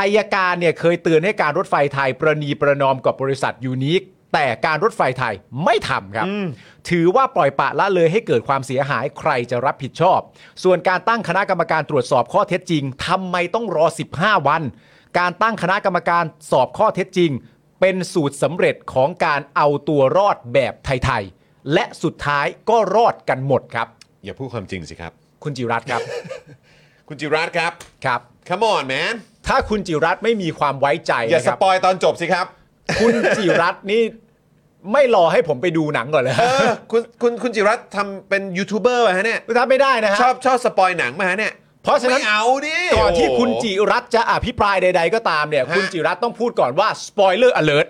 Speaker 4: อายการเนี่ยเคยเตือนให้การรถไฟไทยประนีประนอมกับบริษัทยูนิคแต่การรถไฟไทยไม่ทำครับ ถือว่าปล่อยปละละเลยให้เกิดความเสียหายใครจะรับผิดชอบ ส่วนการตั้งคณะกรรมการตรวจสอบข้อเท็จจริงทำไมต้องรอ 15 วัน การตั้งคณะกรรมการสอบข้อเท็จจริง เป็นสูตรสำเร็จของการเอาตัวรอดแบบไทยๆ และสุดท้ายก็รอดกันหมดครับ
Speaker 3: อย่าพูดความจริงสิครับ
Speaker 4: คุณจิรัตน์ครับ
Speaker 3: คุณจิรัตน์ครับ
Speaker 4: ครับ
Speaker 3: come on man
Speaker 4: ถ้าคุณจิรัตน์ไม่มีความไว้ใจ
Speaker 3: อย่า
Speaker 4: นะ
Speaker 3: ส
Speaker 4: ครับ
Speaker 3: ปอยตอนจบสิครับ
Speaker 4: คุณจิรัตน์นี่ ไม่รอให้ผมไปดูหนังก่อนเลย
Speaker 3: เออคุณคุณคุณจิรัตน์ทำเป็นยูทูบเบอร์ป่ะฮะเนี่ย
Speaker 4: ทำไม่ได้นะฮะ
Speaker 3: ชอบชอบสปอยหนังมาฮะเนี่ย
Speaker 4: เพราะฉะนั้น
Speaker 3: ไม่เอาดิ
Speaker 4: ก่อนที่
Speaker 3: โโห
Speaker 4: คุณจิรัตน์จะอภิปรายใด ๆ ก็ตามเนี่ย
Speaker 3: ฮะ
Speaker 4: คุณจิรัตน์ต้องพูดก่อนว่าสปอยเลอร์อเลิร์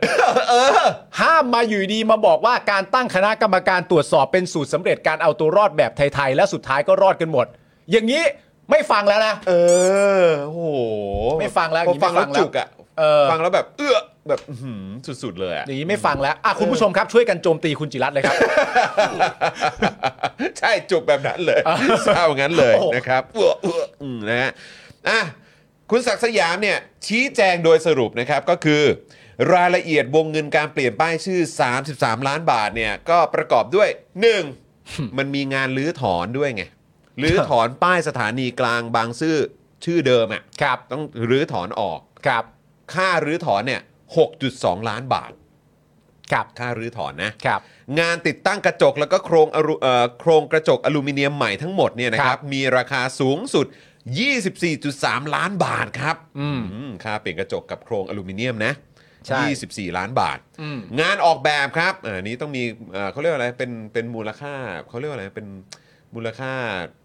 Speaker 4: ห้ามมาอยู่ดีมาบอกว่าการตั้งคณะกรรมการตรวจสอบเป็นสูตรสำเร็จการเอาตัวรอดแบบไทย ๆ และสุดท้ายก็รอดกันหมด อย่างนี้ไม่ฟังแล้วนะ
Speaker 3: เออโอ้โห
Speaker 4: ไม่ฟังแล้ว
Speaker 3: พอฟังแล้ว
Speaker 4: อย่างนี้ไม่ฟังแล้ว
Speaker 3: จุกอ่ะ
Speaker 4: เออ
Speaker 3: ฟังแล้วแบบเอื้อแบบอื้อหือสุดๆเลยอ่ะ
Speaker 4: อย่างนี้ไม่ฟังแล้วอ่ะคุณผู้ชมครับช่วยกันโจมตีคุณจิรัตน์เลยครับ
Speaker 3: ใช่จุกแบบนั้นเลยเศร้างั้นเลยนะครับเอื้อเอื้ออืมนะฮะอ่ะคุณศักดิ์สยามเนี่ยชี้แจงโดยสรุปนะครับก็คือ รายละเอียดวงเงินการเปลี่ยนป้ายชื่อ 33 ล้านบาทเนี่ยก็ประกอบด้วย 1. มันมีงานลื้อถอนด้วยไงลื้อถอนป้ายสถานีกลางบางซื่อชื่อเดิมอ่ะ
Speaker 4: ครับ
Speaker 3: ต้องรื้อถอนออก
Speaker 4: ครับ
Speaker 3: ค่ารื้อถอนเนี่ย 6.2 ล้านบาท
Speaker 4: ครับ
Speaker 3: ค่ารื้อถอนนะ
Speaker 4: ครับ
Speaker 3: งานติดตั้งกระจกแล้วก็โครงอลูเอ่อโครงกระจกอลูมิเนียมใหม่ทั้งหมดเนี่ยนะค
Speaker 4: ค
Speaker 3: รั
Speaker 4: รับ บ
Speaker 3: มีราคาสูงสุด 24.3 ล้านบาทครับ
Speaker 4: อืม
Speaker 3: อืมค่าเปลี่ยนกระจกกับโครงอลูมิเนียมนะ
Speaker 4: ใช่
Speaker 3: 24 ล้านบาท
Speaker 4: อืม
Speaker 3: งานออกแบบครับอาอันนี้ต้องมีเอ่อเขาเรียกว่าอะไร เป็น เป็นมูลค่าเขาเรียกว่าอะไร เป็นมูลค่า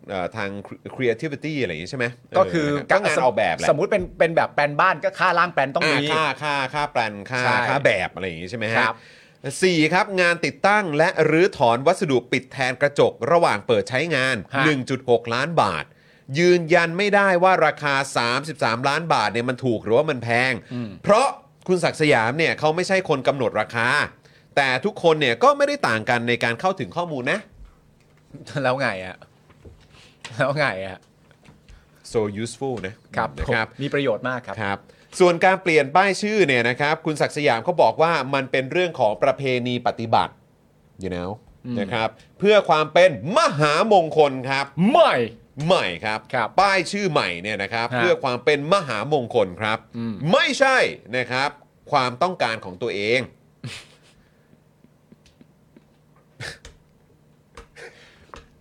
Speaker 3: เอ่อทาง creativity อะไรอย่างนี้ใช่ไหม
Speaker 4: ก็คือ
Speaker 3: เนะครับก็งานออกแบบแหละ
Speaker 4: สมมุติเป็นเป็นแบบแปลนบ้านก็ค่าล่างแปลนต้องมี
Speaker 3: อ่าค่าค่าค่าแปลนค่า
Speaker 4: ใช่
Speaker 3: ค่าแบบอะไรอย่างงี้ใช่ไหมฮะ
Speaker 4: ครับ
Speaker 3: สี่ครับงานติดตั้งและรื้อถอนวัสดุปิดแทนกระจกระหว่างเปิดใช้งาน 1.6 ล้านบาท ยืนยันไม่ได้ว่าราคา 33 ล้านบาทเนี่ยมันถูกหรือว่ามันแพง เพราะคุณศักดิ์สยามเนี่ยเขาไม่ใช่คนกำหนดราคา แต่ทุกคนเนี่ยก็ไม่ได้ต่างกันในการเข้าถึงข้อมูลนะ
Speaker 4: แล้วไงอะแล้วไงอะ
Speaker 3: so useful นะครับ นะครับ
Speaker 4: ผมมีประโยชน์มากครับ
Speaker 3: ครับส่วนการเปลี่ยนป้ายชื่อเนี่ยนะครับ คุณศักดิ์สยามเขาบอกว่ามันเป็นเรื่องของประเพณีปฏิบัติ you know นะครับ เพื่อความเป็นมหามงคลครับ
Speaker 4: ไม่
Speaker 3: ใหม่ครับ
Speaker 4: ครับ
Speaker 3: ป้ายชื่อใหม่เนี่ยนะครับ
Speaker 4: ฮะ
Speaker 3: เพื่อความเป็นมหามงคลครับ
Speaker 4: อืม
Speaker 3: ไม่ใช่นะครับ ความต้องการของตัวเอง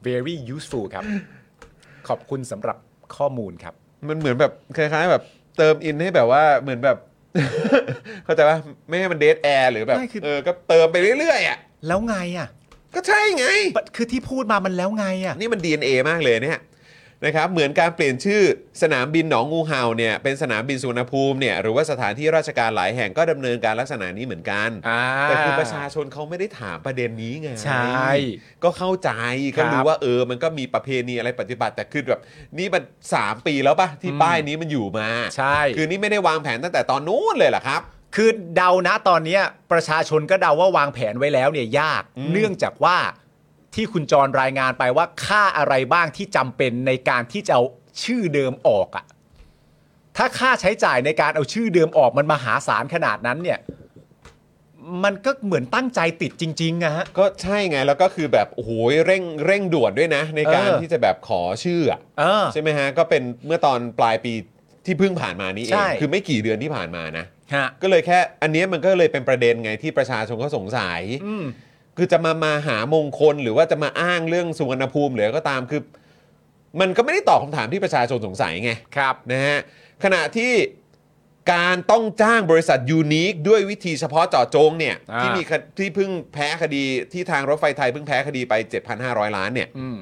Speaker 4: very useful ครับ ขอบคุณสำหรับข้อมูลครับ
Speaker 3: มันเหมือนแบบคล้ายๆ แบบเติมอินให้แบบว่าเหมือนแบบ เข้าใจป่ะไม่ให้มันเดทแอร์หรือแบบ
Speaker 4: ไม่คือ
Speaker 3: เออก็เติมไปเรื่อยๆอ่ะ
Speaker 4: แล้วไงอ่ะ
Speaker 3: ก็ใช่ไง
Speaker 4: มันคือที่พูดมามันแล้วไงอ่ะ
Speaker 3: นี่มัน DNA มากเลยเนี่ยนะครับเหมือนการเปลี่ยนชื่อสนามบินหนองงูเห่าเนี่ยเป็นสนามบินสุวรรณภูมิเนี่ยหรือว่าสถานที่ราชการหลายแห่งก็ดำเนินการลักษณะนี้เหมือนกัน
Speaker 4: อ่า
Speaker 3: แต่คือประชาชนเขาไม่ได้ถามประเด็นนี้ไง
Speaker 4: ใช่
Speaker 3: ก็เข้าใจก็
Speaker 4: ครั
Speaker 3: รู้
Speaker 4: บ
Speaker 3: ว่าเออมันก็มีประเพณีอะไรปฏิบัติ แต่คือแบบนี่มัน 3 ปีแล้วปะที่
Speaker 4: อืม
Speaker 3: ป้ายนี้มันอยู่มา
Speaker 4: ใช่
Speaker 3: คือนี่ไม่ได้วางแผนตั้งแต่ตอนนู้นเลยเหรอครับ
Speaker 4: คือเดานะตอนเนี้ยประชาชนก็เดาว่าวางแผนไว้แล้วเนี่ยยาก
Speaker 3: อืม
Speaker 4: เนื่องจากว่าที่คุณจรรายงานไปว่าค่าอะไรบ้างที่จำเป็นในการที่จะเอาชื่อเดิมออกอะ่ะ ถ้าค่าใช้จ่ายในการเอาชื่อเดิมออกมันมหาศาลขนาดนั้นเนี่ย มันก็เหมือนตั้งใจติดจริงๆนะฮะ
Speaker 3: ก็ใช่ไงแล้วก็คือแบบโอ้โหเร่งเร่งด่วนด้วยนะ ในการ
Speaker 4: เออ
Speaker 3: ที่จะแบบขอชื่ออะ
Speaker 4: เออ
Speaker 3: ใช่ไหมฮะ ก็เป็นเมื่อตอนปลายปีที่เพิ่งผ่านมานี้เอ
Speaker 4: ใช่
Speaker 3: ง คือไม่กี่เดือนที่ผ่านมานะ
Speaker 4: ฮะ
Speaker 3: ก็เลยแค่อันเนี้ยมันก็เลยเป็นประเด็นไงที่ประชาชนก็สงสัย
Speaker 4: อืม
Speaker 3: คือจะมามาหามงคลหรือว่าจะมาอ้างเรื่องสุวรรณภูมิหรืออะไรก็ตามคือ มันก็ไม่ได้ตอบคำถามที่ประชาชนสงสัยไง
Speaker 4: ครับ
Speaker 3: นะฮะขณะที่การต้องจ้างบริษัทยูนิคด้วยวิธีเฉพาะเจาะจงเนี่ย
Speaker 4: อ่า
Speaker 3: ที่มีคดที่เพิ่งแพ้คดีที่ทางรถไฟไทยเพิ่งแพ้คดีไป 7,500 ล้านเนี่ย
Speaker 4: อืม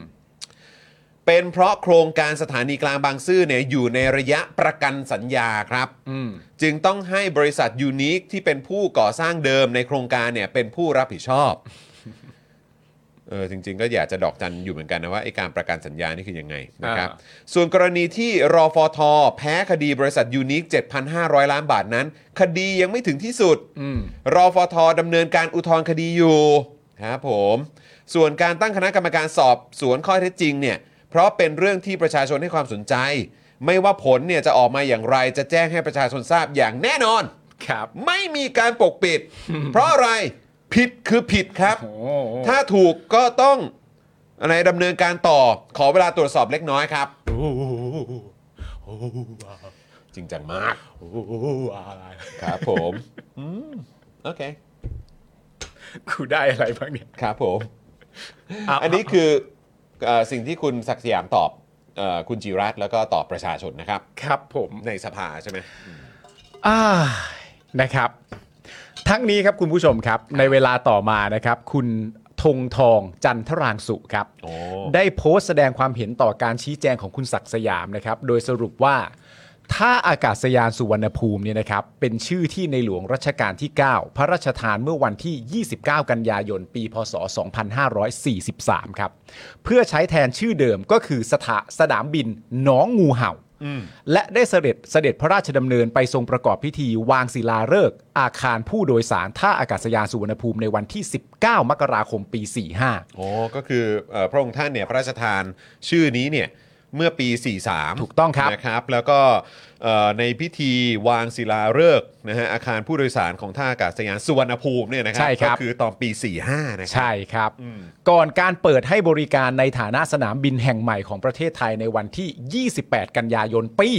Speaker 3: เป็นเพราะโครงการสถานีกลางบางซื่อเนี่ยอยู่ในระยะประกันสัญญาครับ
Speaker 4: อืม
Speaker 3: จึงต้องให้บริษัทยูนิคที่เป็นผู้ก่อสร้างเดิมในโครงการเนี่ยเป็นผู้รับผิดชอบเออจริง ๆ ก็อยากจะดอกจันอยู่เหมือนกันนะว่าไอการประกันสัญญานี่คือยังไงนะครับ
Speaker 4: อ่
Speaker 3: ส่วนกรณีที่รอฟอทอแพ้คดีบริษัทยูนิค 7,500 ล้านบาทนั้น คดียังไม่ถึงที่สุด
Speaker 4: อืม
Speaker 3: รอฟอทอดำเนินการอุทธรณ์คดีอยู่ครับผม ส่วนการตั้งคณะกรรมการสอบสวนข้อเท็จจริงเนี่ย เพราะเป็นเรื่องที่ประชาชนให้ความสนใจ ไม่ว่าผลเนี่ยจะออกมาอย่างไรจะแจ้งให้ประชาชนทราบอย่างแน่นอน
Speaker 4: ครับ
Speaker 3: ไม่มีการปก ปิด เพราะอะไรผิดคือผิดครับ
Speaker 4: โอ้
Speaker 3: ถ้าถูกก็ต้องอะไรดำเนินการต่อขอเวลาตรวจสอบเล็กน้อยครับ จริงจังมากครับผมอืมโอเค
Speaker 4: กูได้อะไรบ้างเนี่ย
Speaker 3: ครับผม
Speaker 4: ะ
Speaker 3: อันนี้คือเอ่อสิ่งที่คุณศักดิ์สยามตอบเออคุณจิรัตน์แล้วก็ตอบประชาชนนะครับ
Speaker 4: ครับผม
Speaker 3: ในสภาใช่ไหม
Speaker 4: อ่านะครับ ทั้งนี้ครับคุณผู้ชมครับ ในเวลาต่อมานะครับ คุณธงทองจันทรางสุครับ
Speaker 3: โอ้
Speaker 4: ได้โพสต์แสดงความเห็นต่อการชี้แจงของคุณศักดิ์สยามนะครับ โดยสรุปว่า ถ้าอากาศยานสุวรรณภูมิเนี่ยนะครับ เป็นชื่อที่ในหลวงรัชกาลที่ 9 พระราชทานเมื่อวันที่ 29 กันยายน ปี พศ 2543 ครับ เพื่อใช้แทนชื่อเดิมก็คือสถาสนามบินหนองงูเห่า และได้เสด็จเสด็จพระราชดำเนินไปทรงประกอบพิธีวางศิลาฤกษ์อาคารผู้โดยสารท่าอากาศยานสุวรรณภูมิในวันที่ 19 มกราคมปี 45
Speaker 3: โอ้ก็คือเอ่อพระองค์ท่านเนี่ยพระราชทานชื่อนี้เนี่ยเมื่อปี 43
Speaker 4: ถูกต้องครับ
Speaker 3: นะครับ แล้วก็เอ่อในพิธีวางศิลาฤกษ์นะฮะอาคารผู้โดยสารของท่าอากาศยานสุวรรณภูมิเนี่ยนะครั
Speaker 4: ใช่ครับ
Speaker 3: ก็คือตอนปี 45 นะครั
Speaker 4: ใช่ครับ ก่อนการเปิดให้บริการในฐานะสนามบินแห่งใหม่ของประเทศไทยในวันที่ 28 กันยายนปี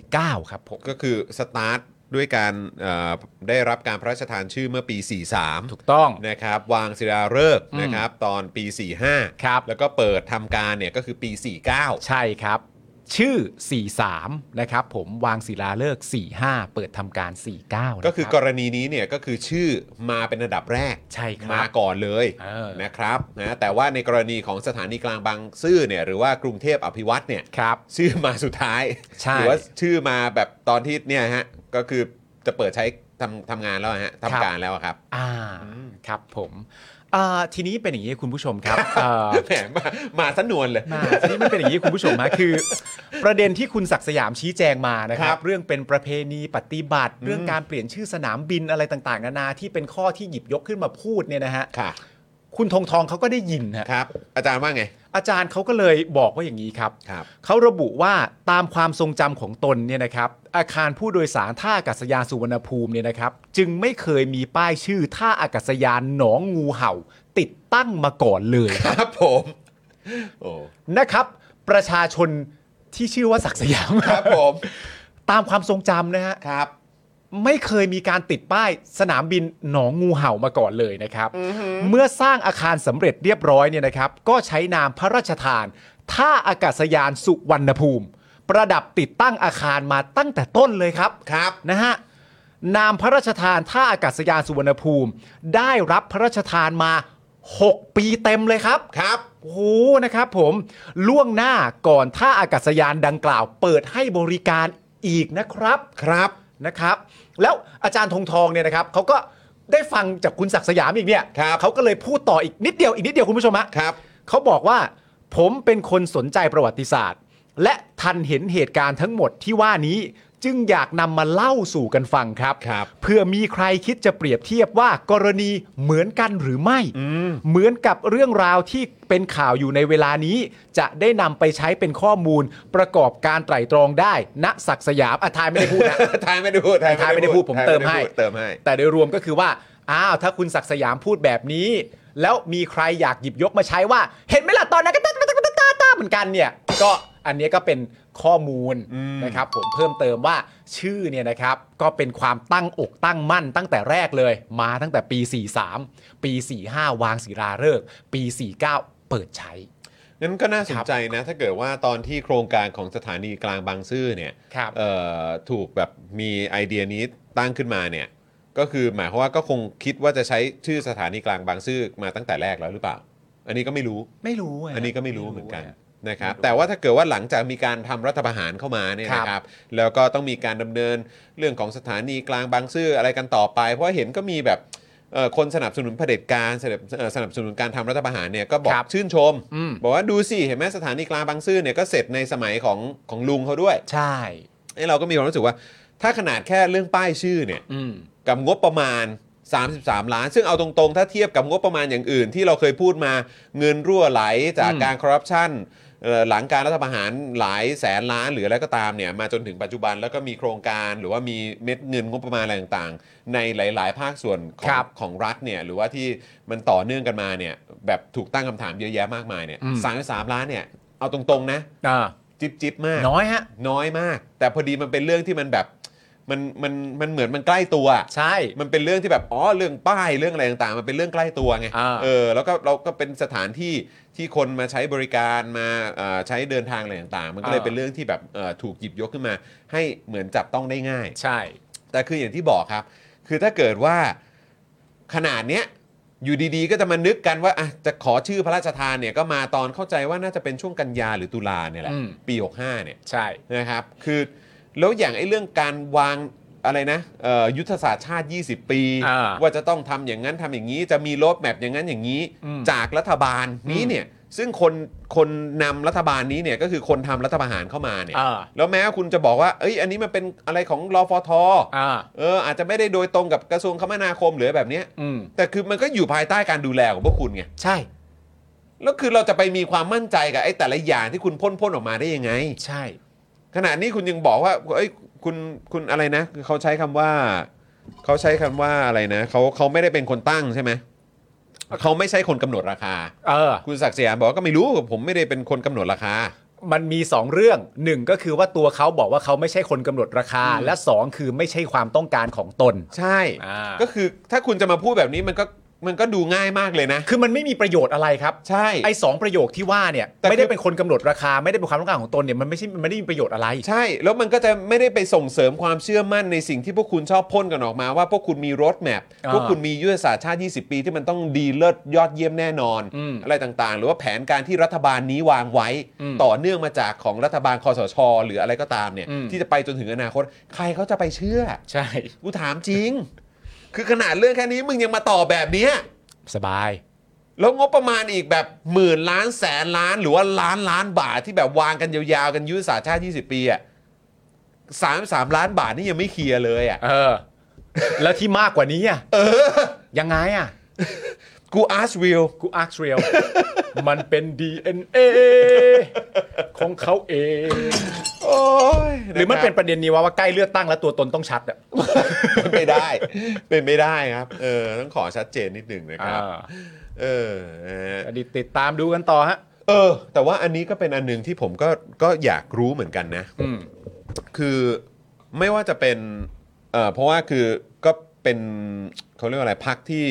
Speaker 4: 49 ครับผม
Speaker 3: ก็คือสตาร์ทด้วยการเอ่อได้รับการพระราชทานชื่อเมื่อปี 43
Speaker 4: ถูกต้อง
Speaker 3: นะครับวางศิลาฤกษ์นะครับตอนปี 45
Speaker 4: ครับ
Speaker 3: แล้วก็เปิดทำการเนี่ยก็คือปี 49
Speaker 4: ใช่ครับ ชื่อ 43 นะครับผมวางศิลาเลิกษ์45 เปิดทำการ 49นะรับ
Speaker 3: ก็คือกรณีนี้เนี่ยก็คือชื่อมาเป็นอันดับแรก
Speaker 4: ใช่ครับ
Speaker 3: มาก่อนเลย
Speaker 4: เออ
Speaker 3: นะครับนะแต่ว่าในกรณีของสถานีกลางบางซื่อเนี่ยหรือว่ากรุงเทพอภิวัตเนี่ย
Speaker 4: ครับ
Speaker 3: ชื่อมาสุดท้าย
Speaker 4: ใช่
Speaker 3: หรืว่าชื่อมาแบบตอนที่เนี่ยฮะก็คือจะเปิดใช้ทำทำงานแล้วฮะทำการแล้วอะครับ
Speaker 4: อ่าครับผมอ่าทีนี้เป็นอย่างนี้คุณผู้ชม ครับเอ่อ
Speaker 3: แหมมามาซะนวนเลย
Speaker 4: มาทีนี้มันเป็นอย่างนี้คุณผู้ชมฮะคือ ประเด็นที่คุณศักดิ์สยามชี้แจงมานะค
Speaker 3: ค
Speaker 4: รั
Speaker 3: รับ บ
Speaker 4: เรื่องเป็นประเพณีปฏิบัติ เรื่องการเปลี่ยนชื่อสนามบินอะไรต่างๆนานาที่เป็นข้อที่หยิบยกขึ้นมาพูดเนี่ยนะฮะ
Speaker 3: ค่ะ
Speaker 4: คุณธงทองเขาก็ได้ยินฮะ
Speaker 3: ครับ อาจารย์ว่าไง
Speaker 4: อาจารย์เขาก็เลยบอกว่าอย่างนี้ครับ
Speaker 3: ครับ
Speaker 4: เขาระบุว่าตามความทรงจำของตนเนี่ยนะครับ อาคารผู้โดยสารท่าอากาศยานสุวรรณภูมิเนี่ยนะครับ จึงไม่เคยมีป้ายชื่อท่าอากาศยานหนองงูเห่า ติดตั้งมาก่อนเลย
Speaker 3: ครับผม โอ้
Speaker 4: นะครับ ประชาชนที่ชื่อว่าศักดิ์สยาม
Speaker 3: ครับผม
Speaker 4: ตามความทรงจำนะฮะ
Speaker 3: ครับ
Speaker 4: ไม่เคยมีการติดป้ายสนามบินหนองงูเห่ามาก่อนเลยนะครับ เมื่อสร้างอาคารสำเร็จเรียบร้อยเนี่ยนะครับ ก็ใช้นามพระราชทานท่าอากาศยานสุวรรณภูมิ ประดับติดตั้งอาคารมาตั้งแต่ต้นเลยครับ
Speaker 3: ครับ
Speaker 4: นะฮะนามพระราชทานท่าอากาศยานสุวรรณภูมิ ได้รับพระราชทานมา 6 ปีเต็มเลยครับ
Speaker 3: ครับ
Speaker 4: โอ้โหนะครับผมล่วงหน้าก่อนท่าอากาศยานดังกล่าว เปิดให้บริการอีกนะครับ
Speaker 3: ครับ
Speaker 4: นะครับ แล้วอาจารย์ธงทองเนี่ยนะครับเขาก็ได้ฟังจากคุณศักดิ์สยามอีกเนี่ย
Speaker 3: ครับ
Speaker 4: เขาก็เลยพูดต่ออีกนิดเดียวอีกนิดเดียวคุณผู้ชมฮะ
Speaker 3: ครับ
Speaker 4: เขาบอกว่าผมเป็นคนสนใจประวัติศาสตร์ และทันเห็นเหตุการณ์ทั้งหมดที่ว่านี้ จึงอยากนำมาเล่าสู่กันฟังครับ
Speaker 3: ครับ
Speaker 4: เพื่อมีใครคิดจะเปรียบเทียบว่ากรณีเหมือนกันหรือไม่ เหมือนกับเรื่องราวที่เป็นข่าวอยู่ในเวลานี้ จะได้นำไปใช้เป็นข้อมูลประกอบการไตร่ตรองได้ณศักดิ์สยามอาทายไม่ได้พูดนะ
Speaker 3: ทายไม่ ได้พูด
Speaker 4: ทายไม่ได้พูดผม
Speaker 3: ทาย
Speaker 4: เติมให้
Speaker 3: ไได้พูดเติมให้
Speaker 4: แต่โดยรวมก็คือว่า อ้าว ถ้าคุณศักดิ์สยามพูดแบบนี้ แล้วมีใครอยากหยิบยกมาใช้ว่า เห็นไหมล่ะตอนนั้นก็ตาตาตาตาตาเหมือนกันเนี่ย ก็อันเนี้ยก็เป็นข้อมูลนะครับผมเพิ่มเติมว่าชื่อเนี่ยนะครับ ก็เป็นความตั้งอกตั้งมั่นตั้งแต่แรกเลย มาตั้งแต่ปี 43 ปี 45 วางศิลาฤกษ์ปี 49 เปิดใช้
Speaker 3: งั้นก็น่าสนใจนะ ถ้าเกิดว่าตอนที่โครงการของสถานีกลางบางซื่อเนี่ย
Speaker 4: ครับ
Speaker 3: เอ่อถูกแบบมีไอเดียนี้ตั้งขึ้นมาเนี่ย ก็คือหมายความว่าก็คงคิดว่าจะใช้ชื่อสถานีกลางบางซื่อมาตั้งแต่แรกแล้วหรือเปล่า อันนี้ก็ไม่รู้
Speaker 4: ไม่รู้ะ
Speaker 3: อันนี้ก็ไม่รู้เหมือนกันนะครับแต่ว่าถ้าเกิดว่าหลังจากมีการทำรัฐประหารเข้ามาเนี่ย
Speaker 4: ครับ
Speaker 3: นะครับแล้วก็ต้องมีการดำเนินเรื่องของสถานีกลางบางซื่ออะไรกันต่อไป เพราะเห็นก็มีแบบเอ่อคนสนับสนุนเผด็จการสนับเอ่อสนับสนุนการทำรัฐประหารเนี่ยก็บอกชื่นชม บอกว่าดูสิเห็นไหมสถานีกลางบางซื่อเนี่ยก็เสร็จในสมัยของของลุงเขาด้วย
Speaker 4: ใช่
Speaker 3: เอ้ยเราก็มีความรู้สึกว่า ถ้าขนาดแค่เรื่องป้ายชื่อเนี่ย
Speaker 4: อืม
Speaker 3: กับงบประมาณ 33 ล้าน ซึ่งเอาตรงๆ ถ้าเทียบกับงบประมาณอย่างอื่น ที่เราเคยพูดมาเงินรั่วไหลจาก
Speaker 4: อืม
Speaker 3: การคอร์รัปชันเอ่อหลังการรัฐประหารหลายแสนล้านหรืออะไรก็ตามเนี่ยมาจนถึงปัจจุบันแล้วก็มีโครงการหรือว่ามีเม็ดเงินงบประมาณอะไรต่างๆ ในหลาย ๆ ภาคส่วนขอ
Speaker 4: ค
Speaker 3: ง
Speaker 4: รับ
Speaker 3: ของรัฐเนี่ยหรือว่าที่มันต่อเนื่องกันมาเนี่ยแบบถูกตั้งคำถามเยอะแยะมากมายเนี่ย
Speaker 4: อืม
Speaker 3: สามสิบสามล้านเนี่ยเอาตรงๆนะ
Speaker 4: อ่า
Speaker 3: จิ๊บจิบๆมาก
Speaker 4: น้อยฮะ
Speaker 3: น้อยมาก แต่พอดีมันเป็นเรื่องที่มันแบบมันมันมันเหมือนมันใกล้ตัว
Speaker 4: ใช่
Speaker 3: มันเป็นเรื่องที่แบบอ๋อเรื่องป้ายเรื่องอะไรต่างๆ มันเป็นเรื่องใกล้ตัวไง
Speaker 4: อ่า
Speaker 3: เออแล้วก็เราก็เป็นสถานที่ที่คนมาใช้บริการมาเอ่อใช้เดินทางอะไรต่างๆ มันก็เลย
Speaker 4: อ่า
Speaker 3: เป็นเรื่องที่แบบเอ่อถูกหยิบยกขึ้นมา ให้เหมือนจับต้องได้ง่าย
Speaker 4: ใช่
Speaker 3: แต่คืออย่างที่บอกครับ คือถ้าเกิดว่าขนาดเนี้ยอยู่ดีๆ ก็จะมานึกกันว่าอ่ะจะขอชื่อพระราชทานเนี่ยก็มาตอนเข้าใจว่าน่าจะเป็นช่วงกันยาหรือตุลาเนี่ยแหละ
Speaker 4: อืม
Speaker 3: ปี 65เนี่ย
Speaker 4: ใช่
Speaker 3: นะครับ คือแล้วอย่างไอ้เรื่องการวางอะไรนะเอ่อยุทธศาสตร์ชาติ 20 ปี
Speaker 4: อ่า
Speaker 3: ว่าจะต้องทำอย่างนั้นทำอย่างนี้ จะมีโรดแมพอย่างนั้นอย่างนี้
Speaker 4: อืม
Speaker 3: จากรัฐบาลนี้เนี่ย ซึ่งคนคนนำรัฐบาลนี้เนี่ยก็คือคนทำรัฐประหารเข้ามาเนี่ย
Speaker 4: อ่า
Speaker 3: แล้วแม้ว่าคุณจะบอกว่า เอ้ย อันนี้มันเป็นอะไรของรอฟท
Speaker 4: อ่า
Speaker 3: เออ อาจจะไม่ได้โดยตรงกับกระทรวงคมนาคมหรือแบบเนี้ย
Speaker 4: อืม
Speaker 3: แต่คือมันก็อยู่ภายใต้การดูแลของพวกคุณไง
Speaker 4: ใช่
Speaker 3: แล้วคือเราจะไปมีความมั่นใจกับไอ้แต่ละอย่างที่คุณพ่นพ่นๆออกมาได้ยังไง
Speaker 4: ใช่
Speaker 3: ขณะนี้คุณยังบอกว่าเอ้ยคุณคุณอะไรนะคือเขาใช้คำว่า เขาใช้คำว่าอะไรนะเขาเขาไม่ได้เป็นคนตั้งใช่ไหมเขาไม่ใช่คนกำหนดราคา
Speaker 4: เออ
Speaker 3: คุณศักดิ์สยามบอกว่าก็ไม่รู้ผมไม่ได้เป็นคนกำหนดราคา
Speaker 4: มันมี 2 เรื่องหนึ่งก็คือว่าตัวเขาบอกว่าเขาไม่ใช่คนกำหนดราคา และ 2 คือไม่ใช่ความต้องการของตน
Speaker 3: ใช่
Speaker 4: อ่า
Speaker 3: ก็คือถ้าคุณจะมาพูดแบบนี้มันก็มันก็ดูง่ายมากเลยนะ
Speaker 4: คือมันไม่มีประโยชน์อะไรครับ
Speaker 3: ใช่
Speaker 4: ไอ้สองประโยคที่ว่าเนี่ย
Speaker 3: แต่คือ
Speaker 4: ไม่ได้เป็นคนกำหนดราคา ไม่ได้เป็นความต้องการของตนเนี่ยมันไม่ใช่มันไม่ได้มีประโยชน์อะไร
Speaker 3: ใช่แล้วมันก็จะไม่ได้ไปส่งเสริมความเชื่อมั่นในสิ่งที่พวกคุณชอบพ่นกันออกมาว่าพวกคุณมีรถแมพ
Speaker 4: อ่า
Speaker 3: พวกคุณมียุทธศาสตร์ชาติ 20 ปีที่มันต้องดีเลิศยอดเยี่ยมแน่นอน
Speaker 4: อืม
Speaker 3: ไรต่างๆ หรือว่าแผนการที่รัฐบาลนี้วางไว้
Speaker 4: อืม
Speaker 3: ต่อเนื่องมาจากของรัฐบาลคอสช หรืออะไรก็ตามเนี่ย
Speaker 4: อืม
Speaker 3: ที่จะไปจนถึงอนาคต ใครเขาจะไปเชื่อ
Speaker 4: ใช่
Speaker 3: กูถามจริง คือขนาดเรื่องแค่นี้มึงยังมาต่อแบบเนี้ย
Speaker 4: สบาย
Speaker 3: แล้วงบประมาณอีกแบบหมื่นล้านแสนล้านหรือว่าล้านล้านบาทที่แบบวางกันยาวๆกันยุทธศาสตร์ชาติ 20 ปีอะ สามสามล้านบาทนี่ยังไม่เคลียร์เลยอ่ะ
Speaker 4: เออ แล้วที่มากกว่านี้อ่ะ
Speaker 3: เออ
Speaker 4: ยังไงอ่ะ
Speaker 3: กูอาร์ชวิล
Speaker 4: กูอาร์คเรียลมันเป็น DNA ของเขาเอง
Speaker 3: โอ้ย
Speaker 4: หรือมันเป็นะ
Speaker 3: ค
Speaker 4: ป
Speaker 3: บ
Speaker 4: ระเด็นนี้ว่าว่าใกล้เลือกตั้งแล้วตัวตนต้องชัดอ่ะ
Speaker 3: เป็น ไม่ได้ เป็นไม่ได้ครับ เออ ต้องขอชัดเจนนิดหนึ่งนะครับ
Speaker 4: อ่า
Speaker 3: เออนะฮะ
Speaker 4: อดีตติดตามดูกันต่อฮะ
Speaker 3: เออ แต่ว่าอันนี้ก็เป็นอันหนึ่งที่ผมก็ก็อยากรู้เหมือนกันนะ
Speaker 4: อืม
Speaker 3: คือไม่ว่าจะเป็นเอ่อเพราะว่าคือก็เป็นเขาเรียกว่าอะไรพักที่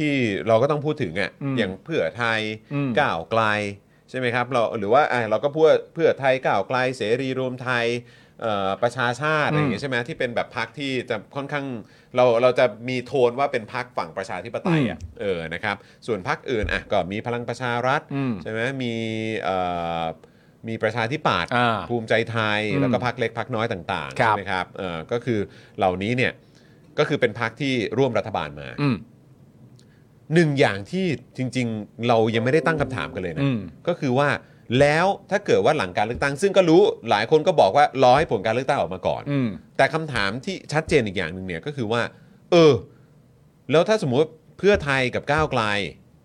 Speaker 3: ที่เราก็ต้องพูดถึงอะ่ะ
Speaker 4: อืม
Speaker 3: อย่างเพื่อไทย
Speaker 4: อืม
Speaker 3: ก้าวไกลใช่ไหมครับเราหรือว่าอ่ะเราก็พูดเพื่อไทยก้าวไกลเสรีรวมไทยเอ่อประชาชาติอะไรอย่างเงี้ยใช่ไหมที่เป็นแบบพักที่จะค่อนข้างเราเราจะมีโทนว่าเป็นพักฝั่งประชาธิปไตยอ่ะเออนะครับส่วนพักอื่นอ่ะก็มีพลังประชารัฐ
Speaker 4: อืม
Speaker 3: ใช่ไหมมีเอ่อมีประชาธิปัตย์
Speaker 4: อ่า
Speaker 3: ภูมิใจไทย
Speaker 4: อืม
Speaker 3: แล้วก็พักเล็กพักน้อยต่างๆ
Speaker 4: ครั
Speaker 3: ใช่
Speaker 4: บ
Speaker 3: ไหมครับเอ่อก็คือเหล่านี้เนี่ยก็คือเป็นพักที่ร่วมรัฐบาลมา
Speaker 4: อืม
Speaker 3: หนึ่งอย่างที่จริง ๆ เรายังไม่ได้ตั้งคำถามกันเลยนะ
Speaker 4: อืม
Speaker 3: ก็คือว่าแล้วถ้าเกิดว่าหลังการเลือกตั้ง ซึ่งก็รู้หลายคนก็บอกว่ารอให้ผลการเลือกตั้งออกมาก่อน
Speaker 4: อืม
Speaker 3: แต่คำถามที่ชัดเจนอีกอย่างหนึ่งเนี่ยก็คือว่า เออ แล้วถ้าสมมุติเพื่อไทยกับก้าวไกล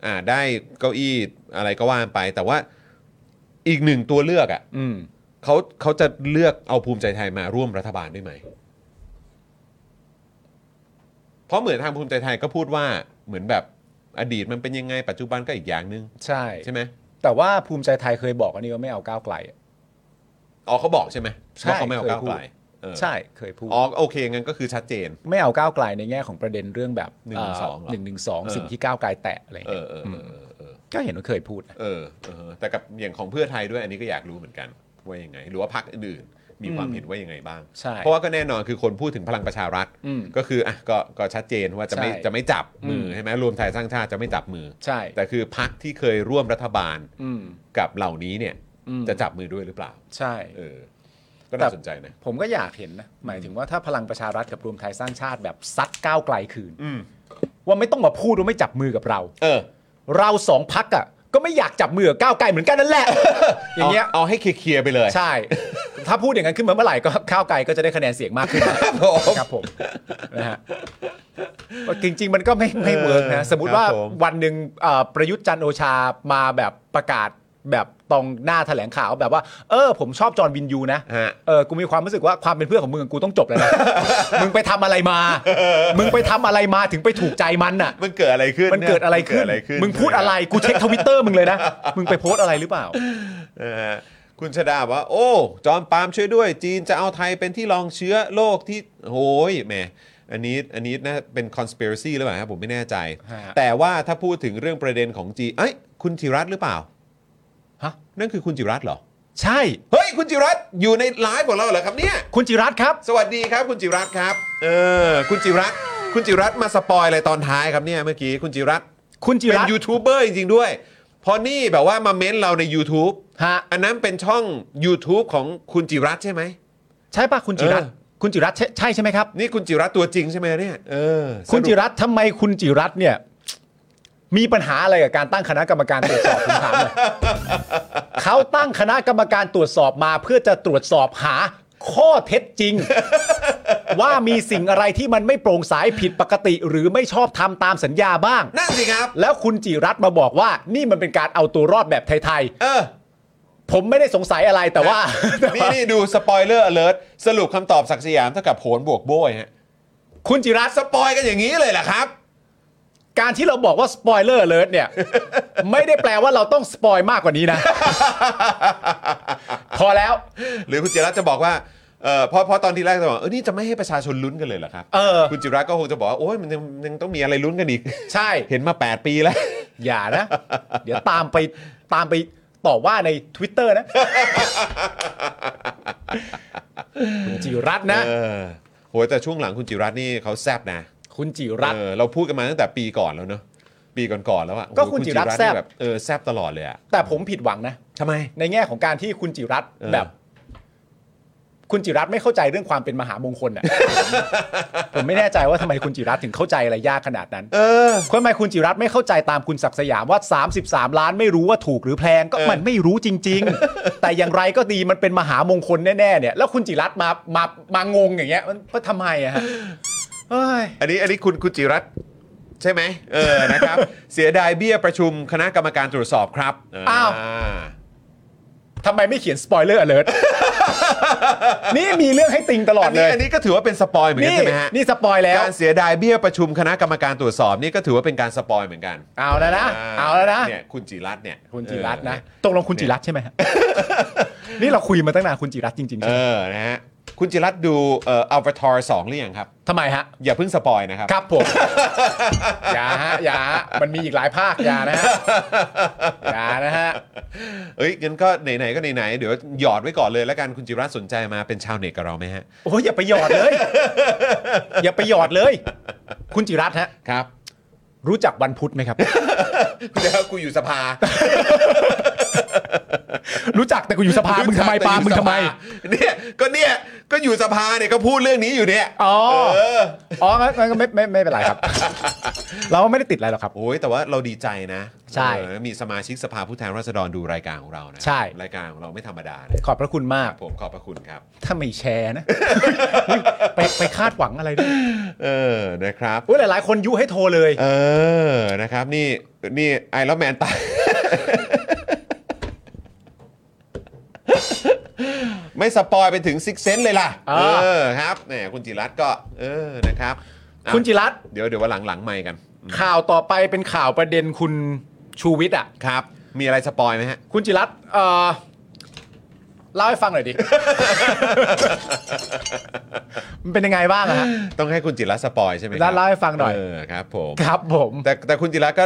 Speaker 3: อ่าได้เก้าอี้อะไรก็ว่าไป แต่ว่าอีกหนึ่งตัวเลือกอ่ะ
Speaker 4: อืม
Speaker 3: เขาเขาจะเลือกเอาภูมิใจไทยมาร่วมรัฐบาลด้วยไหม เพราะเหมือนทางภูมิใจไทยก็พูดว่าเหมือนแบบอดีตมันเป็นยังไง ปัจจุบันก็อีกอย่างหนึง
Speaker 4: ใช่
Speaker 3: ใช่ไหม
Speaker 4: แต่ว่าภูมิใจไทยเคยบอกอันนี้ว่าไม่เอาก้าวไกลอะ
Speaker 3: อ๋อเขาบอกใช่ไหม
Speaker 4: ใช่
Speaker 3: ว่าเขาไม่เอาก้าวไกล
Speaker 4: เคยพูด
Speaker 3: เออ
Speaker 4: ใช่เคยพูด
Speaker 3: อ๋อโอเคงั้นก็คือชัดเจน
Speaker 4: ไม่เอาก้าวไกลในแง่ของประเด็นเรื่องแบบ
Speaker 3: 112เหรอ
Speaker 4: หนึ่งหนึ่งสอง
Speaker 3: เออ
Speaker 4: สิ่งที่ก้าวไกลแตะอะไรอย่าง
Speaker 3: เอ
Speaker 4: เงี้
Speaker 3: อเออ
Speaker 4: ย
Speaker 3: เออเออเออ
Speaker 4: ก็เห็นว่าเคยพูดนะ
Speaker 3: เออเออแต่กับอย่างของเพื่อไทยด้วยอันนี้ก็อยากรู้เหมือนกันว่ายังไง หรือว่าพรรคอื่นๆมีความเห็นว่ายังไงบ้าง
Speaker 4: ใช่
Speaker 3: เพราะว่าก็แน่นอนคือคนพูดถึงพลังประชารัฐ
Speaker 4: อืม
Speaker 3: ก็คืออ่ะก็ก็ชัดเจนว่าจะไม่
Speaker 4: ใช่
Speaker 3: จะไม่จับมืออ
Speaker 4: ม
Speaker 3: ใช่ไหมรวมไทยสร้างชาติจะไม่จับมือ
Speaker 4: ใช่
Speaker 3: แต่คือพักที่เคยร่วมรัฐบาล
Speaker 4: อืม
Speaker 3: กับเหล่านี้เนี่ย
Speaker 4: อืม
Speaker 3: จะจับมือด้วยหรือเปล่า
Speaker 4: ใช่
Speaker 3: เออ ก็น่า
Speaker 4: แต่
Speaker 3: สนใจนะ
Speaker 4: ผมก็อยากเห็นนะ หมายถึงว่าถ้าพลังประชารัฐกับรวมไทยสร้างชาติแบบซัดก้าวไกลคืน
Speaker 3: อืม
Speaker 4: ว่าไม่ต้องมาพูดว่าไม่จับมือกับเรา
Speaker 3: เออ
Speaker 4: เราสองพักอ่ะก็ไม่อยากจับมือกับก้าวไกลเหมือนกันนั่นแหละ อย่างเงี้ย
Speaker 3: เอาให้เคลียร์ๆไปเลย
Speaker 4: ใช่ ถ้าพูดอย่างนั้นขึ้นมาเมื่อไหร่ก็ก้าวไกลก็จะได้คะแนนเสียงมากขึ้น
Speaker 3: ครับผม
Speaker 4: ครับผมนะฮะจริง ๆ มันก็ไม่ไม่เวิร์กนะ สมมติว่า
Speaker 3: ครับผม
Speaker 4: วันหนึ่งเอ่อประยุทธ์จันทร์โอชามาแบบประกาศแบบตรงหน้าแถลงข่าวแบบว่า เออ ผมชอบจอร์นวินยูนะ
Speaker 3: ฮะ
Speaker 4: เออกูมีความรู้สึกว่าความเป็นเพื่อนของมึงกับกูต้องจบแล้วนะ มึงไปทำอะไรมา มึงไปทำอะไรมาถึงไปถูกใจมันน่ะ
Speaker 3: มันเกิดอะไรขึ้น
Speaker 4: มันเกิดอะไรขึ้น
Speaker 3: มัเกิ
Speaker 4: มึงพูดอะไรกูเช็คทวิตเตอร์มึงเลยนะ มึงไปโพสต์อะไรหรือเปล่า
Speaker 3: นะฮะคุณชดาบอกว่า โอ้ จอมปาล์มช่วยด้วย จีนจะเอาไทยเป็นที่รองเชื้อโรคที่โอ้ยแหมอันนี้อันนี้นะเป็น conspiracy หรือเปล่าครับผมไม่แน่ใจ
Speaker 4: ฮะ
Speaker 3: แต่ว่าถ้าพูดถึงเรื่องประเด็นของจีนเอ้ยคุณจิรัตน์หรือเปล่า
Speaker 4: ฮะ
Speaker 3: นั่นคือคุณจิรัตน์เหรอ
Speaker 4: ใช่
Speaker 3: เฮ้ย คุณจิรัตน์อยู่ในไลฟ์ของเราเหรอครับเนี่ย
Speaker 4: คุณจิรัตน์ครับ
Speaker 3: สวัสดีครับคุณจิรัตน์ครับ เออ คุณจิรัตน์ คุ คุณจิรัตน์มาสปอยอะไรตอนท้ายครับเนี่ยเมื่อกี้คุณจิรัตน์
Speaker 4: คุณจิ
Speaker 3: เป็น
Speaker 4: รัตน์
Speaker 3: ยูทูบเบอร์จริง ๆ ด้วย เพอนี่แบบว่ามาเม้นเราใน YouTube
Speaker 4: ฮะ
Speaker 3: อันนั้นเป็นช่อง YouTube ของคุณจิรัตน์ใช่ไหม
Speaker 4: ใช่ปะคุณจิรัตน์
Speaker 3: เออ
Speaker 4: คุณจิรัตน์ใช่ใช่ใช่ไหมครับ
Speaker 3: นี่คุณจิรัตน์ตัวจริงใช่ไหมเนี่ยเออสป
Speaker 4: คุณจิรัตน์ทำไมคุณจิรัตน์เนี่ย มีปัญหาอะไรกับการตั้งคณะกรรมการตรวจสอบผมถาม เลยเขาตั้งคณะกรรมการตรวจสอบมาเพื่อจะตรวจสอบหาข้อเท็จจริง ว่ามีสิ่งอะไรที่มันไม่โปร่งใสผิดปกติ หรือไม่ชอบทำตามสัญญาบ้าง
Speaker 3: นั่นสิครับ
Speaker 4: แล้วคุณจิรัตน์มาบอกว่า นี่มันเป็นการเอาตัวรอดแบบไทย
Speaker 3: เออ
Speaker 4: ๆผมไม่ได้สงสัยอะไรแต่ว่า
Speaker 3: นี่นี่ดูสปอยเลอร์ alert สรุปคำตอบศักดิ์สยามเท่ากับโผนบวกโบยฮะ
Speaker 4: คุณจิรัตน์
Speaker 3: สปอยกันอย่างนี้เลยเหรอครับ
Speaker 4: การที่เราบอกว่าสปอยเลอร์เลิศเนี่ย ไม่ได้แปลว่าเราต้องสปอยมากกว่านี้นะ พอแล้ว
Speaker 3: หรือคุณจิรัตน์จะบอกว่าเออเพราะเพราะตอนที่แรกจะบอกเออนี่จะไม่ให้ประชาชนลุ้นกันเลยเหรอครับ
Speaker 4: เออ
Speaker 3: คุณจิรัตน์ก็คงจะบอกว่าโอ้ยมันยังยังต้องมีอะไรลุ้นกัน อีก
Speaker 4: ใช่
Speaker 3: เห็นมา 8 ปีแล้ว
Speaker 4: อย่านะ เดี๋ยวตามไปตามไปต่อว่าใน Twitter นะ คุณจิรัตน์นะ
Speaker 3: เออโหแต่ช่วงหลังคุณจิรัตน์นี่เขาแซบนะ
Speaker 4: คุณจิรัต
Speaker 3: เอ
Speaker 4: น์
Speaker 3: อเราพูดกันมาตั้งแต่ปีก่อนแล้วเนอะปีก่อนๆแล้วอะ
Speaker 4: ก็คุณจิรัตน์แซ่บ
Speaker 3: นี่เออแซบตลอดเลยอะ
Speaker 4: แต่ผมผิดหวังนะ
Speaker 3: ทำไม
Speaker 4: ในแง่ของการที่คุณจิรัตน์
Speaker 3: เออ
Speaker 4: แบบ คุณจิรัตน์ไม่เข้าใจเรื่องความเป็นมหามงค ลอ่ะ ผมผมไม่แน่ใจว่าทำไมคุณจิรัตน์ถึงเข้าใจอะไรยากขนาดนั้น
Speaker 3: เออ
Speaker 4: ทำไมคุณจิรัตน์ไม่เข้าใจตามคุณศักดิ์สยามว่า 33 ล้านไม่รู้ว่าถูกหรือแพงก็
Speaker 3: เออ
Speaker 4: มันไม่รู้จริง ๆ แต่อย่างไรก็ดีมันเป็นมหามงคลแน่ๆเนี่ย แล้วคุณจิรัตน์มามามางงอย่างเงี้ยมันมันทำไมอะฮะเอ้ย
Speaker 3: อันนี้อันนี้คุณคุณจิรัตน์ใช่ไหมเออนะครับ เสียดายเบี้ยประชุมคณะกรรมการตรวจสอบครับ
Speaker 4: อ้าว ทำไมไม่เขียนสปอยเลอร์ alert นี่มีเรื่องให้ติงตลอ
Speaker 3: อั
Speaker 4: ด
Speaker 3: น
Speaker 4: เล
Speaker 3: นี้
Speaker 4: ย
Speaker 3: อันนี้ก็ถือว่าเป็นสปอยเหมือนกันใช่ไหมฮะ
Speaker 4: นี่สปอยแล้ว
Speaker 3: การเสียดายเบี้ยประชุมคณะกรรมการตรวจสอบนี่ก็ถือว่าเป็นการสปอยเหมือนกัน
Speaker 4: เอาแล้วนะ
Speaker 3: า
Speaker 4: เอาแล้วนะ
Speaker 3: เนี่ยคุณจิรัตน์เนี่ย
Speaker 4: คุณจิรัตน์นะ
Speaker 3: เออ
Speaker 4: ตกลงคุณจิรัตน์ใช่ไหมฮะ นี่เราคุยมาตั้งนานคุณจิรัตน์จริงๆ
Speaker 3: เออ
Speaker 4: ใช่ไหม
Speaker 3: นะฮะ คุณจิรัตน์ดูเอ่ออัลฟาทอร์สองหรือยังครับ
Speaker 4: ทำไมฮะ
Speaker 3: อย่าเพิ่งสปอยนะครับ
Speaker 4: ครับผมอย่าฮะอย่าฮะมันมีอีกหลายภาคอย่านะฮะอย่านะฮะ
Speaker 3: เอ้ยงั้นก็ไหนๆก็ไหนๆเดี๋ยวหยอดไว้ก่อนเลยแล้วกันคุณจิรัตน์สนใจมาเป็นชาวเน็ตกับเราไหมฮะ
Speaker 4: โอ้ยอย่าไปหยอดเลย อย่าไปหยอดเลย คุณจิรัตน์ฮะ
Speaker 3: ครับ
Speaker 4: รู้จักวันพุธไหมครับ
Speaker 3: เดี๋ยวกูอยู่สภา
Speaker 4: รู้จักแต่กูอยู่สภามึงทำไมปาล์มมึงทำไม
Speaker 3: เนี่ยก็เนี่ยก็อยู่สภาเนี่ยก็พูดเรื่องนี้อยู่เนี่ย
Speaker 4: อ๋อ
Speaker 3: เออ
Speaker 4: อ๋องั้นงั้นก็ไม่ไม่ไม่เป็นไรครับ เราไม่ได้ติดอะไรหรอกครับ
Speaker 3: โอ้ยแต่ว่าเราดีใจนะ
Speaker 4: ใช่
Speaker 3: เออมีสมาชิกสภาผู้แทนราษฎรดูรายการของเรานะ
Speaker 4: ใช่
Speaker 3: รายการของเราไม่ธรรมดานะ
Speaker 4: ขอบพระคุณมาก
Speaker 3: ผมขอบพระคุณครับ
Speaker 4: ถ้าไม่แชร์นะ ไปไปคาดหวังอะไรด้วย
Speaker 3: เออนะครับ
Speaker 4: โอ้ยหลาย ๆ คนยุให้โทรเลย
Speaker 3: เออ นะครับ นี่ นี่ไอรอนแมนตาย ไม่สปอยไปถึงซิกเซนเลยล่ะ
Speaker 4: อ่า
Speaker 3: เออ ครับแหมคุณจิรัตน์ก็ เออ นะครับอ่ะ
Speaker 4: คุณจิรัตน์
Speaker 3: เดี๋ยว เดี๋ยววันหลังหลังไม่กัน
Speaker 4: ข่าวต่อไปเป็นข่าวประเด็นคุณชูวิทย์อ่ะ
Speaker 3: ครับ มีอะไรสปอยไหมฮะ
Speaker 4: คุณจิรัตน์เอ่อเล่าให้ฟังหน่อย ดิ มันเป็นยังไงบ้างอะฮะ
Speaker 3: ต้องให้คุณจิรัตน์สปอยใช่ไหมครับ
Speaker 4: เล่าเล่าให้ฟังหน่อย
Speaker 3: เออ ครับผม
Speaker 4: ครับผม
Speaker 3: แต่ แต่คุณจิรัตน์ก็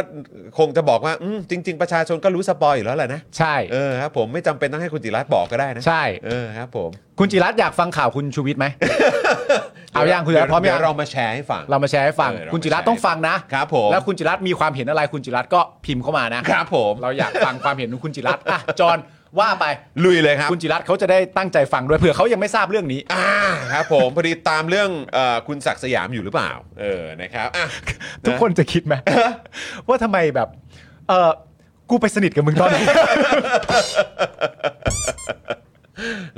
Speaker 3: คงจะบอกว่า อืม จริง ๆ ประชาชนก็รู้สปอยอยู่แล้วแหละนะ
Speaker 4: ใช่
Speaker 3: เออ ครับผม ไม่จำเป็นต้องให้คุณจิรัตน์บอกก็ได้นะ
Speaker 4: ใช่
Speaker 3: เออ ครับผม
Speaker 4: คุณจิรัตน์อยากฟังข่าวคุณชูวิทย์ไหม เอายังคุณจิรัตน์พร้อม
Speaker 3: เดี๋
Speaker 4: ยั
Speaker 3: ว
Speaker 4: ง
Speaker 3: เรามาแชร์ให้ฟัง
Speaker 4: เรามาแชร์ให้ฟัง
Speaker 3: เออเรา
Speaker 4: คุณจิรัตน์ต้องฟังนะครับ
Speaker 3: ผม
Speaker 4: แล้วคุณจิรัตน์มีความเห็นอะไร คุณจิรัตน์ก็พิมพ์เข้ามานะ
Speaker 3: ครับผม
Speaker 4: เราอยากฟังความเห็นของคุณจิรัตน์อ่ะจอนว่าไป
Speaker 3: ลุยเลยครับ
Speaker 4: คุณจิรัตน์เขาจะได้ตั้งใจฟังด้วยเผื่อเขายังไม่ทราบเรื่องนี้
Speaker 3: อ่าครับผม พอดีตามเรื่องเออคุณศักดิ์สยามอยู่หรือเปล่า เออนะครับอ่ะ
Speaker 4: ทุกคนจะคิดไหม ว่าทำไมแบบ เออกูไปสนิทกับมึงตอนไหน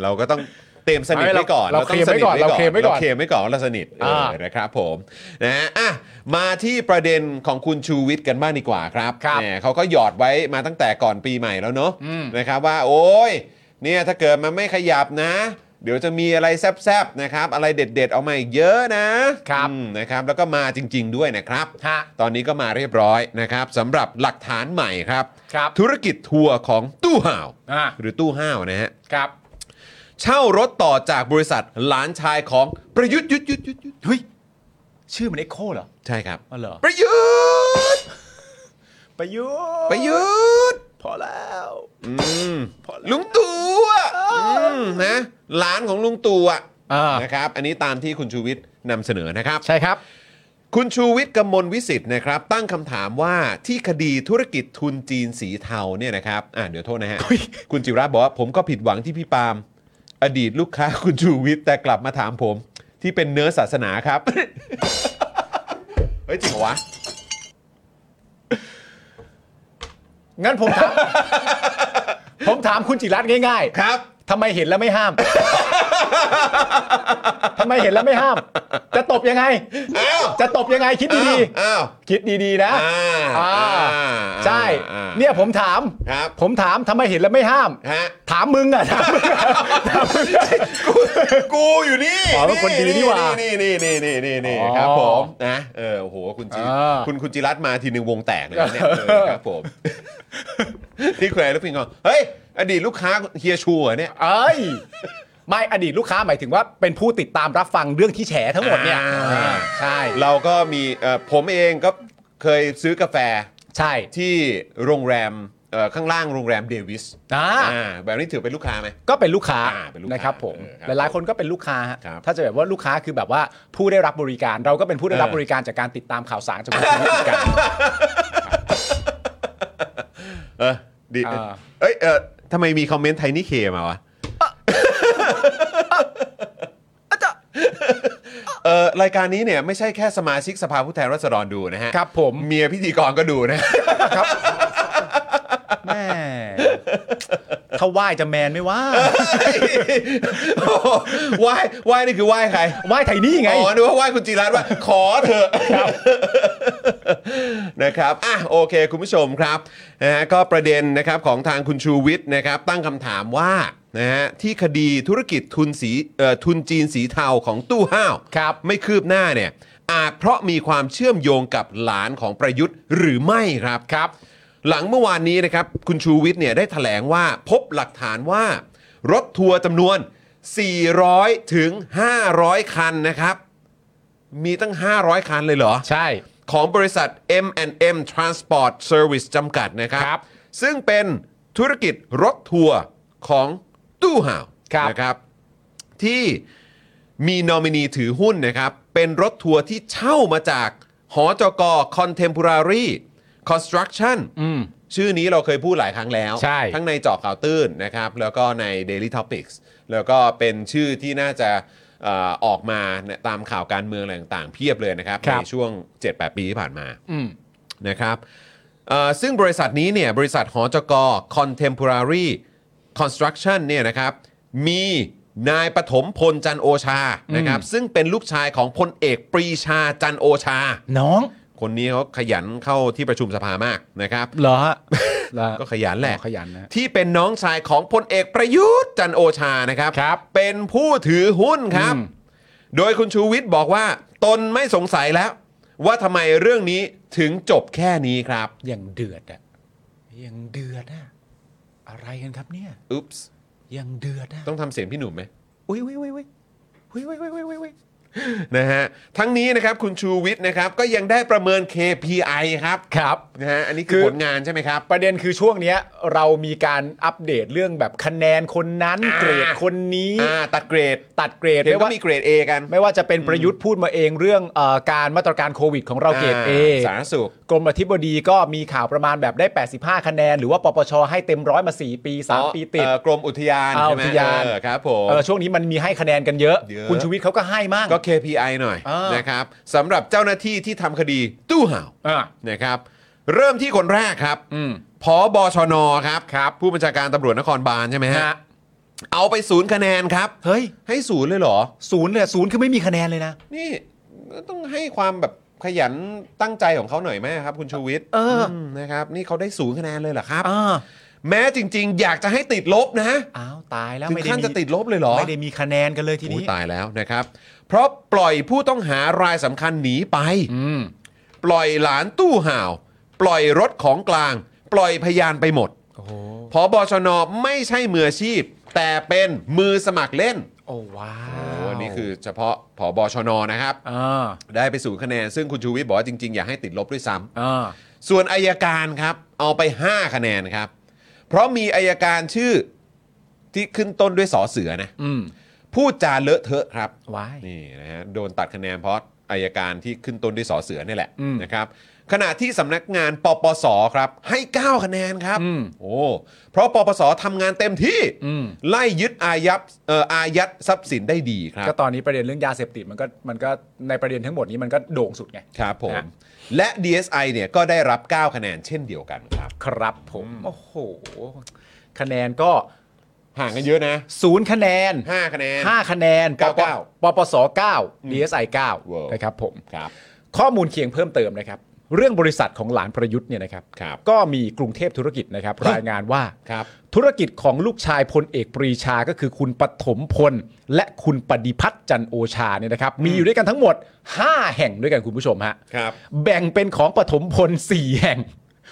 Speaker 3: เราก็ต้องเต็มสนิท
Speaker 4: ไม่
Speaker 3: ไว้ก่อน
Speaker 4: เรา
Speaker 3: ต้องสนิท
Speaker 4: เราเคลมไว้ก่อน
Speaker 3: เราเคลมไว้ก่อนว่าเราสนิทเออ
Speaker 4: อ่า
Speaker 3: นะครับผมนะฮะอ่ะมาที่ประเด็นของคุณชูวิทย์กันบ้างดีกว่าครับ
Speaker 4: ครับ
Speaker 3: แหมเขาก็หยอดไว้มาตั้งแต่ก่อนปีใหม่แล้วเนอะ
Speaker 4: อืม
Speaker 3: นะครับว่าโอ้ยเนี่ยถ้าเกิดมันไม่ขยับนะ เดี๋ยวจะมีอะไรแซบๆนะครับอะไรเด็ด ๆ เอามาอีกเยอะนะครับ อืมนะครับแล้วก็มาจริง ๆ ด้วยนะครับ
Speaker 4: ฮะ
Speaker 3: ตอนนี้ก็มาเรียบร้อยนะครับสำหรับหลักฐานใหม่ครับ
Speaker 4: ครับ
Speaker 3: ธุรกิจทัวร์ของตู้ห่าว
Speaker 4: อ่า
Speaker 3: หรือตู้ห่าวนะฮะ
Speaker 4: ครับ
Speaker 3: เช่ารถต่อจากบริษัทหลานชายของประยุทธ์ยุทธ์ยุทธ์ยุทธ์ยุทธ์
Speaker 4: เฮ้ย ชื่อมันเอ็กโคเหรอ
Speaker 3: ใช่ครับ
Speaker 4: อ๋อเหรอ
Speaker 3: ประยุทธ์
Speaker 4: ประยุ
Speaker 3: ประยุทธ์
Speaker 4: พอแล้ว
Speaker 3: อืมลุงตู่อะมนะหลานของลุงตู่อะ
Speaker 4: อ่าน
Speaker 3: นะครับ อันนี้ตามที่คุณชูวิทย์นำเสนอนะครับ
Speaker 4: ใช่ครับ
Speaker 3: คุณชูวิทย์กมลวิสิทธิ์นะครับ ตั้งคำถามว่าที่คดีธุรกิจทุนจีนสีเทาเนี่ยนะครับอ่าเดี๋ยวโทษนะฮะ คุณจิระบอกว่าผมก็ผิดหวังที่พี่ปาล์มอดีตลูกค้า คุณชูวิทย์แต่กลับมาถามผม ที่เป็นเนื้อศาสนาครับ เฮ้ยจริงเหรอวะ
Speaker 4: งั้นผม ถาม ผมถามคุณจิรัตน์ง่าย
Speaker 3: ครับ
Speaker 4: ๆทำไมเห็นแล้วไม่ห้าม ทำไมเห็นแล้วไม่ห้าม จะตบยังไง
Speaker 3: อ้าว
Speaker 4: จะตบยังไงคิดดี
Speaker 3: อ้าว
Speaker 4: ๆ คิดดีๆนะ
Speaker 3: อ้าวอ่า
Speaker 4: อ่า
Speaker 3: อ่า
Speaker 4: ใช่
Speaker 3: อ่า
Speaker 4: เนี่ยผมถาม
Speaker 3: ครับ
Speaker 4: ผมถามทำไมเห็นแล้วไม่ห้าม
Speaker 3: ฮะ
Speaker 4: ถามมึงอ่ะถ ามมึงอะถามมึงอะ
Speaker 3: กูกูอยู่นี่
Speaker 4: อ๋อเป็นคนดีนี่หว่า
Speaker 3: นี่นี่นี่นี่นี่นี่
Speaker 4: อ๋อ
Speaker 3: ครับผมนะเออโอ้โหคุณจิ
Speaker 4: อ่า
Speaker 3: คุณคุณจิรัตน์มาทีหนึ่งวงแตกเลยนะเนี่ยเออครับผม นี่คุณไอ้ลูกพิงกองเฮ้ย อดีตลูกค้าเฮียชูเหรอเนี่ย
Speaker 4: เอ้ย ไม่อดีตลูกค้าหมายถึงว่าเป็นผู้ติดตามรับฟังเรื่องที่แฉทั้งหมดเนี่ย
Speaker 3: อ่า
Speaker 4: อ่าใช่
Speaker 3: เราก็มีเอ่อผมเองก็เคยซื้อกาแฟ
Speaker 4: ใช่
Speaker 3: ที่โรงแรมเอ่อข้างล่างโรงแรมเดวิส
Speaker 4: อ่า
Speaker 3: อ่าแบบนี้ถือเป็นลูกค้าไหม
Speaker 4: ก็เป็นลูกค้า
Speaker 3: อ่าเป็นลูกค้า
Speaker 4: นะครับผม
Speaker 3: เออครับ
Speaker 4: หลายๆคนก็เป็นลูกค้าฮะ
Speaker 3: ครับ
Speaker 4: ถ้าจะแบบว่าลูกค้าคือแบบว่าผู้ได้รับบริการ เราก็เป็นผู้ได้รับบริการจากการติดตามข่าวสารจากคุณผู้จัดการ
Speaker 3: เออดี
Speaker 4: อ่า
Speaker 3: เอ้ยเออทำไมมีคอมเมนต์ไทนี่เคมาวะเออรายการนี้เนี่ยไม่ใช่แค่สมาชิกสภาผู้แทนราษฎรดูนะฮะ
Speaker 4: ครับผม
Speaker 3: เมียพิธีกรก็ดู นะ
Speaker 4: แม่เขาไหว้จะแมนไหม่ว่า
Speaker 3: โอ้โหไหว้ไหว้นี่คือไหว้ใคร
Speaker 4: ไหว้ไทยนี่ไง
Speaker 3: อ๋อนึกว่าไหว้คุณจีรัตน์ว่า ขอเถอะนะครับ อ่ะโอเค คุณผู้ชมครับนะฮะก็ประเด็นนะครับของทางคุณชูวิทย์นะครับ ตั้งคำถามว่านะฮะที่คดีธุรกิจทุนสีเอ่อทุนจีนสีเทาของตู้ห้าว
Speaker 4: ครับ
Speaker 3: ไม่คืบหน้าเนี่ย อาจเพราะมีความเชื่อมโยงกับหลานของประยุทธ์หรือไม่ครับ
Speaker 4: ครับ
Speaker 3: หลังเมื่อวานนี้นะครับ คุณชูวิทย์เนี่ยได้ถแถลงว่าพบหลักฐานว่า รถทัวร์จำนวน 400 ถึง 500 คันนะครับ มีตั้ง 500 คันเลยเหรอ
Speaker 4: ใช่
Speaker 3: ของบริษัท M&M Transport Service จำกัดนะครับ
Speaker 4: ครับ
Speaker 3: ซึ่งเป็นธุรกิจรถทัวร์ของตู้ห่าว
Speaker 4: ครับ
Speaker 3: นะครับ ที่มีนอมินีถือหุ้นนะครับ เป็นรถทัวร์ที่เช่ามาจากหอจกคอนเทม p อร a รีคอนสตรั c ชั่น
Speaker 4: อืม
Speaker 3: ชื่อนี้เราเคยพูดหลายครั้งแล้ว
Speaker 4: ใช่
Speaker 3: ทั้งในเจาะข่าวตื้นนะครับ แล้วก็ใน Daily Topics แล้วก็เป็นชื่อที่น่าจะเอ่อออกมาเนี่ยตามข่าวการเมืองอะไรต่างๆ เพียบเลยนะครับ
Speaker 4: ครับ
Speaker 3: ในช่วง 7-8 ปีที่ผ่านมา
Speaker 4: อืม
Speaker 3: นะครับเอ่อซึ่งบริษัทนี้เนี่ยบริษัทหอจก Contemporary Construction เนี่ยนะครับมีนายปฐมพลจันทร์โอชานะครับซึ่งเป็นลูกชายของพลเอกปรีชาจันทร์โอชา
Speaker 4: น้อง
Speaker 3: คนนี้เขาขยันเข้าที่ประชุมสภามากนะครับ
Speaker 4: เหรอฮะเหรอ
Speaker 3: ก็ขยันแหละ
Speaker 4: อ๋อขยันนะ
Speaker 3: ที่เป็นน้องชายของพลเอกประยุทธ์จันทร์โอชานะครับ
Speaker 4: ครับ
Speaker 3: เป็นผู้ถือหุ้นครับ
Speaker 4: อืม
Speaker 3: โดยคุณชูวิทย์บอกว่าตนไม่สงสัยแล้ว ว่าทำไมเรื่องนี้ถึงจบแค่นี้ครับ
Speaker 4: ยังเดือดอะยังเดือดอะอะไรกันครับเนี่ย
Speaker 3: อุ๊ปส์
Speaker 4: ยังเดือดอะ
Speaker 3: ต้องทำเสียงพี่หนุ่มไหม
Speaker 4: อุ้ยอุ้ยอุ้ยอุ้ยอุ้ยอุ้ยอุ้ยอุ้ยอุ้ย
Speaker 3: นะฮะทั้งนี้นะครับคุณชูวิทย์นะครับก็ยังได้ประเมิน KPI ครับ
Speaker 4: ครับ
Speaker 3: นะฮะอันนี้
Speaker 4: คื
Speaker 3: คือ
Speaker 4: อ
Speaker 3: ผลงานใช่ไหมครับ
Speaker 4: ประเด็นคือช่วงเนี้ย เรามีการอัปเดตเรื่องแบบคะแนนคนนั้น
Speaker 3: อ่า
Speaker 4: เกรดคนนี้
Speaker 3: อ่าตัดเกรด
Speaker 4: ตัดเกรด
Speaker 3: เห็น
Speaker 4: ไม่
Speaker 3: ก็
Speaker 4: ว่า
Speaker 3: มีเกรด A กัน
Speaker 4: ไม่ว่าจะเป็นประยุทธ์พูดมาเองเรื่องเออการมาตรการโควิดของเราเกรดเอ
Speaker 3: สารณสุข
Speaker 4: กรมอธิบดีก็มีข่าวประมาณแบบได้ 85 คะแนน หรือว่าปปชให้เต็มร้อยมา 4 ปี
Speaker 3: อ๋อ
Speaker 4: 3 ปีติด
Speaker 3: เอ่อกรมอุทยาน
Speaker 4: อ่า
Speaker 3: ใช่ไหม
Speaker 4: อุทยาน
Speaker 3: เออครับผม
Speaker 4: เออช่วงนี้มันมีให้คะแนนกันเยอะ
Speaker 3: เยอะ
Speaker 4: คุณชูวิทย์เขาก็ให้มาก
Speaker 3: ก็ KPI หน่อย
Speaker 4: อ่าน
Speaker 3: นะครับสำหรับเจ้าหน้าที่ที่ทำคดีตู้ห่าว
Speaker 4: อ่า
Speaker 3: นะครับ เริ่มที่คนแรกครับ
Speaker 4: อืม
Speaker 3: พอบชนครับครับ ผู้บัญชาการตำรวจนครบาลใช่ไหมฮะ
Speaker 4: ฮะ
Speaker 3: เอาไปศูนย์คะแนนครับ
Speaker 4: เฮ้ย
Speaker 3: ให้ศูนย์เลยเหรอ
Speaker 4: ศูนย์เลยอะศูนย์คือไม่มีคะแนนเลยนะ
Speaker 3: นี่ต้องให้ความแบบขยันตั้งใจของเขาหน่อยไหมครับคุณชูวิทย์
Speaker 4: เอออื
Speaker 3: มนะครับนี่เขาได้ศูนย์คะแนนเลยเหรอครับ
Speaker 4: อ่า
Speaker 3: แม้จริง ๆ อยากจะให้ติดลบนะ
Speaker 4: อ้าวตายแล้ว
Speaker 3: ถึง
Speaker 4: ไม่ได้
Speaker 3: ขั้น
Speaker 4: มี
Speaker 3: จะติดลบเลยเหรอ
Speaker 4: ไม่ได้มีคะแนนกันเลยทีนี้
Speaker 3: โอ้ยตายแล้วนะครับ เพราะปล่อยผู้ต้องหารายสำคัญหนีไป
Speaker 4: อืม
Speaker 3: ปล่อยหลานตู้ห่าว ปล่อยรถของกลาง ปล่อยพยานไปหมด
Speaker 4: โอ้โห
Speaker 3: พอบชนไม่ใช่มืออาชีพ แต่เป็นมือสมัครเล่น
Speaker 4: โอ้ว้า
Speaker 3: โอ้
Speaker 4: ว
Speaker 3: นี่คือเฉพาะผอบชนนะครับ
Speaker 4: อ่า
Speaker 3: ได้ไปสู่คะแนน ซึ่งคุณชูวิทย์บอกว่าจริงๆ อยากให้ติดลบด้วยซ้ำ
Speaker 4: อ่า
Speaker 3: ส่วนอายการครับ เอาไป 5 คะแนนครับ เพราะมีอายการชื่อที่ขึ้นต้นด้วยสอเสือนะ
Speaker 4: อืม
Speaker 3: พูดจาเลอะเทอะครับ
Speaker 4: วาย
Speaker 3: นี่นะฮะโดนตัดคะแนนเพราะ อายการที่ขึ้นต้นด้วยสอเสือเนี่ยแหละ
Speaker 4: อืม
Speaker 3: นะครับขณะที่สำนักงานปปสครับให้ 9 คะแนนครับ
Speaker 4: อืม
Speaker 3: โอ้เพราะปปสทำงานเต็มที่
Speaker 4: อืม
Speaker 3: ไล่ยึดอายัดเอ่ออายัดทรัพย์สินได้ดีครับ
Speaker 4: ก็ตอนนี้ประเด็นเรื่องยาเสพติดมันก็มันก็ในประเด็นทั้งหมดนี้มันก็โด่งสุดไง
Speaker 3: ครับผม
Speaker 4: นะ
Speaker 3: และ DSI เนี่ยก็ได้รับ 9 คะแนนเช่นเดียวกันครับ
Speaker 4: ครับผมโอ้โหคะแนนก็
Speaker 3: ห่างกันเยอะนะ
Speaker 4: ศูนย์คะแนน
Speaker 3: 5 คะแนน
Speaker 4: 5 คะแนน
Speaker 3: เก้าเก้า
Speaker 4: ปปส9 DSI
Speaker 3: เวิร์ล
Speaker 4: 9นะครับผม
Speaker 3: ครับ
Speaker 4: ข้อมูลเคียงเพิ่มเติมนะครับ เรื่องบริษัทของหลานประยุทธ์เนี่ยนะครับ
Speaker 3: ครับ
Speaker 4: ก็มีกรุงเทพธุรกิจนะครับ รายงานว่า
Speaker 3: ครับ
Speaker 4: ธุรกิจของลูกชายพลเอกปรีชาก็คือคุณปฐมพล และคุณปฏิพัฒน์จันโอชาเนี่ยนะครับ มีอยู่ด้วยกันทั้งหมด 5 แห่งด้วยกันคุณผู้ชมฮะ
Speaker 3: ครับ
Speaker 4: แบ่งเป็นของปฐมพล 4 แห่ง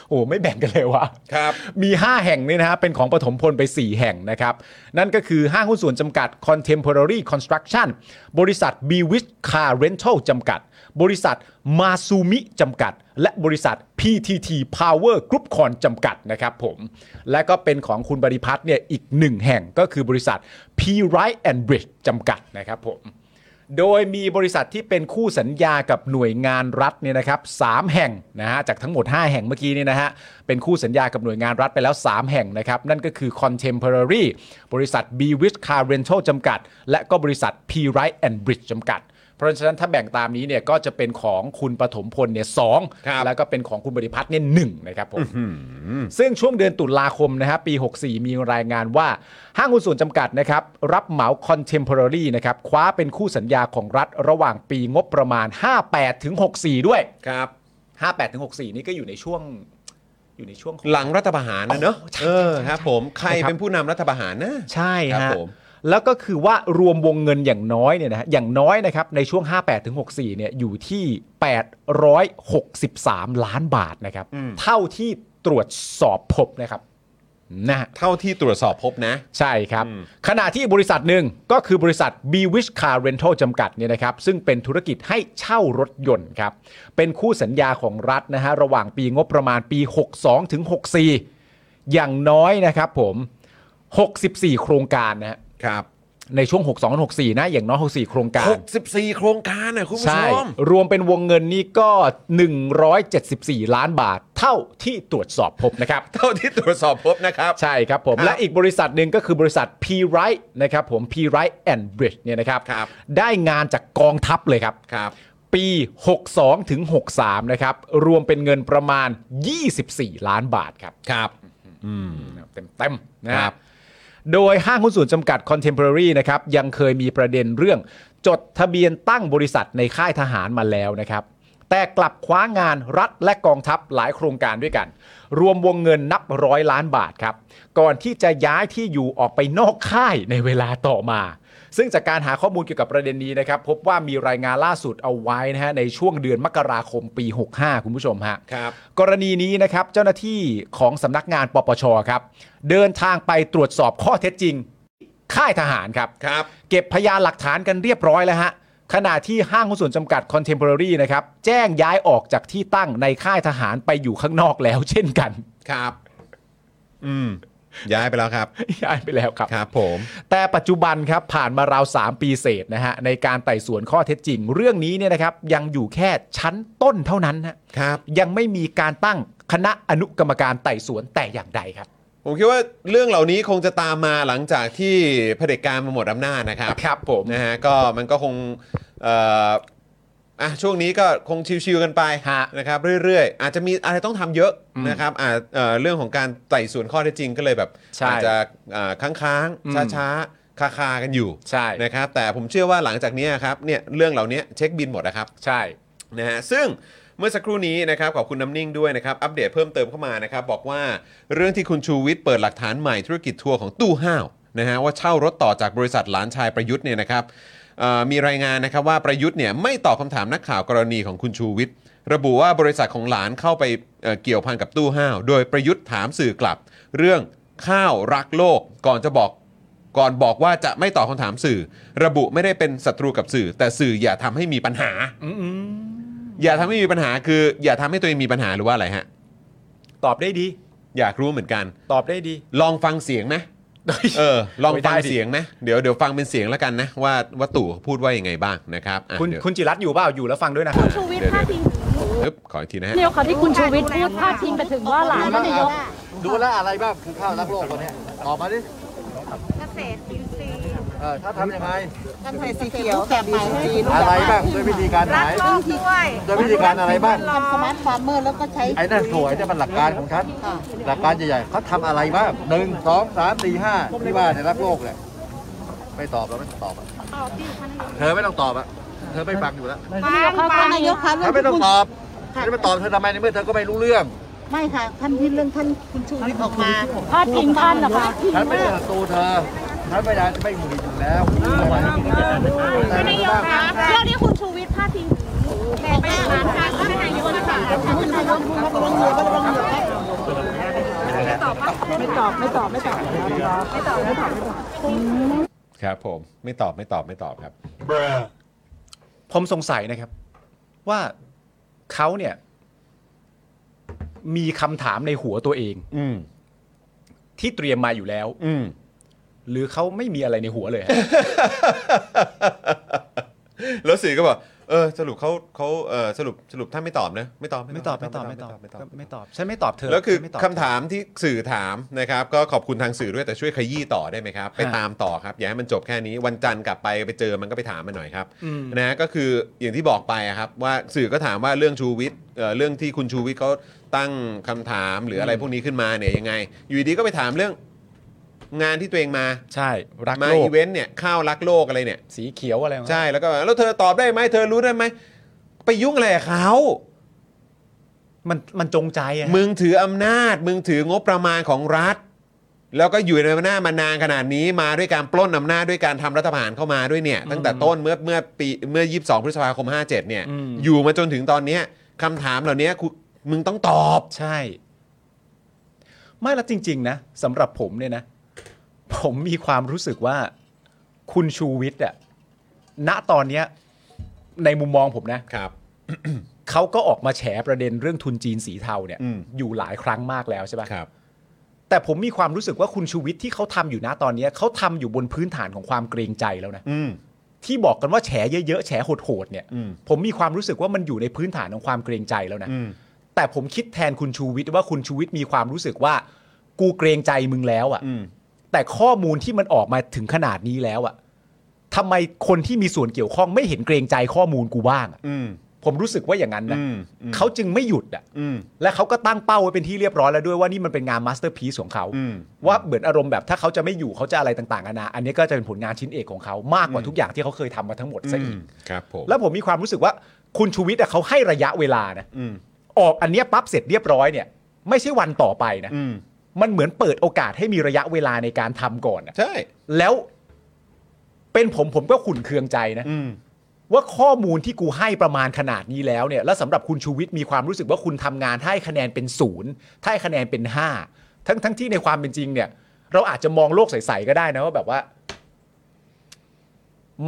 Speaker 4: โอ้ไม่แบ่งกันเลยวะ
Speaker 3: ครับ
Speaker 4: มี 5 แห่งเนี่ยนะฮะเป็นของปฐมพลไป 4 แห่งนะครับ นั่นก็คือห้างหุ้นส่วนจำกัด Contemporary Construction บริษัท b w i s h Car Rental จำกัด บริษัท Masumi จำกัด และบริษัท PTT Power Group c o n จำกัดนะครับผม และก็เป็นของคุณบริพัตรเนี่ยอีก 1 แห่งก็คือบริษัท P Right and Bridge จำกัดนะครับผม โดยมีบริษัทที่เป็นคู่สัญญากับหน่วยงานรัฐเนี่ยนะครับสามแห่งนะฮะจากทั้งหมด 5 แห่งเมื่อกี้นี่นะฮะเป็นคู่สัญญากับหน่วยงานรัฐไปแล้ว 3 แห่งนะครับ นั่นก็คือ Contemporary บริษัท b w i s h Car Rental จำกัด และก็บริษัท P Right and Bridge จำกัด เพราะฉะนั้นถ้าแบ่งตามนี้เนี่ยก็จะเป็นของคุณปฐมพลเนี่ยสอง
Speaker 3: ครับ
Speaker 4: แล้วก็เป็นของคุณบริพัตรเนี่ยหนึ่งนะครับผม ซึ่งช่วงเดือนตุลาคมนะครับปี 64 มีรายงานว่า ห้างหุ้นส่วนจำกัดนะครับรับเหมาคอนเทมพอร์รี่นะครับคว้าเป็นคู่สัญญาของรัฐระหว่างปีงบประมาณ 58 ถึง 64 ด้วย
Speaker 3: ครับ
Speaker 4: 58 ถึง 64 นี่ก็อยู่ในช่วงอยู่ในช่วงของ
Speaker 3: หลังรัฐประหารนะเนอะ
Speaker 4: โอ้ใช่
Speaker 3: เออครับผม ใคร
Speaker 4: นะครับ
Speaker 3: เป็นผู้นำรัฐประหารนะ
Speaker 4: ใช่
Speaker 3: ครั
Speaker 4: ฮะ
Speaker 3: บผม
Speaker 4: แล้วก็คือว่ารวมวงเงินอย่างน้อยเนี่ยนะฮะอย่างน้อยนะครับในช่วง 58 ถึง 64 เนี่ยอยู่ที่ 863 ล้านบาทนะครับเท่าที่ตรวจสอบพบนะครับนะฮะ
Speaker 3: เท่าที่ตรวจสอบพบนะ
Speaker 4: ใช่ครับ ขณะที่บริษัทหนึ่งก็คือบริษัท b w i s h Car Rental จำกัดเนี่ยนะครับซึ่งเป็นธุรกิจให้เช่ารถยนต์ครับ เป็นคู่สัญญาของรัฐนะฮะระหว่างปีงบประมาณปี 62 ถึง 64 อย่างน้อยนะครับผม 64 โครงการนะฮะ
Speaker 3: ครับ
Speaker 4: ในช่วง 62 64 นะ อย่างน้อย 64 โครงการ
Speaker 3: 64 โครงการนะคุณผู้
Speaker 4: ใช่
Speaker 3: ชม
Speaker 4: รวมเป็นวงเงินนี่ก็ 174 ล้านบาท เท่าที่ตรวจสอบพบนะครับ
Speaker 3: เท่าที่ตรวจสอบพบนะครับ
Speaker 4: ใช่ครับผม
Speaker 3: ครับ
Speaker 4: และอีกบริษัทหนึ่งก็คือบริษัท P Right นะครับผม P Right and Bridge เนี่ยนะครับ
Speaker 3: ครับ
Speaker 4: ได้งานจากกองทัพเลยครับ
Speaker 3: ครับ
Speaker 4: ปี 62 ถึง 63 นะครับ รวมเป็นเงินประมาณ 24 ล้านบาทครับ
Speaker 3: ครับ
Speaker 4: เต็มเต็มๆนะค
Speaker 3: ครั
Speaker 4: รับบ โดยห้างหุ้นส่วนจำกัด Contemporary นะครับยังเคยมีประเด็นเรื่อง จดทะเบียนตั้งบริษัทในค่ายทหารมาแล้วนะครับ แต่กลับคว้างานรัฐและกองทัพหลายโครงการด้วยกัน รวมวงเงินนับร้อยล้านบาทครับ ก่อนที่จะย้ายที่อยู่ออกไปนอกค่ายในเวลาต่อมา ซึ่งจากการหาข้อมูลเกี่ยวกับประเด็นนี้นะครับ พบว่ามีรายงานล่าสุดเอาไว้นะฮะในช่วงเดือนมกราคมปี 65 คุณผู้ชมฮะ
Speaker 3: ครับ
Speaker 4: กรณีนี้นะครับเจ้าหน้าที่ของสำนักงานปปชครับ เดินทางไปตรวจสอบข้อเท็จจริง ค่ายทหารครับ
Speaker 3: ครับ
Speaker 4: เก็บพยานหลักฐานกันเรียบร้อยแล้วฮะขณะที่ห้างหุ้นส่วนจำกัด Contemporary นะครับแจ้งย้ายออกจากที่ตั้งในค่ายทหารไปอยู่ข้างนอกแล้ว เช่นกัน
Speaker 3: ครับ อืม ย้ายไปแล้วครับ
Speaker 4: ย้ายไปแล้วครับ
Speaker 3: ครับผม
Speaker 4: แต่ปัจจุบันครับผ่านมาราว 3 ปีเศษนะฮะในการไต่สวนข้อเท็จจริง เรื่องนี้เนี่ยนะครับยังอยู่แค่ชั้นต้นเท่านั้นฮะ
Speaker 3: ครับ
Speaker 4: ยังไม่มีการตั้งคณะอนุกรรมการไต่สวนแต่อย่างใดครับ
Speaker 3: ผมคิดว่าเรื่องเหล่านี้คงจะตามมาหลังจากที่เผด็จการมาหมดอำนาจนะครับ
Speaker 4: ครับผม
Speaker 3: นะฮะก็มันก็คงเอ่ออ่ะช่วงนี้ก็คงชิวๆกันไป
Speaker 4: ฮะ
Speaker 3: นะครับเรื่อยๆ อาจจะมีอะไรต้องทำเยอะ
Speaker 4: อืม
Speaker 3: นะครับอ่าเอ่อเรื่องของการไต่สวนข้อเท็จจริงก็เลยแบบ
Speaker 4: ใช่
Speaker 3: อาจจะอ่าค้าง
Speaker 4: อืม
Speaker 3: ๆ ช้าๆ คาๆ กันอยู่
Speaker 4: ใช่
Speaker 3: นะครับแต่ผมเชื่อว่าหลังจากเนี้ยครับเนี่ยเรื่องเหล่านี้เช็คบินหมดนะครับ
Speaker 4: ใช่
Speaker 3: นะฮะซึ่งเมื่อสักครู่นี้นะครับขอบคุณน้ำนิ่งด้วยนะครับ อัปเดตเพิ่มเติมเข้ามานะครับ บอกว่าเรื่องที่คุณชูวิทย์เปิดหลักฐานใหม่ธุรกิจทัวร์ของตู้ห้าวนะฮะว่าเช่ารถต่อจากบริษัทหลานชายประยุทธ์เนี่ยนะครับเอ่อมีรายงานนะครับว่าประยุทธ์เนี่ยไม่ตอบคำถามนักข่าวกรณีของคุณชูวิทย์ระบุว่าบริษัทของหลานเข้าไปเอ่อเกี่ยวพันกับตู้ห้าว โดยประยุทธ์ถามสื่อกลับ เรื่องข้าวรักโลกก่อนจะบอก ก่อนบอกว่าจะไม่ตอบคำถามสื่อ ระบุไม่ได้เป็นศัตรูกับสื่อ แต่สื่ออย่าทำให้มีปัญหา อย่าทำให้มีปัญหาคือ อย่าทำให้ตัวเองมีปัญหาหรือว่าอะไรฮะ
Speaker 4: ตอบได้ดี
Speaker 3: อยากรู้เหมือนกัน
Speaker 4: ตอบได้ดี
Speaker 3: ลองฟังเสียงไหม เออลอง
Speaker 4: ไม่ได้
Speaker 3: ฟัง
Speaker 4: ดิ
Speaker 3: เสียงนะ เดี๋ยวเดี๋ยวฟังเป็นเสียงแล้วกันนะ ว่าว่าตู่พูดว่ายังไงบ้างนะครับอ่ะ
Speaker 4: คุณ
Speaker 3: เดี๋ยว
Speaker 4: คุณจิรัตน์อยู่เปล่าอยู่แล้วฟังด้วยนะครับ
Speaker 8: ชูวิทย์พาดพิงถึงลูก
Speaker 3: ปึ๊บขออีกทีนะฮะ
Speaker 8: เดียวค่ะที่คุณชูวิทย์พูดพาดพิงไปถึงว่าหลานท่านนายก
Speaker 5: ดูแลอะไรบ้างคือข้าวรักโลกตัวเนี้ยตอบมาดิ
Speaker 8: เกษตรอินทรีย์
Speaker 5: เออถ้าทำยังไง
Speaker 8: เกษตรสีเขียวแบบใหม่
Speaker 5: อะไรบ้างด้วยวิธีการไหน
Speaker 8: รักโลกด้วย
Speaker 5: ด้วยวิธีการอะไรบ้าง
Speaker 8: ทำสมาร์ทฟาร์มเมอร์แล้วก็ใช้
Speaker 5: ไอ้นั่นสวยนี่มันหลักการของฉันหลักการใหญ่ๆเขาทำอะไรบ้างหนึ่งสองสามสี่ห้าที่ว่าในรักโลกแหละไม่ตอบแล้วไม่ตอบอะเธอไม่ต้องตอบอ่ะเธอไม่ฟังอยู่แล้ว
Speaker 8: ฟังฟังนายกคะ
Speaker 5: เธอไม่ต้องตอบเธอจะมาตอบเธอทำไมในเมื่อเธอก็ไม่รู้เรื่อง
Speaker 8: ไม่ค่ะท่านที่เรื่องท่านคุณชูวิทย์ออกมาพาดพิงท่านเหรอคะ
Speaker 5: ฉันไม่ได้ศัตรูเธอฉันไม่ได้ไม่หงุดหงิดอยู่แล้วแต่
Speaker 8: นายกคะเรื่องที่คุณชูวิทย์พาดพิงถึงลูกแม่ไปหลานท่านท่านนายกนะคะคุณนายกพูดระวังเหนือระวังเหนือไม่ตอบไม่ตอบไม่ตอบไม่ตอบไม่ตอบไม่ตอบ
Speaker 3: ครับผมไม่ตอบไม่ตอบไม่ตอบครับ
Speaker 4: ผมสงสัยนะครับ ว่าเขาเนี่ย มีคำถามในหัวตัวเอง
Speaker 3: อืม
Speaker 4: ที่เตรียมมาอยู่แล้ว
Speaker 3: อืม
Speaker 4: หรือเขาไม่มีอะไรในหัวเลยฮะ
Speaker 3: แล้วสื่อก็บอกเออสรุปเขาเขาเออสรุปสรุปท่านไม่ตอบนะไม่ตอบ
Speaker 4: ไม่ตอบไม่ตอบไม่ตอบไม่ตอบไม่ตอบฉันไม่ตอบเธอ
Speaker 3: แล้วคือ
Speaker 4: ฉันไม่ตบ
Speaker 3: คำถามที่สื่อถามนะครับ ก็ขอบคุณทางสื่อด้วยแต่ช่วยขยี้ต่อได้ไหมครับ ไปตามต่อครับ อย่าให้มันจบแค่นี้วันจันทร์กลับไปไปเจอมันก็ไปถามมันหน่อยครับ
Speaker 4: อืม
Speaker 3: นะฮะก็คืออย่างที่บอกไปอะครับ ว่าสื่อก็ถามว่าเรื่องชูวิทย์เอ่อเรื่องที่คุณชูวิทย์เขาตั้งคำถามหรืออะไรพวกนี้ขึ้นมาเนี่ยยังไง อยู่ดีก็ไปถามเรื่องงานที่ตัวเองมา
Speaker 4: ใช่รัก
Speaker 3: มา
Speaker 4: โลก
Speaker 3: อีเวนต์เนี่ยข้าวรักโลกอะไรเนี่ย
Speaker 4: สีเขียวอะไรของเขา
Speaker 3: ใช่แล้วก็แล้วเธอตอบได้ไหมเธอรู้ได้ไหมไปยุ่งอะไรกับเขา
Speaker 4: มันมันจงใจอะฮะ
Speaker 3: มึงถืออำนาจ มึงถืองบประมาณของรัฐ แล้วก็อยู่ในอำนาจมานานขนาดนี้มาด้วยการปล้นอำนาจด้วยการทำรัฐประหารเข้ามาด้วยเนี่ย ตั้งแต่ต้นเมื่อเมื่อปีเมื่อ 22 พฤษภาคม 57 เนี่ย อยู่มาจนถึงตอนเนี้ยคำถามเหล่านี้คุณมึงต้องตอบ
Speaker 4: ใช่ ไม่ละจริง ๆ นะสำหรับผมเนี่ยนะ ผมมีความรู้สึกว่า คุณชูวิทย์อะณตอนเนี้ย ในมุมมองผมนะ
Speaker 3: ครับ
Speaker 4: เขาก็ออกมาแฉประเด็นเรื่องทุนจีนสีเทาเนี่ย
Speaker 3: อืม
Speaker 4: อยู่หลายครั้งมากแล้วใช่ปะ
Speaker 3: ครับ
Speaker 4: แต่ผมมีความรู้สึกว่าคุณชูวิทย์ที่เขาทำอยู่นะตอนเนี้ยเขาทำอยู่บนพื้นฐานของความเกรงใจแล้วนะ
Speaker 3: อืม
Speaker 4: ที่บอกกันว่าแฉเยอะๆแฉโหดๆเนี่ย
Speaker 3: อืม
Speaker 4: ผมมีความรู้สึกว่ามันอยู่ในพื้นฐานของความเกรงใจแล้วนะ
Speaker 3: อืม
Speaker 4: แต่ผมคิดแทนคุณชูวิทย์ว่าคุณชูวิทย์มีความรู้สึกว่า กูเกรงใจมึงแล้วอะ่ะ
Speaker 3: อืม
Speaker 4: แต่ข้อมูลที่มันออกมาถึงขนาดนี้แล้วอะ่ะทำไมคนที่มีส่วนเกี่ยวข้องไม่เห็นเกรงใจข้อมูลกูบ้างอะ
Speaker 3: อืม
Speaker 4: ผมรู้สึกว่าอย่างนั้นนะ
Speaker 3: อืมอืม
Speaker 4: เขาจึงไม่หยุดอ่ะ
Speaker 3: อืม
Speaker 4: และเขาก็ตั้งเป้าไว้เป็นที่เรียบร้อยแล้วด้วยว่านี่มันเป็นงานมาสเตอร์พี e ของเขา
Speaker 3: อืม
Speaker 4: ว่าเหมือนอารมณ์แบบถ้าเขาจะไม่อยู่เขาจะอะไรต่างๆนานาอันนี้ก็จะเป็นผลงานชิ้นเอกของเขามากกว่าทุกอย่างที่เขาเคยทำมาทั้งหมดซะอีก
Speaker 3: ครับผม
Speaker 4: แล้วผมมีความรู้สึกว่าคุณชูวิทย์อะเขาให้ระยะเวลานะ
Speaker 3: อืม
Speaker 4: ออกอันเนี้ยปั๊บเสร็จเรียบร้อยเนี่ย ไม่ใช่วันต่อไปนะ
Speaker 3: อืม
Speaker 4: มันเหมือนเปิดโอกาสให้มีระยะเวลาในการทำก่อนอะ
Speaker 3: ใช่
Speaker 4: แล้วเป็นผมผมก็ขุนเคืองใจนะ
Speaker 3: อืม
Speaker 4: ว่าข้อมูลที่กูให้ประมาณขนาดนี้แล้วเนี่ย แล้วสำหรับคุณชูวิทย์มีความรู้สึกว่าคุณทำงานให้คะแนนเป็นศูนย์ให้คะแนนเป็นห้าทั้งทั้งที่ในความเป็นจริงเนี่ย เราอาจจะมองโลกใสๆก็ได้นะว่าแบบว่า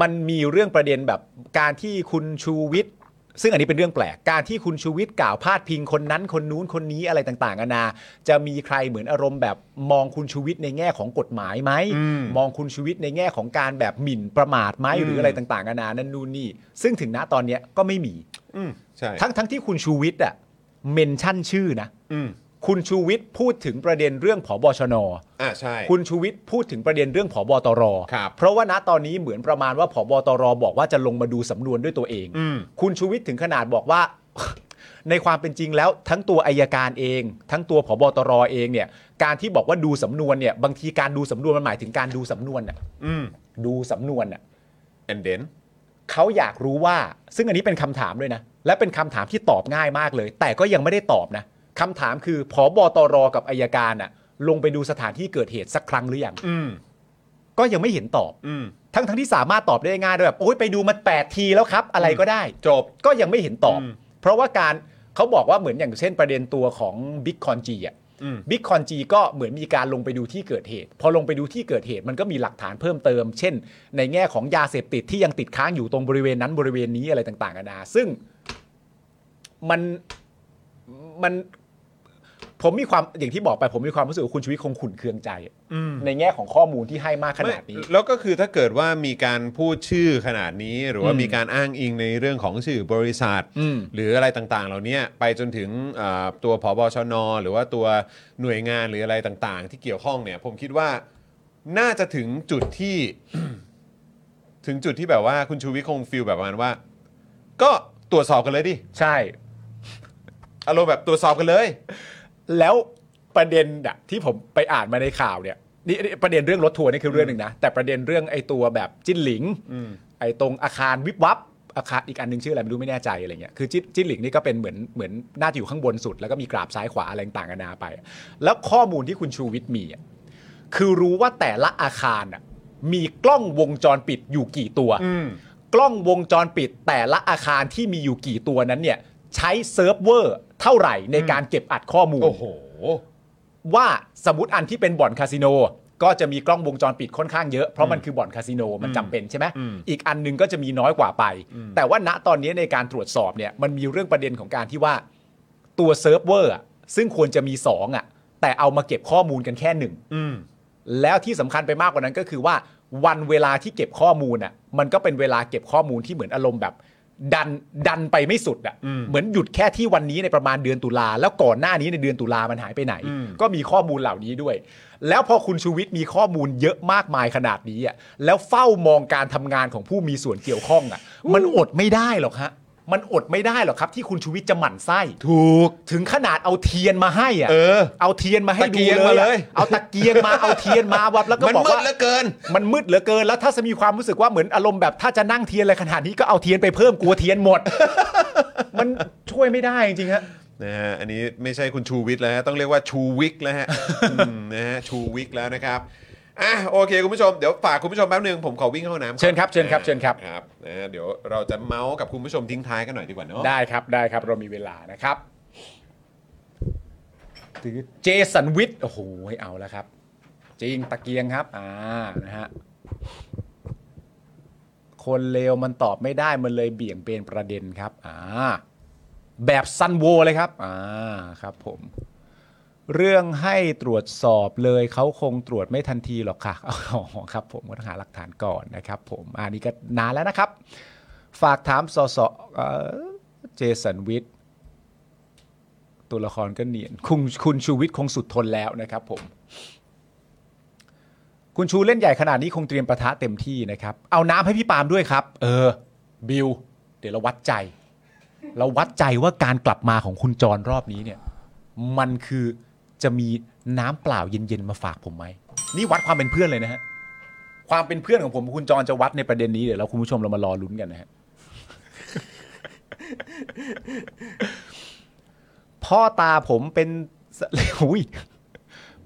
Speaker 4: มันมีเรื่องประเด็นแบบการที่คุณชูวิทย์ซึ่งอันนี้เป็นเรื่องแปลกการที่คุณชูวิทย์กล่าวพาดพิงคนนั้นคนนู้นคนนี้อะไรต่างๆนานาจะมีใครเหมือนอารมณ์แบบมองคุณชูวิทย์ในแง่ของกฎหมายไหม
Speaker 3: อืม
Speaker 4: มองคุณชูวิทย์ในแง่ของการแบบหมิ่นประมาทไหมหรืออะไรต่างๆนานานั่นนู่นนี่ ซึ่งถึงณตอนเนี้ยก็ไม่มี
Speaker 3: อืมใช่
Speaker 4: ทั้งทั้งที่คุณชูวิทย์อะเมนชั่นชื่อนะ
Speaker 3: อืม
Speaker 4: คุณชูวิทย์พูดถึงประเด็นเรื่องผบชน
Speaker 3: อ่าใช่
Speaker 4: คุณชูวิทย์พูดถึงประเด็นเรื่องผบตร
Speaker 3: ครับ
Speaker 4: เพราะว่าณตอนนี้เหมือนประมาณว่าผบตร บอกว่าจะลงมาดูสำนวนด้วยตัวเอง
Speaker 3: อืม
Speaker 4: คุณชูวิทย์ถึงขนาดบอกว่า ในความเป็นจริงแล้วทั้งตัวอายการเอง ทั้งตัวผบตรเองเนี่ย การที่บอกว่าดูสำนวนเนี่ย บางทีการดูสำนวนมันหมายถึงการดูสำนวนน่ะ
Speaker 3: อืม
Speaker 4: ดูสำนวนน่ะ
Speaker 3: and then
Speaker 4: เขาอยากรู้ว่า ซึ่งอันนี้เป็นคำถามด้วยนะ และเป็นคำถามที่ตอบง่ายมากเลย แต่ก็ยังไม่ได้ตอบนะคำถามคือผบตรกับอายการน่ะ ลงไปดูสถานที่เกิดเหตุสักครั้งหรือยัง
Speaker 3: อืม
Speaker 4: ก็ยังไม่เห็นตอบ
Speaker 3: อืม
Speaker 4: ทั้งทั้งที่สามารถตอบได้ง่ายด้วยแบบโอ้ยไปดูมา8ทีแล้วครับ อะไรก็ได้ จบก็ยังไม่เห็นตอบ
Speaker 3: อืม
Speaker 4: เพราะว่าการเขาบอกว่าเหมือนอย่างเช่นประเด็นตัวของบิ๊กคอนจีอ่ะ
Speaker 3: อืม
Speaker 4: บิ๊กคอนจีก็เหมือนมีการลงไปดูที่เกิดเหตุ พอลงไปดูที่เกิดเหตุมันก็มีหลักฐานเพิ่มเติม เช่น ในแง่ของยาเสพติดที่ยังติดค้างอยู่ตรงบริเวณนั้นบริเวณนี้อะไรต่างๆนานาซึ่งมันมันผ ผมมีความอย่างที่บอกไปผมมีความรู้สึกว่าคุณชีวิตคงขุ่นเคืองใจอะในแง่ของข้อมูลที่ให้มากขนาดนี้
Speaker 3: ไม่แล้วก็คือถ้าเกิดว่ามีการพูดชื่อขนาดนี้ หรือว่า
Speaker 4: อืม
Speaker 3: มีการอ้างอิงในเรื่องของชื่อบริษัท
Speaker 4: อืม
Speaker 3: หรืออะไรต่างๆ เหล่านี้ไปจนถึงเอ่อตัวผบชน หรือว่าตัวหน่วยงานหรืออะไรต่างๆ ที่เกี่ยวข้องเนี่ย ผมคิดว่าน่าจะถึงจุดที่ ถึงจุดที่แบบว่าคุณชูวิทย์คงฟิลแบบประมาณว่า ก็ตรวจสอบกันเลยดิ
Speaker 4: ใช่
Speaker 3: อารมณ์แบบตรวจสอบกันเลย
Speaker 4: แล้วประเด็นอะที่ผมไปอ่านมาในข่าวเนี่ยนี่นี่ประเด็นเรื่องรถทัวร์นี่คือเรื่องหนึ่งนะ แต่ประเด็นเรื่องไอ้ตัวแบบจิ้นหลิงไอ้ตรงอาคารวิบวับอาคารอีกอันหนึงชื่ออะไรไม่รู้ไม่แน่ใจอะไรเงี้ยคือจิ้นจิ้นหลิงนี่ก็เป็นเหมือนเหมือนน่าจะอยู่ข้างบนสุด แล้วก็มีกราบซ้ายขวาอะไรต่างกันานาไป แล้วข้อมูลที่คุณชูวิทย์มีอะคือรู้ว่าแต่ละอาคารอะมีกล้องวงจรปิดอยู่กี่ตัว กล้องวงจรปิดแต่ละอาคารที่มีอยู่กี่ตัวนั้นเนี่ยใช้เซิร์ฟเวอร์เท่าไหร่ในการเก็บอัดข้อมูล
Speaker 3: โอ้โห
Speaker 4: ว่าสมมติอันที่เป็นบ่อนคาสิโนก็จะมีกล้องวงจรปิดค่อนข้างเยอะ เพราะมันคือบ่อนคาสิโนมันจำเป็นใช่ไหม
Speaker 3: อืม
Speaker 4: อีกอันหนึงก็จะมีน้อยกว่าไป แต่ว่าณตอนนี้ในการตรวจสอบเนี่ยมันมีเรื่องประเด็นของการที่ว่าตัวเซิร์ฟเวอร์อะซึ่งควรจะมีสองอ่ะแต่เอามาเก็บข้อมูลกันแค่หนึ่ง
Speaker 3: อืม
Speaker 4: แล้วที่สำคัญไปมากกว่านั้นก็คือว่าวันเวลาที่เก็บข้อมูลอ่ะมันก็เป็นเวลาเก็บข้อมูลที่เหมือนอารมณ์แบบ ดันดันไปไม่สุดอ่ะเหมือนหยุดแค่ที่วันนี้ในประมาณเดือนตุลาแล้วก่อนหน้านี้ในเดือนตุลามันหายไปไหน ก็มีข้อมูลเหล่านี้ด้วย แล้วพอคุณชูวิทย์มีข้อมูลเยอะมากมายขนาดนี้อ่ะแล้วเฝ้ามองการทำงานของผู้มีส่วนเกี่ยวข้องอ่ะ มันอดไม่ได้หรอกฮะมันอดไม่ได้หรอกครับ ที่คุณชูวิทย์จะหมั่นไส้ถูกถึงขนาดเอาเทียนมาให้อ่ะ
Speaker 3: เออ
Speaker 4: เอาเทียนมาให้ดู
Speaker 3: ตะเกียง
Speaker 4: เล
Speaker 3: มาย เลย
Speaker 4: อะเอาตะเกียงมาเอาเทียนมาวับแล้วก็
Speaker 3: มัน
Speaker 4: บอก
Speaker 3: มืด
Speaker 4: ว่า
Speaker 3: เหลือเกิน
Speaker 4: มันมืดเหลือเกินแล้วถ้าจะมีความรู้สึกว่าเหมือนอารมณ์แบบถ้าจะนั่งเทียนอะไรขนาดนี้ก็เอาเทียนไปเพิ่มกลัวเทียนหมด มันช่วยไม่ได้จริงๆฮะ
Speaker 3: นะฮะอันนี้ไม่ใช่คุณชูวิทย์แล้วฮะต้องเรียกว่าชูวิกแล้วฮะ อืมนะฮะชูวิกแล้วนะครับอ่ะโอเคคุณผู้ชมเดี๋ยวฝากคุณผู้ชมแป๊บนึงผมขอวิ่งเข้าห้องน้ำก่อน
Speaker 4: เชิญครับเชิญครับเชิญครับ
Speaker 3: ครับนะฮะเดี๋ยวเราจะเมาส์กับคุณผู้ชมทิ้งท้ายกันหน่อยดีกว่าเนาะ
Speaker 4: ได้ครับได้ครับเรามีเวลานะครับเจสันวิทย์โอ้โหเอาแล้วครับ จริงตะเกียงครับอ่านะฮะคนเลวมันตอบไม่ได้มันเลยเบี่ยงเบนประเด็นครับอ่าแบบซันโวเลยครับอ่าครับผม เรื่องให้ตรวจสอบเลยเขาคงตรวจไม่ทันทีหรอกค่ะ อ๋อครับผมก็ต้องหาหลักฐานก่อนนะครับ ผมอันนี้ก็นานแล้วนะครับ ฝากถามสสเอ่อเจสันวิทย์ตัวละครก็เนียน คุณคุณชูวิทย์คงสุดทนแล้วนะครับผม คุณชูเล่นใหญ่ขนาดนี้คงเตรียมประทะเต็มที่นะครับ เอาน้ำให้พี่ปาล์มด้วยครับ เออ บิว เดี๋ยวเราวัดใจ เราวัดใจว่าการกลับมาของคุณจรรอบนี้เนี่ย มันคือจะมีน้ำเปล่าเย็นๆมาฝากผมไหม นี่วัดความเป็นเพื่อนเลยนะฮะ ความเป็นเพื่อนของผมกับคุณจรจะวัดในประเด็นนี้เดี๋ยวเราคุณผู้ชมเรามารอลุ้นกันนะฮะ พ่อตาผมเป็นส อุ้ย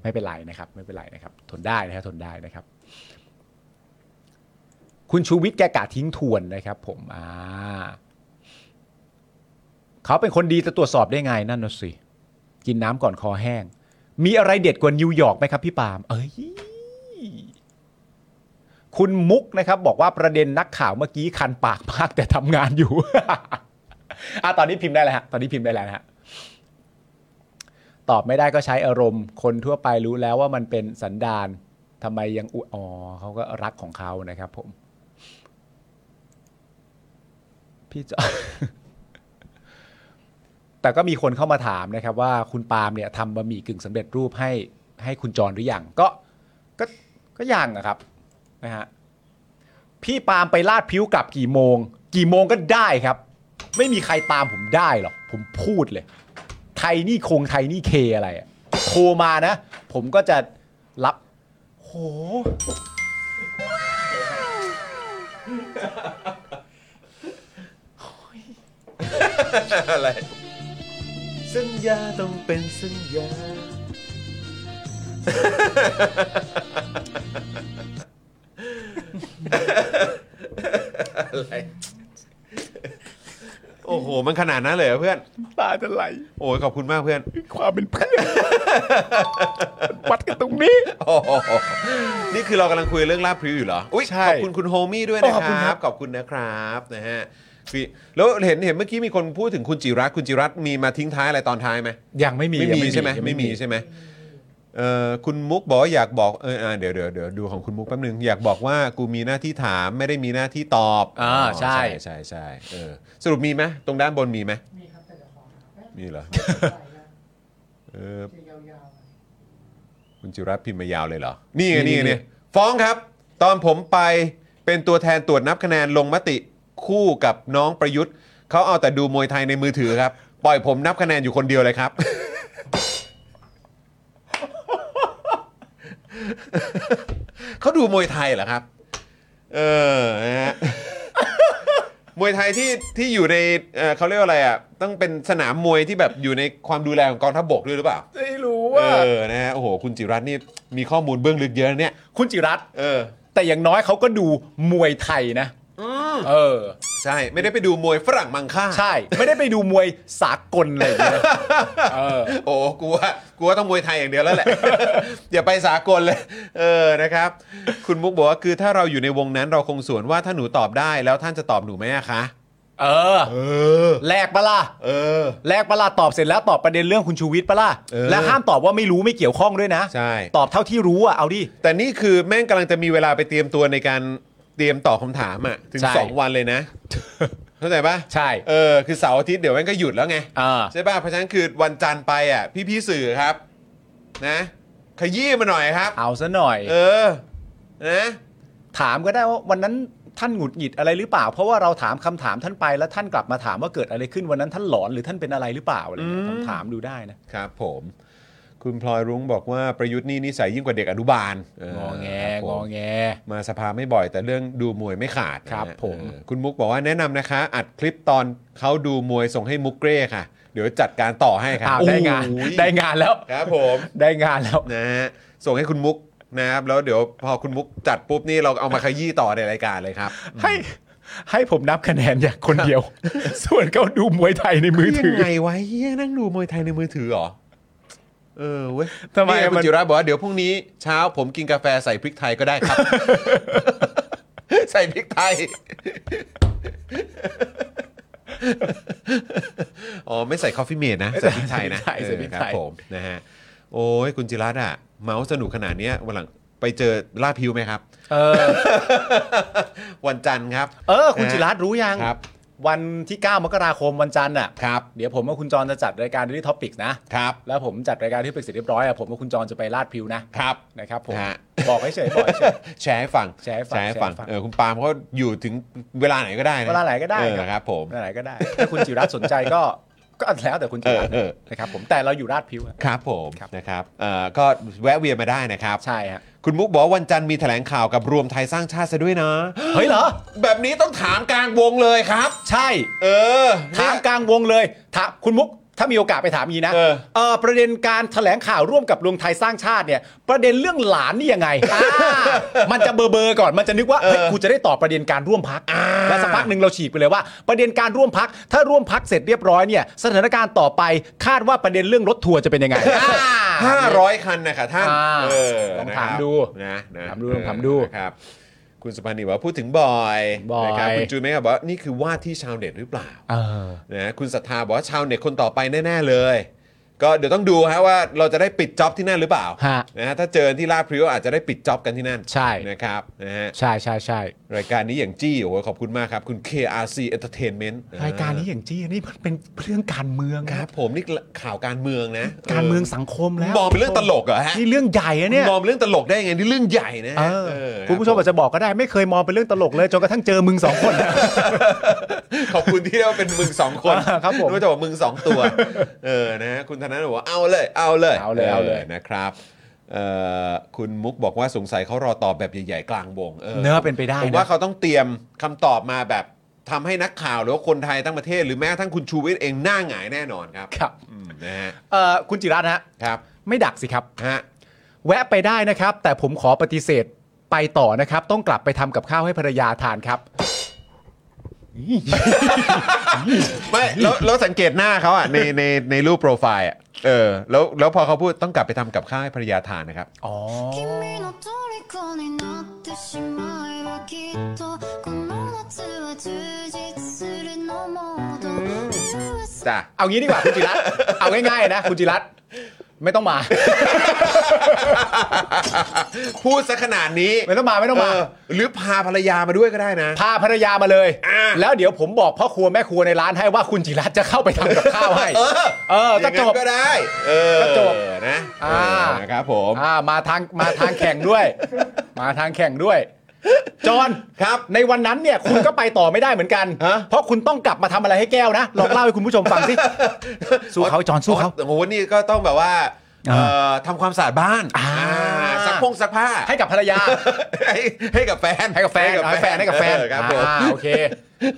Speaker 4: ไม่เป็นไรนะครับ ไม่เป็นไรนะครับ ทนได้นะครับทนได้นะครับ คุณชูวิทย์แกกะทิ้งทวนนะครับ ผมอ่าเขาเป็นคนดีจะตรวจสอบได้ไงนั่นนะสิ กินน้ำก่อนคอแห้ง มีอะไรเด็ดกว่านิวยอร์กไหมครับพี่ปาล์มเอ้ย คุณมุกนะครับ บอกว่าประเด็นนักข่าวเมื่อกี้คันปากมากแต่ทำงานอยู่ อ่ะตอนนี้พิมพ์ได้แล้วฮะตอนนี้พิมพ์ได้แล้วนะฮะ ตอบไม่ได้ก็ใช้อารมณ์ คนทั่วไปรู้แล้วว่ามันเป็นสันดานทำไมยังอุอ๋อเขาก็รักของเขานะครับผม พี่จอ แต่ก็มีคนเข้ามาถามนะครับ ว่าคุณปาล์มเนี่ยทำบะหมี่กึ่งสำเร็จรูปให้ให้คุณจรหรือยังก็ก็ก็ยังอะครับนะฮะพี่ปาล์มไปลาดผิวกลับกี่โมง กี่โมงก็ได้ครับ ไม่มีใครตามผมได้หรอกผมพูดเลย ไทยนี่คงไทยนี่เคอะไรอะโทรมานะ ผมก็จะรับ โห
Speaker 3: อะไร
Speaker 2: สัญญาต้องเป็นสัญญา
Speaker 3: อะไร โอ้โห มันขนาดนั้นเลยเหรอเพื่อน
Speaker 4: ตาจะไหล
Speaker 3: โอ้ยขอบคุณมากเพื่อน
Speaker 4: ความเป็นเพื่อนวัดกันตรงนี้
Speaker 3: โอ้โหนี่คือเรากำลังคุยเรื่องลาบพริ้วอยู่เหรออุ้ย
Speaker 4: ใช่
Speaker 3: ขอบคุณคุณโฮมี่ด้วยนะ
Speaker 4: ขอบคุณ
Speaker 3: ค
Speaker 4: ครั
Speaker 3: รับ
Speaker 4: บ
Speaker 3: ขอบคุณนะครับนะฮะ ฟีแล้วเห็นเห็นเมื่อกี้มีคนพูดถึงคุณจิรัตน์คุณจิรัตน์มีมาทิ้งท้ายอะไรตอนท้ายไหม
Speaker 4: ยังไม่มี
Speaker 3: ไม่
Speaker 4: ยัง
Speaker 3: มีใช่ไหม
Speaker 4: ยัง
Speaker 3: ไม่มีใช่ไหมเอ่อคุณมุกบอกว่าอยากบอกเอออ่าเดี๋ยวเดี๋ยวเดี๋ยวดูของคุณมุกแป๊บนึงอยากบอกว่ากูมีหน้าที่ถามไม่ได้มีหน้าที่ตอบ
Speaker 4: อ่าใช่
Speaker 3: ใช่ใช่เออสรุปมีไหมตรงด้านบนมีไหมมีครับแต่ขอมีเหรอเออคุณจิรัตน์พิมพ์มายาวเลยเหรอ นี่ไงนี่ไง
Speaker 4: นี่
Speaker 3: เนี่ยฟ้องครับ ตอนผมไปเป็นตัวแทนตรวจนับคะแนนลงมติคู่กับน้องประยุทธ์เขาเอาแต่ดูมวยไทยในมือถือครับ ปล่อยผมนับคะแนนอยู่คนเดียวเลยครับ เขาดูมวยไทยเหรอครับ เออนะฮะ มวยไทยที่ที่อยู่ในเอ่อเขาเรียกว่าอะไรอ่ะ ต้องเป็นสนามมวยที่แบบอยู่ในความดูแลของกองทัพบกด้วยหรือเปล่า
Speaker 4: ไม่รู้
Speaker 3: เอ
Speaker 4: ว่า
Speaker 3: อ นะฮะ โอ้โห คุณจิรัตน์นี่มีข้อมูลเบื้องลึกเยอะนะเนี่ย
Speaker 4: คุณจิรัตน์
Speaker 3: เออ
Speaker 4: แต่อย่างน้อยเขาก็ดูมวยไทยนะเออ
Speaker 3: ใช่ ไม่ได้ไปดูมวยฝรั่งมังค่า
Speaker 4: ใช่ ไม่ได้ไปดูมวยสากลอะไรอย่างเงี้ยนะเออ
Speaker 3: โอ้กูว่ากูว่าต้องมวยไทยอย่างเดียวแล้วแหละ อย่าไปสากลเลย เออ นะครับ คุณมุกบอกว่าคือถ้าเราอยู่ในวงนั้นเราคงสวนว่าถ้าหนูตอบได้แล้วท่านจะตอบหนูไหมอะคะ
Speaker 4: เออ
Speaker 3: เออ
Speaker 4: แลกปะล่ะ
Speaker 3: เออ
Speaker 4: แลกปะล่ะตอบเสร็จแล้วตอบประเด็นเรื่องคุณชูวิทย์ปะล่ะ
Speaker 3: เออ
Speaker 4: และห้ามตอบว่าไม่รู้ไม่เกี่ยวข้องด้วยนะ
Speaker 3: ใช่
Speaker 4: ตอบเท่าที่รู้อ่ะ เอาดิ
Speaker 3: แต่นี่คือแม่งกำลังจะมีเวลาไปเตรียมตัวในการเตรียมตอบคำถามอ่ะ ถึง
Speaker 4: ใช่
Speaker 3: 2 วันเลยนะ เข้าใจปะ
Speaker 4: ใช่
Speaker 3: เออ คือเสาร์อาทิตย์เดี๋ยวแม่งก็หยุดแล้วไง
Speaker 4: อ่า
Speaker 3: ใช่ป่ะเพราะฉะนั้นคือวันจันทร์ไปอ่ะ พี่พี่ๆสื่อครับ นะ ขยี้มาหน่อยครับ
Speaker 4: เอาซะหน่อย
Speaker 3: เออ นะ
Speaker 4: ถามก็ได้ว่าวันนั้นท่านหงุดหงิดอะไรหรือเปล่า เพราะว่าเราถามคำถามท่านไปแล้วท่านกลับมาถามว่าเกิดอะไรขึ้นวันนั้นท่านหลอนหรือท่านเป็นอะไรหรือเปล่าอะไรเงี้ยถามดูได้นะ
Speaker 3: ครับผม คุณพลอยรุ้งบอกว่าประยุทธ์นี่นิสัยยิ่งกว่าเด็กอนุบาลเ
Speaker 4: งอแง
Speaker 3: ครับผม
Speaker 4: งอแง
Speaker 3: มาสภาไม่บ่อย แต่เรื่องดูมวยไม่ขาดนะครับ
Speaker 4: ผม
Speaker 3: เออคุณมุกบอกว่าแนะนำนะคะ อัดคลิปตอนเขาดูมวยส่งให้มุกเกรค่ะ เดี๋ยวจัดการต่อให้ครั
Speaker 4: อ้า
Speaker 3: บ
Speaker 4: วได้งาน
Speaker 3: โอ้โห
Speaker 4: ได้งานแล้ว
Speaker 3: ครับผม
Speaker 4: ได้งานแล้ว
Speaker 3: นะฮะส่งให้คุณมุกนะครับแล้วเดี๋ยวพอคุณมุกจัดปุ๊บนี่เราเอามาขยี้ต่อในรายการเลยครับ
Speaker 4: ให้ให้ผมนับคะแนนอย่างคนเดียว ส่วนเขาดูมวยไทยในมือถือ
Speaker 3: ยังไงวะเฮียนั่งดูมวยไทยในมือถือเหรอ เออเว้ย
Speaker 4: ทำไม
Speaker 3: นี่ง
Speaker 4: มั
Speaker 3: คุณ
Speaker 4: น
Speaker 3: จิระบอกว่าเดี๋ยวพรุ่งนี้เช้าผมกินกาแฟใส่พริกไทยก็ได้ ครับ ใส่พริกไทย อ๋อ ไม่ใส่คอฟฟี่เมดนะ ใส่พริกไทยนะ
Speaker 4: ใส่ใส่พริกไท
Speaker 3: เอ
Speaker 4: ย
Speaker 3: อครับผมนะฮะโอ้ยคุณจิรัตน์อะเมาส์สนุกขนาดเนี้ยวันหลังไปเจอลาดพริวไหม ครับ
Speaker 4: เออ
Speaker 3: วันจันทร์ครับ
Speaker 4: เออ คุณจิรัตน์รู้ยัง
Speaker 3: ครับ
Speaker 4: วันที่ 9 มกราคมวันจันทร์อ่ะ
Speaker 3: ครับ
Speaker 4: เดี๋ยวผมกับคุณจรจะจัดรายการที่ท็อปิกนะ
Speaker 3: ครับ
Speaker 4: แล้วผมจัดรายการที่ท็อปิกเสร็จเรียบร้อยอ่ะผมกับคุณจรจะไปลาดพริวนะครับ นะครับผม
Speaker 3: ฮะ
Speaker 4: บอกให้เฉยบอกให้เฉย
Speaker 3: แชร์ให้ฟัง
Speaker 4: แชร์ให้ฟังแชร์ให้ฟัง
Speaker 3: เออคุณปาล์มเขาอยู่ถึงเวลาไหนก็ได้นะ
Speaker 4: เวลาไหนก็ได้
Speaker 3: เออ
Speaker 4: ครับ
Speaker 3: ครับผม
Speaker 4: นั่นไหนก็ได้ ถ้าคุณจิรัตน์สนใจก็ก็แล้วแต่คุณจิรัตน์
Speaker 3: เออเออ
Speaker 4: นะครับผมแต่เราอยู่ลาดพริวอะ
Speaker 3: ครับผม
Speaker 4: ครับ
Speaker 3: นะครับเอ่อก็แวะเวียนมาได้นะครับ
Speaker 4: ใช่ฮะ
Speaker 3: คุณมุกบอกว่าวันจันทร์มีแถลงข่าวกับรวมไทยสร้างชาติซะด้วยนะ
Speaker 4: เฮ้ยเหรอ
Speaker 3: แบบนี้ต้องถามกลางวงเลยครับ
Speaker 4: ใช่
Speaker 3: เออ
Speaker 4: ถามกลางวงเลยถามคุณมุกถ้ามีโอกาสไปถามอีกนะ
Speaker 3: เออ
Speaker 4: เอ่อประเด็นการแถลงข่าวร่วมกับรวมไทยสร้างชาติเนี่ย ประเด็นเรื่องหลานนี่ยังไงอ่ามันจะเบอร์เบอร์ก่อนมันจะนึกว่าเฮ้ยกูจะได้ตอบประเด็นการร่วมพักแล้วสักพักหนึ่งเราฉีกไปเลยว่า ประเด็นการร่วมพักถ้าร่วมพักเสร็จเรียบร้อยเนี่ยสถานการณ์ต่อไปคาดว่าประเด็นเรื่องรถทัวร์จะเป็นยังไง
Speaker 3: ห้า
Speaker 4: อ่า
Speaker 3: ร้อยคันนะคะท่าน
Speaker 4: อ่า
Speaker 3: เออ
Speaker 4: ลอง
Speaker 3: นะครับ
Speaker 4: ถามดู
Speaker 3: นะนะ
Speaker 4: ถามดู
Speaker 3: เออ
Speaker 4: ลองถามดู
Speaker 3: นะครับ คุณสุพันธ์นี่บอกว่าพูดถึงบอย
Speaker 4: บอย
Speaker 3: นะครับคุณจูนเมฆบอกว่านี่คือว่าที่ชาวเน็ตหรือเปล่า
Speaker 4: เออ
Speaker 3: นะคุณศรัทธาบอกว่าชาวเน็ตคนต่อไปแน่ ๆ เลย ก็เดี๋ยวต้องดูฮะว่าเราจะได้ปิดจ็อบที่นั่นหรือเปล่า
Speaker 4: ฮะ
Speaker 3: นะฮะถ้าเจอที่ลาดพริ้วอาจจะได้ปิดจ็อบกันที่นั่น
Speaker 4: ใช่
Speaker 3: นะครับนะฮะ
Speaker 4: ใช่ใช่ใช่
Speaker 3: รายการนี้อย่างจี้โอ้โหขอบคุณมากครับ คุณ KRC Entertainment
Speaker 4: รายการนี้อย่างจี้นี่มันเป็นเรื่องการเมือง
Speaker 3: ค
Speaker 4: นะ
Speaker 3: รับ ผมนี่ข่าวการเมืองนะ
Speaker 4: การเมืองสังคมแล้ว
Speaker 3: มองเป็นเรื่องตลกเหรอฮะ
Speaker 4: นี่เรื่องใหญ่อะเนี่ย
Speaker 3: มองเรื่องตลกได้ยังไงนี่เรื่องใหญ่นะฮะ
Speaker 4: เออ
Speaker 3: เออ
Speaker 4: คุณผู้ชมอาจจะบอกก็ได้ไม่เคยมองเป็นเรื่องตลกเลยจนกระทั่งเจอมึงสองคน
Speaker 3: ขอบคุณที่เรียกว่าเป็นมึงสองคน
Speaker 4: อ่าครับผม
Speaker 3: นึกว่าจะบอกมึงสอง ตัวเออนะฮะคุณธนาบอกว่าเอาเลยเอาเลย
Speaker 4: เอาเลยเอาเลย
Speaker 3: นะครับเอ่อคุณมุกบอกว่าสงสัยเขารอตอบแบบใหญ่ๆกลางวงเออ
Speaker 4: เนื้อเป็นไปได้
Speaker 3: ผมว่า
Speaker 4: นะ
Speaker 3: เขาต้องเตรียมคำตอบมาแบบทำให้นักข่าวหรือว่าคนไทยทั้งประเทศ หรือแม้กระทั่งคุณชูวิทย์เองหน้าหงายแน่นอนครับ
Speaker 4: ครับ
Speaker 3: อืมนะฮะ
Speaker 4: เอ่อคุณจิรัตน์ฮะ
Speaker 3: ครับ
Speaker 4: ไม่ดักสิครับ
Speaker 3: ฮะ
Speaker 4: แวะไปได้นะครับ แต่ผมขอปฏิเสธไปต่อนะครับ ต้องกลับไปทำกับข้าวให้ภรรยาทานครับ
Speaker 3: ไม่แล้วแล้วสังเกตหน้าเขาอ่ะในในในรูปโปรไฟล์อ่ะเออแล้วแล้วพอเขาพูดต้องกลับไปทำกับข้าวให้ภรรยาทานนะครับ
Speaker 4: อ๋อ
Speaker 9: 君の虜になってしまえばきっとこの夏は充実するね
Speaker 3: จ้ะ
Speaker 4: เอางี้ดีกว่าคุณจิรัตน์ เอาง่ายๆนะคุณจิรัตน์ไม่ต้องมา
Speaker 3: พูดซะขนาดนี้
Speaker 4: ไม่ต้องมาไม่ต้องมา
Speaker 3: เหรือพาภรรยามาด้วยก็ได้นะ
Speaker 4: พาภรรยามาเลย
Speaker 3: อ่ะ
Speaker 4: แล้วเดี๋ยวผมบอกพ่อครัวแม่ครัวในร้านให้ว่าคุณจิรัตน์จะเข้าไปทำกับข้าวให้
Speaker 3: เออ
Speaker 4: เออ
Speaker 3: อ
Speaker 4: จะ
Speaker 3: ย่าง
Speaker 4: จ
Speaker 3: นั้น
Speaker 4: บ
Speaker 3: ก็ได้ เออ
Speaker 4: ก็จบ
Speaker 3: นะ
Speaker 4: อ่า
Speaker 3: เออนะครับผม
Speaker 4: อ่ามาทางมาทางแข่ง ด้วย มาทางแข่งด้วย จอห์น
Speaker 3: ครับ
Speaker 4: ในวันนั้นเนี่ยคุณก็ไปต่อไม่ได้เหมือนกัน
Speaker 3: ฮะ
Speaker 4: เพราะคุณต้องกลับมาทำอะไรให้แก้วนะลองเล่าให้คุณผู้ชมฟัง สิ สู้เขาจอห์นสู้เขา
Speaker 3: โอ้โหนี่ก็ต้องแบบว่า
Speaker 4: อ่า
Speaker 3: เอ่อทำความสะอาดบ้าน
Speaker 4: อ่า
Speaker 3: อ่าซักพงซักผ้า
Speaker 4: ให้กับภรรยา
Speaker 3: ให้ให้กับแฟน
Speaker 4: ให้กับแฟนให้กับแฟนให้กับแฟน
Speaker 3: เออครับผม
Speaker 4: อ่าโอเค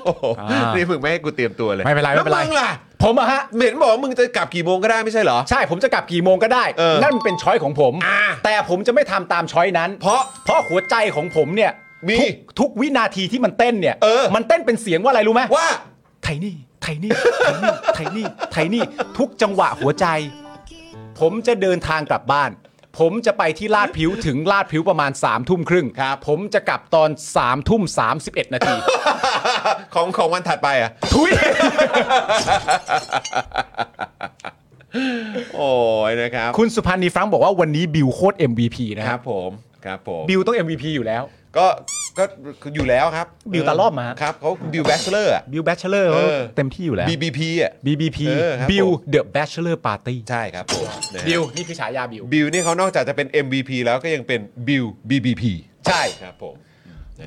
Speaker 3: โอ้โห
Speaker 4: อ่านี่
Speaker 3: นี่มึงไม่ให้กูเตรียมตัวเลย
Speaker 4: ไม่เป็นไรไม่เป็นไร
Speaker 3: แล้วงล่ะ
Speaker 4: ผมอะฮะ
Speaker 3: เหม็นบอกว่ามึงจะกลับกี่โมงก็ได้ไม่ใช่เหรอ
Speaker 4: ใช่ผมจะกลับกี่โมงก็ได้
Speaker 3: เออ
Speaker 4: นั่นมันเป็นช้อยของผม
Speaker 3: อ่า
Speaker 4: แต่ผมจะไม่ทำตามช้อยนั้น
Speaker 3: เพราะ
Speaker 4: เพราะหัวใจของผมเนี่ย
Speaker 3: มี
Speaker 4: ทุกทุกวินาทีที่มันเต้นเนี่ย
Speaker 3: เออ
Speaker 4: มันเต้นเป็นเสียงว่าอะไรรู้ไหม
Speaker 3: ว่า
Speaker 4: ไทนี่ไทนี่ไทนี่ไทนี่ทุกจังหวะหัวใจ ผมจะเดินทางกลับบ้าน ผมจะไปที่ลาดผิวถึงลาดผิวประมาณ3ามทุ่มครึ่ง
Speaker 3: ครับ
Speaker 4: ผมจะกลับตอน3ามทุ่มสานาที
Speaker 3: ของของวันถัดไปอ่ะ
Speaker 4: ทุย
Speaker 3: โอ้ยนะครับ
Speaker 4: คุณสุพันธ์นีฟรังก์บอกว่าวันนี้บิวโคตร MVP นะ
Speaker 3: ค
Speaker 4: ค
Speaker 3: รั
Speaker 4: รั
Speaker 3: บบ ผมครับผม
Speaker 4: บิวต้อง MVP อยู่แล้ว
Speaker 3: ก็ก็คืออยู่แล้วครับ
Speaker 4: บิวตาลอบมา
Speaker 3: ครับเขาดิวแบชเลอร์
Speaker 4: บิวแบชเชลอร์
Speaker 3: เออ
Speaker 4: เต็มที่อยู่แล้ว
Speaker 3: BBP อ่ะ
Speaker 4: BBP
Speaker 3: เออครับ
Speaker 4: บิว
Speaker 3: ผม
Speaker 4: เดอะแบชเชลอร์ปาร์ตี้
Speaker 3: ใช่ครับผมนะฮะ
Speaker 4: บิวนี่คือฉายาบิว
Speaker 3: บิวนี่เขานอกจากจะเป็น MVP แล้วก็ยังเป็นบิว BBP
Speaker 4: ใช่
Speaker 3: ครับผม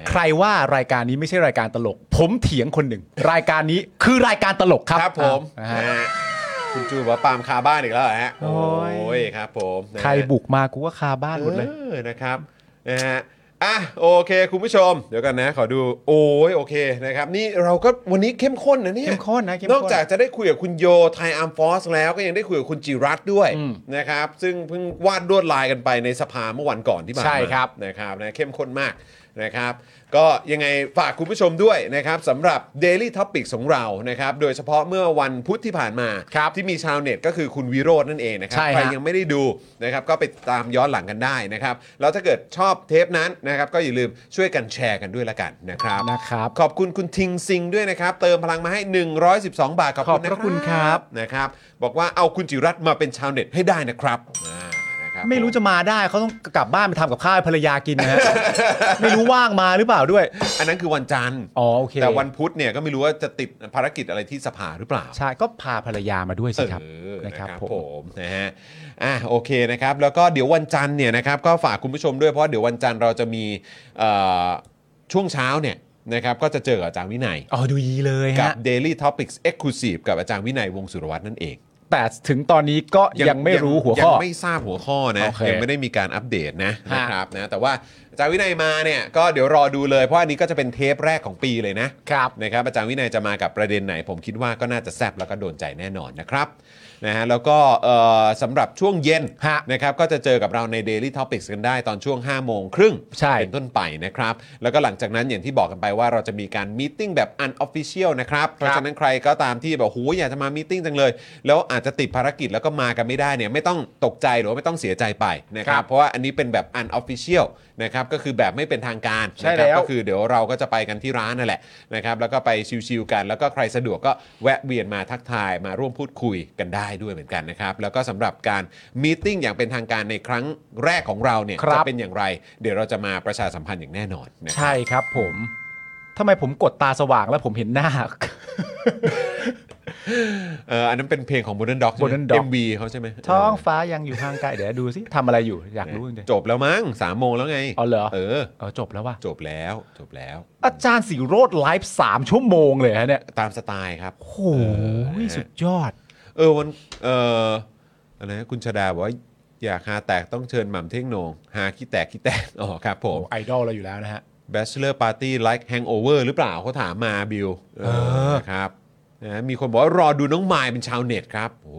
Speaker 4: ใครว่ารายการนี้ไม่ใช่รายการตลก ผมเถียงคนหนึ่ง รายการนี้คือรายการตลกครับ
Speaker 3: ครับผม
Speaker 4: อ่าฮะ
Speaker 3: นะฮะคุณจูบอกว่าปาล์มคาบ้านอีกแล้วเหรอฮะ
Speaker 4: โอ้
Speaker 3: โอ้
Speaker 4: ย
Speaker 3: ยครับผมนะฮะ
Speaker 4: ใครบุกมากูก็คาบ้านหมดเลย
Speaker 3: เออนะครับนะฮะอ่ะโอเค คุณผู้ชม เดี๋ยวกันนะ ขอดูโอ้ยโอเคนะครับ นี่เราก็วันนี้เข้มข้นนะเนี่ย
Speaker 4: เข้มข้นนะเข้มข้น
Speaker 3: นอกจากจะได้คุยกับคุณโยไทยอัมฟอสแล้วก็ยังได้คุยกับคุณจิรัตน์ด้วย
Speaker 4: อืม
Speaker 3: นะครับ ซึ่งเพิ่งวาดลวดลายกันไปในสภาเมื่อวันก่อนที่ผ่านมา
Speaker 4: ใช่ครับ
Speaker 3: นะครับนะเข้มข้นมากนะครับ ก็ยังไงฝากคุณผู้ชมด้วยนะครับสำหรับ Daily Topic ของเรานะครับ โดยเฉพาะเมื่อวันพุธที่ผ่านมา
Speaker 4: ครับ
Speaker 3: ที่มีชาวเน็ตก็คือคุณวิโรจน์นั่นเองนะครั
Speaker 4: ใช่ฮะ
Speaker 3: ใครยังไม่ได้ดูนะครับก็ไปตามย้อนหลังกันได้นะครับ แล้วถ้าเกิดชอบเทปนั้นนะครับ ก็อย่าลืมช่วยกันแชร์กันด้วยละกันนะครับ
Speaker 4: นะครับ
Speaker 3: ขอบคุณคุณทิงซิงด้วยนะครับ เติมพลังมาให้ 112 บาทขอบคุณนะ
Speaker 4: ขอบพระคุณครับ
Speaker 3: นะครับ บอกว่าเอาคุณจิรัตน์มาเป็นชาวเน็ตให้ได้นะครับอ่านะครับ
Speaker 4: ไม่รู้จะมาได้เขาต้องกลับบ้านไปทำกับข้าวให้ภรรยากิน นะฮะ ไม่รู้ว่างมาหรือเปล่าด้วย
Speaker 3: อันนั้นคือวันจันทร์
Speaker 4: อ๋อโอเค
Speaker 3: แต่วันพุธเนี่ยก็ไม่รู้ว่าจะติดภารกิจอะไรที่สภาหรือเปล่า
Speaker 4: ใช่ก็พาภรรยามาด้วยสิครับ
Speaker 3: เออ
Speaker 4: นะ
Speaker 3: นะครับ
Speaker 4: ผม
Speaker 3: ผมนะฮะอ่ะโอเคนะครับ แล้วก็เดี๋ยววันจันทร์เนี่ยนะครับก็ฝากคุณผู้ชมด้วยเพราะเดี๋ยววันจันทร์เราจะมีเอ่อช่วงเช้าเนี่ยนะครับก็จะเจอกับอาจารย์วินัย
Speaker 4: อ๋อดูยีเลย
Speaker 3: กับ
Speaker 4: ฮะ
Speaker 3: Daily Topics Exclusive กับอาจารย์วินัยวงศ์สุรวัตรนั่นเอง
Speaker 4: แต่ถึงตอนนี้ก็ยังไม่รู้หัว
Speaker 3: ยั
Speaker 4: ข้อ
Speaker 3: งไม่ทราบหัวข้อนะ
Speaker 4: โอเค
Speaker 3: ยังไม่ได้มีการอัปเดตนะ
Speaker 4: ฮะ
Speaker 3: นะครับนะแต่ว่าอาจารย์วินัยมาเนี่ยก็เดี๋ยวรอดูเลยเพราะอันนี้ก็จะเป็นเทปแรกของปีเลยนะครับ นะครับอาจารย์วินัยจะมากับประเด็นไหน ผมคิดว่าก็น่าจะแซบแล้วก็โดนใจแน่นอนนะครับนะฮะแล้วก็เอ่อสำหรับช่วงเย็น
Speaker 4: ฮะ
Speaker 3: นะครับก็จะเจอกับเราใน Daily Topics กันได้ตอนช่วง 5 โมงครึ่ง
Speaker 4: ใช่
Speaker 3: เป็นต้นไปนะครับ แล้วก็หลังจากนั้นอย่างที่บอกกันไปว่าเราจะมีการมีตติ้งแบบ unofficial นะครับ เพราะฉะนั้นใครก็ตามที่แบบหูอยากจะมามีตติ้งจังเลย แล้วอาจจะติดภารกิจแล้วก็มากันไม่ได้เนี่ยไม่ต้องตกใจหรือว่าไม่ต้องเสียใจไปนะค
Speaker 4: ค
Speaker 3: รั
Speaker 4: รับ บ
Speaker 3: เพราะว่าอันนี้เป็นแบบ unofficial นะครับก็คือแบบไม่เป็นทางการ
Speaker 4: ใช่
Speaker 3: นะครับ
Speaker 4: แล้ว
Speaker 3: ก็คือเดี๋ยวเราก็จะไปกันที่ร้านนั่นแหละนะครับแล้วก็ไปชิลๆกันแล้วก็ใครสะดวกก็แวะเวียนมาทักทายมาร่วมพูดคุยกันได้ด้วยเหมือนกันนะครับแล้วก็สำหรับการมีตติ้งอย่างเป็นทางการในครั้งแรกของเราเนี่ย
Speaker 4: ครั
Speaker 3: จะ
Speaker 4: บ
Speaker 3: เป็น เป็นอย่างไรเดี๋ยวเราจะมาประชาสัมพันธ์อย่างแน่นอนนะ
Speaker 4: ใช่ครับผมทำไมผมกดตาสว่างแล้วผมเห็นหน้า
Speaker 3: เอออันนั้นเป็นเพลงของ Modern Dog ใช่ไหม
Speaker 4: Modern Dog
Speaker 3: MV เขาใช่ไหม
Speaker 4: ท้องฟ้ายังอยู่ห่างไกลเดี๋ยวดูสิทำอะไรอยู่อยากรู้จริง
Speaker 3: จบแล้วมั้งสามโมงแล้วไง
Speaker 4: อ๋อเหรอ
Speaker 3: เออ
Speaker 4: ๆเออจบแล้วว่ะ
Speaker 3: จบแล้วจบแล้ว
Speaker 4: อาจารย์สีโรดไลฟ์สามชั่วโมงเลยฮะเนี่ย
Speaker 3: ตามสไตล์ครับ
Speaker 4: โอ้โหสุดยอด
Speaker 3: เออวันเอออะไรนะคุณชดาบอกว่าอยากหาแตกต้องเชิญหม่ำเท่งโหนง หาขี้แตกขี้แตก อ๋อครับผม
Speaker 4: ไอดอลเราอยู่แล้วนะฮะ
Speaker 3: Bachelor Party Like Hangover หรือเปล่าเขาถามมาบิวเอ
Speaker 4: อ
Speaker 3: นะครับนะมีคนบอกว่ารอดูน้องมายเป็นชาวเน็ตครับ โอ้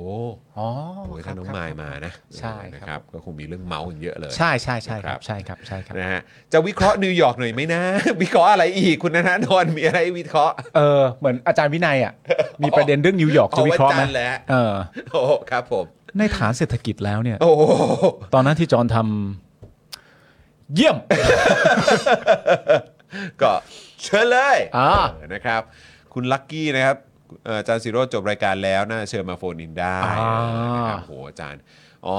Speaker 4: อ๋อ
Speaker 3: โห
Speaker 4: ครั
Speaker 3: ถ้า
Speaker 4: บ
Speaker 3: น้อง
Speaker 4: ครับ
Speaker 3: มายมานะ
Speaker 4: ใช่ครับ
Speaker 3: นะครับก็คงมีเรื่องเมาส์กันเยอะเลย
Speaker 4: ใช่ใช่ใช่ครับใช่ครับใช่ครับ
Speaker 3: นะฮะจะวิเคราะห์นิวยอร์กหน่อยไหมนะ วิเคราะห์อะไรอีกคุณนะนะนนท์มีอะไรให้วิเคราะห์
Speaker 4: เออเหมือนอาจารย์วินัยอ่ะ มีประเด็นเรื่องนิวยอร์กจะวิเคราะห์ไหม
Speaker 3: อจันทแหล้ว
Speaker 4: เออ
Speaker 3: โอ้ครับผม
Speaker 4: ในฐานเศรษฐกิจแล้วเนี่ย
Speaker 3: โอ้โห
Speaker 4: ตอนนั้นที่จอห์นทำเยี่ยม
Speaker 3: ก็เชิญเลย
Speaker 4: อ่า
Speaker 3: เออนะครับ คุณลักกี้นะครับ เอ่ออาจารย์สิโรจน์จบรายการแล้วน่าจะเชิญมาโฟนอินได้
Speaker 4: อ่า
Speaker 3: นะครับโหอาจารย์ อ๋อ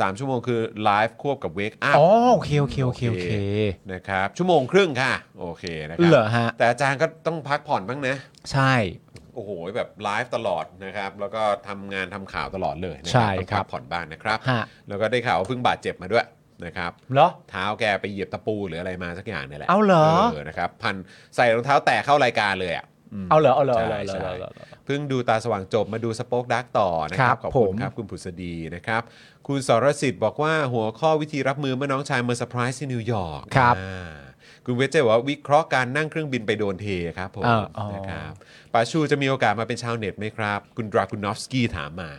Speaker 3: สามชั่วโมงคือไลฟ์ควบกับเวกอัพ
Speaker 4: อ๋อโอเคโอเคโอเคโอเค
Speaker 3: นะครับชั่วโมงครึ่งค่ะ โอเคนะครั
Speaker 4: เหรอฮะ
Speaker 3: แต่อาจารย์ก็ต้องพักผ่อนบ้างนะ
Speaker 4: ใช่
Speaker 3: โอ้โห แบบไลฟ์ตลอดนะครับ แล้วก็ทำงานทำข่าวตลอดเลยนะ
Speaker 4: ใช่
Speaker 3: ต้อง
Speaker 4: ครั
Speaker 3: พั
Speaker 4: บ
Speaker 3: กผ่อนบ้างนะครับ
Speaker 4: ฮะ
Speaker 3: แล้วก็ได้ข่าวว่าเพิ่งบาดเจ็บมาด้วยนะครับ
Speaker 4: เหรอ
Speaker 3: เท้าแกไปเหยียบตะปูหรืออะไรมาสักอย่างเนี่ยแหละ
Speaker 4: เอาเหรอ
Speaker 3: เออนะครับพันใส่รองเท้าแตะเข้ารายการเลยอ่ะม
Speaker 4: เอาเหรอเอาเหรอเอาเหรอ
Speaker 3: ใช่
Speaker 4: เอา
Speaker 3: ใช่
Speaker 4: เหรอเอาเหรอ
Speaker 3: เพิ่งดูตาสว่างจบมาดูสป็อคดักต่อนะค
Speaker 4: ครั
Speaker 3: รับบ ขอบ
Speaker 4: ผ
Speaker 3: คุ
Speaker 4: ม
Speaker 3: ณครับ คุณผุษดีนะครับ คุณสรสิทธิ์บอกว่าหัวข้อวิธีรับมือเมื่อน้องชายมาเซอร์ไพรส์ที่นิวยอร์ก
Speaker 4: ครับ
Speaker 3: อ่าคุณเวจเจบอกว่าวิเคราะห์การนั่งเครื่องบินไปโดนเทครับผม
Speaker 4: เอออ๋อ
Speaker 3: นะครับปาชูจะมีโอกาสมาเป็นชาวเน็ตไหมครับ คุณดรากุนอฟสกี้ถามมา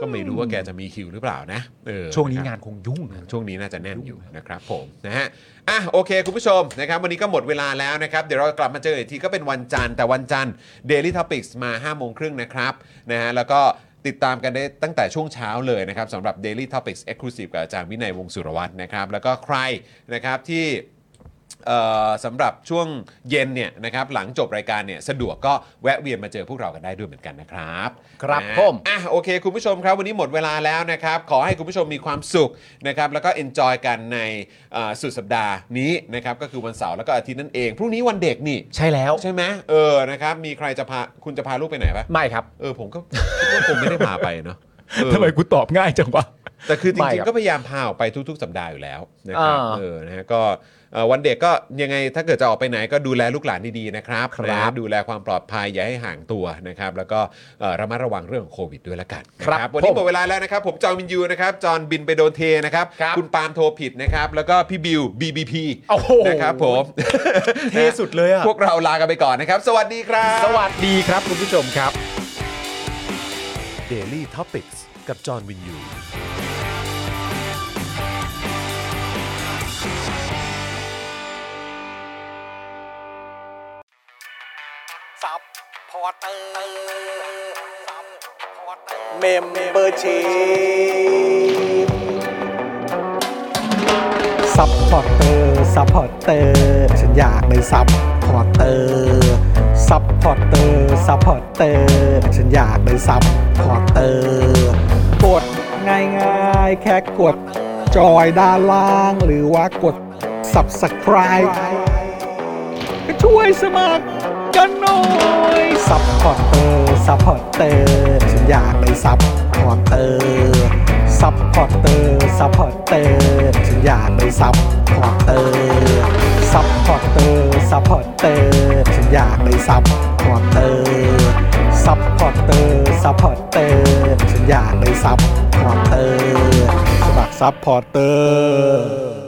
Speaker 3: ก็ไม่รู้ว่าแกจะมีคิวหรือเปล่านะเออ
Speaker 4: ช่วง
Speaker 3: ะค
Speaker 4: นี้
Speaker 3: รับ
Speaker 4: งานคงยุ่งนะ
Speaker 3: ช่วงนี้น่าจะแน่นอยู่นะครับผมนะฮะอ่ะโอเค คุณผู้ชมนะครับวันนี้ก็หมดเวลาแล้วนะครับ เดี๋ยวเรากลับมาเจออีกทีก็เป็นวันจันทร์แต่วันจันทร์ Daily Topics มา5้าโมงครึ่งนะครับนะฮะแล้วก็ติดตามกันได้ตั้งแต่ช่วงเช้าเลยนะครับสำหรับ Daily Topics Exclusive กับอาจารย์วินัยวงศ์สุรวัตรนะครับ แล้วก็ใครนะครับที่ เอ่อสำหรับช่วงเย็นเนี่ยนะครับหลังจบรายการเนี่ยสะดวกก็แวะเวียนมาเจอพวกเรากันได้ด้วยเหมือนกันนะครับ
Speaker 4: ครับ
Speaker 3: นะ
Speaker 4: ผม
Speaker 3: อ่ะโอเคคุณผู้ชมครับ วันนี้หมดเวลาแล้วนะครับ ขอให้คุณผู้ชมมีความสุขนะครับแล้วก็ enjoy กันในเอ่อสุดสัปดาห์นี้นะครับก็คือวันเสาร์แล้วก็อาทิตย์นั่นเอง พรุ่งนี้วันเด็กนี่
Speaker 4: ใช่แล้ว
Speaker 3: ใช่ไหมเออนะครับมีใครจะพาคุณจะพาลูกไปไหนปะ
Speaker 4: ไม่ครับ
Speaker 3: เออผมก็คิดว่าผมไม่ได้พาไปเนาะเออ
Speaker 4: ทำไมกูตอบง่ายจังวะ
Speaker 3: แต่คือจ
Speaker 4: ไม่
Speaker 3: ริง
Speaker 4: ครั
Speaker 3: ๆ
Speaker 4: บ
Speaker 3: ก็พยายามพาออกไปทุกๆ สัปดาห์อยู่แล้วนะครับ
Speaker 4: อ่า
Speaker 3: เออนะฮะก็เอ่อวันเด็กก็ยังไงถ้าเกิดจะออกไปไหนก็ดูแลลูกหลานดีๆนะครับ
Speaker 4: ครับ
Speaker 3: นะฮะดูแลความปลอดภัยอย่าให้ห่างตัวนะครับแล้วก็เอ่อระมัดระวังเรื่องของโควิดด้วยละกัน
Speaker 4: ครับ
Speaker 3: นะวันนี้
Speaker 4: ผม
Speaker 3: หมดเวลาแล้วนะครับ ผมจอห์นวินยูนะครับจอห์นบินไปโดนเทนะครับ
Speaker 4: ครับ
Speaker 3: ณปาล์มโทรผิดนะครับแล้วก็พี่บิว BBP
Speaker 4: โอ้โห
Speaker 3: นะครับผม
Speaker 4: เท่สุดเลยอะ
Speaker 3: พวกเราลากันไปก่อนนะครับ สวัสดีครับ
Speaker 4: สวัสดีครับคุณผู้ชมครับ
Speaker 2: Daily Topics กับจอห์นวินยู
Speaker 10: ซับพอร์เตอร์ซับพอร์เตอร์
Speaker 1: เมมเบอร์ชีซัพพอร์เตอร์ซัพพอร์เตอร์ฉันอยากเป็นซัพพอร์เตอร์ซัพพอร์เตอร์ซัพพอร์เตอร์ฉันอยากเป็นซัพพอร์เตอร์กดง่ายง่ายๆ แค่กดจอยด้านล่าง หรือว่ากด subscribe ก็ช่วยสมัครกันหน่อยซัพพอร์เตอร์ซัพพอร์เตอร์ฉันอยากเป็นซัพพอร์เตอร์ซัพพอร์เตอร์ซัพพอร์เตอร์ฉันอยากเป็นซัพพอร์เตอร์ซัพพอร์เตอร์ซัพพอร์เตอร์ฉันอยากเป็นซัพพอร์เตอร์ซัพพอร์เตอร์ซัพพอร์เตอร์ฉันอยากเป็นซัพพอร์เตอร์สมัครซัพพอร์เตอร์